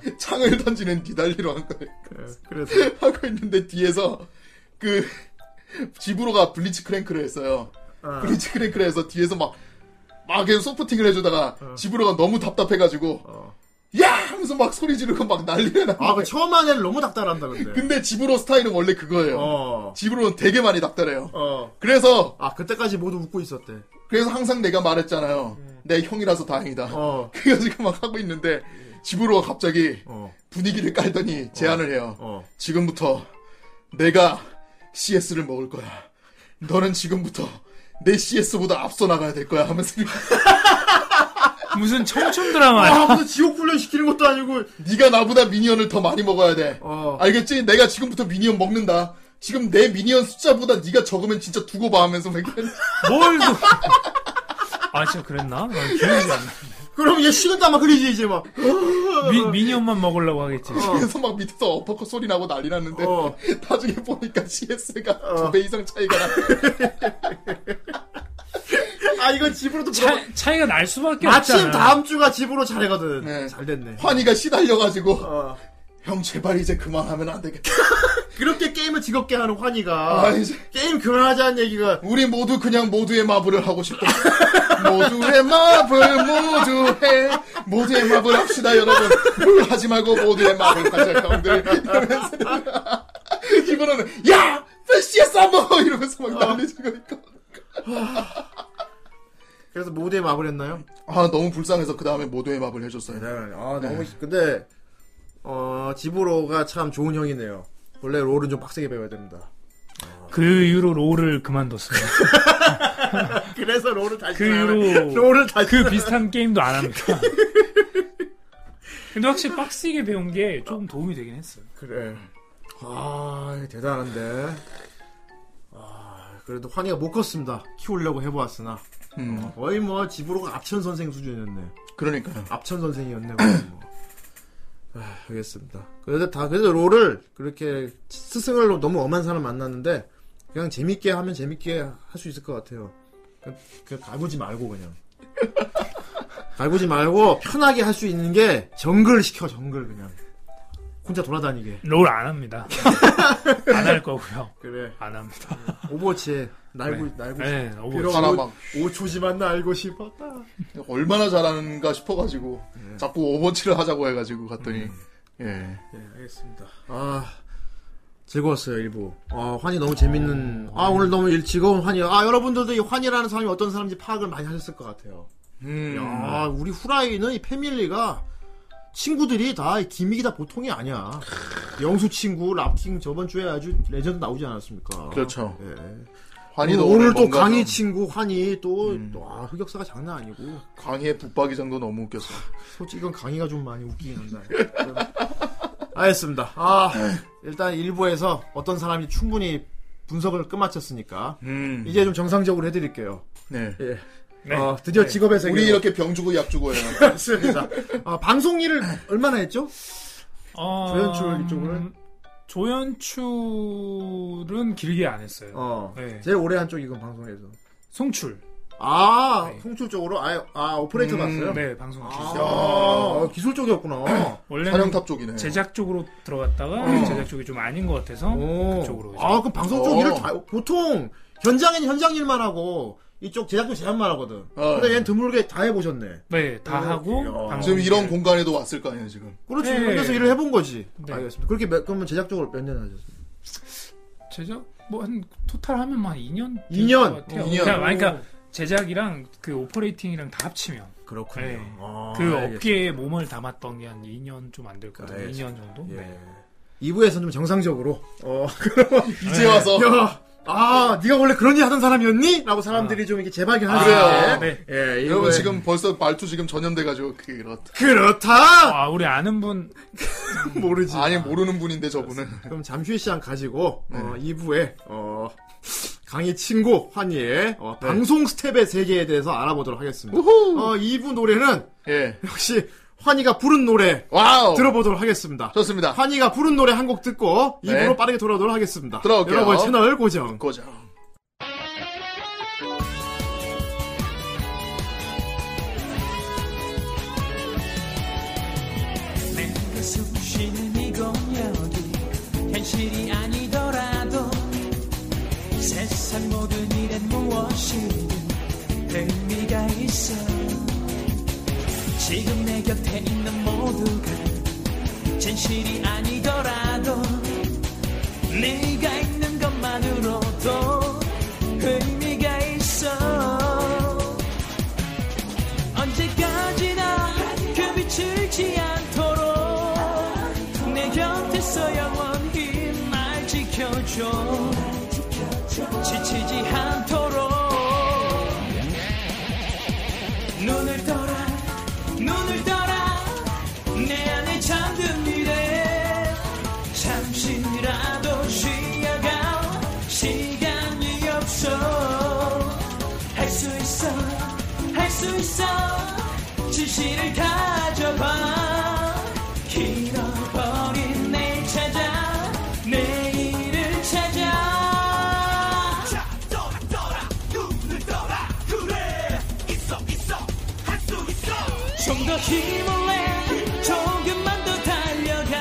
Speaker 2: 예.
Speaker 3: 창을 던지는 니달리로 한 거예요.
Speaker 2: 그래서
Speaker 3: 하고 있는데 뒤에서 그 집으로가 블리츠 크랭크를 했어요.
Speaker 2: 어.
Speaker 3: 블리츠 크랭크를 해서 뒤에서 막 막 계속 소프팅을 해주다가 집으로가 너무 답답해가지고
Speaker 2: 어.
Speaker 3: 야 하면서 막 소리 지르고 막 난리가 나.
Speaker 2: 아, 그 처음 하는 애를 너무 닥달한다 근데.
Speaker 3: 근데 집으로 스타일은 원래 그거예요.
Speaker 2: 어.
Speaker 3: 집으로는 되게 많이 답답해요.
Speaker 2: 어.
Speaker 3: 그래서
Speaker 2: 아 그때까지 모두 웃고 있었대.
Speaker 3: 그래서 항상 내가 말했잖아요. 내 형이라서 다행이다.
Speaker 2: 음. 어.
Speaker 3: 그래가지고 막 하고 있는데 집으로가 갑자기
Speaker 2: 어.
Speaker 3: 분위기를 깔더니 제안을 해요.
Speaker 2: 어.
Speaker 3: 지금부터 내가 CS를 먹을 거야. 너는 지금부터 내 CS보다 앞서 나가야 될 거야 하면서
Speaker 4: 무슨 청춘 드라마야.
Speaker 2: 아 무슨 지옥 훈련 시키는 것도 아니고.
Speaker 3: 네가 나보다 미니언을 더 많이 먹어야 돼.
Speaker 2: 어.
Speaker 3: 알겠지? 내가 지금부터 미니언 먹는다. 지금 내 미니언 숫자보다 네가 적으면 진짜 두고 봐 하면서 막 이렇게
Speaker 2: 어.
Speaker 4: 뭘? 그- 아 진짜 그랬나? 난 기억이 안
Speaker 2: 그럼 얘 식은 다막 그리지 이제 막.
Speaker 4: 나. 미, 미니언만 먹으려고 하겠지.
Speaker 3: 그래서 막 밑에서 어퍼컷 소리 나고 난리 났는데
Speaker 2: 어.
Speaker 3: 나중에 보니까 CS가
Speaker 2: 어.
Speaker 3: 두 배 이상 차이가 나.
Speaker 2: 아 이건 집으로 또 물어봐.
Speaker 4: 차, 차이가 날 수밖에
Speaker 2: 마침
Speaker 4: 없잖아.
Speaker 2: 다음 주가 집으로 잘해거든.
Speaker 3: 네.
Speaker 2: 잘 됐네.
Speaker 3: 환희가 시달려가지고
Speaker 2: 어.
Speaker 3: 형 제발 이제 그만하면 안 되겠다.
Speaker 2: 그렇게 게임을 즐겁게 하는 환희가
Speaker 3: 아 이제
Speaker 2: 게임 그만하자는 얘기가
Speaker 3: 우리 모두 그냥 모두의 마블을 하고 싶다. 모두의 마블, 모두의, 모두의 마블 합시다, 여러분. 뭘 하지 말고 모두의 마블 하자, 형들. 이러면서. 이번에는, 야! 패시에스 안 먹어! 이러면서 막 난리치고 있고.
Speaker 2: 그래서 모두의 마블했나요?
Speaker 3: 아, 너무 불쌍해서 그 다음에 모두의 마블 해줬어요.
Speaker 2: 아 너무 근데 어 지브로가 참 좋은 형이네요. 원래 롤은 좀 빡세게 배워야 됩니다.
Speaker 4: 그 이후로 롤을 그만뒀어요.
Speaker 2: 그래서 롤을 다시
Speaker 4: 그
Speaker 2: 잘하네.
Speaker 4: 이후로-
Speaker 2: 롤을 다시
Speaker 4: 그 비슷한 게임도 안 합니다. 근데 확실히 빡세게 배운 게 조금 도움이 되긴 했어요.
Speaker 2: 그래. 아 대단한데. 아 그래도 환희가 못 컸습니다. 키우려고 해보았으나
Speaker 3: 음,
Speaker 2: 거의 뭐 지브로가 앞천 선생 수준이었네.
Speaker 3: 그러니까요.
Speaker 2: 앞천 선생이었네. 거의 뭐. 아, 알겠습니다. 그래도 다 그래도 롤을 그렇게 스승을 너무 엄한 사람 만났는데 그냥 재밌게 하면 재밌게 할 수 있을 것 같아요. 그냥, 그냥 갈구지 말고 그냥 갈구지 말고 편하게 할 수 있는 게 정글 시켜 정글 그냥 혼자 돌아다니게.
Speaker 4: 롤 안 합니다. 안 할 거고요.
Speaker 2: 그래
Speaker 4: 안 합니다.
Speaker 2: 오버워치 날고 날고 싶-
Speaker 4: 네, 오버워치.
Speaker 2: 비록
Speaker 3: 하나 막
Speaker 2: 5초지만 날고 싶었다.
Speaker 3: 얼마나 잘하는가 싶어가지고, 자꾸 오버치를 하자고 해가지고 갔더니, 예.
Speaker 2: 예, 알겠습니다. 아, 즐거웠어요, 일부. 아, 환희 너무 재밌는, 아, 오늘 너무 일- 즐거운 환희. 아, 여러분들도 이 환희라는 사람이 어떤 사람인지 파악을 많이 하셨을 것 같아요.
Speaker 3: 음.
Speaker 2: 야, 우리 후라이는 이 패밀리가 친구들이 다이 기믹이 다 보통이 아니야. 영수 친구, 랍킹 저번 주에 아주 레전드 나오지 않았습니까?
Speaker 3: 그렇죠.
Speaker 2: 예.
Speaker 3: 환희도
Speaker 2: 오늘, 오늘 또
Speaker 3: 뭔가
Speaker 2: 강희
Speaker 3: 좀 음.
Speaker 2: 친구, 환희 또, 또, 아, 흑역사가 장난 아니고.
Speaker 3: 강희의 붙박이 정도 너무 웃겼어.
Speaker 2: 솔직히 이건 강의가 좀 많이 웃기긴 한다. 알겠습니다. 아, 일단 일부에서 어떤 사람이 충분히 분석을 끝마쳤으니까
Speaker 3: 음.
Speaker 2: 이제 좀 정상적으로 해드릴게요.
Speaker 3: 네.
Speaker 2: 예. 어, 드디어 직업의 세계.
Speaker 3: 우리 이렇게 병 주고 약 주고 해요.
Speaker 2: 했습니다. 아, 방송 일을 얼마나 했죠?
Speaker 4: 어,
Speaker 2: 조연출 이쪽은?
Speaker 4: 조연출은 길게 안 했어요.
Speaker 2: 어,
Speaker 4: 네.
Speaker 2: 제일 오래 한 쪽이 이건 방송에서.
Speaker 4: 송출.
Speaker 2: 아,
Speaker 4: 네.
Speaker 2: 송출 쪽으로 아예 아 오퍼레이터
Speaker 3: 음,
Speaker 2: 봤어요.
Speaker 4: 네, 방송
Speaker 2: 아,
Speaker 4: 기술.
Speaker 2: 기술 쪽이었구나. 어.
Speaker 4: 원래는
Speaker 3: 사령탑 쪽이네.
Speaker 4: 제작 쪽으로 들어갔다가 제작 쪽이 좀 아닌 것 같아서
Speaker 2: 오.
Speaker 4: 그쪽으로. 이제.
Speaker 2: 아, 그 방송 쪽
Speaker 3: 어.
Speaker 2: 일을 다, 보통 현장엔 현장 일만 하고 이쪽 제작도 제작만 하거든.
Speaker 3: 어.
Speaker 2: 근데 얘는 드물게 다 해보셨네.
Speaker 4: 네,
Speaker 2: 어,
Speaker 4: 다 하고
Speaker 2: 야.
Speaker 4: 방송
Speaker 3: 지금 이런
Speaker 4: 이제
Speaker 3: 공간에도 왔을 거 아니에요, 지금.
Speaker 2: 그렇지.
Speaker 4: 네.
Speaker 2: 그래서 일을 해본 거지.
Speaker 4: 네.
Speaker 2: 알겠습니다. 그렇게 몇, 그러면 제작적으로 몇 년 하셨어요?
Speaker 4: 제작 뭐 한 토탈 하면 뭐 한 2년
Speaker 2: 2년.
Speaker 4: 같아요.
Speaker 3: 어, 2년.
Speaker 4: 그러니까, 아니, 그러니까 제작이랑 그 오퍼레이팅이랑 다 합치면
Speaker 2: 그렇군요.
Speaker 4: 네.
Speaker 2: 아,
Speaker 4: 그
Speaker 2: 알겠습니다.
Speaker 4: 업계에 몸을 담았던 게 한 2년 좀 안 될 거예요. 네.
Speaker 2: 알겠습니다.
Speaker 4: 2년 정도.
Speaker 2: 예.
Speaker 4: 네.
Speaker 2: 2부에서는 좀 정상적으로. 어,
Speaker 3: 이제 와서
Speaker 2: 야, 아, 네가 원래 그런 일 하던 사람이었니? 라고 사람들이 좀 이렇게 재발견하죠.
Speaker 3: 아. 그래요.
Speaker 4: 아,
Speaker 2: 네. 예, 이거
Speaker 3: 여러분 지금 벌써 말투 지금 전염돼가지고 그렇다.
Speaker 2: 그렇다.
Speaker 4: 아, 우리 아는 분
Speaker 2: 음. 모르지.
Speaker 3: 아니 모르는 분인데 저분은
Speaker 2: 그럼 잠시 후에 시간 가지고 어, 2부에 어, 강의 친구 환희의 어, 방송 스텝의 세계에 대해서 알아보도록 하겠습니다. 어, 2부 노래는
Speaker 3: 예
Speaker 2: 역시 환희가 부른 노래
Speaker 3: 와우
Speaker 2: 네. 들어보도록 하겠습니다.
Speaker 3: 좋습니다.
Speaker 2: 환희가 부른 노래 한 곡 듣고 2부로
Speaker 3: 네.
Speaker 2: 빠르게 돌아오도록 하겠습니다.
Speaker 3: 들어올게요.
Speaker 2: 여러분 채널 고정.
Speaker 3: 고정.
Speaker 1: 내가 숨쉬는 이곳 여기 현실이 아니더라도 세상 모든 일엔 무엇이든 의미가 있어 지금 내 곁에 있는 모두가 진실이 아니더라도 네가 있는 것만으로도 의미가 있어 언제까지나 그 빛을 지 않도록 내 곁에서 영원히 날 지켜줘 지치지 않도록 눈을 떠라 눈을 떠라 내 안에 잠든 미래 잠시라도 쉬어가 시간이 없어 할 수 있어 할 수 있어 진실을 가져봐 길어버린 내일 찾아 내일을 찾아 자 떠라 떠라 눈을 떠라 그래 있어 있어 할 수 있어 좀 더 힘을 내 조금만 더 달려가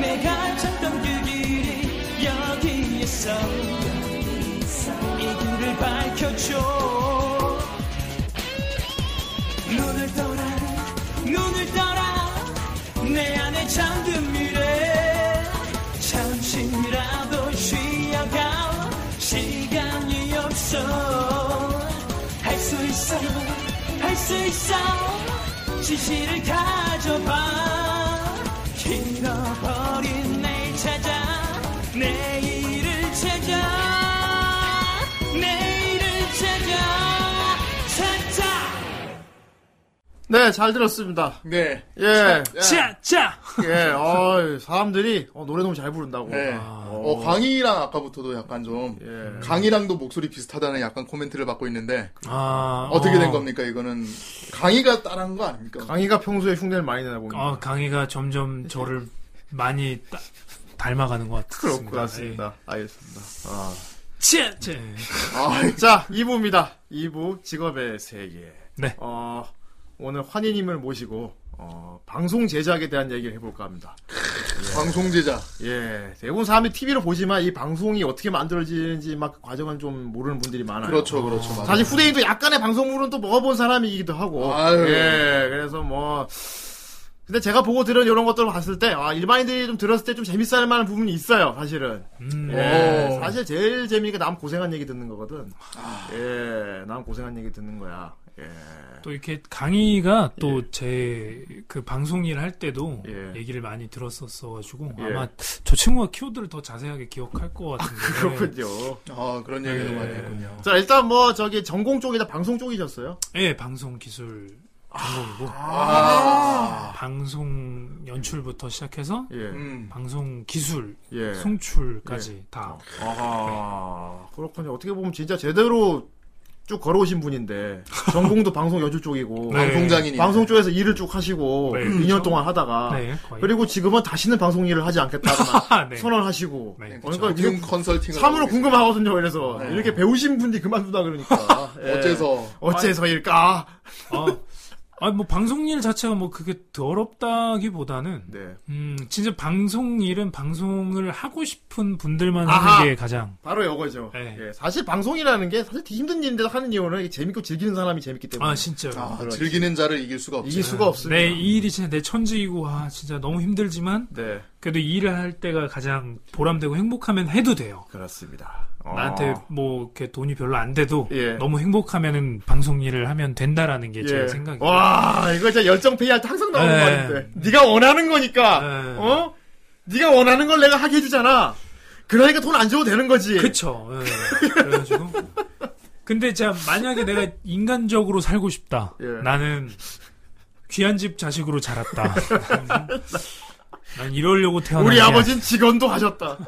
Speaker 1: 내가 찾던 그 길이 여기 있어 이 길을 밝혀줘 눈을 떠라 눈을 떠라 내 안에 잠든 미래 잠시라도 쉬어가 시간이 없어 할 수 있어 할 수 있어 지시를 가져봐 잃어버린 내일 찾아 내일을 찾아 내일을 찾아 찾아
Speaker 2: 네, 잘 들었습니다.
Speaker 3: 네.
Speaker 2: 예,
Speaker 1: 자자
Speaker 2: 예, 어, 사람들이 어, 노래 너무 잘 부른다고.
Speaker 3: 네.
Speaker 2: 아,
Speaker 3: 어, 광희랑 아까부터도 약간 좀
Speaker 2: 예.
Speaker 3: 강희랑도 목소리 비슷하다는 약간 코멘트를 받고 있는데
Speaker 4: 아,
Speaker 3: 어떻게 된
Speaker 4: 어,
Speaker 3: 겁니까 이거는 강희가 따라한 거 아닙니까?
Speaker 2: 강희가 평소에 흉내를 많이 내다 보니까
Speaker 4: 어, 강의가 점점 저를 많이 따- 닮아가는 것 같습니다.
Speaker 2: 그렇습니다. 예. 알겠습니다. 아.
Speaker 4: 예. 자, 자.
Speaker 3: 아,
Speaker 2: 자, 2부입니다. 2부 직업의 세계.
Speaker 4: 네.
Speaker 2: 어, 오늘 환희님을 모시고 어, 방송 제작에 대한 얘기를 해볼까 합니다.
Speaker 3: 방송 제자.
Speaker 2: 예, 대부분 사람이 TV로 보지만 이 방송이 어떻게 만들어지는지 막 과정은 좀 모르는 분들이 많아요.
Speaker 3: 그렇죠, 그렇죠. 맞아요.
Speaker 2: 사실 후대인도 약간의 방송물은 또 먹어본 사람이기도 하고.
Speaker 3: 아유.
Speaker 2: 예, 그래서 뭐. 근데 제가 보고 들은 이런 것들을 봤을 때, 아, 일반인들이 좀 들었을 때 좀 재밌어 할 만한 부분이 있어요, 사실은.
Speaker 4: 음,
Speaker 2: 예,
Speaker 3: 오.
Speaker 2: 사실 제일 재미가 남 고생한 얘기 듣는 거거든. 예, 남 고생한 얘기 듣는 거야. 예.
Speaker 4: 또 이렇게 강의가 또 제 그 방송 일 할 때도
Speaker 2: 예.
Speaker 4: 얘기를 많이 들었었어가지고
Speaker 2: 예.
Speaker 4: 아마 저 친구가 키워드를 더 자세하게 기억할 것 같은데. 예.
Speaker 2: 그렇군요.
Speaker 3: 아 그런 얘기도 많이
Speaker 2: 예.
Speaker 3: 했군요.
Speaker 2: 자, 일단 뭐, 저기, 전공 쪽이다 방송 쪽이셨어요?
Speaker 4: 예, 방송 기술 전공이고
Speaker 3: 아,
Speaker 4: 방송 연출부터 시작해서
Speaker 2: 예.
Speaker 3: 음,
Speaker 4: 방송 기술
Speaker 2: 예. 어.
Speaker 4: 송출까지 다.
Speaker 2: 아하, 그렇군요. 어떻게 보면 진짜 제대로 쭉 걸어오신 분인데, 전공도 방송 연출 쪽이고,
Speaker 4: 네.
Speaker 3: 방송장인이
Speaker 2: 방송 쪽에서 일을 쭉 하시고,
Speaker 4: 네,
Speaker 2: 2년
Speaker 4: 그렇죠.
Speaker 2: 동안 하다가,
Speaker 4: 네,
Speaker 2: 아.
Speaker 4: 거의.
Speaker 2: 그리고 지금은 다시는 방송 일을 하지 않겠다고
Speaker 4: 아, 네.
Speaker 2: 선언하시고,
Speaker 4: 네,
Speaker 2: 그러니까
Speaker 3: 그러니까
Speaker 2: 이게
Speaker 3: 지금 컨설팅
Speaker 2: 참으로 궁금하거든요, 그래서.
Speaker 3: 네.
Speaker 2: 이렇게 배우신 분이 그만두다 그러니까. 예.
Speaker 3: 어째서
Speaker 2: 어째서일까?
Speaker 4: 아, 아, 뭐 방송 일 자체가 뭐 그게 더럽다기보다는
Speaker 2: 네.
Speaker 4: 음, 진짜 방송 일은 방송을 하고 싶은 분들만
Speaker 2: 아하.
Speaker 4: 하는 게 가장
Speaker 2: 바로 요거죠.
Speaker 4: 네.
Speaker 2: 예, 사실 방송이라는 게 사실 되게 힘든 일인데도 하는 이유는 재밌고 즐기는 사람이 재밌기 때문에.
Speaker 4: 아, 진짜.
Speaker 3: 아,
Speaker 2: 그렇지.
Speaker 3: 즐기는 자를 이길 수가 없지.
Speaker 2: 이길 수가 없습니다.
Speaker 4: 네, 이 일이 진짜 내 천직이고, 아, 진짜 너무 힘들지만,
Speaker 2: 네,
Speaker 4: 그래도 이 일을 할 때가 가장 보람되고 행복하면 해도 돼요.
Speaker 2: 그렇습니다. 어.
Speaker 4: 나한테 뭐, 이렇게 돈이 별로 안 돼도,
Speaker 2: 예.
Speaker 4: 너무 행복하면은 방송 일을 하면 된다라는 게 제
Speaker 2: 예.
Speaker 4: 생각이에요.
Speaker 2: 와, 이거 진짜 열정 페이할 때 항상 나오는
Speaker 4: 네.
Speaker 2: 말인데. 네가 원하는 거니까.
Speaker 4: 네.
Speaker 2: 어? 네가 원하는 걸 내가 하게 해주잖아. 그러니까 돈 안 줘도 되는 거지.
Speaker 4: 그쵸. 예. 그래가지고. 근데 자 만약에 내가 인간적으로 살고 싶다.
Speaker 2: 예.
Speaker 4: 나는 귀한 집 자식으로 자랐다. 난 이러려고 태어난
Speaker 2: 우리
Speaker 4: 게
Speaker 2: 아버진 직원도 하셨다.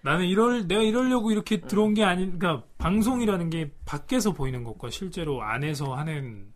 Speaker 4: 나는 이럴 내가 이러려고 이렇게 들어온 게 아닌 그러니까 방송이라는 게 밖에서 보이는 것과 실제로 안에서 하는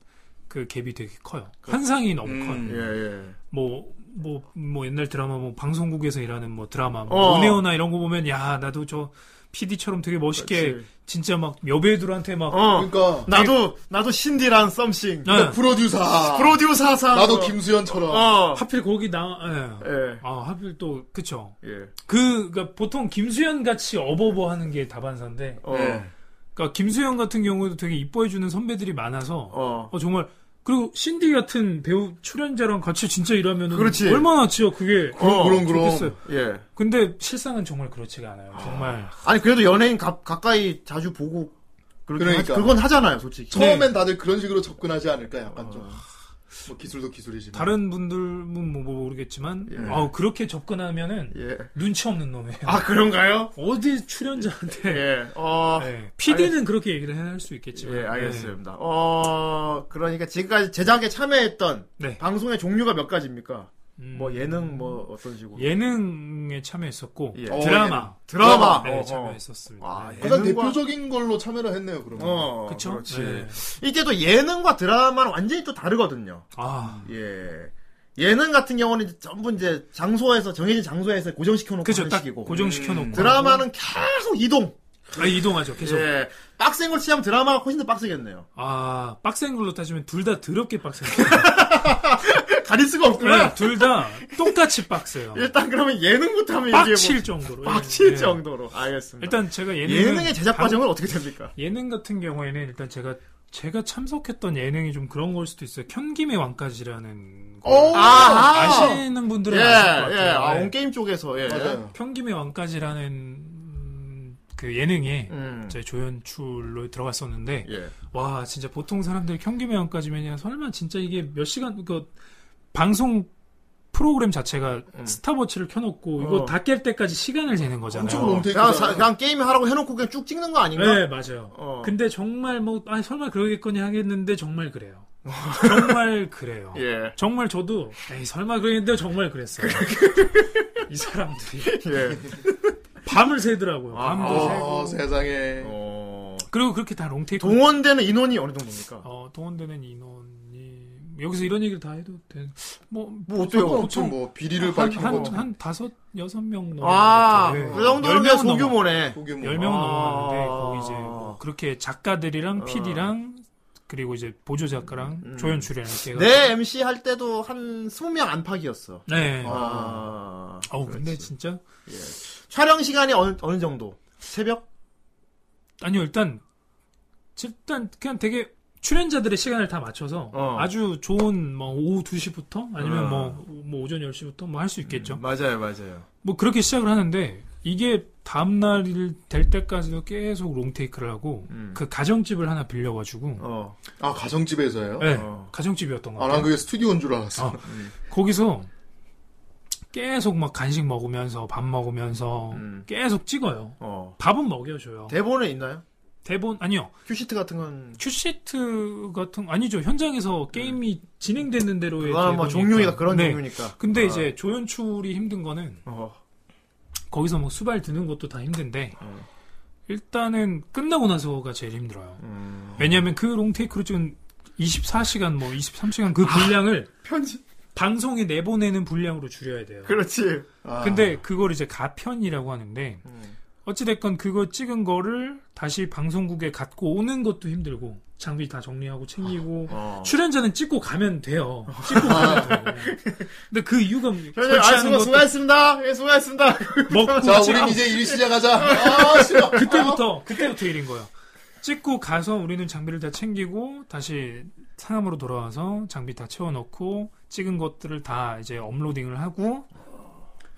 Speaker 4: 그 갭이 되게 커요. 환상이 너무
Speaker 3: 음.
Speaker 4: 커요.
Speaker 2: 그렇죠. 예, 예.
Speaker 4: 뭐, 뭐, 뭐 옛날 드라마, 뭐 방송국에서 일하는 뭐 드라마,
Speaker 2: 어.
Speaker 4: 뭐 오네오나 이런 거 보면 야 나도 저 PD처럼 되게 멋있게
Speaker 2: 그렇지.
Speaker 4: 진짜 막 여배우들한테 막
Speaker 2: 어.
Speaker 3: 그러니까
Speaker 2: 나도, 나도 신디란 썸씽.
Speaker 4: 예.
Speaker 3: 프로듀사.
Speaker 2: 프로듀서 하사.
Speaker 3: 나도 김수현처럼.
Speaker 2: 어.
Speaker 4: 하필 거기 나, 예.
Speaker 2: 예.
Speaker 4: 아 하필 또 그쵸.
Speaker 2: 예.
Speaker 4: 그 그러니까 보통 김수현 같이 어버버 하는 게 다반사인데,
Speaker 2: 어.
Speaker 3: 예.
Speaker 4: 그러니까 김수현 같은 경우도 되게 이뻐해주는 선배들이 많아서
Speaker 2: 어.
Speaker 4: 어, 정말 그리고 신디 같은 배우 출연자랑 같이 진짜 일하면
Speaker 2: 그렇지.
Speaker 4: 얼마나 진짜 그게
Speaker 2: 어,
Speaker 3: 그럼, 그럼.
Speaker 4: 좋겠어요.
Speaker 2: 예.
Speaker 4: 근데 실상은 정말 그렇지가 않아요. 정말
Speaker 2: 아니, 그래도 연예인 가, 가까이 자주 보고. 그렇게
Speaker 3: 그러니까.
Speaker 2: 하- 그건 하잖아요, 솔직히.
Speaker 4: 네.
Speaker 3: 처음엔 다들 그런 식으로 접근하지 않을까, 약간 좀. 뭐 기술도 기술이지만.
Speaker 4: 다른 분들은 뭐 모르겠지만
Speaker 2: 예.
Speaker 4: 아우, 그렇게 접근하면은
Speaker 2: 예.
Speaker 4: 눈치 없는 놈이에요.
Speaker 2: 아, 그런가요?
Speaker 4: 어디 출연자한테
Speaker 2: 예. 어.
Speaker 4: 네. PD는 아, 그렇게 얘기를 할 수 있겠지만 네.
Speaker 2: 예, 알겠습니다. 어, 그러니까 지금까지 제작에 참여했던
Speaker 4: 네.
Speaker 2: 방송의 종류가 몇 가지입니까?
Speaker 4: 음,
Speaker 2: 뭐 예능 뭐 어떤 식으로?
Speaker 4: 예능에 참여했었고
Speaker 2: 예.
Speaker 3: 어,
Speaker 4: 드라마
Speaker 2: 드라마.
Speaker 4: 네,
Speaker 2: 어, 어.
Speaker 4: 참여했었습니다.
Speaker 2: 와,
Speaker 4: 네.
Speaker 2: 예.
Speaker 3: 가장
Speaker 2: 예능과-
Speaker 3: 대표적인 걸로 참여를 했네요, 그러면.
Speaker 2: 어,
Speaker 4: 그쵸?
Speaker 2: 렇지
Speaker 4: 네.
Speaker 2: 이게 또 예능과 드라마는 완전히 또 다르거든요.
Speaker 4: 아,
Speaker 2: 예. 예능 같은 경우는 이제 전부 이제 장소에서 정해진 장소에서 고정시켜 놓고
Speaker 4: 그죠.
Speaker 2: 하는
Speaker 4: 딱
Speaker 2: 식이고. 예.
Speaker 4: 고정시켜 놓고
Speaker 2: 드라마는 계속 이동.
Speaker 4: 아, 이동하죠. 계속
Speaker 2: 예. 빡센 걸 치면 드라마가 훨씬 더 빡세겠네요.
Speaker 4: 아 빡센 걸로 따지면 둘 다 더럽게 빡세요. 네,
Speaker 2: 가릴 수가 없구나.
Speaker 4: 둘 다 똑같이 빡세요.
Speaker 2: 일단 그러면 예능부터 한번 얘기해 보.
Speaker 4: 빡칠 정도로. 예,
Speaker 2: 뭐 빡칠
Speaker 4: 예.
Speaker 2: 정도로. 알겠습니다.
Speaker 4: 일단 제가 예능
Speaker 2: 예능의 제작 과정은 어떻게 됩니까?
Speaker 4: 예능 같은 경우에는 일단 제가 제가 참석했던 예능이 좀 그런 걸 수도 있어요. 현김의 왕까지라는 거.
Speaker 3: 오!
Speaker 4: 아시는 분들은
Speaker 2: 예, 예.
Speaker 4: 아실 것 같아요.
Speaker 2: 아,
Speaker 4: 예.
Speaker 2: 온게임 쪽에서, 예.
Speaker 3: 맞아요.
Speaker 4: 평김의 왕까지라는 음, 그 예능에
Speaker 2: 음.
Speaker 4: 제 조연출로 들어갔었는데
Speaker 2: 예.
Speaker 4: 와 진짜 보통 사람들 이 평김의 왕까지면야 설마 진짜 이게 몇 시간 그 방송 프로그램 자체가 스탑워치를 켜놓고
Speaker 2: 음. 어. 뭐
Speaker 4: 이거 다 깰 때까지 시간을 재는 거잖아요.
Speaker 3: 엄청 롱 테이크.
Speaker 2: 그냥, 사- 그냥 게임 하라고 해놓고 그냥 쭉 찍는 거 아닌가?
Speaker 4: 네, 맞아요.
Speaker 2: 어.
Speaker 4: 근데 정말 뭐, 아 설마 그러겠거니 하겠는데 정말 그래요. 정말 그래요.
Speaker 2: 어. 예.
Speaker 4: 정말 저도, 에이, 설마 그러겠는데 정말 그랬어요. 이 사람들이.
Speaker 2: 예.
Speaker 4: 네. 밤을 새더라고요.
Speaker 2: 아,
Speaker 4: 밤도
Speaker 2: 아.
Speaker 4: 새고.
Speaker 3: 어, 세상에.
Speaker 2: 어.
Speaker 4: 그리고 그렇게 다 롱테이크.
Speaker 2: 동원되는 인원이 어느 정도입니까?
Speaker 4: 어, 동원되는 인원이. 여기서 이런 얘기를 다 해도 돼. 뭐,
Speaker 2: 뭐 어때요?
Speaker 3: 보통 뭐 비리를 밝힌
Speaker 4: 한,
Speaker 3: 거
Speaker 4: 한, 한 다섯, 여섯 명 네. 넘어.
Speaker 2: 아, 그 정도는 그냥 소규모네.
Speaker 3: 소규모.
Speaker 4: 10명 넘었는데,
Speaker 2: 아.
Speaker 4: 거기 이제, 뭐 그렇게 작가들이랑
Speaker 2: 어.
Speaker 4: PD랑, 그리고 이제 보조작가랑
Speaker 2: 음. 네!
Speaker 4: 조연출이랑 이렇게.
Speaker 2: 내 MC 할 때도 한 20명 안팎이었어.
Speaker 4: 네.
Speaker 2: 아.
Speaker 4: 어우, 근데
Speaker 2: 그렇지.
Speaker 4: 진짜.
Speaker 2: 촬영 시간이 어느, 어느 정도? 새벽?
Speaker 4: 아니요, 일단, 일단, 그냥 되게, 출연자들의 시간을 다 맞춰서
Speaker 2: 어.
Speaker 4: 아주 좋은 뭐 오후 2시부터 아니면
Speaker 2: 어.
Speaker 4: 뭐, 뭐 오전 10시부터 뭐 할 수 있겠죠.
Speaker 2: 맞아요, 맞아요.
Speaker 4: 뭐 그렇게 시작을 하는데 이게 다음 날이 될 때까지도 계속 롱테이크를 하고
Speaker 2: 음.
Speaker 4: 그 가정집을 하나 빌려가지고
Speaker 2: 어.
Speaker 3: 아, 가정집에서요?
Speaker 4: 네,
Speaker 2: 어. 그
Speaker 4: 가정집이었던 것
Speaker 3: 아,
Speaker 4: 같아요.
Speaker 3: 난 그게 스튜디오인 줄 알았어.
Speaker 4: 어. 거기서 계속 막 간식 먹으면서 밥 먹으면서
Speaker 2: 음.
Speaker 4: 계속 찍어요.
Speaker 2: 어.
Speaker 4: 밥은 먹여줘요.
Speaker 2: 대본은 있나요?
Speaker 4: 대본 아니요.
Speaker 2: 큐시트 같은 건.
Speaker 4: 큐시트 같은 아니죠 현장에서 게임이 진행되는 대로의
Speaker 2: 아, 네. 뭐
Speaker 4: 네, 대본이니까.
Speaker 2: 종류가 그런
Speaker 4: 네.
Speaker 2: 종류니까.
Speaker 4: 근데
Speaker 2: 아.
Speaker 4: 이제 조연출이 힘든 거는
Speaker 2: 어.
Speaker 4: 거기서 뭐 수발 드는 것도 다 힘든데
Speaker 2: 어.
Speaker 4: 일단은 끝나고 나서가 제일 힘들어요.
Speaker 2: 음.
Speaker 4: 왜냐하면 그 롱테이크로 찍은 24시간 뭐 23시간
Speaker 2: 아.
Speaker 4: 그 분량을
Speaker 2: 편집.
Speaker 4: 방송에 내보내는 분량으로 줄여야 돼요.
Speaker 2: 그렇지.
Speaker 3: 아,
Speaker 4: 근데 그걸 이제 가편이라고 하는데
Speaker 2: 음.
Speaker 4: 어찌됐건 그거 찍은 거를 다시 방송국에 갖고 오는 것도 힘들고 장비 다 정리하고 챙기고
Speaker 2: 어.
Speaker 4: 출연자는 찍고 가면 돼요. 찍고 가면 돼요. 근데 그 이유가
Speaker 2: 현재
Speaker 4: 설치하는
Speaker 2: 아,
Speaker 4: 것도 어,
Speaker 2: 수고했습니다. 예, 수고했습니다.
Speaker 4: 먹고
Speaker 3: 아. 자,
Speaker 4: 찍고
Speaker 3: 우린 이제 일 시작하자. 아, 싫어.
Speaker 4: 그때부터 그때부터 일인 거예요. 찍고 가서 우리는 장비를 다 챙기고 다시 상암으로 돌아와서 장비 다 채워넣고 찍은 것들을 다 이제 업로딩을 하고.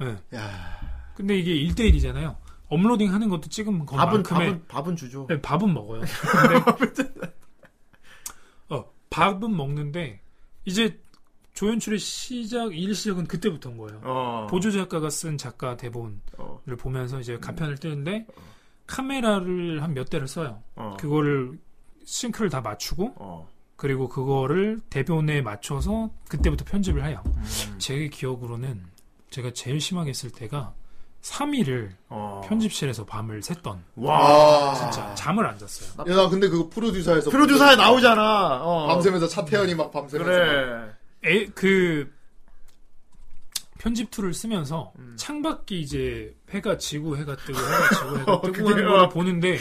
Speaker 4: 예.
Speaker 3: 야,
Speaker 4: 근데 이게 1대1이잖아요. 업로딩 하는 것도 찍은
Speaker 2: 밥은,
Speaker 4: 것만큼의
Speaker 2: 밥은, 밥은 주죠.
Speaker 4: 네, 밥은 먹어요. 근데- 어, 밥은 먹는데 이제 조연출의 시작 일 시작은 그때부터인 거예요.
Speaker 2: 어.
Speaker 4: 보조 작가가 쓴 작가 대본
Speaker 2: 어. 음.
Speaker 4: 를 보면서 이제 가편을 뜨는데 카메라를 한 몇 대를 써요.
Speaker 2: 어.
Speaker 4: 그거를 싱크를 다 맞추고
Speaker 2: 어.
Speaker 4: 그리고 그거를 대본에 맞춰서 그때부터 편집을 해요.
Speaker 2: 음.
Speaker 4: 제 기억으로는 제가 제일 심하게 했을 때가 3일을
Speaker 2: 어. 아.
Speaker 4: 편집실에서 아, 밤을 샜던
Speaker 2: 와.
Speaker 4: 진짜 잠을 안 잤어요.
Speaker 3: 야, 아. 나 근데 그거 프로듀서에서.
Speaker 2: 프로듀서에 나오잖아. 어.
Speaker 3: 밤새면서 차태현이 막 밤새면서.
Speaker 2: 그래.
Speaker 4: 에, 그 편집 툴을 쓰면서
Speaker 2: 음.
Speaker 4: 창밖이 이제 해가 지고 해가 뜨고 해가 지고 해가 뜨고
Speaker 2: 어,
Speaker 4: 하는
Speaker 2: 그게요.
Speaker 4: 걸 보는데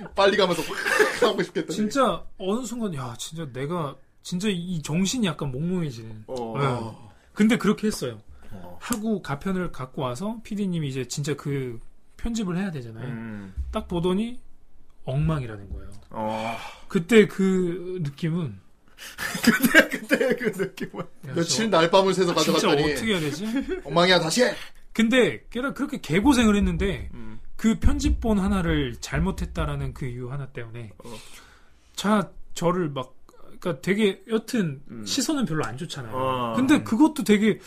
Speaker 3: 막 빨리 가면서 확 하고 싶겠다.
Speaker 4: 진짜 어느 순간 야 진짜 내가 진짜 이 정신이 약간 몽롱해지는
Speaker 2: 어.
Speaker 4: 네. 근데 그렇게 했어요
Speaker 2: 어.
Speaker 4: 하고 가편을 갖고 와서 PD님이 이제 진짜 그 편집을 해야 되잖아요
Speaker 2: 음.
Speaker 4: 딱 보더니 엉망이라는 거예요
Speaker 2: 어.
Speaker 4: 그때 그 느낌은
Speaker 2: 그때 그 느낌은.
Speaker 4: 야,
Speaker 3: 며칠
Speaker 4: 저-
Speaker 3: 날밤을 새서
Speaker 4: 진짜
Speaker 3: 가져갔더니
Speaker 4: 어떻게 해야 되지?
Speaker 3: 엉망이야 다시 해.
Speaker 4: 근데 걔가 그렇게 개고생을 했는데
Speaker 2: 음.
Speaker 4: 그 편집본 하나를 잘못했다라는 그 이유 하나 때문에
Speaker 2: 어.
Speaker 4: 자 저를 막 그러니까 되게 여튼
Speaker 2: 음.
Speaker 4: 시선은 별로 안 좋잖아요.
Speaker 2: 어.
Speaker 4: 근데 그것도 되게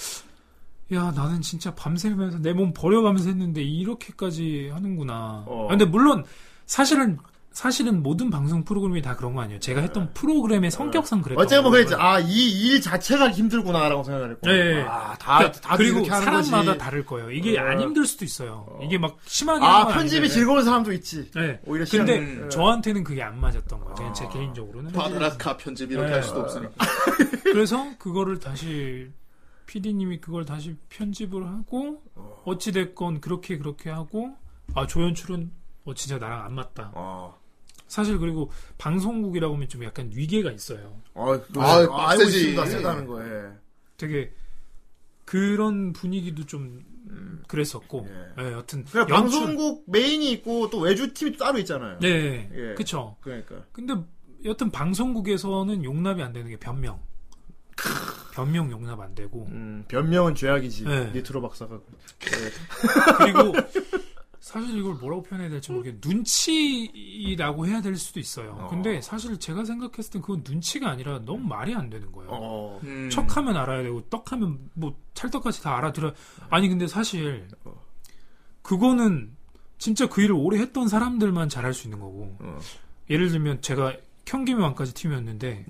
Speaker 4: 야 나는 진짜 밤새면서 내 몸 버려가면서 했는데 이렇게까지 하는구나.
Speaker 2: 어.
Speaker 4: 아, 근데 물론 사실은 사실은 모든 방송 프로그램이 다 그런 거 아니에요. 제가 했던 프로그램의 성격상 그랬던
Speaker 2: 어쨌든 뭐
Speaker 4: 거예요.
Speaker 2: 그랬지. 아, 이 일 자체가 힘들구나라고 생각을 했고.
Speaker 4: 예, 예.
Speaker 2: 아, 다,
Speaker 4: 그러니까
Speaker 2: 다
Speaker 4: 그리고
Speaker 2: 이렇게 하는
Speaker 4: 사람마다
Speaker 2: 거지.
Speaker 4: 다를 거예요. 이게
Speaker 2: 어.
Speaker 4: 안 힘들 수도 있어요.
Speaker 2: 어.
Speaker 4: 이게 막 심하게 하는
Speaker 2: 아,
Speaker 4: 건
Speaker 2: 편집이
Speaker 4: 아닌데.
Speaker 2: 즐거운 사람도 있지.
Speaker 4: 네.
Speaker 2: 오히려
Speaker 4: 근데
Speaker 2: 시간을- 예.
Speaker 4: 저한테는 그게 안 맞았던 거예요. 그냥 제
Speaker 2: 아.
Speaker 4: 개인적으로는.
Speaker 3: 바다라카 편집 이렇게
Speaker 4: 네.
Speaker 3: 할 수도 없으니까.
Speaker 4: 그래서 그거를 다시 PD님이 그걸 다시 편집을 하고 어찌 됐건 그렇게 그렇게 하고 아 조연출은 어 진짜 나랑 안 맞다.
Speaker 2: 어.
Speaker 4: 사실 그리고 방송국이라고 하면 좀 약간 위계가 있어요.
Speaker 2: 어,
Speaker 3: 아,
Speaker 2: 알고
Speaker 3: 세지.
Speaker 2: 있습니다. 세다는 거, 예.
Speaker 4: 되게 그런 분위기도 좀 음, 그랬었고
Speaker 2: 예.
Speaker 4: 예, 여튼
Speaker 2: 그러니까
Speaker 4: 연출-
Speaker 2: 방송국 메인이 있고 또 외주 팀이 따로 있잖아요.
Speaker 4: 예, 예.
Speaker 2: 예.
Speaker 4: 그쵸.
Speaker 2: 그러니까.
Speaker 4: 근데 여튼 방송국에서는 용납이 안 되는 게 변명. 변명 용납 안 되고
Speaker 2: 음, 변명은 죄악이지.
Speaker 4: 네.
Speaker 2: 니트로 박사가.
Speaker 4: 그리고 사실 이걸 뭐라고 표현해야 될지 모르겠 눈치라고 해야 될 수도 있어요.
Speaker 2: 어.
Speaker 4: 근데 사실 제가 생각했을 땐 그건 눈치가 아니라 너무 말이 안 되는 거예요.
Speaker 2: 어.
Speaker 3: 음.
Speaker 4: 척하면 알아야 되고 떡하면 뭐 찰떡같이 다 알아들어. 아니 근데 사실
Speaker 2: 어.
Speaker 4: 그거는 진짜 그 일을 오래 했던 사람들만 잘할 수 있는 거고.
Speaker 2: 어.
Speaker 4: 예를 들면 제가 경기미 왕까지 팀이었는데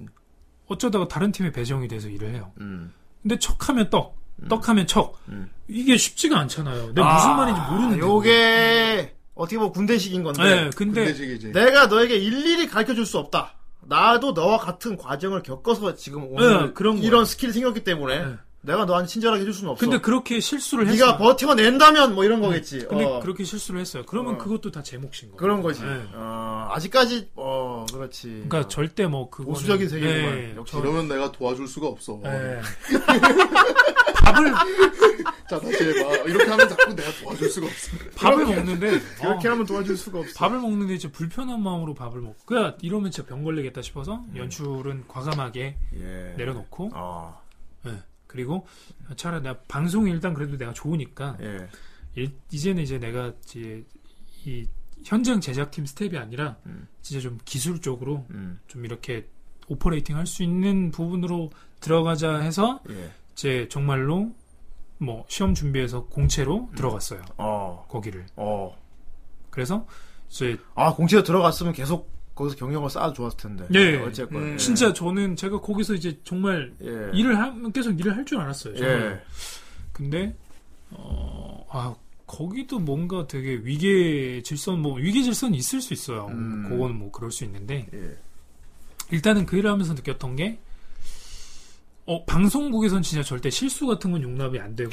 Speaker 4: 어쩌다가 다른 팀에 배정이 돼서 일을 해요.
Speaker 2: 음.
Speaker 4: 근데 척하면 떡, 떡하면 척.
Speaker 2: 음.
Speaker 4: 이게 쉽지가 않잖아요. 내가 무슨 말인지 모르는데.
Speaker 2: 요게, 어떻게 보면 군대식인 건데.
Speaker 4: 네, 근데
Speaker 3: 군대식이지.
Speaker 2: 내가 너에게 일일이 가르쳐 줄 수 없다. 나도 너와 같은 과정을 겪어서 지금 오늘
Speaker 4: 네, 그런
Speaker 2: 이런
Speaker 4: 거예요.
Speaker 2: 스킬이 생겼기 때문에
Speaker 4: 네.
Speaker 2: 내가 너한테 친절하게 해줄 수는 없어.
Speaker 4: 근데 그렇게 실수를 했어요. 네.
Speaker 2: 네가 버텨낸다면 뭐 이런 거겠지.
Speaker 4: 근데
Speaker 2: 어,
Speaker 4: 그렇게 실수를 했어요. 그러면
Speaker 2: 어.
Speaker 4: 그것도 다 제 몫인 거예요.
Speaker 2: 그런 거지.
Speaker 4: 네.
Speaker 2: 어, 아직까지 어 그렇지.
Speaker 4: 그러니까 절대 뭐 예, 그거
Speaker 2: 보수적인 세계구만. 역시.
Speaker 3: 이러면 내가 도와줄 수가 없어.
Speaker 4: 네. 밥을
Speaker 3: 자 다시 해봐. 이렇게 하면 자꾸 내가 도와줄 수가 없어.
Speaker 4: 밥을 먹는데
Speaker 2: 그렇게
Speaker 4: 어,
Speaker 2: 하면 도와줄 수가 없어.
Speaker 4: 예. 밥을 먹는데 이제 불편한 마음으로 밥을 먹고 그야 이러면 진짜 병 걸리겠다 싶어서 연출은 과감하게
Speaker 2: 예.
Speaker 4: 네. 내려놓고
Speaker 2: 어.
Speaker 4: 예. 그리고 차라리 내가 방송이 일단 그래도 내가 좋으니까
Speaker 2: 예.
Speaker 4: 일- 이제는 이제 내가 이제 이 현장 제작팀 스텝이 아니라
Speaker 2: 음.
Speaker 4: 진짜 좀 기술적으로
Speaker 2: 음.
Speaker 4: 좀 이렇게 오퍼레이팅 할 수 있는 부분으로 들어가자 해서
Speaker 2: 예.
Speaker 4: 이제 정말로 뭐 시험 준비해서 공채로 들어갔어요
Speaker 2: 어.
Speaker 4: 거기를
Speaker 2: 어.
Speaker 4: 그래서 이제
Speaker 2: 아 공채로 들어갔으면 계속 거기서 경력을 쌓아 좋았을 텐데.
Speaker 4: 예.
Speaker 2: 어쨌건.
Speaker 3: 음.
Speaker 2: 예.
Speaker 4: 진짜 저는 제가 거기서 이제 정말
Speaker 2: 예.
Speaker 4: 일을 하면 계속 일을 할 줄 알았어요 정말.
Speaker 2: 예.
Speaker 4: 근데 어, 아 거기도 뭔가 되게 위계 질선 뭐 위계 질선 있을 수 있어요
Speaker 2: 음.
Speaker 4: 그거는 뭐 그럴 수 있는데
Speaker 2: 예.
Speaker 4: 일단은 그 일을 하면서 느꼈던 게 어, 방송국에선 진짜 절대 실수 같은 건 용납이 안 되고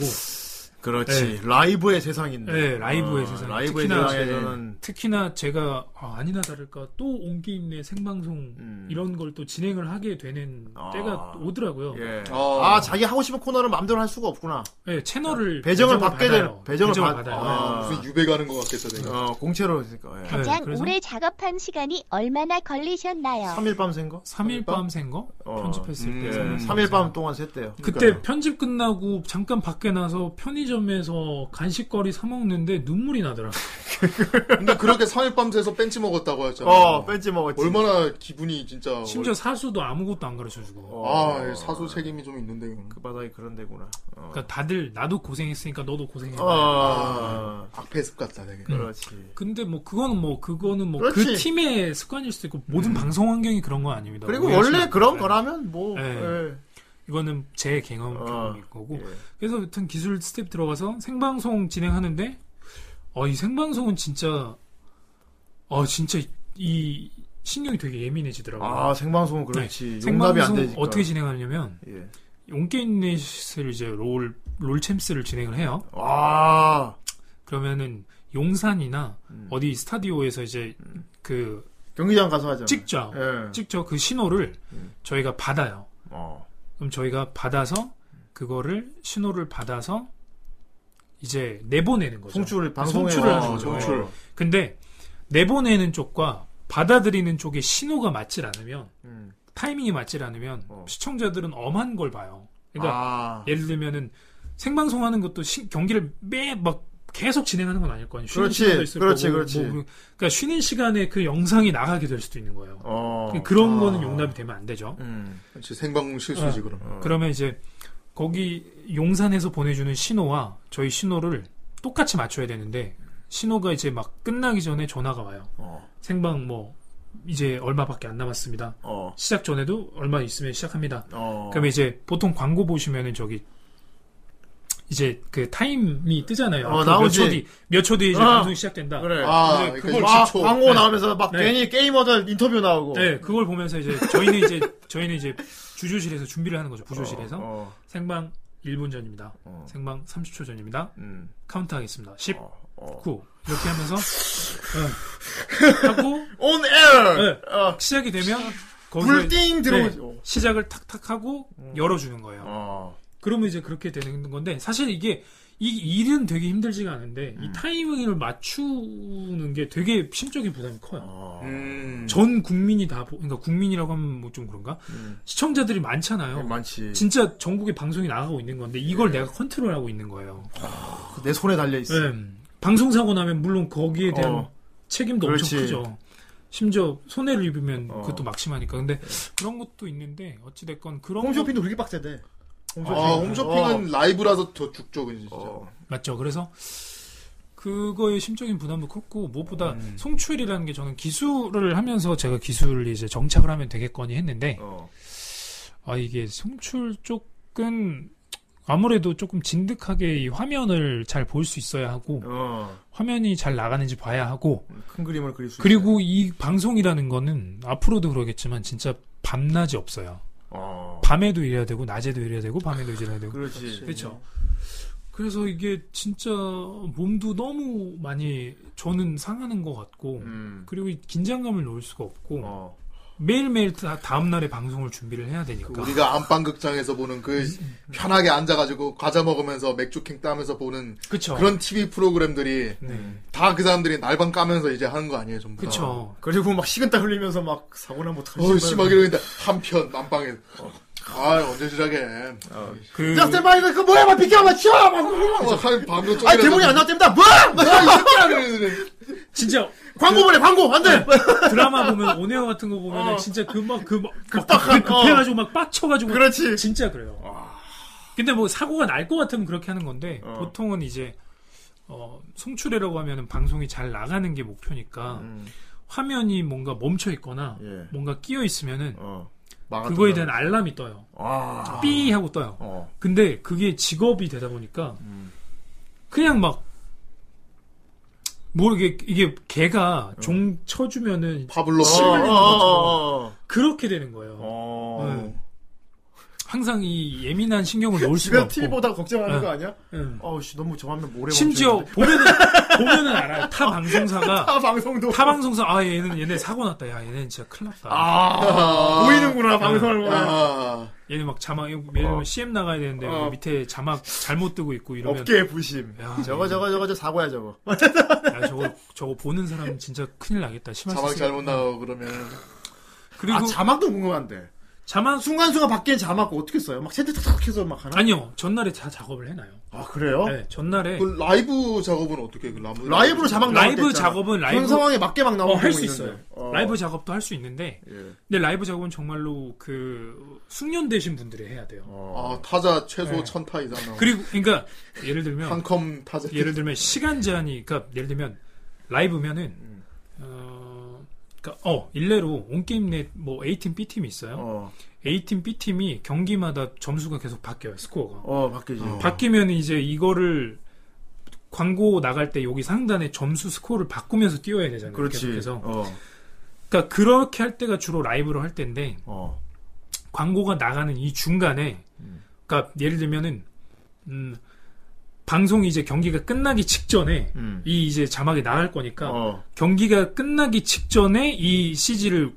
Speaker 2: 그렇지. 라이브의 세상인데.
Speaker 4: 예, 네. 라이브의
Speaker 2: 어,
Speaker 4: 세상.
Speaker 2: 라이브의
Speaker 4: 특히나
Speaker 2: 세상에서는
Speaker 4: 특히나 제가 아, 아니나 다를까 또 온 게임 내 생방송
Speaker 2: 음.
Speaker 4: 이런 걸 또 진행을 하게 되는
Speaker 2: 아.
Speaker 4: 때가 오더라고요.
Speaker 2: 예.
Speaker 3: 어.
Speaker 2: 아 자기 하고 싶은 코너를 마음대로 할 수가 없구나.
Speaker 4: 예, 채널을
Speaker 2: 그러니까 배정을 받게
Speaker 4: 받아요.
Speaker 2: 되는- 배정을 받-
Speaker 4: 받아요.
Speaker 2: 아.
Speaker 3: 무슨 유배 가는 것 같겠어 내가.
Speaker 2: 어 공채로 했으니까. 예.
Speaker 4: 네,
Speaker 6: 가장
Speaker 4: 그래서?
Speaker 6: 오래 작업한 시간이 얼마나 걸리셨나요?
Speaker 2: 3일 밤 센 거?
Speaker 4: 3일 예. 밤샌거
Speaker 2: 어.
Speaker 4: 편집했을
Speaker 3: 음,
Speaker 4: 때
Speaker 3: 예.
Speaker 4: 삼일
Speaker 2: 3일
Speaker 4: 밤샌
Speaker 2: 밤
Speaker 4: 거.
Speaker 2: 동안 샜대요.
Speaker 4: 그때
Speaker 2: 그러니까요.
Speaker 4: 편집 끝나고 잠깐 밖에 나서 편의점에서 간식거리 사 먹는데 눈물이 나더라고.
Speaker 3: 근데 그렇게 3일 밤새서 뺀치 먹었다고 하잖아요.
Speaker 2: 어, 뺀지 먹었지.
Speaker 3: 얼마나 기분이 진짜.
Speaker 4: 심지어 사수도 아무것도 안 가르쳐 주고.
Speaker 2: 어.
Speaker 3: 아, 예, 사소 책임이 좀 있는데, 이거는.
Speaker 2: 그 바닥이 그런 데구나. 어.
Speaker 4: 그러니까 다들 나도 고생했으니까 너도 고생해.
Speaker 2: 어,
Speaker 4: 아.
Speaker 3: 악패습 같다, 되게.
Speaker 2: 그렇지.
Speaker 4: 근데 뭐 그거는 뭐 그거는 뭐
Speaker 2: 그렇지.
Speaker 4: 그 팀의 습관일 수도 있고 모든 방송 환경이 그런 건 아닙니다.
Speaker 2: 그리고
Speaker 4: 오해하시면
Speaker 2: 원래
Speaker 4: 안
Speaker 2: 그런
Speaker 4: 돼요.
Speaker 2: 거라면 뭐
Speaker 4: 음. 네. 뭐.
Speaker 2: 예.
Speaker 4: 이거는 제 경험
Speaker 2: 어.
Speaker 4: 경험일 거고.
Speaker 2: 예.
Speaker 4: 그래서 여튼 기술 스텝 들어가서 생방송 진행하는데 어 이 생방송은 진짜 어 진짜 이- 이 신경이 되게 예민해지더라고요.
Speaker 2: 아 생방송은 그렇지. 용납이 안
Speaker 4: 네. 생방송
Speaker 2: 되니까.
Speaker 4: 어떻게 진행하냐면
Speaker 2: 예.
Speaker 4: 용게임넷을 이제 롤 롤챔스를 진행을 해요.
Speaker 2: 아
Speaker 4: 그러면은 용산이나
Speaker 2: 음.
Speaker 4: 어디 스타디오에서 이제 그
Speaker 2: 경기장 가서 하자.
Speaker 4: 찍죠.
Speaker 2: 예.
Speaker 4: 찍죠. 그 신호를
Speaker 2: 음.
Speaker 4: 저희가 받아요.
Speaker 2: 어.
Speaker 4: 그럼 저희가 받아서 그거를 신호를 받아서 이제 내보내는 거죠.
Speaker 2: 송출을 방송에
Speaker 4: 네, 송출을
Speaker 2: 어,
Speaker 4: 하는 거죠.
Speaker 2: 송출.
Speaker 4: 근데 내보내는 쪽과 받아들이는 쪽의 신호가 맞질 않으면
Speaker 2: 음.
Speaker 4: 타이밍이 맞질 않으면
Speaker 2: 어.
Speaker 4: 시청자들은 엄한 걸 봐요. 그러니까
Speaker 2: 아.
Speaker 4: 예를 들면은 생방송 하는 것도 시- 경기를 매 막 계속 진행하는 건 아닐 거 아니에요. 쉬는
Speaker 2: 그렇지,
Speaker 4: 시간도 있을
Speaker 2: 그렇지,
Speaker 4: 거고,
Speaker 2: 그렇지.
Speaker 4: 뭐 그- 그러니까 쉬는 시간에 그 영상이 나가게 될 수도 있는 거예요.
Speaker 2: 어.
Speaker 4: 그런
Speaker 3: 아.
Speaker 4: 거는 용납이 되면 안 되죠.
Speaker 2: 음.
Speaker 3: 그렇지, 생방송 실수지,
Speaker 4: 어.
Speaker 3: 그러면.
Speaker 4: 그러면 이제 거기 용산에서 보내주는 신호와 저희 신호를 똑같이 맞춰야 되는데 신호가 이제 막 끝나기 전에 전화가 와요.
Speaker 2: 어.
Speaker 4: 생방 뭐 이제 얼마밖에 안 남았습니다.
Speaker 2: 어.
Speaker 4: 시작 전에도 얼마 있으면 시작합니다.
Speaker 2: 어.
Speaker 4: 그러면 이제 보통 광고 보시면은 저기 이제 그 타임이 뜨잖아요.
Speaker 2: 어,
Speaker 4: 앞으로
Speaker 2: 나오지.
Speaker 4: 몇 초 뒤, 몇 초 뒤에 이제
Speaker 2: 어.
Speaker 4: 방송이 시작된다.
Speaker 2: 그래.
Speaker 3: 아,
Speaker 4: 이제
Speaker 3: 그
Speaker 4: 그걸
Speaker 2: 막
Speaker 3: 10초.
Speaker 2: 광고
Speaker 4: 네.
Speaker 2: 나오면서 막
Speaker 4: 네.
Speaker 2: 괜히 게이머들 인터뷰 나오고.
Speaker 4: 네, 그걸 보면서 이제 저희는 이제 저희는 이제 주조실에서 준비를 하는 거죠. 부조실에서
Speaker 2: 어, 어,
Speaker 4: 생방 1분 전입니다.
Speaker 2: 어.
Speaker 4: 생방 30초 전입니다.
Speaker 2: 음.
Speaker 4: 카운트 하겠습니다. 10,
Speaker 2: 어, 어.
Speaker 4: 9 이렇게 하면서 예. 하고
Speaker 2: On air.
Speaker 4: 네.
Speaker 2: 어.
Speaker 4: 시작이 되면 거기서
Speaker 2: 물띵 들어오지.
Speaker 4: 네, 시작을 탁탁 하고 열어주는 거예요.
Speaker 2: 음. 어.
Speaker 4: 그러면 이제 그렇게 되는 건데 사실 이게 이 일은 되게 힘들지가 않은데
Speaker 2: 음.
Speaker 4: 이 타이밍을 맞추는 게 되게 심적인 부담이 커요.
Speaker 2: 어.
Speaker 3: 음.
Speaker 4: 전 국민이 다 보, 그러니까 국민이라고 하면 뭐 좀 그런가
Speaker 2: 음.
Speaker 4: 시청자들이 많잖아요.
Speaker 2: 네, 많지.
Speaker 4: 진짜 전국에 방송이 나가고 있는 건데 이걸
Speaker 2: 네.
Speaker 4: 내가 컨트롤하고 있는 거예요.
Speaker 2: 내 손에 달려 있어.
Speaker 4: 음, 방송 사고 나면 물론 거기에 대한
Speaker 2: 어.
Speaker 4: 책임도
Speaker 2: 그렇지.
Speaker 4: 엄청 크죠. 심지어 손해를 입으면
Speaker 2: 어.
Speaker 4: 그것도 막심하니까. 근데 그런 것도 있는데 어찌 됐건 그런 거-
Speaker 2: 홈쇼핑도 그렇게 빡세대.
Speaker 3: 아, 홈쇼핑은 라이브라서 더 죽죠, 그냥 진짜.
Speaker 2: 어.
Speaker 4: 맞죠. 그래서 그거의 심적인 부담도 컸고 무엇보다 송출이라는 게 저는 기술을 하면서 제가 기술을 이제 정착을 하면 되겠거니 했는데
Speaker 2: 어.
Speaker 4: 아 이게 송출 쪽은 아무래도 조금 진득하게 이 화면을 잘 볼 수 있어야 하고
Speaker 2: 어.
Speaker 4: 화면이 잘 나가는지 봐야 하고
Speaker 2: 큰 그림을 그릴 수.
Speaker 4: 그리고 이 방송이라는 거는 앞으로도 그러겠지만 진짜 밤낮이 없어요.
Speaker 2: 있네. 어.
Speaker 4: 밤에도 일해야 되고 낮에도 일해야 되고 밤에도 일해야 되고
Speaker 2: 그렇지.
Speaker 4: 그렇죠. 그래서 이게 진짜 몸도 너무 많이 저는 상하는 것 같고
Speaker 2: 음.
Speaker 4: 그리고 이 긴장감을 놓을 수가 없고
Speaker 2: 어.
Speaker 4: 매일매일 다 다음 날에 방송을 준비를 해야
Speaker 3: 그
Speaker 4: 되니까
Speaker 3: 우리가 안방극장에서 보는 그 편하게 앉아가지고 과자 먹으면서 맥주 캔 따면서 보는
Speaker 2: 어.
Speaker 4: 그쵸
Speaker 3: 그런 TV 프로그램들이
Speaker 4: 네.
Speaker 3: 다 그 사람들이 날방 까면서 이제 하는 거 아니에요, 전부. 다.
Speaker 4: 그쵸
Speaker 2: 어. 그리고 막 식은땀 흘리면서 막 사고나 뭐 어. 못하지.
Speaker 3: 어우, 씨막 이러는데 한편 난방에. 아, 언제 시작해.
Speaker 2: 어.
Speaker 4: 그
Speaker 2: 야, 대박 이거 그 뭐야, 막 비켜, 막 치워, 막.
Speaker 3: 어, 한 방금
Speaker 2: 아, 대본이 안 나왔답니다. 뭐야? 네. 뭐?
Speaker 3: 나왔다.
Speaker 4: 진짜
Speaker 2: 광고 보내, 광고 안 돼.
Speaker 4: 드라마 보면 온에어 같은 거 보면 은 진짜 그 막 그 막
Speaker 2: 급박한, 어.
Speaker 4: 급해가지고 막 빡쳐가지고
Speaker 2: 그렇지.
Speaker 4: 진짜 그래요. 근데 뭐 사고가 날 것 같으면 그렇게 하는 건데
Speaker 2: 어.
Speaker 4: 보통은 이제 어, 송출회라고 하면은 방송이 잘 나가는 게 목표니까
Speaker 2: 음.
Speaker 4: 화면이 뭔가 멈춰 있거나
Speaker 2: 예.
Speaker 4: 뭔가 끼어 있으면은
Speaker 2: 어.
Speaker 3: 아,
Speaker 4: 그거에 대한 알람이 떠요.
Speaker 2: 아.
Speaker 4: 삐 하고 떠요.
Speaker 2: 어.
Speaker 4: 근데 그게 직업이 되다 보니까
Speaker 2: 음.
Speaker 4: 그냥 막 모르게 이게 개가 종 쳐주면은
Speaker 3: 파블로 씨.
Speaker 2: 어, 어, 어,
Speaker 4: 그렇게 되는 거예요.
Speaker 2: 어.
Speaker 4: 네. 항상 이 예민한 신경을 놓을 수가
Speaker 2: 지금
Speaker 4: 없고.
Speaker 2: TV 보다 걱정하는
Speaker 4: 네.
Speaker 2: 거 아니야?
Speaker 4: 응.
Speaker 2: 어우씨 너무 저 화면 모래
Speaker 4: 심지어
Speaker 2: 멈춰있는데.
Speaker 4: 보면은 보면은 알아요. 타 방송사가
Speaker 2: 타 방송도
Speaker 4: 타 방송사 아 얘는 얘네 사고 났다. 야 얘는 진짜 큰일 났다.
Speaker 2: 아, 보이는구나 방송을 보면
Speaker 3: 아,
Speaker 4: 얘네 막 자막 예를 들면
Speaker 2: 어.
Speaker 4: CM 나가야 되는데
Speaker 2: 어.
Speaker 4: 그 밑에 자막 잘못 뜨고 있고 이러면
Speaker 2: 업계의 부심
Speaker 4: 야,
Speaker 2: 저거 저거 저거 저 사고야 저거
Speaker 4: 야, 저거 저거 보는 사람 아, 진짜 큰일 나겠다. 심할
Speaker 3: 자막
Speaker 4: 수 있어.
Speaker 3: 잘못 나오고 그러면.
Speaker 4: 그리고
Speaker 2: 아 자막도 궁금한데
Speaker 4: 자막
Speaker 2: 순간순간 바뀐 자막 어떻게 써요? 막 세트 탁탁 해서 막 하나?
Speaker 4: 아니요 전날에 다 작업을 해놔요.
Speaker 2: 아 그래요?
Speaker 4: 네, 전날에
Speaker 3: 그 라이브 작업은 어떻게 그 라무-
Speaker 2: 라이브로 자막 나올 때
Speaker 4: 라이브
Speaker 2: 있잖아.
Speaker 4: 작업은
Speaker 2: 현
Speaker 4: 라이브
Speaker 2: 상황에 맞게 막 나오는
Speaker 4: 어, 할
Speaker 2: 경우
Speaker 4: 수
Speaker 2: 있는데.
Speaker 4: 있어요.
Speaker 2: 어.
Speaker 4: 라이브 작업도 할 수 있는데
Speaker 3: 예.
Speaker 4: 근데 라이브 작업은 정말로 그 숙련되신 분들이 해야 돼요.
Speaker 2: 어.
Speaker 3: 아 타자 최소
Speaker 4: 네.
Speaker 3: 천타 이상 나오고
Speaker 4: 그리고 그러니까 예를 들면
Speaker 3: 한컴 타자
Speaker 4: 예를 들면 시간 제한이 그러니까 예를 들면
Speaker 2: 음.
Speaker 4: 라이브면은 어 그러니까 어 일례로 온 게임 내뭐 A팀 B팀이 있어요.
Speaker 2: 어.
Speaker 4: A팀 B팀이 경기마다 점수가 계속 바뀌어요. 스코어가.
Speaker 2: 어 바뀌지.
Speaker 3: 어.
Speaker 4: 바뀌면 이제 이거를 광고 나갈 때 여기 상단에 점수 스코어를 바꾸면서 띄워야 되잖아요.
Speaker 2: 그렇지.
Speaker 4: 계속해서.
Speaker 2: 어.
Speaker 4: 그러니까 그렇게 할 때가 주로 라이브로 할 때인데
Speaker 2: 어.
Speaker 4: 광고가 나가는 이 중간에
Speaker 2: 음.
Speaker 4: 그러니까 예를 들면은 음, 방송이 이제 경기가 끝나기 직전에
Speaker 2: 음.
Speaker 4: 이 이제 자막이 나갈 거니까
Speaker 2: 어.
Speaker 4: 경기가 끝나기 직전에 이 CG를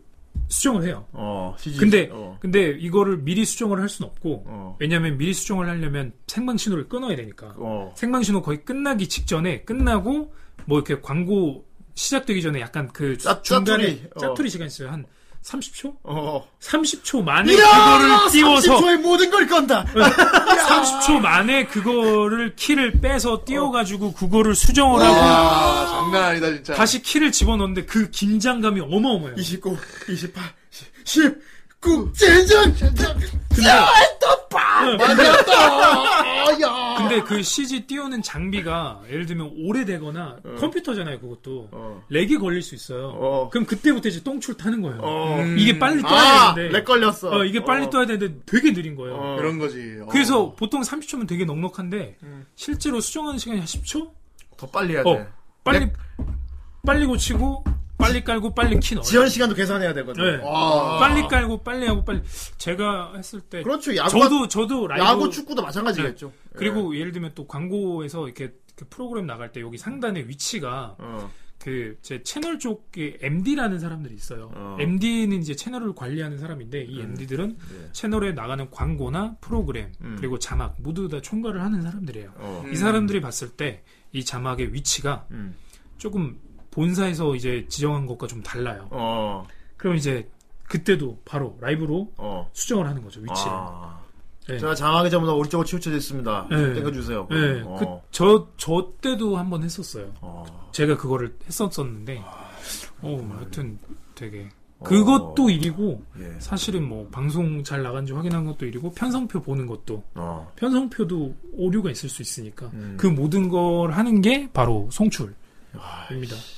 Speaker 4: 수정을 해요.
Speaker 2: 어. CG.
Speaker 4: 근데
Speaker 2: 어.
Speaker 4: 근데 이거를 미리 수정을 할 수는 없고
Speaker 2: 어.
Speaker 4: 왜냐하면 미리 수정을 하려면 생방 신호를 끊어야 되니까
Speaker 2: 어.
Speaker 4: 생방 신호 거의 끝나기 직전에 끝나고 뭐 이렇게 광고 시작되기 전에 약간 그
Speaker 2: 짜-
Speaker 4: 중간에
Speaker 2: 짜투리. 어.
Speaker 4: 짜투리 시간 있어요 한 30초?
Speaker 2: 어.
Speaker 4: 30초 만에
Speaker 2: 이거를 띄워서
Speaker 4: 그거를 띄워서 어.
Speaker 2: 30초에 모든 걸 건다. 아,
Speaker 4: 30초 만에 그거를 키를 빼서 띄워가지고 그거를 수정을 하고
Speaker 3: 아 장난 아니다 진짜
Speaker 4: 다시 키를 집어넣는데 그 긴장감이 어마어마해요.
Speaker 2: 29, 28, 10, 9, 젠장, 젠장.
Speaker 3: 맞았다 아야
Speaker 4: 근데 그 CG 띄우는 장비가 예를 들면 오래되거나 컴퓨터잖아요 그것도
Speaker 2: 어.
Speaker 4: 렉이 걸릴 수 있어요.
Speaker 2: 어.
Speaker 4: 그럼 그때부터 이제 똥줄 타는 거예요.
Speaker 2: 어.
Speaker 4: 이게 음. 빨리 떠야
Speaker 2: 아,
Speaker 4: 되는데
Speaker 2: 렉 걸렸어.
Speaker 4: 어, 이게 빨리
Speaker 2: 어.
Speaker 4: 떠야 되는데 되게 느린 거예요.
Speaker 2: 어.
Speaker 3: 이런 거지 어.
Speaker 4: 그래서 보통 30초면 되게 넉넉한데
Speaker 2: 음.
Speaker 4: 실제로 수정하는 시간이 한 10초?
Speaker 2: 더 빨리 해야 돼.
Speaker 4: 어,
Speaker 2: 네.
Speaker 4: 빨리 빨리 고치고 빨리 깔고 빨리 키 넣어요.
Speaker 2: 지연 시간도 계산해야 되거든.
Speaker 4: 네.
Speaker 3: 와
Speaker 4: 빨리 깔고 빨리 하고 빨리 제가 했을 때
Speaker 2: 그렇죠. 야구
Speaker 4: 저도 저도 라이브 네.
Speaker 2: 야구 축구도 네. 마찬가지겠죠.
Speaker 4: 그리고 예를 들면 또 광고에서 이렇게 그 프로그램 나갈 때 여기 상단에 위치가
Speaker 2: 어.
Speaker 4: 그 제 채널 쪽에 MD라는 사람들이 있어요.
Speaker 2: 어.
Speaker 4: MD는 이제 채널을 관리하는 사람인데 이 MD들은
Speaker 2: 예.
Speaker 4: 채널에 나가는 광고나 프로그램
Speaker 2: 음.
Speaker 4: 그리고 자막 모두 다 총괄을 하는 사람들이에요.
Speaker 2: 어.
Speaker 3: 음.
Speaker 4: 이 사람들이 봤을 때 이 자막의 위치가
Speaker 2: 음.
Speaker 4: 조금 본사에서 이제 지정한 것과 좀 달라요.
Speaker 2: 어.
Speaker 4: 그럼 이제 그때도 바로 라이브로
Speaker 2: 어.
Speaker 4: 수정을 하는 거죠 위치를.
Speaker 2: 아.
Speaker 4: 네.
Speaker 2: 제가 장하기 전보다 오른쪽으로 치우쳐져 있습니다.
Speaker 4: 네.
Speaker 2: 땡겨주세요.
Speaker 4: 예,
Speaker 2: 어.
Speaker 4: 그, 저, 저 때도 한번 했었어요.
Speaker 2: 어.
Speaker 4: 제가 그거를 했었었는데, 어, 여튼 되게.
Speaker 2: 어.
Speaker 4: 그것도 일이고,
Speaker 2: 예.
Speaker 4: 사실은 뭐, 방송 잘 나간지 확인한 것도 일이고, 편성표 보는 것도,
Speaker 2: 어.
Speaker 4: 편성표도 오류가 있을 수 있으니까,
Speaker 2: 음.
Speaker 4: 그 모든 걸 하는 게 바로 송출입니다.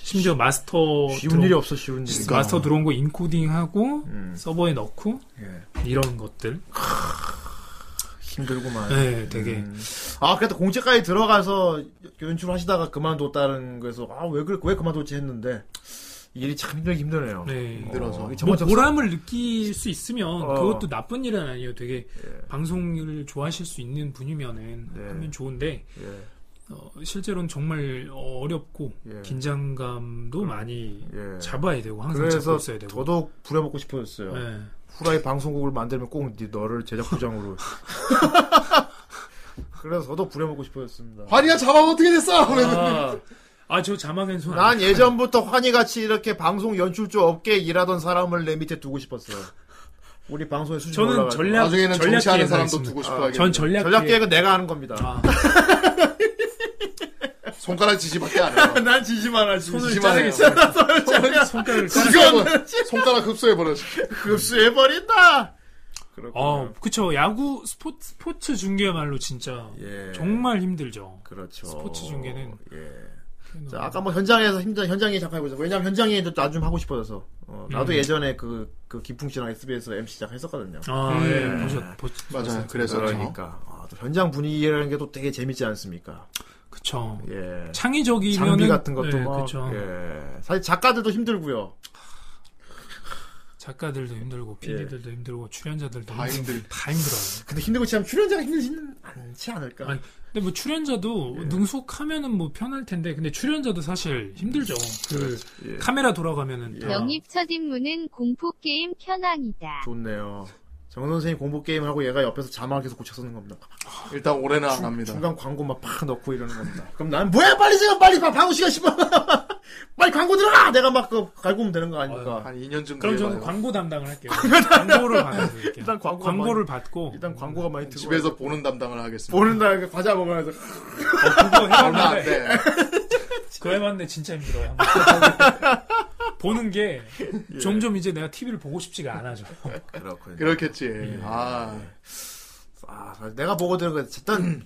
Speaker 4: 심지어 마스터.
Speaker 2: 아, 쉬운
Speaker 4: 들어-
Speaker 2: 일이 없어, 쉬운 일.
Speaker 4: 마스터 들어온 거 인코딩하고,
Speaker 2: 음.
Speaker 4: 서버에 넣고,
Speaker 2: 예.
Speaker 4: 이런 것들.
Speaker 2: 힘들구만.
Speaker 4: 네, 되게.
Speaker 2: 음. 아, 그래도 공채까지 들어가서 연출하시다가 그만뒀다는 거에서, 아, 왜, 그래, 왜 그만뒀지 했는데, 이 일이 참 힘들긴 힘드네요.
Speaker 4: 네.
Speaker 2: 어,
Speaker 3: 힘들어서.
Speaker 2: 이게
Speaker 4: 뭐
Speaker 2: 정말 적-
Speaker 4: 보람을 느낄 수 있으면
Speaker 2: 어. 예.
Speaker 4: 그것도 나쁜 일은 아니에요. 되게 방송을 좋아하실 수 있는 분이면은
Speaker 2: 네.
Speaker 4: 하면 좋은데
Speaker 2: 예,
Speaker 4: 어, 실제로는 정말 어렵고
Speaker 2: 예.
Speaker 4: 긴장감도 많이
Speaker 2: 예.
Speaker 4: 잡아야 되고 항상 잡고
Speaker 2: 그래서
Speaker 4: 있어야 되고.
Speaker 2: 더더욱 부려먹고 싶어졌어요.
Speaker 4: 예.
Speaker 2: 후라이 방송국을 만들면 꼭 니- 너를 제작 부장으로. 그래서 더더욱 부려먹고 싶어졌습니다.
Speaker 3: 환희야 자막 어떻게 됐어
Speaker 2: 아,
Speaker 4: 아, 저 자막엔 손. 안-
Speaker 2: 난 예전부터 환희같이 이렇게 방송 연출조 업계에 일하던 사람을 내 밑에 두고 싶었어요. 우리 방송의 수준
Speaker 4: 저는
Speaker 2: 올라가지고.
Speaker 4: 전략-
Speaker 3: 나중에는
Speaker 4: 전략
Speaker 3: 정치하는
Speaker 4: 기획을
Speaker 3: 사람도
Speaker 4: 하겠습니다.
Speaker 3: 두고
Speaker 2: 아,
Speaker 3: 싶어 하겠네
Speaker 4: 전 전략
Speaker 2: 전략
Speaker 4: 기획-
Speaker 2: 계획은 내가 하는 겁니다.
Speaker 4: 아,
Speaker 3: 손가락 지지밖에 안 해요
Speaker 2: 난 지지만 하지.
Speaker 4: 손을
Speaker 3: 심하네요.
Speaker 4: 자르겠어요. 아, 손- 손가락을 자르.
Speaker 3: 지지하고 손가락 흡수해버려
Speaker 2: 급수해버린다! 그렇군요.
Speaker 4: 어, 그쵸. 야구 스포츠, 스포츠 중계말로 진짜
Speaker 2: 예.
Speaker 4: 정말 힘들죠.
Speaker 2: 그렇죠.
Speaker 4: 스포츠 중계는.
Speaker 2: 예. 자, 아까 뭐 현장에서 힘든 현장에 잠깐 해보자. 왜냐면 현장에 나좀 하고 싶어져서. 어, 나도
Speaker 4: 음.
Speaker 2: 예전에 그, 그 기풍씨랑 SBS MC 작 했었거든요.
Speaker 4: 아,
Speaker 3: 음.
Speaker 4: 예. 보셨, 보셨,
Speaker 3: 맞아요 그래서 그렇죠.
Speaker 2: 그러니까. 아, 또 현장 분위기라는 게 또 되게 재밌지 않습니까?
Speaker 4: 그쵸.
Speaker 2: 예.
Speaker 4: 창의적이면
Speaker 2: 장비 같은 것도
Speaker 4: 예,
Speaker 2: 막.
Speaker 4: 그쵸.
Speaker 2: 예. 사실 작가들도 힘들고요.
Speaker 4: 작가들도 힘들고
Speaker 2: 예.
Speaker 4: PD들도 힘들고 출연자들도
Speaker 3: 다
Speaker 4: 힘들고
Speaker 3: 힘들-
Speaker 4: 다 힘들어요.
Speaker 2: 근데 힘들고 참 출연자가 힘들지는 않지 않을까? 예.
Speaker 4: 아니, 근데 뭐 출연자도 능숙하면은 뭐 편할 텐데 근데 출연자도 사실 힘들죠. 그
Speaker 2: 예.
Speaker 4: 카메라 돌아가면은 다
Speaker 7: 영입 첫 입문은 공포 게임 현황이다.
Speaker 2: 좋네요. 정 선생님 공부 게임 하고 얘가 옆에서 자막 계속 고쳐 쓰는 겁니다.
Speaker 3: 일단 올해는 안
Speaker 2: 중-
Speaker 3: 합니다.
Speaker 2: 중간 광고 막 팍 넣고 이러는 겁니다. 그럼 난 뭐야 빨리 지금 빨리 방- 방우 시간 10분 빨리 광고 들어가 내가 막 그거 갈구면 되는 거 아닙니까?
Speaker 3: 한 2년쯤
Speaker 4: 그럼
Speaker 3: 뒤에
Speaker 4: 저는
Speaker 3: 봐요.
Speaker 4: 광고 담당을 할게요. 광고를 받아서 이렇게.
Speaker 2: 일단 광고가
Speaker 4: 광고를 받고
Speaker 2: 일단 광고가 많이 들고
Speaker 3: 집에서 보는 담당을 하겠습니다.
Speaker 2: 보는 날 과자 먹으면서
Speaker 4: 그거
Speaker 3: 얼마 안
Speaker 4: 해봤는데
Speaker 3: 돼.
Speaker 2: 네.
Speaker 4: 그거 해봤는데 진짜 힘들어요. 보는 게
Speaker 2: 예.
Speaker 4: 점점 이제 내가 TV를 보고 싶지가 않아져.
Speaker 2: 그렇군요.
Speaker 3: 그렇겠지.
Speaker 4: 예.
Speaker 3: 아,
Speaker 2: 아, 사실 내가 보고 들은 거 어쨌든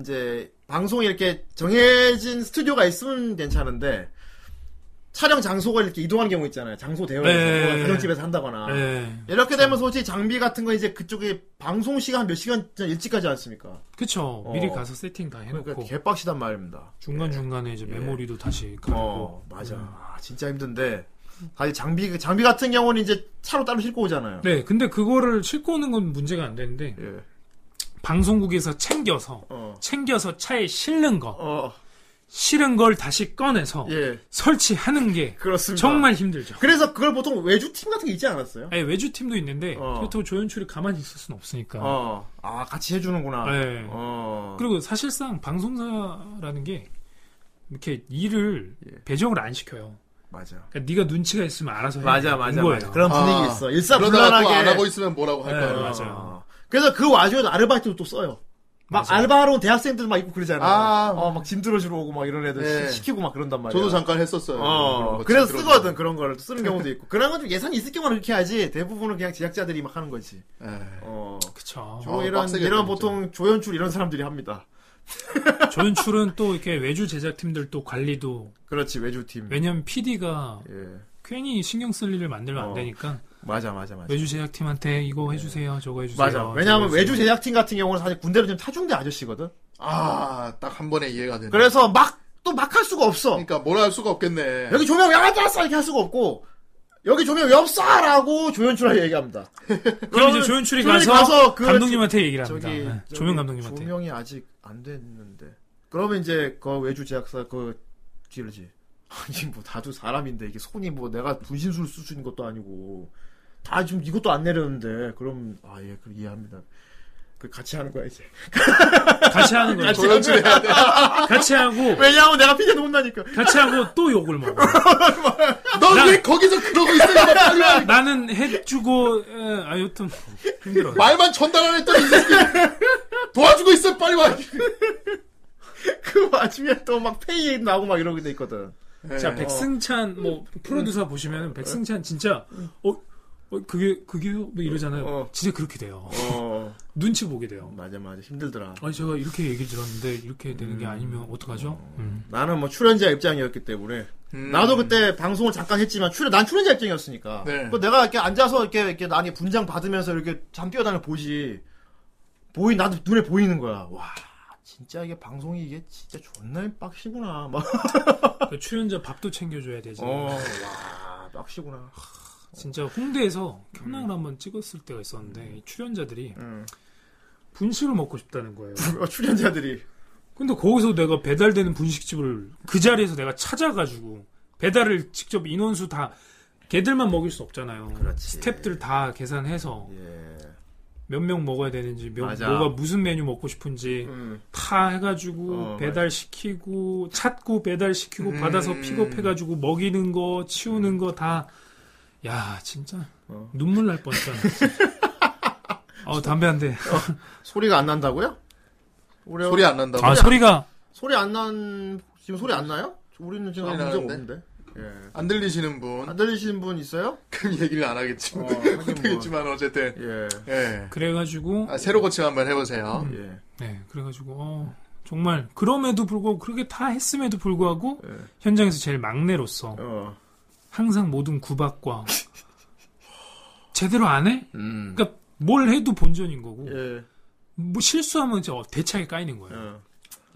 Speaker 2: 이제 방송이 이렇게 정해진 스튜디오가 있으면 괜찮은데 촬영 장소가 이렇게 이동하는 경우 있잖아요. 장소 대여해서
Speaker 4: 네.
Speaker 2: 뭐 가정집에서 한다거나
Speaker 4: 예.
Speaker 2: 이렇게 되면 솔직히 장비 같은 거 이제 그쪽에 방송 시간 몇 시간 전 일찍 가지 않습니까?
Speaker 4: 그쵸.
Speaker 2: 어.
Speaker 4: 미리 가서 세팅 다 해놓고
Speaker 2: 그러니까 개빡시단 말입니다.
Speaker 4: 중간 중간에 이제
Speaker 2: 예.
Speaker 4: 메모리도 다시
Speaker 2: 어,
Speaker 4: 가고. 음.
Speaker 2: 맞아. 아, 진짜 힘든데 사실 장비 장비 같은 경우는 이제 차로 따로 싣고 오잖아요.
Speaker 4: 네, 근데 그거를 싣고 오는 건 문제가 안 되는데
Speaker 2: 예.
Speaker 4: 방송국에서 챙겨서
Speaker 2: 어.
Speaker 4: 챙겨서 차에 실는 거
Speaker 2: 어.
Speaker 4: 실은 걸 다시 꺼내서
Speaker 2: 예. 그러니까
Speaker 4: 설치하는 게
Speaker 2: 그렇습니다.
Speaker 4: 정말 힘들죠.
Speaker 2: 그래서 그걸 보통 외주 팀 같은 게 있지 않았어요?
Speaker 4: 아니, 외주 팀도 있는데
Speaker 2: 어.
Speaker 4: 그렇다고 조연출이 가만히 있을 수는 없으니까.
Speaker 2: 어. 아, 같이 해 주는구나.
Speaker 4: 네.
Speaker 2: 어.
Speaker 4: 그리고 사실상 방송사라는 게 이렇게 일을
Speaker 2: 예.
Speaker 4: 배정을 안 시켜요.
Speaker 2: 맞아.
Speaker 4: 그러니까 네가 눈치가 있으면 알아서 해. 네, 거예요.
Speaker 2: 그런 분위기
Speaker 3: 아,
Speaker 2: 있어.
Speaker 3: 그러다가
Speaker 2: 일사불란하게
Speaker 3: 또 안 하고 있으면 뭐라고 할
Speaker 4: 네,
Speaker 3: 거야.
Speaker 4: 맞아.
Speaker 2: 어. 그래서 그 와중에도 아르바이트도 또 써요. 막
Speaker 4: 맞아요.
Speaker 2: 알바로 온 대학생들 막 있고 그러잖아.
Speaker 3: 아.
Speaker 2: 어, 막 짐 들어주러 오고 막 이런 애들
Speaker 3: 네.
Speaker 2: 시- 시키고 막 그런단 말이야.
Speaker 3: 저도 잠깐 했었어요. 그런
Speaker 2: 어,
Speaker 3: 거
Speaker 2: 그래서
Speaker 3: 들어서.
Speaker 2: 쓰거든, 그런 거를. 또 쓰는 경우도 있고. 그런 건 좀 예산이 있을 경우는 그렇게 하지, 대부분은 그냥 제작자들이 막 하는 거지.
Speaker 3: 예.
Speaker 2: 어.
Speaker 4: 그쵸.
Speaker 2: 주로
Speaker 3: 아,
Speaker 2: 이런,
Speaker 3: 빡세겠다,
Speaker 2: 이런
Speaker 3: 진짜.
Speaker 2: 보통 조연출 이런 사람들이 합니다.
Speaker 4: 조연출은 또 이렇게 외주 제작팀들 또 관리도
Speaker 2: 그렇지, 외주팀.
Speaker 4: 왜냐면 PD가
Speaker 2: 예.
Speaker 4: 괜히 신경 쓸 일을 만들면
Speaker 2: 어.
Speaker 4: 안 되니까
Speaker 2: 맞아, 맞아, 맞아.
Speaker 4: 외주 제작팀한테 이거 해주세요, 저거 해주세요.
Speaker 2: 맞아. 왜냐하면
Speaker 4: 저거
Speaker 2: 외주
Speaker 4: 해주세요.
Speaker 2: 제작팀 같은 경우는 사실 군대로 좀 타중대 아저씨거든.
Speaker 3: 아, 딱 한 번에 이해가 되네.
Speaker 2: 그래서 막, 또 막 할 수가 없어.
Speaker 3: 그러니까 뭐라 할 수가 없겠네.
Speaker 2: 여기 조명 왜안 들었어? 이렇게 할 수가 없고, 여기 조명 왜 없어? 라고 조연출한테 얘기합니다.
Speaker 4: 그럼 이제 조연출이
Speaker 2: 조연이
Speaker 4: 가서,
Speaker 2: 가서 그
Speaker 4: 감독님한테 얘기를
Speaker 2: 저기,
Speaker 4: 합니다. 네,
Speaker 2: 저기
Speaker 4: 조명 감독님한테.
Speaker 2: 조명이 아직 안 됐는데. 그러면 이제 그 외주 제약사 그 뒤를지. 아니 뭐 다도 사람인데 이게 손이 뭐 내가 분신술 쓸 수 있는 것도 아니고 다 지금 이것도 안 내렸는데 그럼 아 예 그럼 이해합니다. 그 같이 하는 거야 이제.
Speaker 4: 같이 하는
Speaker 2: 아,
Speaker 4: 거예요.
Speaker 3: 조연출이
Speaker 4: 같이 하고
Speaker 2: 왜냐하면 내가 피디도 혼나니까.
Speaker 4: 같이 하고 또 욕을 먹어.
Speaker 3: 넌왜 거기서 그러고 있어? 이거 빨리 와.
Speaker 4: 나는 해주고 에, 아 여튼 힘들어.
Speaker 3: 말만 전달 안 했더니 이 새끼 도와주고 있어. 빨리 와.
Speaker 2: 그 와중에 또 막 페이 나오고 막 이러고 돼 있거든.
Speaker 4: 자
Speaker 3: 네.
Speaker 4: 백승찬 뭐 프로듀서 보시면 백승찬 진짜 어, 어, 그게 그게 뭐 이러잖아요.
Speaker 2: 어.
Speaker 4: 진짜 그렇게 돼요.
Speaker 2: 어
Speaker 4: 눈치 보게 돼요.
Speaker 2: 맞아 맞아 힘들더라.
Speaker 4: 아니 제가 이렇게 얘기 들었는데 이렇게 되는 게 아니면 어떡하죠? 음.
Speaker 2: 나는 뭐 출연자 입장이었기 때문에
Speaker 3: 음.
Speaker 2: 나도 그때 방송을 잠깐 했지만 출연 난 출연자 입장이었으니까.
Speaker 3: 네.
Speaker 2: 그 내가 이렇게 앉아서 이렇게 이렇게 나니 분장 받으면서 이렇게 잠 뛰어다니는 걸 보지. 보이 나도 눈에 보이는 거야. 와 진짜 이게 방송이 이게 진짜 존나 빡시구나. 막.
Speaker 4: 그 출연자 밥도 챙겨줘야 되지.
Speaker 3: 어.
Speaker 2: 어. 어와 빡시구나.
Speaker 4: 진짜 홍대에서 캠랑을 한번 찍었을 때가 있었는데 이 출연자들이
Speaker 2: 음.
Speaker 4: 분식을 먹고 싶다는 거예요.
Speaker 2: 어, 출연자들이
Speaker 4: 근데 거기서 내가 배달되는 분식집을 그 자리에서 내가 찾아가지고 배달을 직접 인원수 다 걔들만 먹일 수 없잖아요.
Speaker 2: 그렇지.
Speaker 4: 스탭들 다 계산해서
Speaker 2: 예.
Speaker 4: 몇 명 먹어야 되는지, 몇-
Speaker 2: 맞아.
Speaker 4: 뭐가 무슨 메뉴 먹고 싶은지
Speaker 2: 음.
Speaker 4: 다 해가지고
Speaker 2: 어,
Speaker 4: 배달 시키고 찾고 배달 시키고
Speaker 3: 음.
Speaker 4: 받아서 픽업해가지고 먹이는 거 치우는 거 다 야 진짜
Speaker 2: 음. 어.
Speaker 4: 눈물 날 뻔했잖아. 어 담배 한 대.
Speaker 2: 소리가 안 난다고요? 우리
Speaker 3: 소리 안 난다고.
Speaker 4: 아 소리가
Speaker 2: 소리 안 난 지금 소리 안 나요? 우리는 지금
Speaker 3: 소리
Speaker 2: 아무 문제
Speaker 3: 나는데?
Speaker 2: 없는데. 예.
Speaker 3: 안 들리시는 분.
Speaker 2: 안 들리시는 분 있어요?
Speaker 3: 그럼 얘기를 안 하겠지.
Speaker 2: 어,
Speaker 3: 못
Speaker 2: 하긴 뭐. 음.
Speaker 3: 하겠지만 어쨌든.
Speaker 2: 예.
Speaker 3: 예.
Speaker 4: 그래가지고
Speaker 3: 아, 새로 고침 한번 해보세요.
Speaker 2: 예.
Speaker 4: 네, 그래가지고 어, 정말 그럼에도 불구하고 그렇게 다 했음에도 불구하고
Speaker 2: 예.
Speaker 4: 현장에서 제일 막내로서
Speaker 2: 어.
Speaker 4: 항상 모든 구박과 제대로 안 해?
Speaker 2: 음.
Speaker 4: 그러니까 뭘 해도 본전인 거고
Speaker 2: 예.
Speaker 4: 뭐 실수하면 이제 어, 대차게 까이는 거예요.
Speaker 2: 어.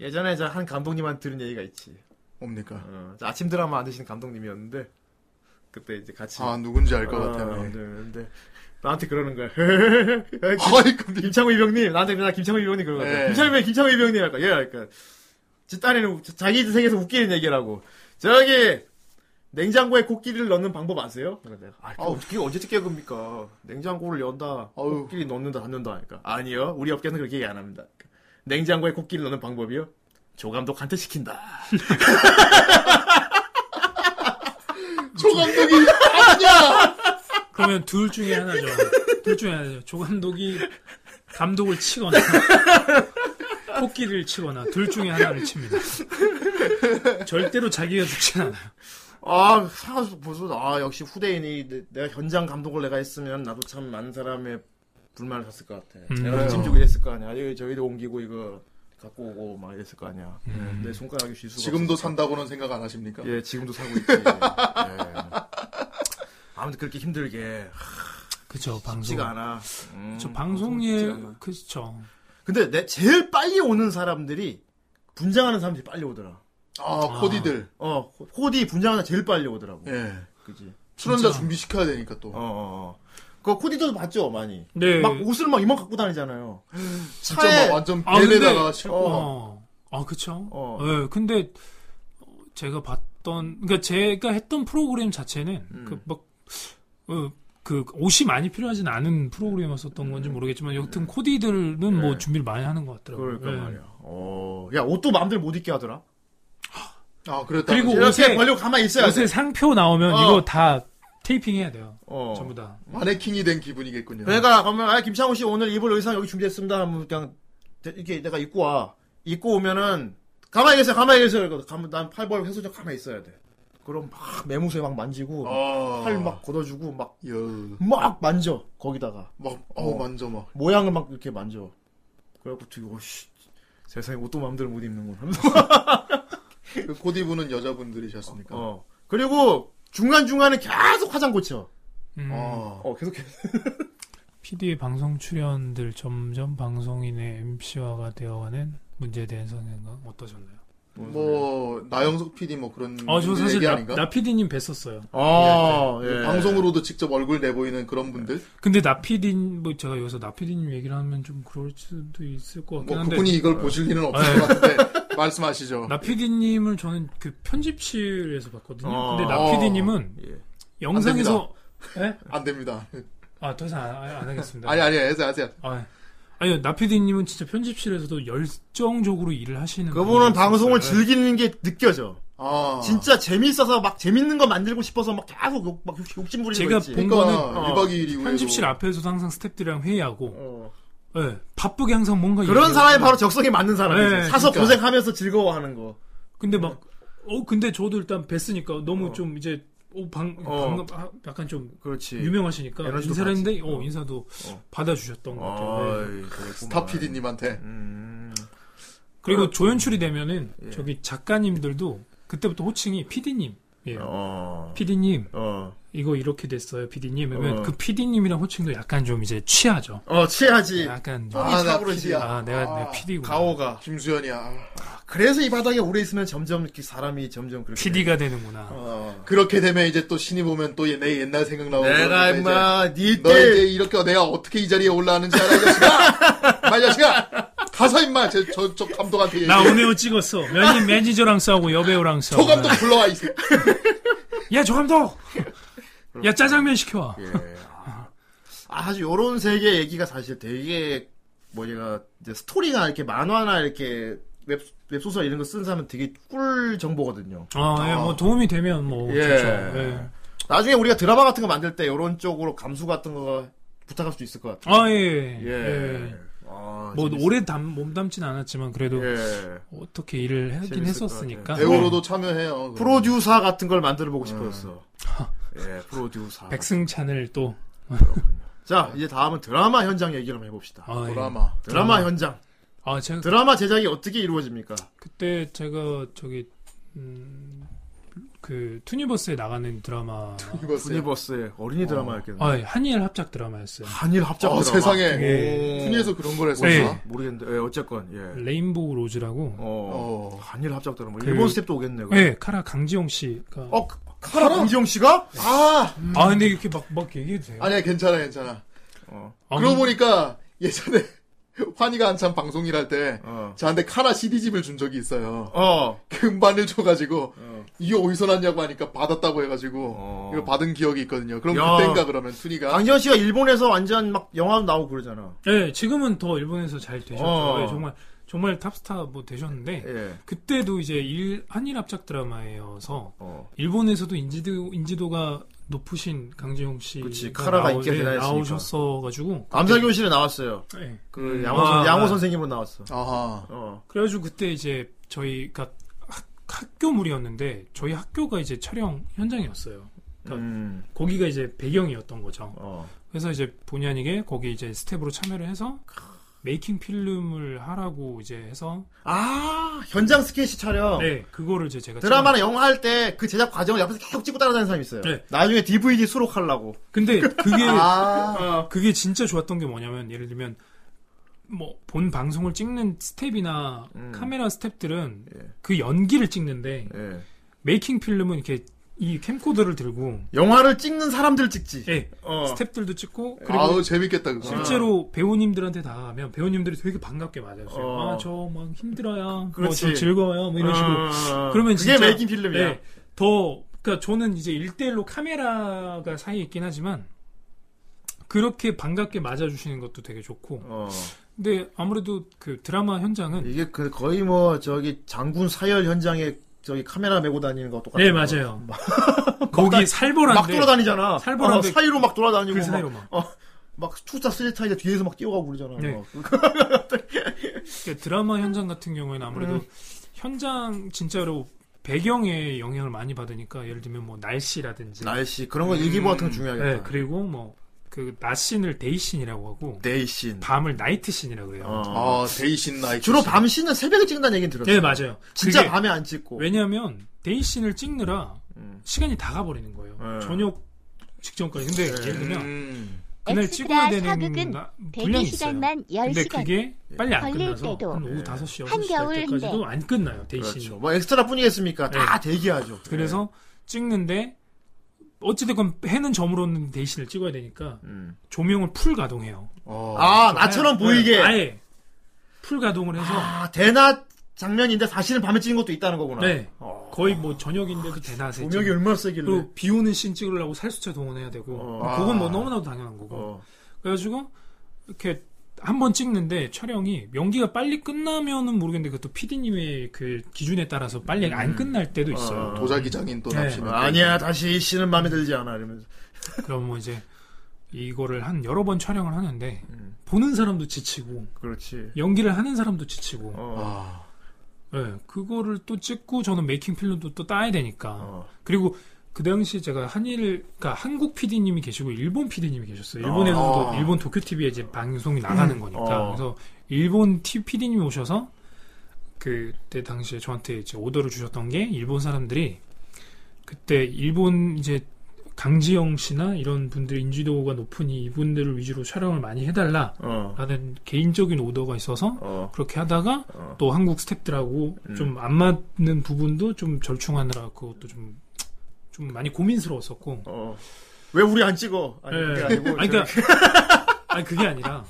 Speaker 2: 예전에 저 한 감독님한테 들은 얘기가 있지.
Speaker 3: 뭡니까?
Speaker 2: 어, 저 아침 드라마 안 드시는 감독님이었는데 그때 이제 같이
Speaker 3: 아, 누군지 알 것
Speaker 2: 어,
Speaker 3: 같아요. 네.
Speaker 2: 근데 나한테 그러는 거야.
Speaker 3: 아이, 근데
Speaker 2: 김창호 이병님 나한테 그냥 김창호 이병님 그러거든.
Speaker 3: 네.
Speaker 2: 김창호 이병 김창호 이병님 할까? 예, 그러니까 지 딸이는 우- 자기 인생에서 웃기는 얘기라고. 저기 냉장고에 코끼리를 넣는 방법 아세요? 그래 내가 아, 그 어떻게 언제 깨급니까? 냉장고를 연다.
Speaker 3: 아유.
Speaker 2: 코끼리 넣는다 넣는다 하니까 아니요. 우리 업계는 그렇게 얘기 안 합니다. 냉장고에 코끼리 넣는 방법이요? 조감독한테 시킨다.
Speaker 3: 조 감독이 아니야.
Speaker 4: 그러면 둘 중에 하나죠. 둘 중에 하나죠. 조 감독이 감독을 치거나 코끼리를 치거나 둘 중에 하나를 칩니다. 절대로 자기가 죽진 않아요.
Speaker 2: 아, 사서 벌써 아 역시 후대인이 내- 내가 현장 감독을 내가 했으면 나도 참 많은 사람의 불만을 샀을 것 같아.
Speaker 4: 음.
Speaker 2: 내가 찜 주고 이랬을 거 아니야. 여기 저희도 옮기고 이거 갖고 오고 막 이랬을 거 아니야.
Speaker 4: 음.
Speaker 2: 내 손가락이 쉴 수가
Speaker 3: 지금도
Speaker 2: 없으니까.
Speaker 3: 산다고는 생각 안 하십니까?
Speaker 2: 예, 지금도 살고 있지. 예. 아무튼 그렇게 힘들게
Speaker 4: 그쵸 방송.
Speaker 2: 쉽지가 않아. 음,
Speaker 4: 저
Speaker 2: 쉽지가
Speaker 4: 방송에
Speaker 2: 않아.
Speaker 4: 그쵸.
Speaker 2: 근데 내 제일 빨리 오는 사람들이 분장하는 사람들이 빨리 오더라.
Speaker 3: 아 코디들.
Speaker 2: 어, 호- 호디 분장하는 사람 제일 빨리 오더라고.
Speaker 3: 예.
Speaker 2: 그지.
Speaker 3: 출연자
Speaker 4: 진짜.
Speaker 3: 준비 시켜야 되니까 또.
Speaker 2: 어, 어, 어. 그 코디도 봤죠, 많이.
Speaker 4: 네.
Speaker 2: 막 옷을 막 이만 갖고 다니잖아요.
Speaker 3: 진짜
Speaker 2: 차에-
Speaker 3: 막 완전
Speaker 4: 아, 근데-
Speaker 3: 베레다가 싣고.
Speaker 4: 어. 아 그쵸.
Speaker 2: 어.
Speaker 4: 예, 근데 제가 봤던 그러니까 제가 했던 프로그램 자체는
Speaker 2: 음.
Speaker 4: 그막 어, 그 옷이 많이 필요하진 않은 프로그램이었었던 건지
Speaker 2: 음.
Speaker 4: 모르겠지만 여튼 코디들은 뭐 준비를 많이 하는 것 같더라고요.
Speaker 2: 네. 그러니까
Speaker 4: 예.
Speaker 2: 말이야. 어, 야 옷도 마음대로 못 입게 하더라.
Speaker 3: 아 그랬다.
Speaker 4: 그리고
Speaker 2: 이렇게
Speaker 4: 옷에
Speaker 2: 벌리고 가만히 있어야 돼.
Speaker 4: 옷에 상표 나오면
Speaker 2: 어.
Speaker 4: 이거 다 테이핑 해야 돼요.
Speaker 2: 어.
Speaker 4: 전부 다.
Speaker 3: 마네킹이 된 기분이겠군요.
Speaker 2: 내가 그러면 아 김창호 씨 오늘 입을 의상 여기 준비했습니다 하면 그냥 대- 이렇게 내가 입고 와 입고 오면은 가만히 계세요 가만히 계세요 이거 가만 난 팔벌 해소장 가만히 있어야 돼 그럼 막 매무새 막 만지고
Speaker 4: 어.
Speaker 3: 아.
Speaker 2: 팔 막 걷어주고 막 막
Speaker 3: 여.
Speaker 2: 만져 거기다가
Speaker 3: 막 어우
Speaker 2: 어.
Speaker 3: 만져 막.
Speaker 2: 모양을 막 이렇게 만져 그래갖고 되게 어, 오씨 세상에 옷도 마음대로 못 입는구나 하면서
Speaker 3: 그 코디분은 여자분들이셨습니까?
Speaker 2: 어 그리고 중간 중간에 계속 화장 고쳐
Speaker 4: 음,
Speaker 3: 아.
Speaker 2: 어 계속
Speaker 4: PD의 방송 출연들 점점 방송인의 MC화가 되어가는 문제에 대한 생각 어떠셨나요?
Speaker 3: 뭐 나영석 PD 뭐 그런
Speaker 4: 음.
Speaker 2: 음,
Speaker 4: 아, 저 사실
Speaker 3: 얘기
Speaker 4: 나,
Speaker 3: 아닌가? 네.
Speaker 4: 나 네. PD님 뵀었어요.
Speaker 2: 아 예.
Speaker 3: 방송으로도 직접 얼굴 내보이는 그런 분들
Speaker 4: 근데 나 PD, 뭐 제가 여기서 나 PD님 얘기를 하면 좀 그럴 수도 있을 것 같긴
Speaker 3: 뭐
Speaker 4: 한데. 어. 아, 네.
Speaker 3: 그분이 이걸 보실 일은 없을 것 같은데 말씀하시죠.
Speaker 4: 나 PD님을 저는 그 편집실에서 봤거든요.
Speaker 2: 어.
Speaker 4: 근데 나 PD님은
Speaker 2: 예.
Speaker 4: 영상에서
Speaker 3: 안 됩니다.
Speaker 4: 아 더 이상 안, 안 하겠습니다.
Speaker 3: 아니 아니 하세요 하세요.
Speaker 4: 아, 아니요, 나피디님은 진짜 편집실에서도 열정적으로 일을 하시는.
Speaker 2: 그분은
Speaker 4: 분이었어요.
Speaker 2: 방송을
Speaker 4: 네.
Speaker 2: 즐기는 게 느껴져
Speaker 3: 음, 아
Speaker 2: 진짜 재밌어서 막 재밌는 거 만들고 싶어서 막 계속 욕, 막 욕- 욕심 부리는
Speaker 4: 제가
Speaker 2: 거 있지.
Speaker 4: 본-
Speaker 3: 그러니까
Speaker 2: 어.
Speaker 3: 1박 2일 이후에
Speaker 4: 편집실 앞에서도 항상 스탭들이랑 회의하고,
Speaker 2: 어.
Speaker 4: 예, 바쁘게 항상 뭔가.
Speaker 2: 그런
Speaker 4: 얘기하고.
Speaker 2: 사람이 바로 적성에 맞는 사람이지.
Speaker 4: 음. 네,
Speaker 2: 사서
Speaker 3: 그러니까.
Speaker 2: 고생하면서 즐거워하는 거.
Speaker 4: 근데 막,
Speaker 2: 예.
Speaker 4: 어, 근데 저도 일단 뵀으니까 너무 좀 이제, 어, 방,
Speaker 2: 어.
Speaker 4: 방금 아, 약간 좀
Speaker 2: 그렇지.
Speaker 4: 유명하시니까
Speaker 2: 네. 에너지도
Speaker 4: 인사를
Speaker 2: 받지.
Speaker 4: 했는데, 어,
Speaker 2: 어.
Speaker 4: 인사도
Speaker 2: 어.
Speaker 4: 받아주셨던 것 같아요. 예.
Speaker 3: 스타 PD님한테
Speaker 2: 네. 음.
Speaker 4: 그리고 조연출이 되면은
Speaker 2: 예.
Speaker 4: 저기 작가님들도 그때부터 호칭이 피디님. 예.
Speaker 2: 어.
Speaker 4: 피디님,
Speaker 2: 어.
Speaker 4: 이거 이렇게 됐어요, 피디님. 그러면
Speaker 2: 어.
Speaker 4: 그 피디님이랑 호칭도 약간 좀 이제 취하죠.
Speaker 2: 어, 취하지.
Speaker 4: 약간 좀,
Speaker 3: 아, 나
Speaker 2: 사고를
Speaker 3: PD야.
Speaker 4: 아, 내가 내가 PD구나.
Speaker 2: 네, 가오가.
Speaker 3: 김수현이야. 아,
Speaker 2: 그래서 이 바닥에 오래 있으면 점점 이렇게 사람이 점점 그렇게.
Speaker 4: PD가 되는구나.
Speaker 2: 어.
Speaker 3: 그렇게 되면 이제 또 신이 보면 또 내 옛날 생각 나오고
Speaker 2: 내가
Speaker 3: 그러니까
Speaker 2: 임마,
Speaker 3: 이제 너 이제
Speaker 2: 니때
Speaker 3: 이렇게 내가 어떻게 이 자리에 올라왔는지 알아 이 자식아. 아, 이 자식아. 가서 임마 저저 저 감독한테 얘기해.
Speaker 4: 나 오네오 찍었어. 면 매니저랑 싸우고 여배우랑 싸우고.
Speaker 3: 저 감독 불러와 이 새끼.
Speaker 4: 야, 저 감독. 야, 짜장면 시켜와.
Speaker 2: 예. 네, 아, 아주 요런 세계 얘기가 사실 되게 뭐냐 이제 스토리나 이렇게 만화나 이렇게 웹 웹소설 이런 거 쓴 사람은 되게 꿀 정보거든요.
Speaker 4: 아, 예, 뭐 도움이 되면 뭐
Speaker 2: 예.
Speaker 4: 좋죠. 예.
Speaker 2: 나중에 우리가 드라마 같은 거 만들 때 이런 쪽으로 감수 같은 거 부탁할 수도 있을 것 같아요.
Speaker 4: 아, 예. 예.
Speaker 2: 예. 아,
Speaker 4: 뭐
Speaker 2: 재밌-
Speaker 4: 오래 담, 몸 담진 않았지만 그래도
Speaker 2: 예.
Speaker 4: 어떻게 일을 하긴
Speaker 2: 재밌을
Speaker 4: 했었으니까.
Speaker 2: 것
Speaker 3: 배우로도 참여해요.
Speaker 2: 뭐 프로듀사 같은 걸 만들어 보고 싶었어. 예, 프로듀사.
Speaker 4: 음. 어, 백승찬을 또
Speaker 2: 자, 이제 다음은 드라마 현장 얘기를 한번 해봅시다.
Speaker 4: 아, 예.
Speaker 3: 드라마.
Speaker 2: 드라마
Speaker 4: 드라마.
Speaker 2: 현장.
Speaker 4: 아, 제가
Speaker 2: 드라마 제작이 어떻게 이루어집니까?
Speaker 4: 그때 제가 저기 음, 그 투니버스에 나가는 드라마
Speaker 3: 투니버스.
Speaker 2: 유니버스의 어린이 뭐 드라마였겠네.
Speaker 4: 아, 예, 한일 합작 드라마였어요.
Speaker 2: 한일 합작
Speaker 3: 어,
Speaker 2: 드라마.
Speaker 3: 세상에.
Speaker 4: 예.
Speaker 3: 투니에서 그런 걸 했었나?
Speaker 4: 네.
Speaker 2: 모르겠는데, 예, 어쨌건, 예.
Speaker 4: 레인보우 로즈라고
Speaker 2: 어.
Speaker 3: 어.
Speaker 2: 한일 합작 드라마.
Speaker 4: 그-
Speaker 2: 일본 스텝도 오겠네. 그럼.
Speaker 4: 예, 카라 강지용 씨가.
Speaker 2: 어, 카라 강지영 씨가?
Speaker 3: 아,
Speaker 4: 아,
Speaker 2: 아,
Speaker 4: 근데 이렇게 막, 막 얘기해도 돼요?
Speaker 3: 아니야, 괜찮아, 괜찮아.
Speaker 2: 어.
Speaker 4: 아,
Speaker 3: 그러고
Speaker 4: 근데-
Speaker 3: 보니까 예전에 환희가 한참 방송일 할 때
Speaker 2: 어.
Speaker 3: 저한테 카라 CD집을 준 적이 있어요.
Speaker 2: 어.
Speaker 3: 금반을 줘가지고
Speaker 2: 어.
Speaker 3: 이게 어디서 났냐고 하니까 받았다고 해가지고
Speaker 2: 어.
Speaker 3: 이거 받은 기억이 있거든요. 그럼
Speaker 2: 야.
Speaker 3: 그땐가 그러면 투니가
Speaker 2: 강지현 씨가 일본에서 완전 막 영화도 나오고 그러잖아.
Speaker 4: 예, 지금은 더 일본에서 잘 되셨죠.
Speaker 2: 어.
Speaker 4: 예, 정말 정말 탑스타 뭐 되셨는데
Speaker 2: 예.
Speaker 4: 그때도 이제 일, 한일 합작 드라마여서
Speaker 2: 어.
Speaker 4: 일본에서도 인지도 인지도가 높으신 강재용 씨가
Speaker 2: 그치, 카라가
Speaker 4: 나오-
Speaker 2: 인기가
Speaker 4: 예,
Speaker 2: 대단했으니까.
Speaker 4: 나오셨어가지고
Speaker 2: 암살교실에 나왔어요.
Speaker 4: 예.
Speaker 2: 그
Speaker 4: 음,
Speaker 2: 양호,
Speaker 4: 아,
Speaker 2: 양호
Speaker 4: 아.
Speaker 2: 선생님으로 나왔어.
Speaker 3: 아하
Speaker 2: 어.
Speaker 4: 그래가지고 그때 이제 저희가 학, 학교물이었는데 저희 학교가 이제 촬영 현장이었어요. 그러니까
Speaker 2: 음.
Speaker 4: 거기가 이제 배경이었던 거죠.
Speaker 2: 어.
Speaker 4: 그래서 이제 본의 아니게 거기 이제 스텝으로 참여를 해서 메이킹 필름을 하라고 이제 해서
Speaker 2: 아, 현장 스케치 촬영.
Speaker 4: 네 그거를 이제 제가
Speaker 2: 어. 드라마나 영화 할 때 그 제작 과정을 옆에서 계속 찍고 따라다니는 사람이 있어요.
Speaker 4: 네.
Speaker 2: 나중에 DVD 수록하려고.
Speaker 4: 찍은- 근데 그게
Speaker 2: 아.
Speaker 4: 그게 진짜 좋았던 게 뭐냐면 예를 들면 뭐 본 방송을 찍는 스텝이나
Speaker 2: 음.
Speaker 4: 카메라 스텝들은
Speaker 2: 예.
Speaker 4: 그 연기를 찍는데
Speaker 2: 예.
Speaker 4: 메이킹 필름은 이렇게 이 캠코더를 들고
Speaker 2: 영화를 찍는 사람들 찍지.
Speaker 4: 예,
Speaker 2: 어.
Speaker 4: 스텝들도 찍고 그리고
Speaker 3: 아우 재밌겠다 그거.
Speaker 4: 실제로 배우님들한테 다 하면 배우님들이 되게 반갑게 맞아주세요.
Speaker 2: 어.
Speaker 4: 아저 막 힘들어요.
Speaker 2: 그렇지.
Speaker 4: 뭐저 즐거워요. 뭐 이런 식으로.
Speaker 2: 어.
Speaker 4: 그러면
Speaker 2: 그게
Speaker 4: 진짜
Speaker 2: 메이킹 필름이야.
Speaker 4: 예, 더 그러니까 저는 이제 1대1로 카메라가 사이에 있긴 하지만 그렇게 반갑게 맞아주시는 것도 되게 좋고
Speaker 2: 어.
Speaker 4: 근데 아무래도 그 드라마 현장은
Speaker 2: 이게 그 거의 뭐 저기 장군 사열 현장에 저기 카메라 메고 다니는 거 똑같아.
Speaker 4: 네 맞아요. 거기
Speaker 2: 막
Speaker 4: 살벌한데
Speaker 2: 돌아다니잖아.
Speaker 4: 살벌한데
Speaker 2: 어, 사이로 막 돌아다니고
Speaker 4: 그 사이로 막
Speaker 2: 막막 투자 쓰리타인데 뒤에서 막 뛰어가고 그러잖아.
Speaker 4: 네.
Speaker 2: 막.
Speaker 4: 그러니까 드라마 현장 같은 경우에는 아무래도
Speaker 2: 음.
Speaker 4: 현장 진짜로 배경에 영향을 많이 받으니까 예를 들면 뭐 날씨라든지
Speaker 2: 날씨 그런 거 일기보 같은 거 중요하겠다.
Speaker 4: 네, 그리고 뭐 그 낮 씬을 데이 씬이라고 하고
Speaker 2: 데이신.
Speaker 4: 밤을 나이트 씬이라고 해요.
Speaker 2: 네. 어.
Speaker 3: 아 데이신 나이
Speaker 2: 주로 밤 씬은 새벽에 찍는다는 얘기는 들었어.
Speaker 4: 네 맞아요.
Speaker 2: 진짜
Speaker 4: 그게
Speaker 2: 밤에 안 찍고.
Speaker 4: 왜냐하면 데이 씬을 찍느라
Speaker 2: 음.
Speaker 4: 시간이 다 가버리는 거예요.
Speaker 2: 네.
Speaker 4: 저녁 직전까지. 근데 예를 들면
Speaker 3: 음.
Speaker 4: 그날 찍어야
Speaker 6: 네. 엑스트라
Speaker 4: 되는
Speaker 6: 사극은
Speaker 4: 나- 분량이
Speaker 6: 대기
Speaker 4: 있어요.
Speaker 6: 시간만
Speaker 4: 근데
Speaker 6: 10시간.
Speaker 4: 그게 빨리 안
Speaker 6: 예. 걸릴
Speaker 4: 끝나서
Speaker 6: 때도.
Speaker 4: 한 오후 5시, 6시
Speaker 6: 한겨울
Speaker 4: 될 때까지도
Speaker 6: 근데.
Speaker 4: 안 끝나요 데이신.
Speaker 2: 예. 그렇죠. 예. 뭐 엑스트라 뿐이겠습니까? 다 대기하죠.
Speaker 4: 그래서 찍는데 어찌됐건 해는 저물었는데 데이신을 찍어야 되니까
Speaker 2: 음.
Speaker 4: 조명을 풀 가동해요.
Speaker 3: 어.
Speaker 2: 아 나처럼
Speaker 4: 아예-
Speaker 2: 보이게.
Speaker 4: 아예 풀 가동을 해서
Speaker 2: 아 대낮 장면인데 사실은 밤에 찍은 것도 있다는 거구나.
Speaker 4: 네
Speaker 2: 어.
Speaker 4: 거의 뭐 저녁인데도 대낮에
Speaker 2: 아, 조명이
Speaker 4: 찍고
Speaker 2: 얼마나 세길래.
Speaker 4: 그리고 비 오는 씬 찍으려고 살수차 동원해야 되고
Speaker 2: 어.
Speaker 4: 그건 뭐
Speaker 3: 아.
Speaker 4: 너무나도 당연한 거고
Speaker 2: 어.
Speaker 4: 그래가지고 이렇게 한 번 찍는데 촬영이 연기가 빨리 끝나면은 모르겠는데 그것도 PD님의 그 기준에 따라서 빨리 안 끝날 때도 있어요.
Speaker 2: 어.
Speaker 3: 도자기장인 또
Speaker 4: 네.
Speaker 3: 납치면 또.
Speaker 2: 아니야 다시 이 씬은 마음에 들지 않아 이러면서.
Speaker 4: 그럼 뭐 이제 이거를 한 여러 번 촬영을 하는데 보는 사람도 지치고
Speaker 2: 그렇지.
Speaker 4: 연기를 하는 사람도 지치고
Speaker 2: 어.
Speaker 3: 아,
Speaker 4: 예, 그거를 또 찍고 저는 메이킹 필름도 또 따야 되니까
Speaker 2: 어.
Speaker 4: 그리고 그 당시 제가 한일 그러니까 한국 PD님이 계시고 일본 PD님이 계셨어요. 일본에서도
Speaker 3: 아.
Speaker 4: 일본 도쿄 TV에 이제 방송이 나가는 거니까
Speaker 2: 어.
Speaker 4: 그래서 일본 PD님이 오셔서 그때 당시에 저한테 이제 오더를 주셨던 게 일본 사람들이 그때 일본 이제 강지영 씨나 이런 분들 인지도가 높은 이분들을 위주로 촬영을 많이 해달라라는
Speaker 2: 어.
Speaker 4: 개인적인 오더가 있어서
Speaker 2: 어.
Speaker 4: 그렇게 하다가
Speaker 2: 어.
Speaker 4: 또 한국 스탭들하고
Speaker 2: 음.
Speaker 4: 좀 안 맞는 부분도 좀 절충하느라 그것도 좀 좀 많이 고민스러웠었고.
Speaker 2: 어. 왜 우리 안 찍어? 아니,
Speaker 4: 예.
Speaker 2: 그게 아니고.
Speaker 4: 아니, 그러니까 아니 그게 아니라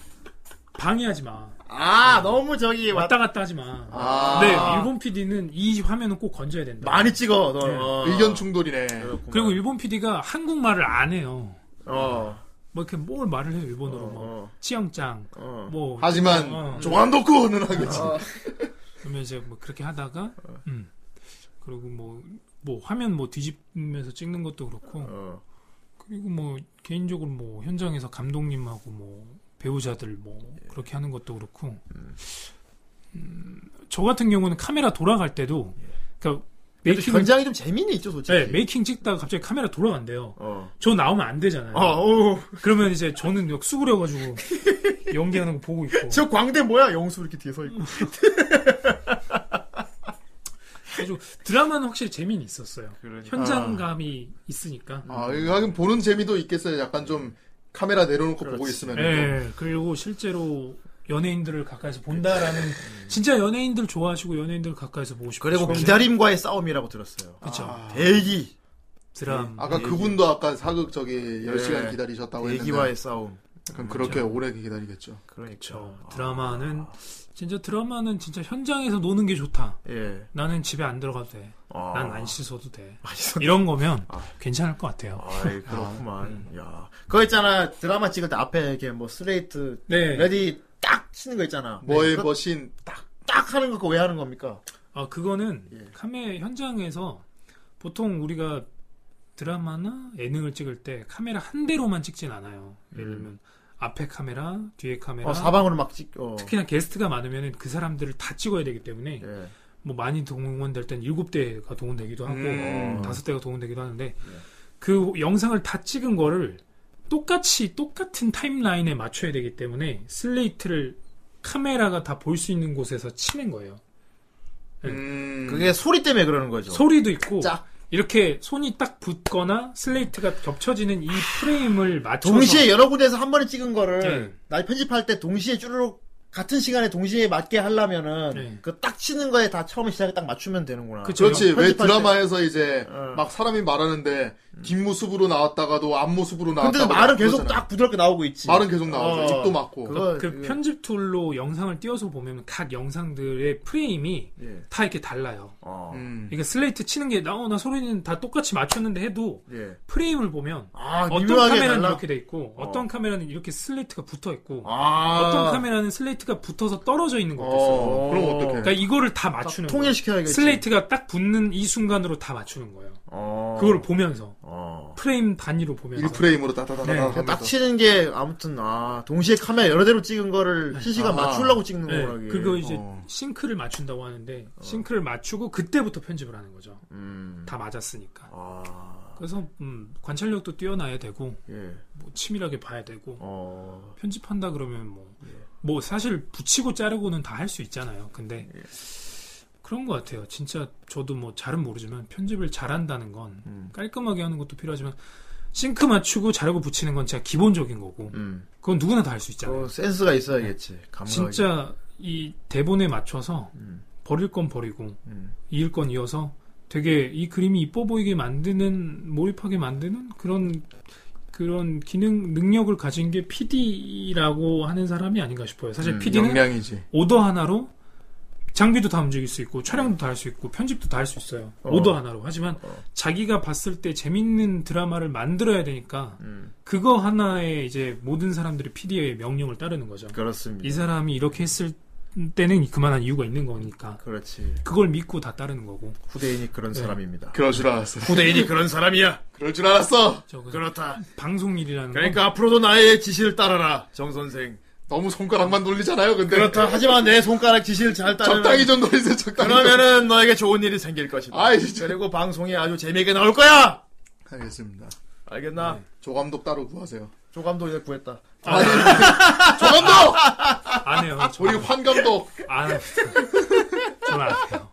Speaker 4: 방해하지 마.
Speaker 2: 아, 너무 저기 왔다.
Speaker 4: 왔다 갔다 하지 마.
Speaker 3: 아.
Speaker 2: 네.
Speaker 4: 근데 일본 PD는 이 화면은 꼭 건져야 된다.
Speaker 2: 많이 찍어. 너.
Speaker 4: 네.
Speaker 2: 어.
Speaker 3: 의견 충돌이네.
Speaker 2: 그렇구만.
Speaker 4: 그리고 일본 PD가 한국말을 안 해요.
Speaker 2: 어.
Speaker 4: 뭐 이렇게 뭘 말을 해요
Speaker 2: 어.
Speaker 4: 일본어로 뭐
Speaker 2: 어.
Speaker 4: 치영짱
Speaker 2: 어. 아.
Speaker 4: 뭐
Speaker 3: 하지만
Speaker 4: 어.
Speaker 3: 조한도쿠는 하겠지.
Speaker 4: 그러면 이제 뭐 그렇게 하다가
Speaker 2: 어.
Speaker 4: 음. 그리고 뭐 뭐 화면 뭐 뒤집으면서 찍는 것도 그렇고
Speaker 2: 어.
Speaker 4: 그리고 뭐 개인적으로 뭐 현장에서 감독님하고 뭐 배우자들 뭐 그렇게 하는 것도 그렇고 음, 저 같은 경우는 카메라 돌아갈 때도 그러니까 메이킹 을
Speaker 2: 굉장히 좀 재미는 있죠, 솔직히.
Speaker 4: 네, 메이킹 찍다가 갑자기 카메라 돌아간대요.
Speaker 2: 어.
Speaker 4: 저 나오면 안 되잖아요.
Speaker 2: 어, 어우.
Speaker 4: 그러면 이제 저는 막 수그려가지고 연기하는 거 보고 있고
Speaker 2: 저 광대 뭐야? 영수 이렇게 뒤에 서 있고.
Speaker 4: 그래가지고 드라마는 확실히 재미는 있었어요.
Speaker 2: 그러니까.
Speaker 4: 현장감이 있으니까.
Speaker 3: 아, 이거 하긴 보는 재미도 있겠어요. 약간 좀 카메라 내려놓고 보고 있으면.
Speaker 2: 네.
Speaker 3: 또.
Speaker 4: 예, 그리고 실제로 연예인들을 가까이서 본다라는 진짜 연예인들 좋아하시고 연예인들 가까이서 보고 싶고
Speaker 2: 그리고 기다림과의 싸움이라고 들었어요. 아.
Speaker 4: 그쵸
Speaker 2: 대기.
Speaker 4: 드라마
Speaker 2: 음. 네.
Speaker 3: 아까 그분도 아까 사극 저기 10시간 기다리셨다고 했는데.
Speaker 2: 대기와의 싸움.
Speaker 3: 약간 그렇게 오래 기다리겠죠.
Speaker 2: 그러니까.
Speaker 4: 그렇죠. 드라마는 진짜 드라마는 진짜 현장에서 노는 게 좋다.
Speaker 2: 예.
Speaker 4: 나는 집에 안 들어가도 돼.
Speaker 2: 아.
Speaker 4: 난 안 씻어도 돼.
Speaker 2: 맛있어.
Speaker 4: 이런 거면 괜찮을 것 같아요.
Speaker 2: 아이, 그렇구만. 야. 그거 있잖아. 드라마 찍을 때 앞에 이렇게 뭐 스트레이트
Speaker 4: 네.
Speaker 2: 레디 딱 치는 거 있잖아.
Speaker 3: 뭐의
Speaker 2: 네. 그거
Speaker 3: 머신
Speaker 2: 딱 하는 거 그거 왜 하는 겁니까?
Speaker 4: 아 그거는
Speaker 2: 예.
Speaker 4: 카메 현장에서 보통 우리가 드라마나 예능을 찍을 때 카메라 한 대로만 찍진 않아요. 예를 들면 앞에 카메라, 뒤에 카메라.
Speaker 2: 음. 어, 사방으로 막 찍. 어.
Speaker 4: 특히나 게스트가 많으면 그 사람들을 다 찍어야 되기 때문에
Speaker 2: 예.
Speaker 4: 뭐 많이 동원될 땐 일곱 대가 동원되기도 하고
Speaker 3: 음.
Speaker 4: 다섯 대가 동원되기도 하는데
Speaker 2: 네.
Speaker 4: 그 영상을 다 찍은 거를 똑같이 똑같은 타임라인에 맞춰야 되기 때문에 슬레이트를 카메라가 다 볼 수 있는 곳에서 치는 거예요.
Speaker 3: 음...
Speaker 2: 네. 그게 소리 때문에 그러는 거죠.
Speaker 4: 소리도 있고
Speaker 2: 짝.
Speaker 4: 이렇게 손이 딱 붙거나 슬레이트가 겹쳐지는 이 프레임을 맞춰서
Speaker 2: 동시에 여러 군데에서 한 번에 찍은 거를
Speaker 4: 네.
Speaker 2: 나 편집할 때 동시에 쭈르륵 같은 시간에 동시에 맞게 하려면은
Speaker 4: 네.
Speaker 2: 그 딱 치는 거에 다 처음에 시작에 딱 맞추면 되는구나.
Speaker 4: 그쵸.
Speaker 3: 그렇지 왜
Speaker 2: 편집할
Speaker 3: 드라마에서 이제
Speaker 2: 어.
Speaker 3: 막 사람이 말하는데 뒷모습으로 나왔다가도 앞모습으로 나왔다가
Speaker 2: 근데 말은 계속
Speaker 3: 그러잖아.
Speaker 2: 딱 부드럽게 나오고 있지.
Speaker 3: 말은 계속 나오고
Speaker 2: 어.
Speaker 3: 입도 막고
Speaker 2: 그거
Speaker 4: 그 편집 툴로 영상을 띄워서 보면 각 영상들의 프레임이
Speaker 2: 예.
Speaker 4: 다 이렇게 달라요.
Speaker 2: 어.
Speaker 3: 음.
Speaker 4: 그러니까 슬레이트 치는 게 나오나 소리는 다 똑같이 맞췄는데 해도
Speaker 2: 예.
Speaker 4: 프레임을 보면
Speaker 2: 아,
Speaker 4: 어떤
Speaker 2: 미묘하게
Speaker 4: 카메라는
Speaker 2: 달라.
Speaker 4: 이렇게 돼 있고 어떤 카메라는 이렇게 슬레이트가 붙어 있고
Speaker 2: 아.
Speaker 4: 어떤 카메라는 슬레이트가 붙어서 떨어져 있는 거같어요
Speaker 3: 어, 그럼 어떡해
Speaker 4: 그러니까 이거를 다
Speaker 2: 딱
Speaker 4: 맞추는 거예요.
Speaker 2: 통일시켜야겠지.
Speaker 4: 슬레이트가 딱 붙는 이 순간으로 다 맞추는 거예요.
Speaker 3: 아.
Speaker 2: 어.
Speaker 4: 그걸 아. 보면서
Speaker 2: 어.
Speaker 4: 프레임 단위로 보면서
Speaker 3: 1프레임으로 따다다다
Speaker 4: 네,
Speaker 3: 하면서
Speaker 2: 딱 치는 게 아무튼 아 동시에 카메라 여러 대로 찍은 거를 실시간
Speaker 3: 아하.
Speaker 2: 맞추려고 찍는
Speaker 4: 네,
Speaker 2: 거라.
Speaker 4: 그거 이제
Speaker 3: 어.
Speaker 4: 싱크를 맞춘다고 하는데
Speaker 2: 어.
Speaker 4: 싱크를 맞추고 그때부터 편집을 하는 거죠.
Speaker 2: 음.
Speaker 4: 다 맞았으니까.
Speaker 2: 아.
Speaker 4: 그래서 음, 관찰력도 뛰어나야 되고
Speaker 2: 예.
Speaker 4: 뭐 치밀하게 봐야 되고
Speaker 2: 어.
Speaker 4: 편집한다 그러면 뭐, 뭐 사실 붙이고 자르고는 다 할 수 있잖아요. 근데
Speaker 2: 예.
Speaker 4: 그런 것 같아요. 진짜 저도 뭐 잘은 모르지만 편집을 잘한다는 건
Speaker 2: 음.
Speaker 4: 깔끔하게 하는 것도 필요하지만 싱크 맞추고 자르고 붙이는 건 진짜 기본적인 거고
Speaker 2: 음.
Speaker 4: 그건 누구나 다 할 수 있잖아요.
Speaker 2: 그 센스가 있어야겠지. 감각.
Speaker 4: 진짜 이 대본에 맞춰서
Speaker 2: 음.
Speaker 4: 버릴 건 버리고
Speaker 2: 음.
Speaker 4: 이을 건 이어서 되게 이 그림이 이뻐 보이게 만드는 몰입하게 만드는 그런 그런 기능 능력을 가진 게 PD라고 하는 사람이 아닌가 싶어요. 사실
Speaker 2: 음,
Speaker 4: PD는
Speaker 3: 역량이지
Speaker 4: 오더 하나로 장비도 다 움직일 수 있고 촬영도 다 할 수 있고 편집도 다 할 수 있어요.
Speaker 2: 어.
Speaker 4: 오더 하나로. 하지만
Speaker 2: 어.
Speaker 4: 자기가 봤을 때 재밌는 드라마를 만들어야 되니까
Speaker 2: 음.
Speaker 4: 그거 하나에 이제 모든 사람들이 PD의 명령을 따르는 거죠.
Speaker 2: 그렇습니다.
Speaker 4: 이 사람이 이렇게 했을 때는 그만한 이유가 있는 거니까
Speaker 2: 그렇지.
Speaker 4: 그걸 믿고 다 따르는 거고.
Speaker 2: 후대인이 그런
Speaker 4: 네.
Speaker 2: 사람입니다.
Speaker 3: 그럴 줄 알았어
Speaker 2: 후대인이 그런 사람이야.
Speaker 3: 그럴 줄 알았어
Speaker 4: 저 그래서
Speaker 2: 그렇다.
Speaker 4: 방송 일이라는 건
Speaker 2: 그러니까 앞으로도 나의 지시를 따라라, 정 선생.
Speaker 3: 너무 손가락만 돌리잖아요 근데
Speaker 2: 그렇다. 하지만 내 손가락 지시를 잘 따르면
Speaker 3: 적당히 좀 돌리세요 적당히 좀.
Speaker 2: 그러면은 너에게 좋은 일이 생길 것이다.
Speaker 3: 아이, 진짜.
Speaker 2: 그리고 방송이 아주 재미있게 나올 거야.
Speaker 3: 알겠습니다
Speaker 2: 알겠나?
Speaker 3: 조감독 따로 구하세요
Speaker 2: 조감도 이제 구했다.
Speaker 3: 아니 조감독
Speaker 4: 안 해요. 저,
Speaker 3: 우리 환감독
Speaker 4: 안 해요. 저는 안 해요.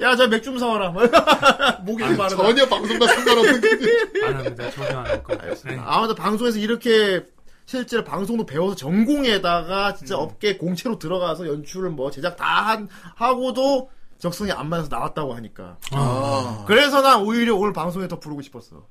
Speaker 2: 야, 저 맥 좀 사와라. 목이 좀 마르다.
Speaker 3: 전혀 방송과 상관없는 게
Speaker 4: 안 합니다. 전혀 안 할 거예요. 네.
Speaker 2: 아무튼 방송에서 이렇게 실제로 방송도 배워서 전공에다가 진짜
Speaker 3: 음.
Speaker 2: 업계 공채로 들어가서 연출을 뭐 제작 다 한, 하고도 적성이 안 맞아서 나왔다고 하니까.
Speaker 3: 아,
Speaker 2: 그래서 난 오히려 오늘 방송에 더 부르고 싶었어.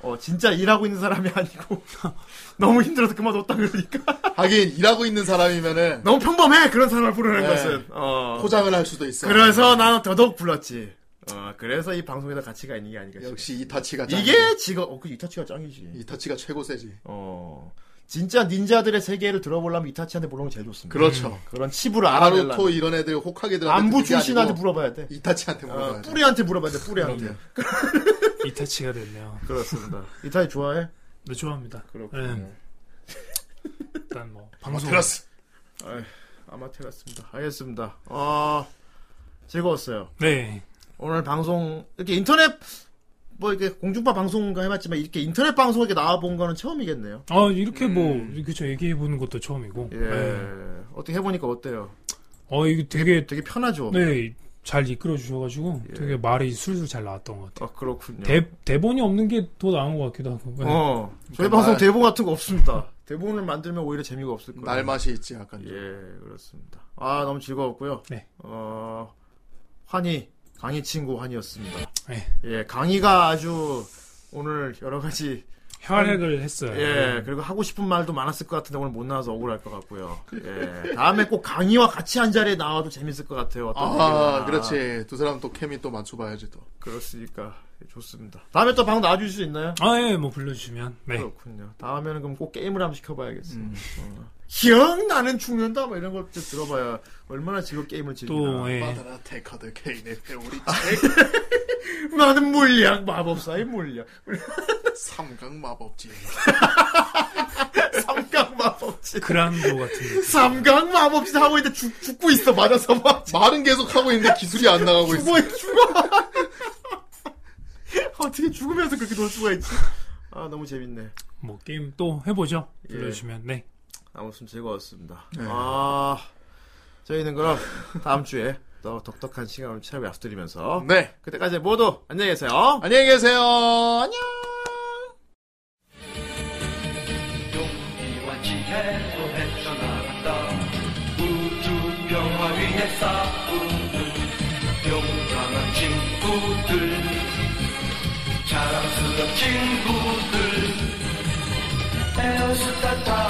Speaker 2: 어, 진짜 일하고 있는 사람이 아니고 너무 힘들어서 그만뒀다 그러니까.
Speaker 3: 하긴 일하고 있는 사람이면은
Speaker 2: 너무 평범해 그런 사람을 부르는
Speaker 3: 네.
Speaker 2: 것은. 어.
Speaker 3: 포장을 할 수도 있어.
Speaker 2: 그래서 나는 더더욱 불렀지. 어, 그래서 이 방송에다 가치가 있는 게 아닌가 싶어.
Speaker 3: 역시 이타치가 짱.
Speaker 2: 이게 직업, 어, 그 이타치가 짱이지.
Speaker 3: 이타치가 최고 세지.
Speaker 2: 어. 진짜 닌자들의 세계를 들어보려면 이타치한테 물어보면 제일 좋습니다.
Speaker 3: 그렇죠.
Speaker 2: 그런 칩을
Speaker 3: 아나루토
Speaker 2: 알아내려면
Speaker 3: 이런 애들 호카게들한테
Speaker 2: 안부
Speaker 3: 그게
Speaker 2: 출신한테
Speaker 3: 아니고
Speaker 2: 물어봐야 돼.
Speaker 3: 이타치한테 물어봐야
Speaker 2: 어,
Speaker 3: 돼.
Speaker 2: 뿌리한테 물어봐야 돼. 뿌리한테.
Speaker 4: 네, 이타치가 됐네요.
Speaker 2: 그렇습니다. 이타치 좋아해?
Speaker 4: 네, 좋아합니다.
Speaker 2: 그렇군요.
Speaker 4: 네. 일단
Speaker 2: 어,
Speaker 4: 뭐
Speaker 3: 어,
Speaker 4: 방송
Speaker 3: 아마테라스.
Speaker 2: 아마테라스입니다. 알겠습니다. 어, 즐거웠어요.
Speaker 4: 네.
Speaker 2: 오늘 방송 이렇게 인터넷 뭐 이렇게 공중파 방송가 해봤지만 이렇게 인터넷 방송 이렇게 나와본 거는 처음이겠네요.
Speaker 4: 아 이렇게 뭐 그쵸 얘기해 보는 것도 처음이고.
Speaker 2: 예.
Speaker 4: 네.
Speaker 2: 어떻게 해보니까 어때요?
Speaker 4: 어 이게 되게
Speaker 2: 되게 편하죠.
Speaker 4: 네잘 이끌어 주셔가지고 되게 말이 술술 잘 나왔던 것 같아요.
Speaker 2: 아 그렇군요.
Speaker 4: 대 대본이 없는 게 더 나은 것 같기도 하고. 네.
Speaker 2: 어 저희
Speaker 3: 정말.
Speaker 2: 방송 대본 같은 거 없습니다. 대본을 만들면 오히려 재미가 없을 거예요.
Speaker 3: 날맛이 있지 약간.
Speaker 2: 예
Speaker 3: 좀.
Speaker 2: 그렇습니다. 아 너무 즐거웠고요.
Speaker 4: 네.
Speaker 2: 어 환희 강희 친구 환희였습니다.
Speaker 4: 네.
Speaker 2: 예 강희가 아주 오늘 여러 가지
Speaker 4: 혈액을 했어요.
Speaker 2: 예, 그리고 하고 싶은 말도 많았을 것 같은데 오늘 못 나와서 억울할 것 같고요. 예, 다음에 꼭 강의와 같이 한 자리에 나와도 재밌을 것 같아요. 어떤
Speaker 3: 아,
Speaker 2: 얘기나.
Speaker 3: 그렇지. 두 사람 또 케미 또 맞춰봐야지 또.
Speaker 2: 그렇으니까 좋습니다. 다음에 또 방 나와줄 수 있나요?
Speaker 4: 아, 예, 뭐 불러주시면. 네.
Speaker 2: 그렇군요. 다음에는 그럼 꼭 게임을 한번 시켜봐야겠어.
Speaker 3: 음.
Speaker 2: 요 기억 나는 죽는다 뭐 이런 걸 좀 들어봐야 얼마나 지금 게임을 즐기나.
Speaker 4: 또, 예.
Speaker 3: 빠다라 테커드 케인의 우리
Speaker 2: 나는 물약 마법사의 물약
Speaker 3: 삼강 마법지.
Speaker 2: 삼각 마법지
Speaker 4: 그랑도 같은 거.
Speaker 2: 삼각 마법지 하고 있는데 죽, 죽고 있어 맞아서 막
Speaker 3: 말은 계속 하고 있는데 기술이 안 나가고 있어.
Speaker 2: 죽어 죽어. 어떻게 죽으면서 그렇게 놀 수가 있지? 아 너무 재밌네.
Speaker 4: 뭐, 게임 또 해보죠.
Speaker 2: 예.
Speaker 4: 불러주시면. 네.
Speaker 2: 아무튼 즐거웠습니다.
Speaker 3: 네.
Speaker 2: 아 저희는 그럼 다음 주에 더 독특한 시간을 차려 약속드리면서
Speaker 3: 네.
Speaker 2: 그때까지 모두 안녕히 계세요.
Speaker 3: 안녕히 계세요. 안녕.
Speaker 8: 용기와 지혜로 헤쳐나간다 우주 평화 위해 싸우는 용감한 친구들 자랑스러운 친구들 에어스타 타